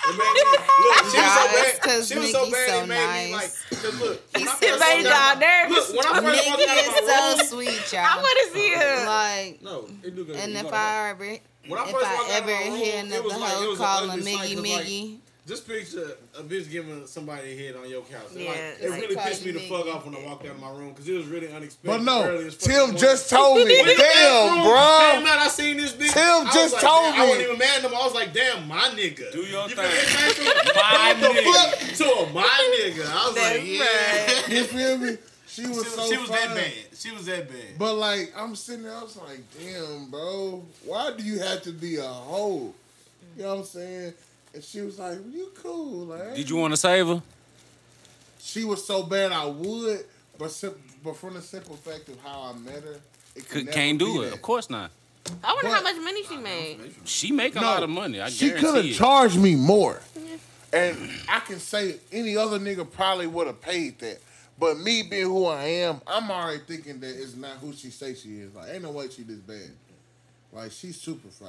H: It made me, look, she was so
C: Guys,
H: bad.
C: 'cause
H: She was so
C: Nikki's
H: bad.
C: so
H: it made me like,
C: nice.
H: cause look, when
F: He's
H: I first
F: made
H: walked out-
F: y'all nervous.
H: Look, when I first walked out of my
C: Miggy
H: room,
C: is so sweet,
F: I
C: y'all.
F: want to see her.
C: Like,
H: no, it do good.
C: and
H: You
C: if
H: gotta-
C: I ever, if
H: When I first walked
C: I
H: out of my
C: ever
H: room,
C: hear
H: it
C: another
H: was like- it
C: hoe
H: was an
C: call him
H: ugly sight,
C: Miggy
H: 'cause, like,
C: Miggy,
H: Just picture a bitch giving somebody a head on your couch. And, like,
F: Yeah,
H: it
F: like-
H: really
C: Call
H: pissed me
C: you
H: the
C: nigga.
H: fuck off when I walked out of my room because it was really unexpected.
A: but
H: early
A: no,
H: as fuck in the
A: Tim
H: morning.
A: just told me.
H: When the bathroom
A: damn, bro.
H: Came out, I seen this bitch.
A: Tim
H: I was
A: just
H: like,
A: told
H: damn, I wasn't
A: me.
H: even mad at him. I was like, damn, my nigga.
D: Do your
H: you
D: thing.
H: From,
D: My
H: my the
D: nigga.
H: fuck to a my nigga. I was like, yeah.
A: You feel me? She
H: She
A: was
H: was,
A: so
H: she was that
A: fine.
H: bad. She was that bad.
A: But like, I'm sitting there, I was like, damn, bro, why do you have to be a hoe? You know what I'm saying? And she was like, you cool. Like,
D: Did you want to save her?
A: She was so bad I would, but sim- but from the simple fact of how I met her, it could
D: Could,
A: never
D: can't
A: be
D: do it.
A: that.
D: Of course not.
F: I wonder
A: But-
F: how much money she made.
D: She make a
A: No,
D: lot of money. I
A: She could
D: guarantee
A: have
D: it.
A: charged me more, and I can say any other nigga probably would have paid that. But me being who I am, I'm already thinking that it's not who she say she is. Like, ain't no way she this bad. Like, she's super fine.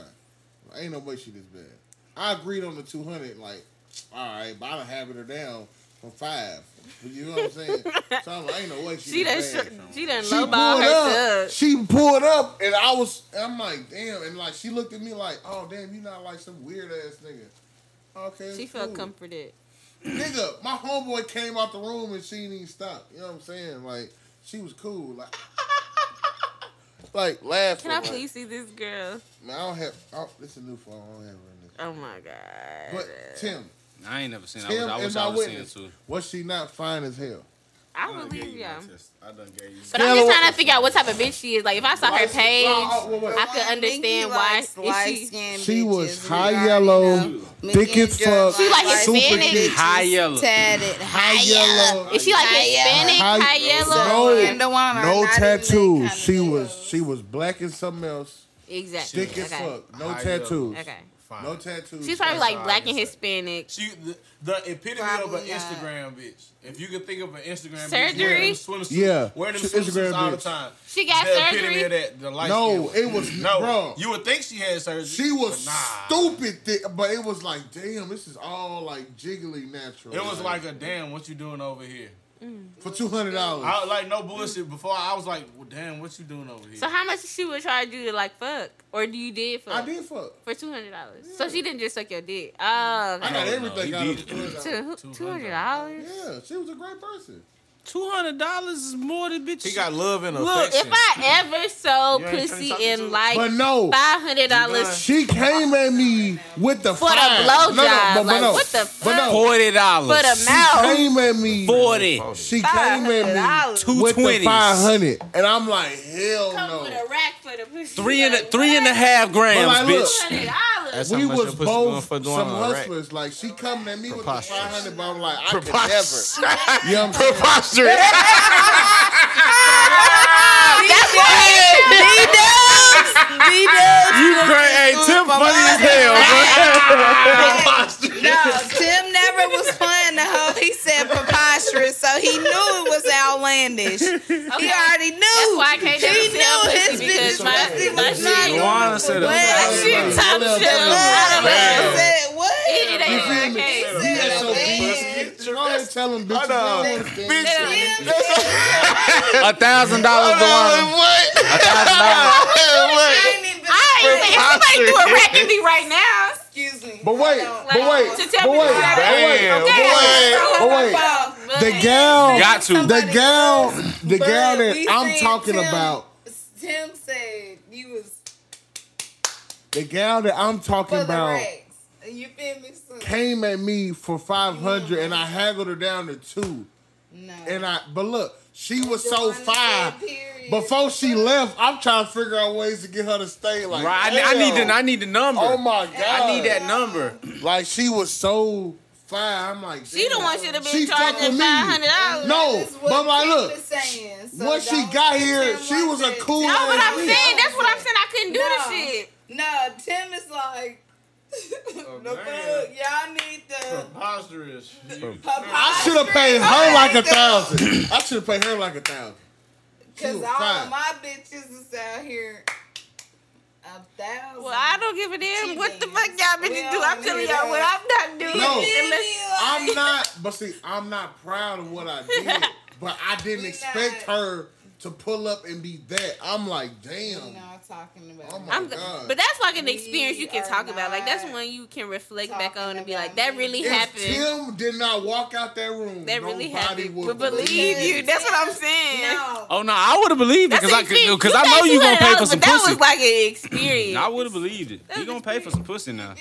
A: Like, ain't no way she this bad. I agreed on the 200. Like, all right, but I done have her down from five. You know what I'm saying? so I'm like, ain't no way she.
F: She done,
A: this bad.
F: sh- she done
A: She pulled
F: lowball
A: up.
F: herself.
A: She pulled up, and I was, and I'm like, damn, and like she looked at me like, oh damn, you not like some weird ass nigga. Okay,
F: She
A: cool.
F: felt comforted.
A: Nigga, my homeboy came out the room and she didn't even stop. You know what I'm saying? Like she was cool, like, like laughing.
F: Can I
A: like,
F: please see this girl?
A: Man, I don't have. Oh, this is a new phone. I don't have her in this.
F: Oh my god.
A: But Tim,
D: I ain't never seen. it. I wish
A: Tim,
D: I,
A: and
D: wish
A: my
D: I was seeing it
A: witness,
D: too.
A: was she not fine as hell?
F: I believe y'all.
H: I done gave you.
F: But I'm
A: Scale-
F: just trying to figure out what type of bitch she is. Like if I saw her
A: Like,
F: page,
A: oh, oh, wait, wait.
F: I could understand why
C: Miggy
F: why
C: likes
F: is she.
C: light-skinned
A: She was
C: bitches. We
A: high
C: already
A: yellow,
C: know.
A: thick
C: Miggy
A: as
C: drug
A: fuck,
F: She like
C: light-skinned
F: Hispanic.
A: thick.
D: High yellow.
C: Tatted, high yellow.
F: Is she like
C: High yellow.
F: Hispanic,
A: High-
F: high
C: So,
F: yellow?
C: and the one are not
A: no
C: even that
A: tattoos.
C: kind of
A: she was
C: yellow.
A: she was black and something else.
F: Exactly.
A: Thick as
F: okay.
A: fuck. No
H: High
A: tattoos.
F: Okay.
H: Fine.
A: No tattoos.
F: She's probably
H: That's
F: like
H: all
F: black and
H: I can say.
F: Hispanic.
H: She the, the epitome of an
F: uh,
C: Probably not.
H: Instagram bitch. If you could think of an Instagram bitch, wear
F: Surgery?
H: them swimsuits,
A: Yeah,
H: wear them
A: she's
H: swimsuits
A: Instagram
H: all the
A: bitch.
H: time.
F: She got
H: the
F: surgery?
H: Epitome of that, the light
A: No,
H: skin.
A: it was
H: no.
A: no. Bro,
H: You would think she had surgery.
A: she was
H: but
A: stupid, thick, but it was like, damn, this is all like jiggly natural.
H: It was like a damn. What you doing over here?
A: for two hundred dollars.
H: I like no bullshit. Before I was like, well, damn, what you doing over here?
F: So how much she would charge you to like fuck, or do you did fuck
A: I did fuck.
F: for two hundred dollars? So she didn't just suck your dick. Oh,
A: I got
D: no,
A: everything
D: you
A: out of
D: did.
A: the $200.
F: two hundred dollars.
A: Yeah, she was a great person.
D: Two hundred dollars is more than bitch.
H: He got love and
F: Look, if
H: affection.
F: I ever sold
H: You ain't finna
F: pussy
H: talk to
F: in like
A: But no.
F: five hundred dollars,
A: She came at me with the
F: For the
A: fine.
F: blowjob, like, what the
A: but no.
F: fuck? Forty
D: dollars.
F: For the
A: she
F: mouth.
A: came at me.
D: Forty.
A: She came at me
D: Two
A: with the
D: twenties.
A: five hundred, and I'm like, hell
F: come
A: no.
F: with a rack for the pussy.
D: Three and a, three and a half grams,
A: But like, look,
D: bitch.
H: That's how
A: we
H: much your
A: was
H: pussy going
A: both
H: for
A: some
H: doing all right.
A: hustlers. Like she coming at me with the five
H: Preposterous.
A: hundred, but I'm like, I could
H: Preposterous.
A: never. You know what I'm saying?
W: Preposterous.
F: That's
W: You crazy. Hey, Tim funny as hell, bro.
C: No, Tim never was playing the hoe. He said preposterous, so he knew it was outlandish. He already knew.
F: That's why I can't
C: he
F: never sell
C: knew
F: pussy
C: his
F: because
C: bitch
F: my-
C: pussy
F: my
C: was
F: shit-
C: not
D: Luana said it.
C: Well,
F: That shit top shelf. I
C: I
F: don't know.
C: said, what?
F: Eat it,
A: You feel
F: ain't
A: me?
F: okay.
A: That's so bitch. Go ahead and tell them bitches. they don't understand.
D: A thousand dollars, Luana.
W: What?
D: A thousand dollars.
F: I ain't if somebody do a rack at me right now. Excuse me.
A: But wait,
F: Like,
A: but wait,
F: to
A: but
F: tell me
A: wait,
F: to
A: but wait,
F: Damn,
A: but wait, but wait. The gal,
D: Got to.
A: the gal, the
C: But
A: gal that
C: we
A: I'm
C: seen
A: talking
C: Tim-
A: about,
C: Tim said you was
A: the gal that I'm talking
C: for the
A: about
C: racks. You feel me? So,
A: came at me for 500 and I haggled her down to two.
C: no.
A: And I, but look, she was
C: The
A: so
C: one that said
A: fine.
C: period.
A: Before she left, I'm trying to figure out ways to get her to stay. Like,
D: Right, I, I need
A: damn.
D: the I need the number.
A: Oh my god,
D: I need that number.
A: Like she was so fine. I'm like,
F: She the
A: damn.
F: one should have
A: She
F: been
A: fuck with
F: charging
A: me.
F: five hundred dollars.
A: No,
C: That's
A: but
C: what
A: I'm like,
C: Tim
A: look,
C: was saying. So
A: once she
C: don't
A: got
C: look at
A: here,
C: Tim
A: she
C: like
A: was a
C: that.
A: cool.
F: That's what
A: ass
F: I'm
A: bitch.
F: saying. That's what I'm saying. I couldn't do
C: No.
F: the shit.
C: No, Tim is like,
A: Oh,
C: the fuck, y'all need the
H: Preposterous. You-
A: I should have paid her like a thousand. I should have paid her like a thousand. She
C: Because
A: was
C: all
A: fine.
C: of my bitches is out here a thousand.
F: Well, I don't give a damn what the
C: Jeez.
F: fuck y'all bitches do. I'm
C: Well,
F: telling
C: yeah.
F: y'all what I'm not doing.
A: No.
F: Unless-
A: I'm not, but see, I'm not proud of what I did, but I didn't
C: We
A: expect
C: not.
A: her to pull up and be that. I'm like,
C: You
A: damn.
C: know, I'm talking about.
A: Oh
C: it.
A: my
F: I'm go-
A: god.
F: but that's like an
C: We
F: experience you can
C: are
F: talk about. Like that's
C: not
F: one you can reflect back
C: talking
F: on and be
C: about
F: like, that really
A: if
F: happened.
A: Tim did not walk out that room,
F: that
A: nobody
F: really happened.
A: would
F: But believe you. That's what I'm saying.
C: No.
D: Oh no, I would have believed it
F: That's
D: because I
F: an
D: could
F: experience.
D: because I know
F: paid
D: you gonna pay for
F: $200,
D: some
F: but That
D: pussy.
F: was like an experience.
D: I would have believed it. You gonna pay for some pussy now.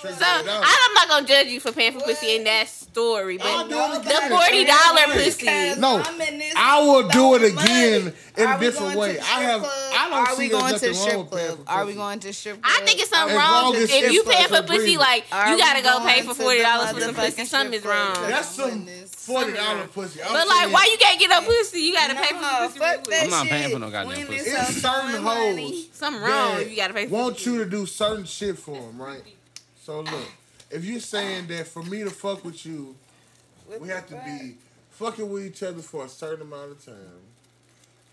C: So,
F: So I'm not gonna judge you for paying for pussy in that story,
A: I'll
F: but
A: do it
F: the
A: again.
F: forty dollar pussy.
C: Because
A: No,
C: I'm in this
A: I will do it
C: so much.
A: again in
C: Are
A: a
C: we
A: different
C: going to
A: way.
C: the
A: I have.
C: strip club?
A: I don't
C: Are
A: see
C: we
A: there's
C: going to
A: nothing
C: the
A: wrong
C: strip
A: with paying
C: club?
A: for
C: Are
A: pussy.
C: we going to strip club?
F: I think it's something
A: As
F: wrong.
A: long as
F: If you
A: it's
F: paying for
A: like a
F: pussy,
A: breeze.
F: like
C: Are
F: you
C: we
F: gotta go
C: going
F: pay for
C: to the
F: forty dollars for some pussy.
C: motherfucking
F: Something's
C: strip club?
F: wrong.
A: That's some
C: Goodness.
A: forty dollar pussy. I'm
F: But like,
A: saying,
F: why you gotta get no pussy? You gotta pay for
C: No,
F: some pussy. real
C: fuck
F: quick.
C: that
D: I'm not
C: shit.
D: paying for no goddamn
C: We
D: pussy.
C: need
A: It's
C: some
A: certain
C: money.
A: hoes.
F: Something wrong
A: that
F: if you gotta pay for
A: want
F: pussy.
A: you to do certain shit for them, right? So look, if you're saying that for me to fuck with you, we have to be fucking with each other for a certain amount of time.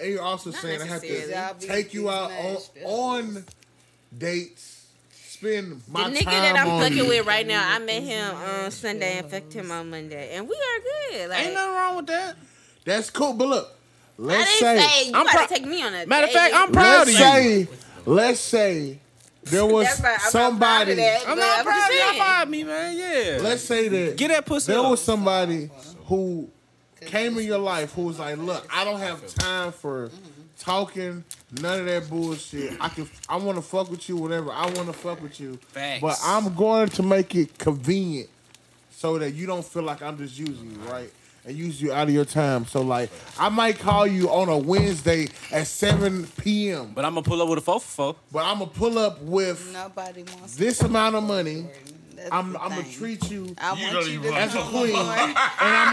A: And you're also
F: Not
A: saying I have
F: necessarily.
A: to
C: Y'all be
A: take you out on,
C: these nasty.
A: on dates, spend
F: The
A: my
F: nigga
A: time
F: that I'm
A: on
F: fucking
A: you.
F: with right now, I met him on Sunday and fucked him on Monday, and we are good. Like,
D: Ain't nothing wrong with that.
A: That's cool, but look,
F: I
A: let's
F: didn't
A: say,
F: say, you
D: I'm
F: gotta
D: pro-
F: take me on a
D: Matter of
F: date.
D: fact, I'm proud
A: let's
D: of you.
A: say, let's say there was
F: That's right. I'm not proud of
A: somebody.
F: that.
D: I'm
F: But
D: not
F: I'm
D: proud
F: just
D: of you. Y'all
F: saying.
D: fired me, man. Yeah.
A: Let's say that
D: Get that pussy.
A: there
D: up.
A: was somebody who came in your life who was like, "Look, I don't have time for talking none of that bullshit. I can, I want to fuck with you, whatever. I want to fuck with you,
D: Facts.
A: but I'm going to make it convenient so that you don't feel like I'm just using you, right?" And use you out of your time. So like, I might call you on a Wednesday at seven p.m.
D: But I'm gonna pull up with a four for four.
A: But I'm gonna pull up with
C: Nobody wants
A: this amount of money.
C: That's
A: I'm
C: the
A: I'm gonna
C: thing.
A: treat you
C: I
H: You
C: want
H: don't
C: you
H: even
C: to
H: want
A: as a
C: come
A: queen, and
C: more.
A: I'm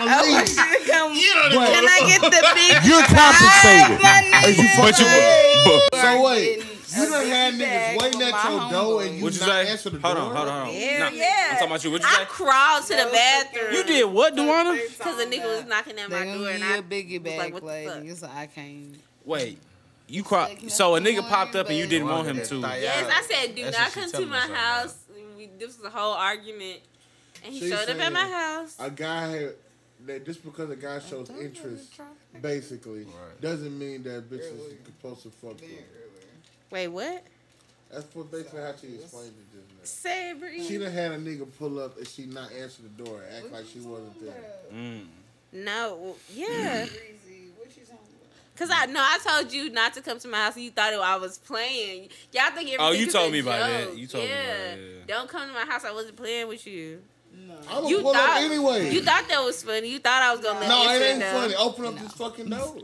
C: I
A: a
C: want
A: leave.
C: you to come.
A: But-
C: Can I get the big
A: You're compensated.
C: my
A: Is you
C: nigga?
A: fucking
C: Hey.
A: So wait,
C: Getting
A: you
C: a
A: done had
C: big
A: niggas
C: bag
A: waiting
C: for my
A: at your door and
C: homeboy.
A: you
D: What you
A: not
D: say?
A: answer the
D: Hold
A: door.
D: on, hold on, hold on.
C: Hell
D: Nah,
C: yeah.
D: I'm talking about you. What you
F: I
D: say?
F: crawled to the bathroom.
D: You did what, Duana?
F: Cause a nigga was knocking at my
C: They gonna
F: door
C: give
F: and
C: you
F: I
C: a biggie
F: was
C: bag,
F: like, what the fuck?
C: lady. So I can't.
D: Wait. You cro- so a nigga popped up and you didn't want him to.
F: Yes, I said, do
H: That's
F: not
H: what she
F: come to
H: telling
F: my
H: us right now.
F: house. We, this was a whole argument, and he
A: She
F: showed up
A: saying-
F: at my house.
A: A guy had, that just because a guy shows interest, basically, doesn't mean that bitch is supposed to fuck you.
F: Wait, what?
A: That's what basically how she explained it just
F: Say, it,
A: now.
F: Bree.
A: She done had a nigga pull up and she not answer the door and act like she wasn't there.
D: Mm.
F: No, yeah. Cause I no, I told you not to come to my house. and You thought it, I was playing. Y'all think everything
D: Oh, you
F: is
D: told
F: a
D: me about that.
F: joke.
D: You told me about
F: Yeah.
D: that, yeah.
F: Don't come to my house. I wasn't playing with you. No,
A: I was pulling up anyway.
F: You thought that was funny. You thought I was gonna let
A: No,
F: you
A: it
F: sit
A: ain't
F: down.
A: funny. Open up this fucking door.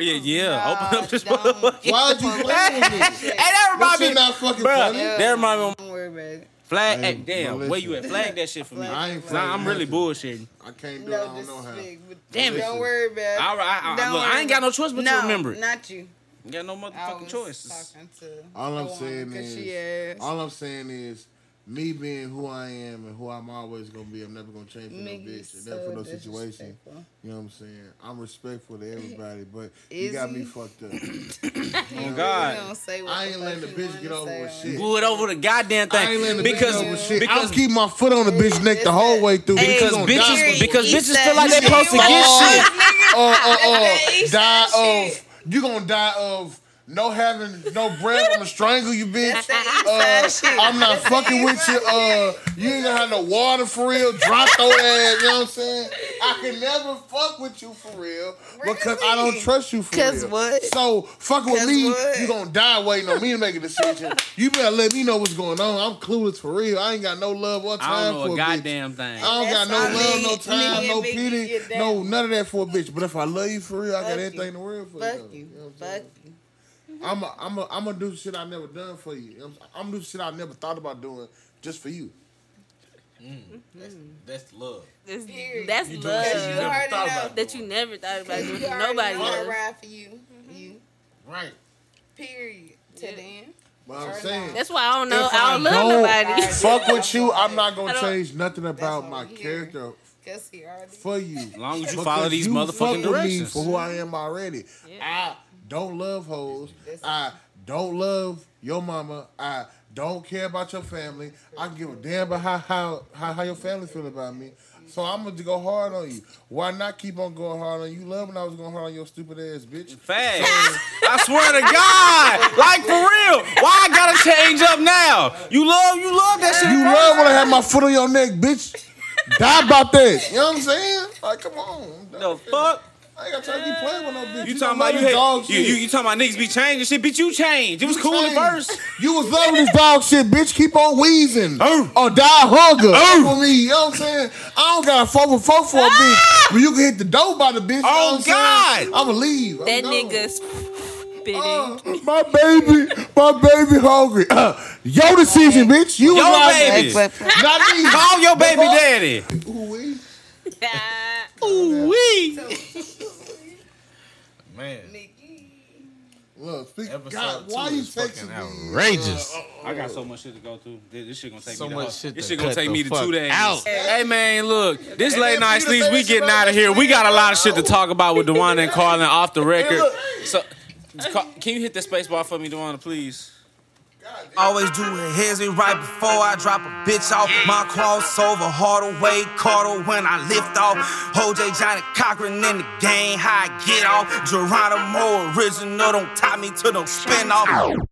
D: Yeah, yeah. Open up this motherfucker.
A: Why'd you playing with me?
D: And that
A: That
D: remind
A: shit
D: me.
A: not fucking
D: Bruh,
A: funny.
D: That remind me.
C: Don't worry about it.
D: Flag.
A: I ain't-
D: hey, damn,
A: bro,
D: where you at?
A: listen.
D: Flag that shit for me.
A: I ain't
D: 'Cause I- I'm
A: flagging
D: really bullshitting.
A: I can't do it. I
C: No
A: don't know how.
C: disrespect. but
D: Damn it.
C: Don't worry about it.
D: I- I- I-
C: Don't
D: look, I
C: worry
D: ain't got
C: about
D: no
C: it.
D: choice but to
C: no,
D: remember it.
C: Not you.
D: You got no motherfucking choices.
C: Talking to
A: All I'm
C: the woman,
A: saying
C: 'cause
A: is,
C: she asked.
A: all I'm saying is, me being who I am and who I'm always gonna be, I'm never gonna change for no
C: Nigga,
A: bitch
C: you
A: and never for
C: so
A: no situation.
C: disrespectful.
A: You know what I'm saying? I'm respectful to everybody, but you got me
C: Is
A: fucked up. You
D: Oh
A: know?
D: God.
C: Don't say what
A: I
C: the
A: ain't
C: fuck
A: letting the
C: you
A: bitch
C: wanna
A: get over
C: say
A: with
C: on
A: shit.
D: Blew it over the
A: I
D: goddamn
A: ain't letting
D: thing
A: the
D: because
A: bitch over with shit.
D: because
A: I'll keep my foot on the bitch neck the whole way through.
D: because
A: bitch,
D: bitches because
C: Eat
D: bitches
C: that
D: feel like they
C: shit.
D: supposed to get shit.
A: or, or, or
C: East
A: die
C: Side
A: of you gonna die of no having no breath. I'm gonna strangle you, bitch.
C: that East Side
A: Uh, I'm not fucking with you. Uh, you ain't gonna have no water for real. Drop your ass. You know what I'm saying? I can never fuck with you for real because I don't trust you for
C: 'Cause
A: real.
C: what?
A: So fucking with
C: 'Cause
A: me,
C: what?
A: you gonna die waiting on me to make a decision. You better let me know what's going on. I'm clueless for real. I ain't got no love or time
D: I
A: for
D: don't know
A: a
D: a
A: bitch.
D: goddamn thing.
A: I don't got
C: That's
A: no
C: why
A: love,
C: me-
A: no
C: me
A: time,
C: and
A: no
C: Vicky
A: pity,
C: get down.
A: no none of that for a bitch. But if I love you for real, I got
C: Fuck
A: everything in
C: you.
A: the world for
C: Fuck
A: you.
C: you. Fuck you.
A: I'm a, I'm a, I'm gonna do shit I never done for you. I'm, I'm gonna do shit I never thought about doing just for you.
X: That's love.
F: That's,
C: Period.
F: that's
X: You doing
F: love
X: shit you never
C: already
X: thought
C: know.
X: about.
F: that you never thought about doing
C: You
F: for
C: already
F: nobody
C: know I
F: else.
C: ride for you. You.
X: Right.
C: Period. To the end.
A: But I'm saying,
F: That's why I don't know.
A: if
F: I don't love nobody.
A: fuck with you, I'm not
F: I
A: gonna
F: don't-
A: change nothing about
C: what
A: my
C: we hear.
A: character
C: Cause he already.
A: for you. As
D: long as you follow these motherfucking directions.
A: for who I am already. I don't love hoes. I don't love your mama. I don't care about your family. I give a damn about how how how, how your family feel about me. So I'm gonna go hard on you. Why not keep on going hard on you? Love when I was going hard on your stupid ass bitch.
D: Fast. I swear to God, like for real. Why I gotta change up now? You love, you love that shit.
A: You love when I have my foot on your neck, bitch. Die about that. You know what I'm saying? Like, come on.
D: The fuck?
A: I ain't got time to be playing with no bitch.
D: You
A: don't
D: talking
A: love
D: about you,
A: this
D: had, you,
A: shit.
D: you you talking about niggas be changing shit, bitch? You changed. It was cool at
A: Changed.
D: first.
A: You was loving this dog shit, bitch. Keep on wheezing.
D: Oh.
A: Or die a hugger. Fuck with me. You know what I'm saying? I don't got a fuck with fuck for a
F: Ah!
A: bitch. But you can hit the door by the bitch.
D: Oh, God.
A: I'm gonna leave. I'm
F: That
A: gone.
F: nigga spitting.
C: Oh.
A: Uh, my baby, my baby hungry. Uh, your decision, bitch. You was
D: Your
A: lying.
D: baby.
A: Not me.
D: Call your baby
A: fuck?
D: daddy.
A: Ooh-wee.
D: Ooh wee.
X: Man.
A: Look, speak,
X: Episode
A: God,
X: two
A: why you
X: is fucking
A: texting me?
J: Outrageous.
D: I got so much shit to go through. This, this shit gonna take
X: So
D: me. to
X: much
D: hus-
X: shit
D: This
X: to
D: shit gonna
X: cut
D: take
X: the
D: me to
X: fuck
D: two days.
J: out.
D: Hey man, look, this late
A: if
D: night
A: you the
D: sleeps. We
A: same shit
D: getting
A: about
D: out of
A: this
D: here. We
A: nigga,
D: got a lot of
A: I
D: shit to
A: know.
D: talk about with Dewan and Carlin off the record.
A: look.
D: So, ca- can you hit that space bar for me, Dewan, please?
Y: Always do it heads me right before I drop a bitch off. My crossover, Hardaway, Carter when I lift off. OJ Johnny Cochran in the game, how I get off. Geronimo original, don't tie me to no spin off.